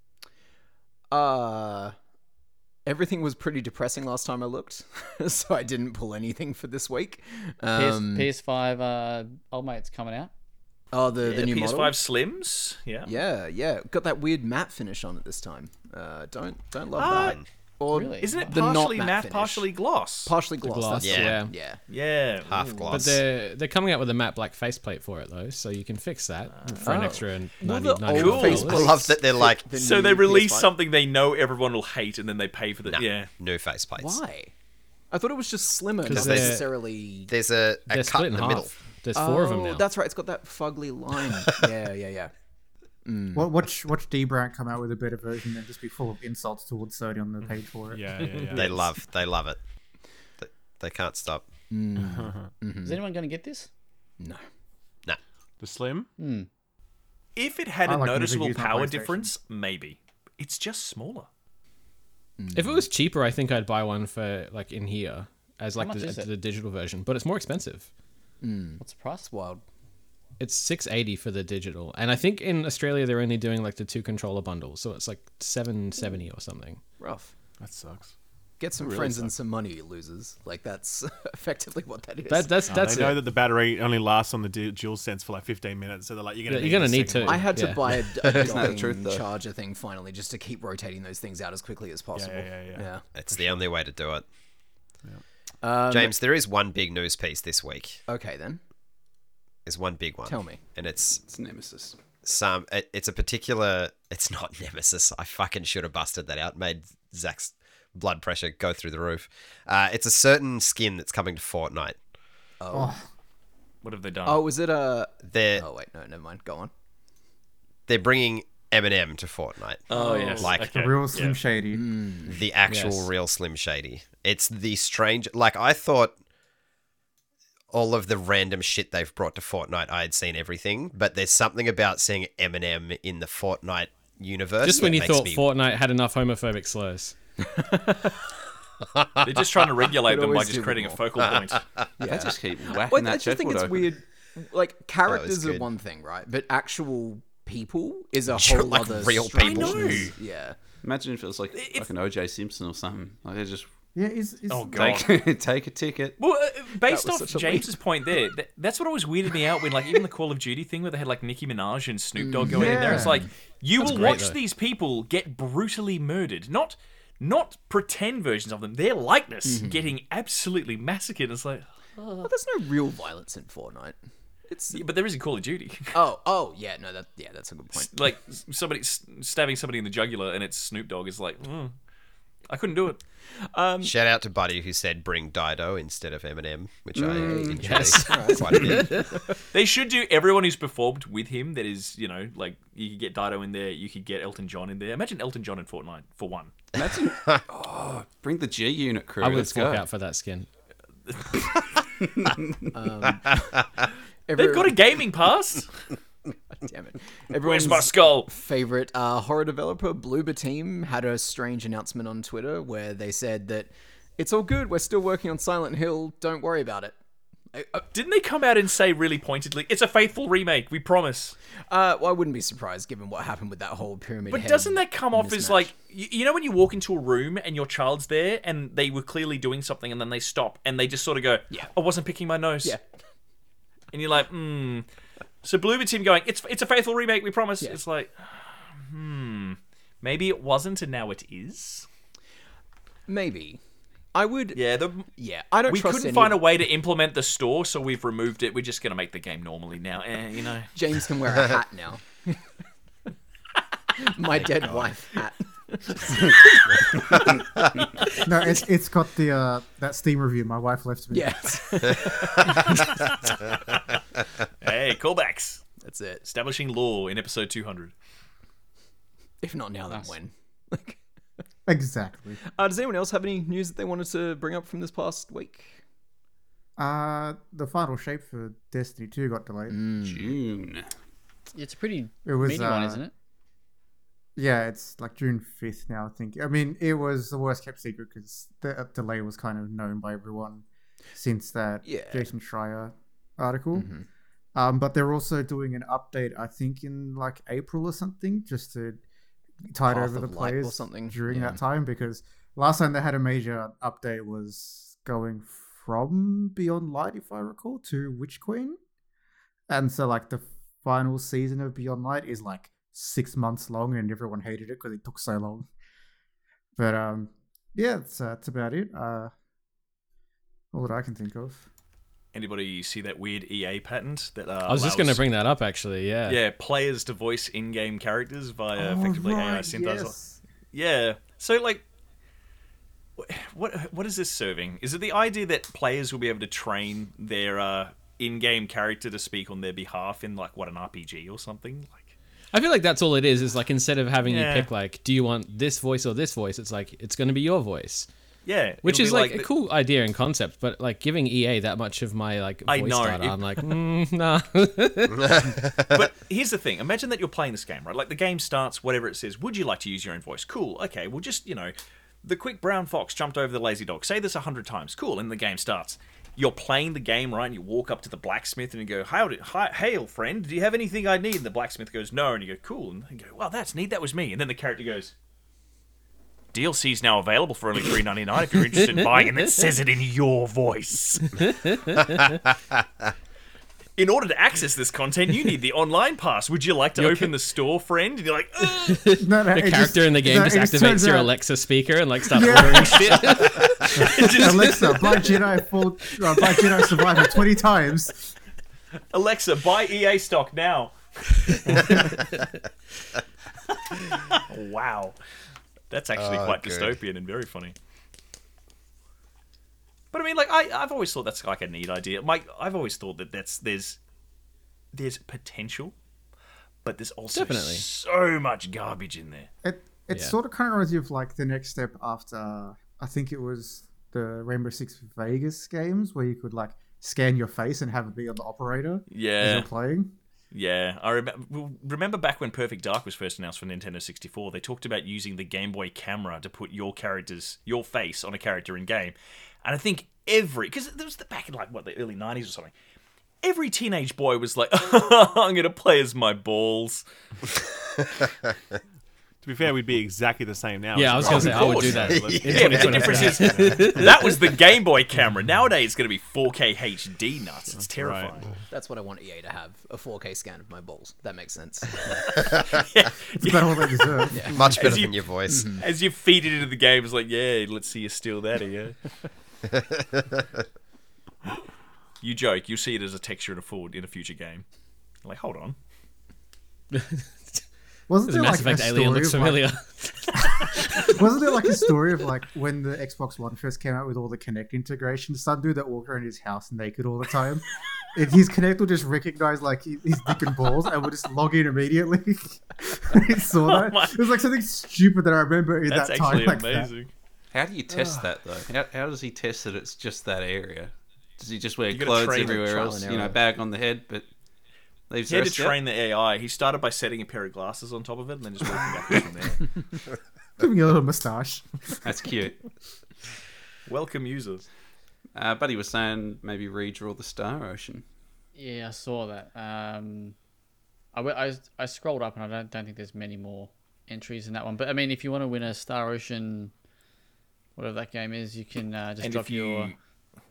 [SPEAKER 6] Uh, everything was pretty depressing last time I looked, so I didn't pull anything for this week.
[SPEAKER 1] PS,
[SPEAKER 6] Um,
[SPEAKER 1] PS5, uh, old mate's coming out.
[SPEAKER 6] oh, the,
[SPEAKER 2] Yeah,
[SPEAKER 6] the new
[SPEAKER 2] PS5
[SPEAKER 6] model.
[SPEAKER 2] Slims. Yeah.
[SPEAKER 6] Yeah, yeah, got that weird matte finish on it this time. Uh, don't don't love
[SPEAKER 2] Ah,
[SPEAKER 6] that. Or
[SPEAKER 1] really?
[SPEAKER 2] Isn't it
[SPEAKER 6] The not
[SPEAKER 2] partially
[SPEAKER 6] matte
[SPEAKER 2] matte,
[SPEAKER 6] finish.
[SPEAKER 2] partially gloss?
[SPEAKER 6] partially gloss?
[SPEAKER 5] Glass.
[SPEAKER 6] that's-
[SPEAKER 3] Yeah.
[SPEAKER 5] yeah.
[SPEAKER 6] yeah.
[SPEAKER 2] yeah.
[SPEAKER 3] Half
[SPEAKER 5] But
[SPEAKER 3] gloss.
[SPEAKER 5] they're they're coming out with a matte black faceplate for it though, so you can fix that for an
[SPEAKER 6] Oh.
[SPEAKER 5] extra ninety.
[SPEAKER 6] Well, the
[SPEAKER 5] 99
[SPEAKER 6] old
[SPEAKER 5] dollars.
[SPEAKER 3] I
[SPEAKER 6] faceplate-
[SPEAKER 3] love that they're like
[SPEAKER 6] The
[SPEAKER 2] So
[SPEAKER 6] new
[SPEAKER 2] they release
[SPEAKER 6] PS5.
[SPEAKER 2] something they know everyone will hate, and then they pay for the
[SPEAKER 3] nah,
[SPEAKER 2] yeah.
[SPEAKER 3] new face plates.
[SPEAKER 6] Why? I thought it was just slimmer, not
[SPEAKER 5] 'Cause they're-
[SPEAKER 6] necessarily.
[SPEAKER 3] There's a,
[SPEAKER 5] They're
[SPEAKER 3] a cut
[SPEAKER 5] split
[SPEAKER 3] in
[SPEAKER 5] in
[SPEAKER 3] the
[SPEAKER 5] half.
[SPEAKER 3] middle.
[SPEAKER 5] There's four of them
[SPEAKER 6] Oh,
[SPEAKER 5] now.
[SPEAKER 6] That's right. It's got that fugly line. yeah, yeah, yeah.
[SPEAKER 8] Wa- Watch watch D Brown come out with a better version and just be full of insults towards Sony on the
[SPEAKER 2] Mm.
[SPEAKER 8] page for it.
[SPEAKER 4] Yeah, yeah, yeah.
[SPEAKER 3] They love. They love it. They, they can't stop.
[SPEAKER 1] Is anyone going to get this?
[SPEAKER 6] No.
[SPEAKER 3] Nah.
[SPEAKER 4] the Slim.
[SPEAKER 2] If it had
[SPEAKER 8] I
[SPEAKER 2] a
[SPEAKER 8] like the
[SPEAKER 2] noticeable
[SPEAKER 8] reviews on
[SPEAKER 2] power
[SPEAKER 8] PlayStation.
[SPEAKER 2] difference, maybe it's just smaller.
[SPEAKER 5] If it was cheaper, I think I'd buy one for like in here as like
[SPEAKER 1] much
[SPEAKER 5] the,
[SPEAKER 1] is it?
[SPEAKER 5] the digital version, but it's more expensive.
[SPEAKER 1] What's the price?
[SPEAKER 6] It's wild.
[SPEAKER 5] it's 680 for the digital, and I think in Australia they're only doing like the two controller bundles, so it's like 770 or something.
[SPEAKER 6] Rough.
[SPEAKER 4] That sucks.
[SPEAKER 6] Get some friends and some money, losers. Like that's effectively what that is.
[SPEAKER 5] That that's that's
[SPEAKER 4] they know
[SPEAKER 5] it.
[SPEAKER 4] that the battery only lasts on the Dual DualSense for like 15 minutes, so they're like, "You're gonna,
[SPEAKER 5] Yeah,
[SPEAKER 4] need,
[SPEAKER 5] you're gonna
[SPEAKER 4] the
[SPEAKER 5] need
[SPEAKER 4] second
[SPEAKER 5] to.
[SPEAKER 4] one.
[SPEAKER 6] I had to
[SPEAKER 5] Yeah.
[SPEAKER 6] buy a, a
[SPEAKER 7] that the
[SPEAKER 6] docking
[SPEAKER 7] truth, though?
[SPEAKER 6] charger thing finally just to keep rotating those things out as quickly as possible.
[SPEAKER 4] yeah, yeah.
[SPEAKER 3] It's the only way to do it.
[SPEAKER 6] Um,
[SPEAKER 3] James, there is one big news piece this week.
[SPEAKER 6] Okay then.
[SPEAKER 3] There's one big one.
[SPEAKER 6] Tell me.
[SPEAKER 3] And it's
[SPEAKER 7] It's Nemesis.
[SPEAKER 3] some. It, it's a particular. It's not Nemesis. I fucking should have busted that out. Made Zach's blood pressure go through the roof. Uh, it's a certain skin that's coming to Fortnite.
[SPEAKER 2] What have they done?
[SPEAKER 6] Oh, was it a?
[SPEAKER 3] They're
[SPEAKER 6] Oh wait, no, never mind. Go on.
[SPEAKER 3] they're bringing Eminem to Fortnite.
[SPEAKER 2] Oh, yes.
[SPEAKER 3] like
[SPEAKER 2] okay.
[SPEAKER 8] The real Slim Shady.
[SPEAKER 1] Mm.
[SPEAKER 3] the actual real Slim Shady. It's the strange. Like I thought, all of the random shit they've brought to Fortnite, I had seen everything, but there's something about seeing Eminem in the Fortnite universe.
[SPEAKER 5] Just when
[SPEAKER 3] that
[SPEAKER 5] you
[SPEAKER 3] makes
[SPEAKER 5] thought
[SPEAKER 3] me-
[SPEAKER 5] Fortnite had enough homophobic slurs.
[SPEAKER 2] They're just trying to regulate
[SPEAKER 6] Could
[SPEAKER 2] them by
[SPEAKER 6] always do
[SPEAKER 2] just creating a
[SPEAKER 6] more.
[SPEAKER 2] focal point.
[SPEAKER 7] They just keep whacking
[SPEAKER 6] Well,
[SPEAKER 7] that
[SPEAKER 6] I just think
[SPEAKER 7] checkerboard
[SPEAKER 6] it's
[SPEAKER 7] open.
[SPEAKER 6] weird. Like characters are
[SPEAKER 3] good.
[SPEAKER 6] one thing, right? But actual people is a
[SPEAKER 3] Sure,
[SPEAKER 6] whole
[SPEAKER 3] like
[SPEAKER 6] other
[SPEAKER 3] real
[SPEAKER 6] strange-
[SPEAKER 3] people. I know.
[SPEAKER 6] Yeah.
[SPEAKER 7] Imagine if it was like like an OJ Simpson or something. Like they just
[SPEAKER 8] Yeah, is, is
[SPEAKER 2] Oh, God.
[SPEAKER 7] take take a ticket.
[SPEAKER 2] Well, uh, based
[SPEAKER 6] That was
[SPEAKER 2] off
[SPEAKER 6] such a leap.
[SPEAKER 2] James's point there, that, that's what always weirded me out when, like, even the Call of Duty thing where they had, like, Nicki Minaj and Snoop Dogg going in there. It's like, you will
[SPEAKER 5] great,
[SPEAKER 2] watch
[SPEAKER 5] though.
[SPEAKER 2] these people get brutally murdered. Not not pretend versions of them, their likeness
[SPEAKER 6] Mm-hmm.
[SPEAKER 2] getting absolutely massacred. It's like,
[SPEAKER 6] Well, there's no real violence in Fortnite. It's
[SPEAKER 2] yeah, but there is in Call of Duty.
[SPEAKER 6] oh oh yeah no that yeah that's a good point.
[SPEAKER 2] like, s- somebody s- stabbing somebody in the jugular and it's Snoop Dogg is like, mm, I couldn't do it.
[SPEAKER 3] Shout out to Buddy who said bring Dido instead of Eminem, which I enjoy quite a bit.
[SPEAKER 2] They should do everyone who's performed with him. That is, you know, like you could get Dido in there, you could get Elton John in there. Imagine Elton John in Fortnite for one.
[SPEAKER 7] Imagine. oh, bring the G Unit crew.
[SPEAKER 5] I would
[SPEAKER 7] Let's
[SPEAKER 5] fork
[SPEAKER 7] go.
[SPEAKER 5] out for that skin.
[SPEAKER 2] They've
[SPEAKER 6] Everyone,
[SPEAKER 2] got a gaming pass.
[SPEAKER 6] damn it.
[SPEAKER 2] Where's
[SPEAKER 6] Everyone's
[SPEAKER 2] my skull?
[SPEAKER 6] favorite uh, horror developer Bloober Team had a strange announcement on Twitter where they said that it's all good. We're still working on Silent Hill. Don't worry about it.
[SPEAKER 2] Didn't they come out and say really pointedly, "It's a faithful remake, we promise"?
[SPEAKER 6] Uh, well, I wouldn't be surprised given what happened with that whole pyramid.
[SPEAKER 2] But
[SPEAKER 6] head
[SPEAKER 2] doesn't that come off
[SPEAKER 6] mismatch.
[SPEAKER 2] as like, y- you know, when you walk into a room and your child's there and they were clearly doing something and then they stop and they just sort of go,
[SPEAKER 6] Yeah.
[SPEAKER 2] I wasn't picking my nose."
[SPEAKER 6] Yeah.
[SPEAKER 2] and you're like, "Hmm." So Bloober Team going, "It's it's a faithful remake, we promise." It's like, hmm, maybe it wasn't, and now it is.
[SPEAKER 6] Maybe. I would. Yeah.
[SPEAKER 2] Yeah, the
[SPEAKER 6] I don't.
[SPEAKER 2] we
[SPEAKER 6] trust
[SPEAKER 2] couldn't
[SPEAKER 6] any
[SPEAKER 2] find a
[SPEAKER 6] of-
[SPEAKER 2] way to implement the store, so we've removed it. We're just going to make the game normally now. Eh, you know.
[SPEAKER 6] James can wear a hat now. My dead wife hat.
[SPEAKER 8] No, it's, it's got the uh, that Steam review my wife left me.
[SPEAKER 6] Yes.
[SPEAKER 2] hey, callbacks.
[SPEAKER 6] That's it.
[SPEAKER 2] Establishing law in episode 200.
[SPEAKER 6] If not now, then when? Like,
[SPEAKER 8] Exactly.
[SPEAKER 6] uh, does anyone else have any news that they wanted to bring up from this past week?
[SPEAKER 8] Uh, the final shape for Destiny 2 got delayed.
[SPEAKER 7] June.
[SPEAKER 1] It's a pretty
[SPEAKER 8] It was,
[SPEAKER 1] meaty Mm. one,
[SPEAKER 8] uh,
[SPEAKER 1] isn't it?
[SPEAKER 8] Yeah, it's like June 5th now, I think. I mean, it was the worst kept secret because the uh, delay was kind of known by everyone since that
[SPEAKER 6] Yeah.
[SPEAKER 8] Jason Schreier article.
[SPEAKER 1] Mm-hmm.
[SPEAKER 8] Um, but they're also doing an update, I think, in like April or something, just to tide
[SPEAKER 6] Path
[SPEAKER 8] over the
[SPEAKER 6] of Light or
[SPEAKER 8] players
[SPEAKER 6] something,
[SPEAKER 8] during
[SPEAKER 6] yeah.
[SPEAKER 8] that time because last time they had a major update was going from Beyond Light, if I recall, to Witch Queen. And so, like, the final season of Beyond Light is like six months long, and everyone hated it because it took so long. But um, yeah, that's, uh, that's about it. Uh, all that I can think of.
[SPEAKER 2] Anybody see that weird EA patent that uh,
[SPEAKER 5] I was
[SPEAKER 2] allows-
[SPEAKER 5] just going to bring that Oh, up actually. Yeah.
[SPEAKER 2] yeah players to voice in-game characters via effectively AI synthesizer? Yeah. So like wh- what what is this serving? Is it the idea that players will be able to train their uh, in-game character to speak on their behalf in like what an RPG or something? Like
[SPEAKER 5] I feel like that's all it is. Is like instead of having
[SPEAKER 2] Yeah.
[SPEAKER 5] you pick like, do you want this voice or this voice? It's like it's going to be your voice,
[SPEAKER 2] yeah,
[SPEAKER 5] which
[SPEAKER 2] it'll
[SPEAKER 5] is
[SPEAKER 2] be
[SPEAKER 5] like, a
[SPEAKER 2] the-
[SPEAKER 5] cool idea and concept. But like giving EA that much of my like voice
[SPEAKER 2] I know,
[SPEAKER 5] data,
[SPEAKER 2] it-
[SPEAKER 5] I'm like, mm, nah.
[SPEAKER 2] but here's the thing imagine that you're playing this game right like the game starts whatever it says would you like to use your own voice cool okay well just you know the quick brown fox jumped over the lazy dog say this a hundred times cool and the game starts you're playing the game right, and you walk up to the blacksmith and you go, "Howdy, hi, hail, friend! Do you have anything I need?" And the blacksmith goes, "No," and you go, "Cool," and they go, "Well, that's neat. That was me." And then the character goes. DLC is now available for only three ninety nine if you're interested in buying, it." and it says it in your voice. in order to access this content, you need the online pass. Would you like to open the store, friend? And you're like, "Ugh."
[SPEAKER 8] No, no,
[SPEAKER 5] The
[SPEAKER 8] it
[SPEAKER 5] character in the game
[SPEAKER 8] no,
[SPEAKER 5] just
[SPEAKER 8] it turns
[SPEAKER 5] activates your
[SPEAKER 8] out,
[SPEAKER 5] Alexa speaker and like starts ordering shit.
[SPEAKER 8] Alexa, Black Jedi fall, uh, Black Jedi Survivor twenty times.
[SPEAKER 2] Alexa, buy EA stock now. wow. That's actually quite
[SPEAKER 3] good.
[SPEAKER 2] dystopian and very funny. But I mean, like, I, I've always thought that's like a neat idea. Mike, I've always thought that that's there's there's potential, but there's also
[SPEAKER 5] Definitely.
[SPEAKER 2] so much garbage in there.
[SPEAKER 8] It it
[SPEAKER 5] Yeah.
[SPEAKER 8] sort of kind of reminds you of like the next step after I think it was the Rainbow Six Vegas games where you could like scan your face and have it be on the operator as
[SPEAKER 2] Yeah,
[SPEAKER 8] you're playing.
[SPEAKER 2] yeah. I remember. Remember back when Perfect Dark was first announced for Nintendo 64. They talked about using the Game Boy camera to put your character's your face on a character in game, and I think every because it was the, back in like what the early 90s or something. Every teenage boy was like, "I'm gonna play as my balls."
[SPEAKER 4] To be fair, we'd be exactly the same now.
[SPEAKER 5] Yeah, I was gonna say I would do that. in
[SPEAKER 2] Yeah, but the
[SPEAKER 5] 2023.
[SPEAKER 2] difference is that was the Game Boy camera. Nowadays, it's gonna be 4K HD nuts. It's terrifying.
[SPEAKER 6] That's what I want EA to have a 4K scan of my balls. That makes sense.
[SPEAKER 8] It's about all they deserve.
[SPEAKER 3] Much better
[SPEAKER 2] you-
[SPEAKER 3] than your voice.
[SPEAKER 2] Mm. As you feed it into the game, it's like, yeah, let's see you steal that, yeah. you joke. You see it as a texture in a forward in a future game. You're like, hold on.
[SPEAKER 8] Wasn't
[SPEAKER 5] Does
[SPEAKER 8] there
[SPEAKER 5] Mass
[SPEAKER 8] like
[SPEAKER 5] Effect
[SPEAKER 8] a
[SPEAKER 5] Alien
[SPEAKER 8] story
[SPEAKER 5] looks
[SPEAKER 8] of, like,
[SPEAKER 5] familiar?
[SPEAKER 8] Wasn't there like a story of like when the Xbox One first came out with all the Kinect integration? Some dude that walked around his house naked all the time. And his Kinect will just recognize like his his dick and balls and would just log in immediately. I saw
[SPEAKER 2] Oh
[SPEAKER 8] that.
[SPEAKER 2] my-
[SPEAKER 8] It was like something stupid that I remember in
[SPEAKER 2] That's
[SPEAKER 8] that time.
[SPEAKER 2] actually
[SPEAKER 8] Like that.
[SPEAKER 2] amazing.
[SPEAKER 7] How do you test that though? How, how does he test that it's just that area? Does he just wear
[SPEAKER 2] gotta
[SPEAKER 7] clothes
[SPEAKER 2] train it,
[SPEAKER 7] everywhere
[SPEAKER 6] trial
[SPEAKER 7] else?
[SPEAKER 6] and
[SPEAKER 7] You know,
[SPEAKER 6] error.
[SPEAKER 7] bag on the head, but leaves
[SPEAKER 2] He
[SPEAKER 7] the
[SPEAKER 2] had to
[SPEAKER 7] rest out?
[SPEAKER 2] train the AI. He started by setting a pair of glasses on top of it and then just working backwards from there.
[SPEAKER 8] Giving a little mustache.
[SPEAKER 7] That's cute.
[SPEAKER 2] Welcome users.
[SPEAKER 7] Uh, Buddy was saying maybe redraw the Star Ocean.
[SPEAKER 1] Yeah, I saw that. Um, I, w- I, I scrolled up and I don't, don't think there's many more entries in that one. But I mean, if you want to win a Star Ocean, whatever that game is, you can uh, just
[SPEAKER 2] And
[SPEAKER 1] drop
[SPEAKER 2] if you,
[SPEAKER 1] your.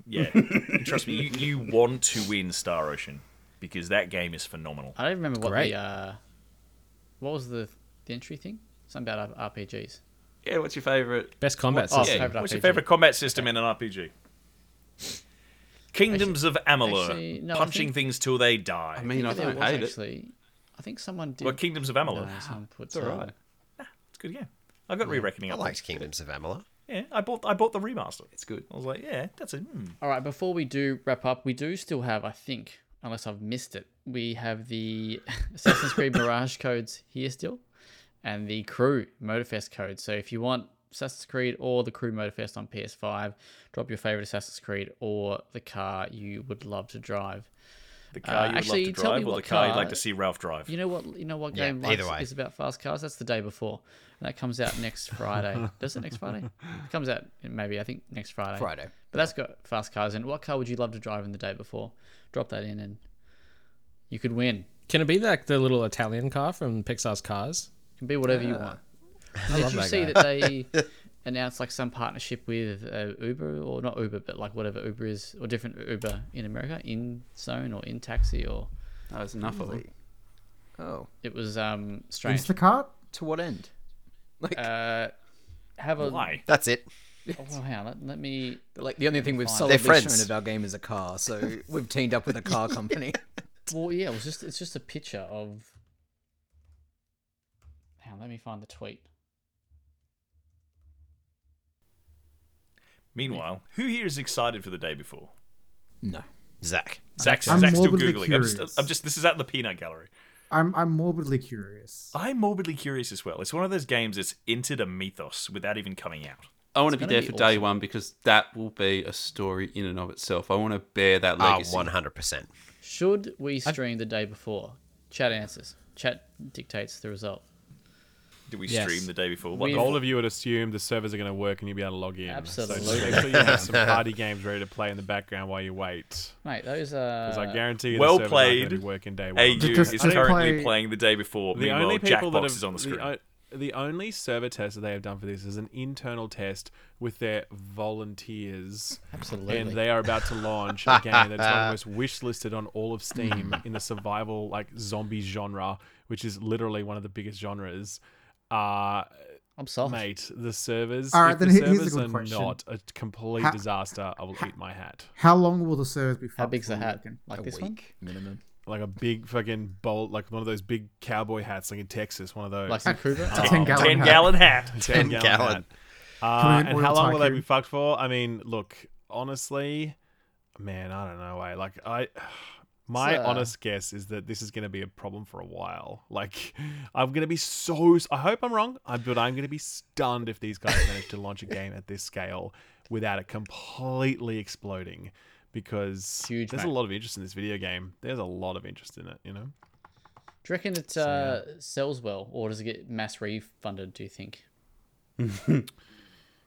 [SPEAKER 2] yeah, trust me, you, you want to win Star Ocean because that game is phenomenal.
[SPEAKER 1] I don't even remember what
[SPEAKER 5] Great.
[SPEAKER 1] the uh, what was the, the entry thing. Something about R- RPGs.
[SPEAKER 7] Yeah, what's your favourite?
[SPEAKER 5] Best combat
[SPEAKER 1] Oh,
[SPEAKER 5] system.
[SPEAKER 1] favorite
[SPEAKER 2] What's your
[SPEAKER 1] RPG.
[SPEAKER 2] favorite combat system in an RPG? Kingdoms of Amalur,
[SPEAKER 1] actually, no, I
[SPEAKER 2] punching
[SPEAKER 1] think-
[SPEAKER 2] things till they die.
[SPEAKER 7] I mean, I
[SPEAKER 1] think there
[SPEAKER 7] don't
[SPEAKER 1] was
[SPEAKER 7] hate it.
[SPEAKER 1] actually. I think someone did.
[SPEAKER 2] well, Kingdoms of Amalur.
[SPEAKER 1] no, someone put
[SPEAKER 7] all
[SPEAKER 1] some-
[SPEAKER 7] right.
[SPEAKER 2] It's good, yeah. I got re-reckoning.
[SPEAKER 3] I
[SPEAKER 2] up.
[SPEAKER 3] liked Kingdoms of Amalur.
[SPEAKER 2] Yeah, I bought. I bought the remaster.
[SPEAKER 7] It's good.
[SPEAKER 2] I was like, yeah, that's a hmm.
[SPEAKER 1] All right, before we do wrap up, we do still have, I think, unless I've missed it, we have the Assassin's Creed Mirage codes here still and the Crew Motorfest code. So if you want Assassin's Creed or the Crew Motorfest on PS5, drop your favorite Assassin's Creed or the car you would love to drive.
[SPEAKER 2] the car
[SPEAKER 1] Uh,
[SPEAKER 2] you'd
[SPEAKER 1] actually,
[SPEAKER 2] love to
[SPEAKER 1] tell me
[SPEAKER 2] drive, or the
[SPEAKER 1] what
[SPEAKER 2] car, you'd
[SPEAKER 1] car-
[SPEAKER 2] like to see Ralph drive.
[SPEAKER 1] You know what? You know what
[SPEAKER 3] Yeah,
[SPEAKER 1] game
[SPEAKER 3] either
[SPEAKER 1] likes-
[SPEAKER 3] way.
[SPEAKER 1] is about fast cars? That's the day before, and that comes out next Friday. Does it next Friday? It comes out maybe I think next Friday.
[SPEAKER 6] Friday.
[SPEAKER 1] But that's got fast cars in. it. What car would you love to drive in the day before? Drop that in, and you could win. It
[SPEAKER 5] Can it be like the little Italian car from Pixar's Cars?
[SPEAKER 1] can be whatever you want.
[SPEAKER 5] I
[SPEAKER 1] Did
[SPEAKER 5] love
[SPEAKER 1] you
[SPEAKER 5] that
[SPEAKER 1] see
[SPEAKER 5] guy.
[SPEAKER 1] that they announced like some partnership with uh, Uber or not Uber, but like whatever Uber is or different Uber in America, in Zone or in Taxi or
[SPEAKER 7] That was enough of them.
[SPEAKER 6] Oh,
[SPEAKER 1] it was um strange.
[SPEAKER 8] Instacart?
[SPEAKER 6] to what end?
[SPEAKER 1] Uh, have a
[SPEAKER 2] Why?
[SPEAKER 3] That's it.
[SPEAKER 1] Oh, hang on. Let, let me.
[SPEAKER 6] Like the only thing we've
[SPEAKER 1] They're
[SPEAKER 6] solidly
[SPEAKER 3] friends.
[SPEAKER 6] shown of our game is a car, so we've teamed up with a car company.
[SPEAKER 1] Well, yeah, it was just it's just a picture of. Hang on, let me find the tweet.
[SPEAKER 2] Meanwhile, who here is excited for the day before?
[SPEAKER 6] No.
[SPEAKER 3] Zach.
[SPEAKER 2] Zach's,
[SPEAKER 8] I'm
[SPEAKER 2] Zach's still
[SPEAKER 8] morbidly
[SPEAKER 2] googling. I'm
[SPEAKER 8] curious.
[SPEAKER 2] just, I'm just. This is at the peanut gallery.
[SPEAKER 8] I'm I'm morbidly curious.
[SPEAKER 2] I'm morbidly curious as well. It's one of those games that's entered a mythos without even coming out.
[SPEAKER 7] I want to be
[SPEAKER 1] gonna
[SPEAKER 7] there
[SPEAKER 1] be
[SPEAKER 7] for day
[SPEAKER 1] awesome.
[SPEAKER 7] one because that will be a story in and of itself. I want to bear that
[SPEAKER 3] Ah,
[SPEAKER 7] legacy.
[SPEAKER 3] one hundred percent.
[SPEAKER 1] Should we stream the day before? Chat answers. Chat dictates the result.
[SPEAKER 2] Did we
[SPEAKER 5] Yes.
[SPEAKER 2] stream the day before? What
[SPEAKER 1] We-
[SPEAKER 2] the
[SPEAKER 4] All of you would assume the servers are going to work and you'll be able to log in. So
[SPEAKER 1] Absolutely.
[SPEAKER 4] just make sure you have some party games ready to play in the background while you wait.
[SPEAKER 1] Mate, those
[SPEAKER 4] Because I
[SPEAKER 1] are.
[SPEAKER 4] guarantee you
[SPEAKER 2] well
[SPEAKER 4] the servers aren't going to
[SPEAKER 2] played.
[SPEAKER 4] be working day
[SPEAKER 2] AU
[SPEAKER 4] one.
[SPEAKER 8] Just-
[SPEAKER 2] is
[SPEAKER 8] they
[SPEAKER 2] currently
[SPEAKER 8] play-
[SPEAKER 2] playing the day before.
[SPEAKER 4] the
[SPEAKER 2] Meanwhile,
[SPEAKER 4] only people
[SPEAKER 2] Jackbox
[SPEAKER 4] that have,
[SPEAKER 2] is on the uh, screen.
[SPEAKER 4] The, o- the only server test that they have done for this is an internal test with their volunteers.
[SPEAKER 1] Absolutely.
[SPEAKER 4] And they are about to launch a game that's one of the most wish listed on all of Steam in the survival like zombie genre, which is literally one of the biggest genres. Uh,
[SPEAKER 1] I'm soft.
[SPEAKER 4] mate, the servers,
[SPEAKER 8] All right,
[SPEAKER 4] if
[SPEAKER 8] then
[SPEAKER 4] the
[SPEAKER 8] here- here's a
[SPEAKER 4] servers
[SPEAKER 8] good
[SPEAKER 4] are
[SPEAKER 8] question.
[SPEAKER 4] not a complete
[SPEAKER 8] How-
[SPEAKER 4] disaster, I will eat my hat.
[SPEAKER 8] How long will the servers be?
[SPEAKER 1] How
[SPEAKER 8] fucked
[SPEAKER 1] big's the
[SPEAKER 8] for, you
[SPEAKER 1] hat?
[SPEAKER 8] reckon?
[SPEAKER 1] Like
[SPEAKER 6] a
[SPEAKER 1] this
[SPEAKER 6] week
[SPEAKER 1] one?
[SPEAKER 6] minimum.
[SPEAKER 4] Like a big fucking bowl, like one of those big cowboy hats, like in Texas, one of those.
[SPEAKER 1] Like in Kruger?
[SPEAKER 4] Oh,
[SPEAKER 8] Ten gallon.
[SPEAKER 2] Ten
[SPEAKER 8] hat.
[SPEAKER 2] gallon hat.
[SPEAKER 4] 10
[SPEAKER 3] 10
[SPEAKER 4] gallon.
[SPEAKER 3] gallon.
[SPEAKER 4] hat.
[SPEAKER 8] Come
[SPEAKER 4] Uh,
[SPEAKER 8] in,
[SPEAKER 4] and
[SPEAKER 8] oil
[SPEAKER 4] how long will they
[SPEAKER 8] tycoon.
[SPEAKER 4] be fucked for? I mean, look, honestly, man, I don't know. I like I. My
[SPEAKER 1] So-
[SPEAKER 4] honest guess is that this is going to be a problem for a while. Like, I'm going to be so. I hope I'm wrong, I- but I'm going to be stunned if these guys manage to launch a game at this scale without it completely exploding. Because
[SPEAKER 1] Huge,
[SPEAKER 4] there's
[SPEAKER 1] mate.
[SPEAKER 4] a lot of interest in this video game. There's a lot of interest in it, you know?
[SPEAKER 1] Do you reckon it uh, sells well, or does it get mass refunded? Do you think?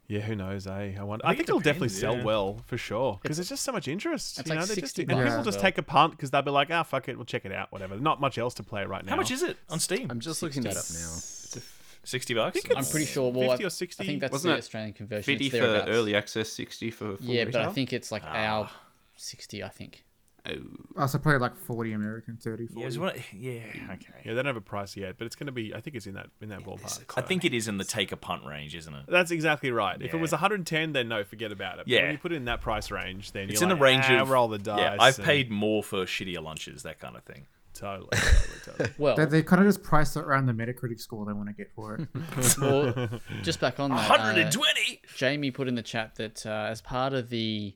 [SPEAKER 4] Yeah, who knows? Eh? I wonder. I think,
[SPEAKER 2] it
[SPEAKER 4] it'll definitely
[SPEAKER 2] depends,
[SPEAKER 4] sell
[SPEAKER 2] yeah.
[SPEAKER 4] well for sure because there's just so much interest.
[SPEAKER 1] It's
[SPEAKER 4] you
[SPEAKER 1] like
[SPEAKER 4] know, they just
[SPEAKER 1] 60
[SPEAKER 4] and people
[SPEAKER 1] bucks
[SPEAKER 4] just
[SPEAKER 1] as
[SPEAKER 4] take a punt because they'll be like, ah, fuck it, we'll check it out, whatever. Not much else to play right now.
[SPEAKER 2] How much is it on Steam?
[SPEAKER 6] I'm just looking that up now.
[SPEAKER 2] Sixty bucks.
[SPEAKER 4] think
[SPEAKER 1] I'm pretty sure. Well,
[SPEAKER 4] 50
[SPEAKER 1] I-
[SPEAKER 4] or 60?
[SPEAKER 1] I think that's
[SPEAKER 7] Wasn't
[SPEAKER 1] the
[SPEAKER 7] it
[SPEAKER 1] Australian conversion.
[SPEAKER 7] Fifty
[SPEAKER 1] It's
[SPEAKER 7] for
[SPEAKER 1] thereabouts.
[SPEAKER 7] early access, sixty for full
[SPEAKER 1] Yeah, but I
[SPEAKER 7] retail?
[SPEAKER 1] think it's like our sixty. I think.
[SPEAKER 8] I so probably like forty American, thirty.
[SPEAKER 2] Yeah,
[SPEAKER 8] 40.
[SPEAKER 2] it's one- yeah, okay.
[SPEAKER 4] Yeah, they don't have a price yet, but it's going to be. I think it's in that in that ballpark.
[SPEAKER 2] I think it is in the take a punt range, isn't it?
[SPEAKER 4] That's exactly right. If it was
[SPEAKER 2] Yeah.
[SPEAKER 4] 110, then no, forget about it. But
[SPEAKER 2] Yeah.
[SPEAKER 4] when you put it in that price range, then
[SPEAKER 2] It's
[SPEAKER 4] you're
[SPEAKER 2] in
[SPEAKER 4] like,
[SPEAKER 2] the range
[SPEAKER 4] ah,
[SPEAKER 2] of
[SPEAKER 4] roll the dice.
[SPEAKER 2] Yeah, I've
[SPEAKER 4] and-
[SPEAKER 2] paid more for shittier lunches, that kind of thing.
[SPEAKER 4] totally. totally, totally.
[SPEAKER 1] Well,
[SPEAKER 8] They, they kind of just price it around the Metacritic score they want to get for it.
[SPEAKER 1] well, just back on that.
[SPEAKER 2] Hundred
[SPEAKER 1] uh,
[SPEAKER 2] and twenty.
[SPEAKER 1] Jamie put in the chat that uh, as part of the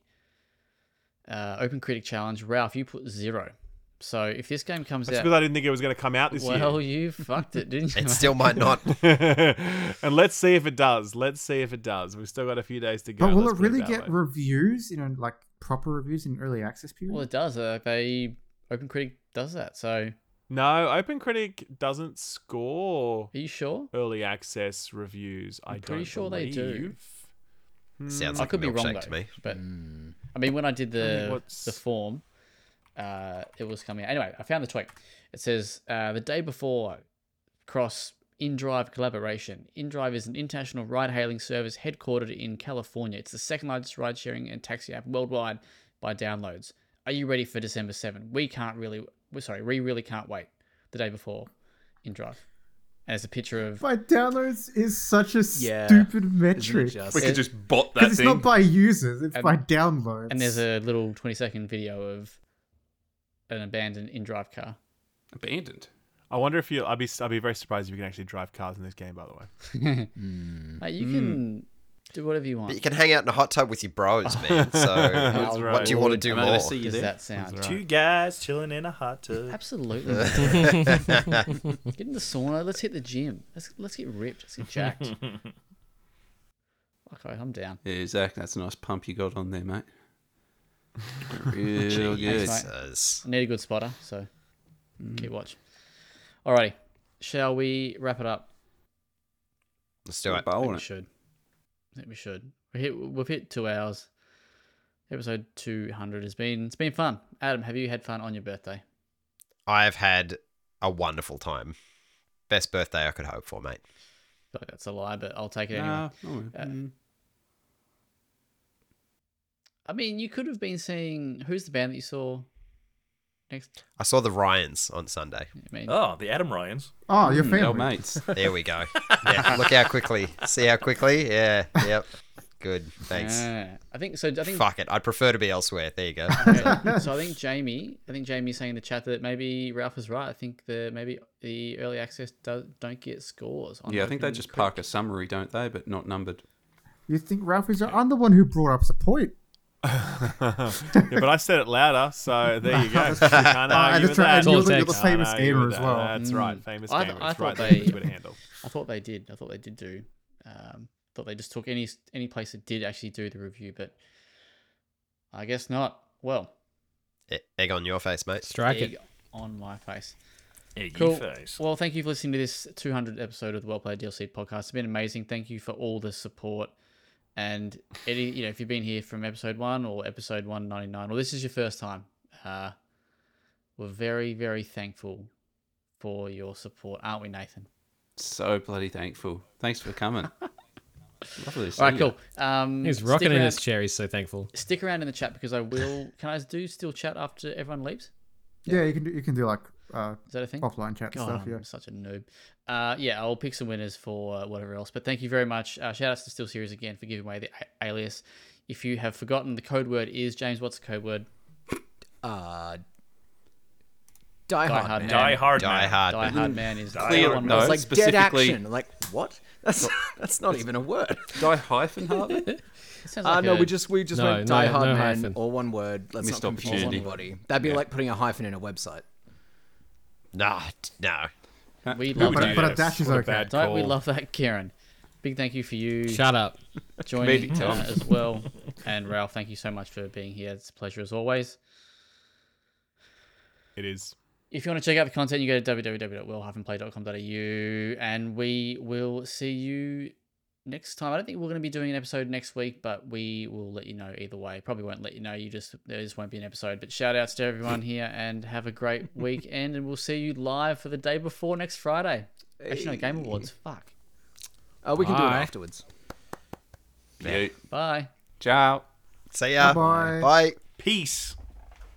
[SPEAKER 1] uh, Open Critic Challenge, Ralph, you put zero. So if this game comes
[SPEAKER 4] That's because
[SPEAKER 1] out,
[SPEAKER 4] I didn't think it was going to come out this
[SPEAKER 1] well,
[SPEAKER 4] year.
[SPEAKER 1] you fucked it, didn't you?
[SPEAKER 3] It
[SPEAKER 1] mate?
[SPEAKER 3] still might not.
[SPEAKER 4] and let's see if it does. Let's see if it does. We've still got a few days to go.
[SPEAKER 8] But will
[SPEAKER 4] Let's
[SPEAKER 8] it
[SPEAKER 4] put
[SPEAKER 8] really
[SPEAKER 4] that
[SPEAKER 8] get
[SPEAKER 4] way.
[SPEAKER 8] reviews? You know, like proper reviews in early access period.
[SPEAKER 1] well, it does. Uh, they Open Critic does that. So
[SPEAKER 4] No, OpenCritic doesn't score
[SPEAKER 1] are you sure?
[SPEAKER 4] early access reviews. I'm I do
[SPEAKER 1] pretty
[SPEAKER 4] not
[SPEAKER 1] sure they
[SPEAKER 4] believe.
[SPEAKER 1] do.
[SPEAKER 3] Sounds
[SPEAKER 1] I
[SPEAKER 3] like a
[SPEAKER 1] could be wrong
[SPEAKER 3] milkshake
[SPEAKER 1] though.
[SPEAKER 3] to me.
[SPEAKER 1] But I mean, when I did the
[SPEAKER 4] what's-
[SPEAKER 1] the form, uh, it was coming. out. Anyway, I found the tweet. It says uh, the day before cross InDrive collaboration. InDrive is an international ride-hailing service headquartered in California. It's the second largest ride-sharing and taxi app worldwide by downloads. Are you ready for December 7? We can't really. We're sorry, we really can't wait. The day before InDrive, as a picture of
[SPEAKER 8] by downloads is such a
[SPEAKER 6] Yeah.
[SPEAKER 8] stupid metric
[SPEAKER 6] just-
[SPEAKER 7] We
[SPEAKER 1] It-
[SPEAKER 7] could just bot that
[SPEAKER 8] because it's
[SPEAKER 7] thing.
[SPEAKER 8] not by users; it's
[SPEAKER 1] And-
[SPEAKER 8] by downloads.
[SPEAKER 1] and there's a little 20-second video of an abandoned InDrive car.
[SPEAKER 7] Abandoned.
[SPEAKER 4] I wonder if you. I'd be. I'd be very surprised if you can actually drive cars in this game. By the way,
[SPEAKER 1] Mate, you can do whatever you want.
[SPEAKER 3] Hmm. But you can hang out in a hot tub with your bros, man. So
[SPEAKER 1] How
[SPEAKER 3] what do you want to
[SPEAKER 1] rude
[SPEAKER 3] do
[SPEAKER 7] I'm gonna
[SPEAKER 3] more?
[SPEAKER 7] see you
[SPEAKER 1] Does
[SPEAKER 7] there.
[SPEAKER 1] that sound?
[SPEAKER 2] Two guys chilling in a hot tub.
[SPEAKER 1] Absolutely. get in the sauna. Let's hit the gym. Let's let's get ripped. Let's get jacked. okay, I'm down.
[SPEAKER 7] Yeah, Zach, that's a nice pump you got on there, mate. Real good.
[SPEAKER 1] Thanks, mate.
[SPEAKER 3] Jesus.
[SPEAKER 1] I need a good spotter, so
[SPEAKER 3] Hmm.
[SPEAKER 1] keep watch. Alrighty, shall we wrap it up?
[SPEAKER 3] Let's do it.
[SPEAKER 1] I
[SPEAKER 7] Bowling
[SPEAKER 1] think we
[SPEAKER 7] it.
[SPEAKER 1] should. I think we should. We hit, we've hit two hours. Episode 200 has been it's been fun. Adam, have you had fun on your birthday?
[SPEAKER 3] I've had a wonderful time. Best birthday I could hope for,
[SPEAKER 1] I
[SPEAKER 3] mate.
[SPEAKER 1] feel like that's a lie, but I'll take it anyway.
[SPEAKER 7] Nah, no,
[SPEAKER 1] Uh,
[SPEAKER 7] mm.
[SPEAKER 1] I mean, you could have been seeing who's the band that you saw next.
[SPEAKER 3] I saw the Ryans on Sunday.
[SPEAKER 1] I mean, uh,
[SPEAKER 2] Oh, the Adam Ryans.
[SPEAKER 8] oh, your
[SPEAKER 7] no
[SPEAKER 8] family.
[SPEAKER 7] mates.
[SPEAKER 3] There we go. Yeah, look how quickly. See how quickly? Yeah. Yep. Good. Thanks.
[SPEAKER 1] yeah. I think so. I think
[SPEAKER 3] Fuck it. I'd prefer to be elsewhere. There you go.
[SPEAKER 1] so. I think Jamie. I think Jamie's saying in the chat that maybe Ralph is right. I think the maybe the early access does don't get scores. On
[SPEAKER 7] Yeah, I think they
[SPEAKER 1] open
[SPEAKER 7] just
[SPEAKER 1] crit.
[SPEAKER 7] park a summary, don't they? But not numbered.
[SPEAKER 8] You think Ralph is? I'm the one who brought up the point.
[SPEAKER 4] yeah, but I said it louder, so there you go. You can't argue with
[SPEAKER 8] that's right,
[SPEAKER 4] that.
[SPEAKER 8] Ah, and you're
[SPEAKER 5] the- you're the
[SPEAKER 4] Can't
[SPEAKER 8] famous
[SPEAKER 4] argue
[SPEAKER 8] gamer
[SPEAKER 4] with
[SPEAKER 8] as
[SPEAKER 4] that.
[SPEAKER 8] well.
[SPEAKER 4] That's right, famous
[SPEAKER 1] Mm. I-
[SPEAKER 4] gamer.
[SPEAKER 1] I
[SPEAKER 4] It's
[SPEAKER 1] thought
[SPEAKER 4] right there.
[SPEAKER 1] they-
[SPEAKER 4] That's Twitter handle.
[SPEAKER 1] I thought they did. I thought they did do. Um, thought they just took any any place that did actually do the review, but I guess not. Well,
[SPEAKER 3] E- Egg on your face, mate.
[SPEAKER 5] Strike
[SPEAKER 1] egg
[SPEAKER 5] it.
[SPEAKER 1] on my face.
[SPEAKER 2] Yeah, you
[SPEAKER 1] Cool.
[SPEAKER 2] face.
[SPEAKER 1] Well, thank you for listening to this 200 episode of the Well Played DLC podcast. It's been amazing. Thank you for all the support. And any, you know, if you've been here from episode one or episode 199, or this is your first time, uh, we're very, very thankful for your support, aren't we, Nathan?
[SPEAKER 7] So bloody thankful. Thanks for coming. Lovely. to
[SPEAKER 1] All right,
[SPEAKER 7] see
[SPEAKER 1] cool. Um,
[SPEAKER 5] Oh, He's
[SPEAKER 1] stick
[SPEAKER 5] rocking in
[SPEAKER 1] around-
[SPEAKER 5] his chair. He's so thankful.
[SPEAKER 1] Stick around in the chat because I will. Can I do still chat after everyone leaves?
[SPEAKER 8] Yeah, you can do, you can do like uh,
[SPEAKER 1] Is that a thing?
[SPEAKER 8] offline chat
[SPEAKER 1] God,
[SPEAKER 8] stuff.
[SPEAKER 1] I'm
[SPEAKER 8] Yeah.
[SPEAKER 1] such a noob. Uh, yeah, I'll pick some winners for uh, whatever else. But thank you very much. Uh, shout outs to Steel Series again for giving away the a- alias. If you have forgotten, the code word is James. What's the code word?
[SPEAKER 6] Uh, Die,
[SPEAKER 1] Die
[SPEAKER 6] Hard.
[SPEAKER 1] Hard
[SPEAKER 6] man.
[SPEAKER 1] Man.
[SPEAKER 2] Die hard,
[SPEAKER 3] Die
[SPEAKER 2] man.
[SPEAKER 3] hard.
[SPEAKER 1] Die Hard Man is
[SPEAKER 7] you. Clear,
[SPEAKER 1] one
[SPEAKER 7] no,
[SPEAKER 6] It's like dead
[SPEAKER 7] specifically
[SPEAKER 6] action. Like what? That's that's not even a word.
[SPEAKER 7] die hyphen Harvey.
[SPEAKER 1] It sounds
[SPEAKER 6] Uh,
[SPEAKER 1] like
[SPEAKER 6] no,
[SPEAKER 1] a-
[SPEAKER 6] we just we just
[SPEAKER 5] No,
[SPEAKER 6] went
[SPEAKER 5] no,
[SPEAKER 6] Die Hard
[SPEAKER 5] no
[SPEAKER 6] Man,
[SPEAKER 5] hyphen.
[SPEAKER 6] all one word. Let's
[SPEAKER 7] Missed
[SPEAKER 6] not confuse
[SPEAKER 7] opportunity.
[SPEAKER 6] anybody. That'd be like putting a hyphen in a website.
[SPEAKER 3] Nah, t- no.
[SPEAKER 1] we love
[SPEAKER 8] But,
[SPEAKER 1] that.
[SPEAKER 8] but a dash is
[SPEAKER 4] What a
[SPEAKER 8] okay.
[SPEAKER 4] bad
[SPEAKER 1] Don't we
[SPEAKER 4] call.
[SPEAKER 1] love that, Karen? Big thank you for you
[SPEAKER 5] Shut up.
[SPEAKER 1] joining
[SPEAKER 7] comedic
[SPEAKER 1] uh,
[SPEAKER 7] talent.
[SPEAKER 1] as well. And Ralph, thank you so much for being here. It's a pleasure as always.
[SPEAKER 4] It is.
[SPEAKER 1] If you want to check out the content, you go to www.wellhavenplay.com.au and we will see you next time. I don't think we're going to be doing an episode next week, but we will let you know either way. Probably won't let you know. You just there just won't be an episode. But shout outs to everyone here and have a great weekend. And we'll see you live for the day before next Friday. Actually, no, Game Awards. Fuck.
[SPEAKER 6] Uh, we can do it
[SPEAKER 5] Bye.
[SPEAKER 6] afterwards.
[SPEAKER 7] Yeah.
[SPEAKER 1] Bye.
[SPEAKER 7] Ciao.
[SPEAKER 3] See ya.
[SPEAKER 8] Bye.
[SPEAKER 3] Bye.
[SPEAKER 2] Peace.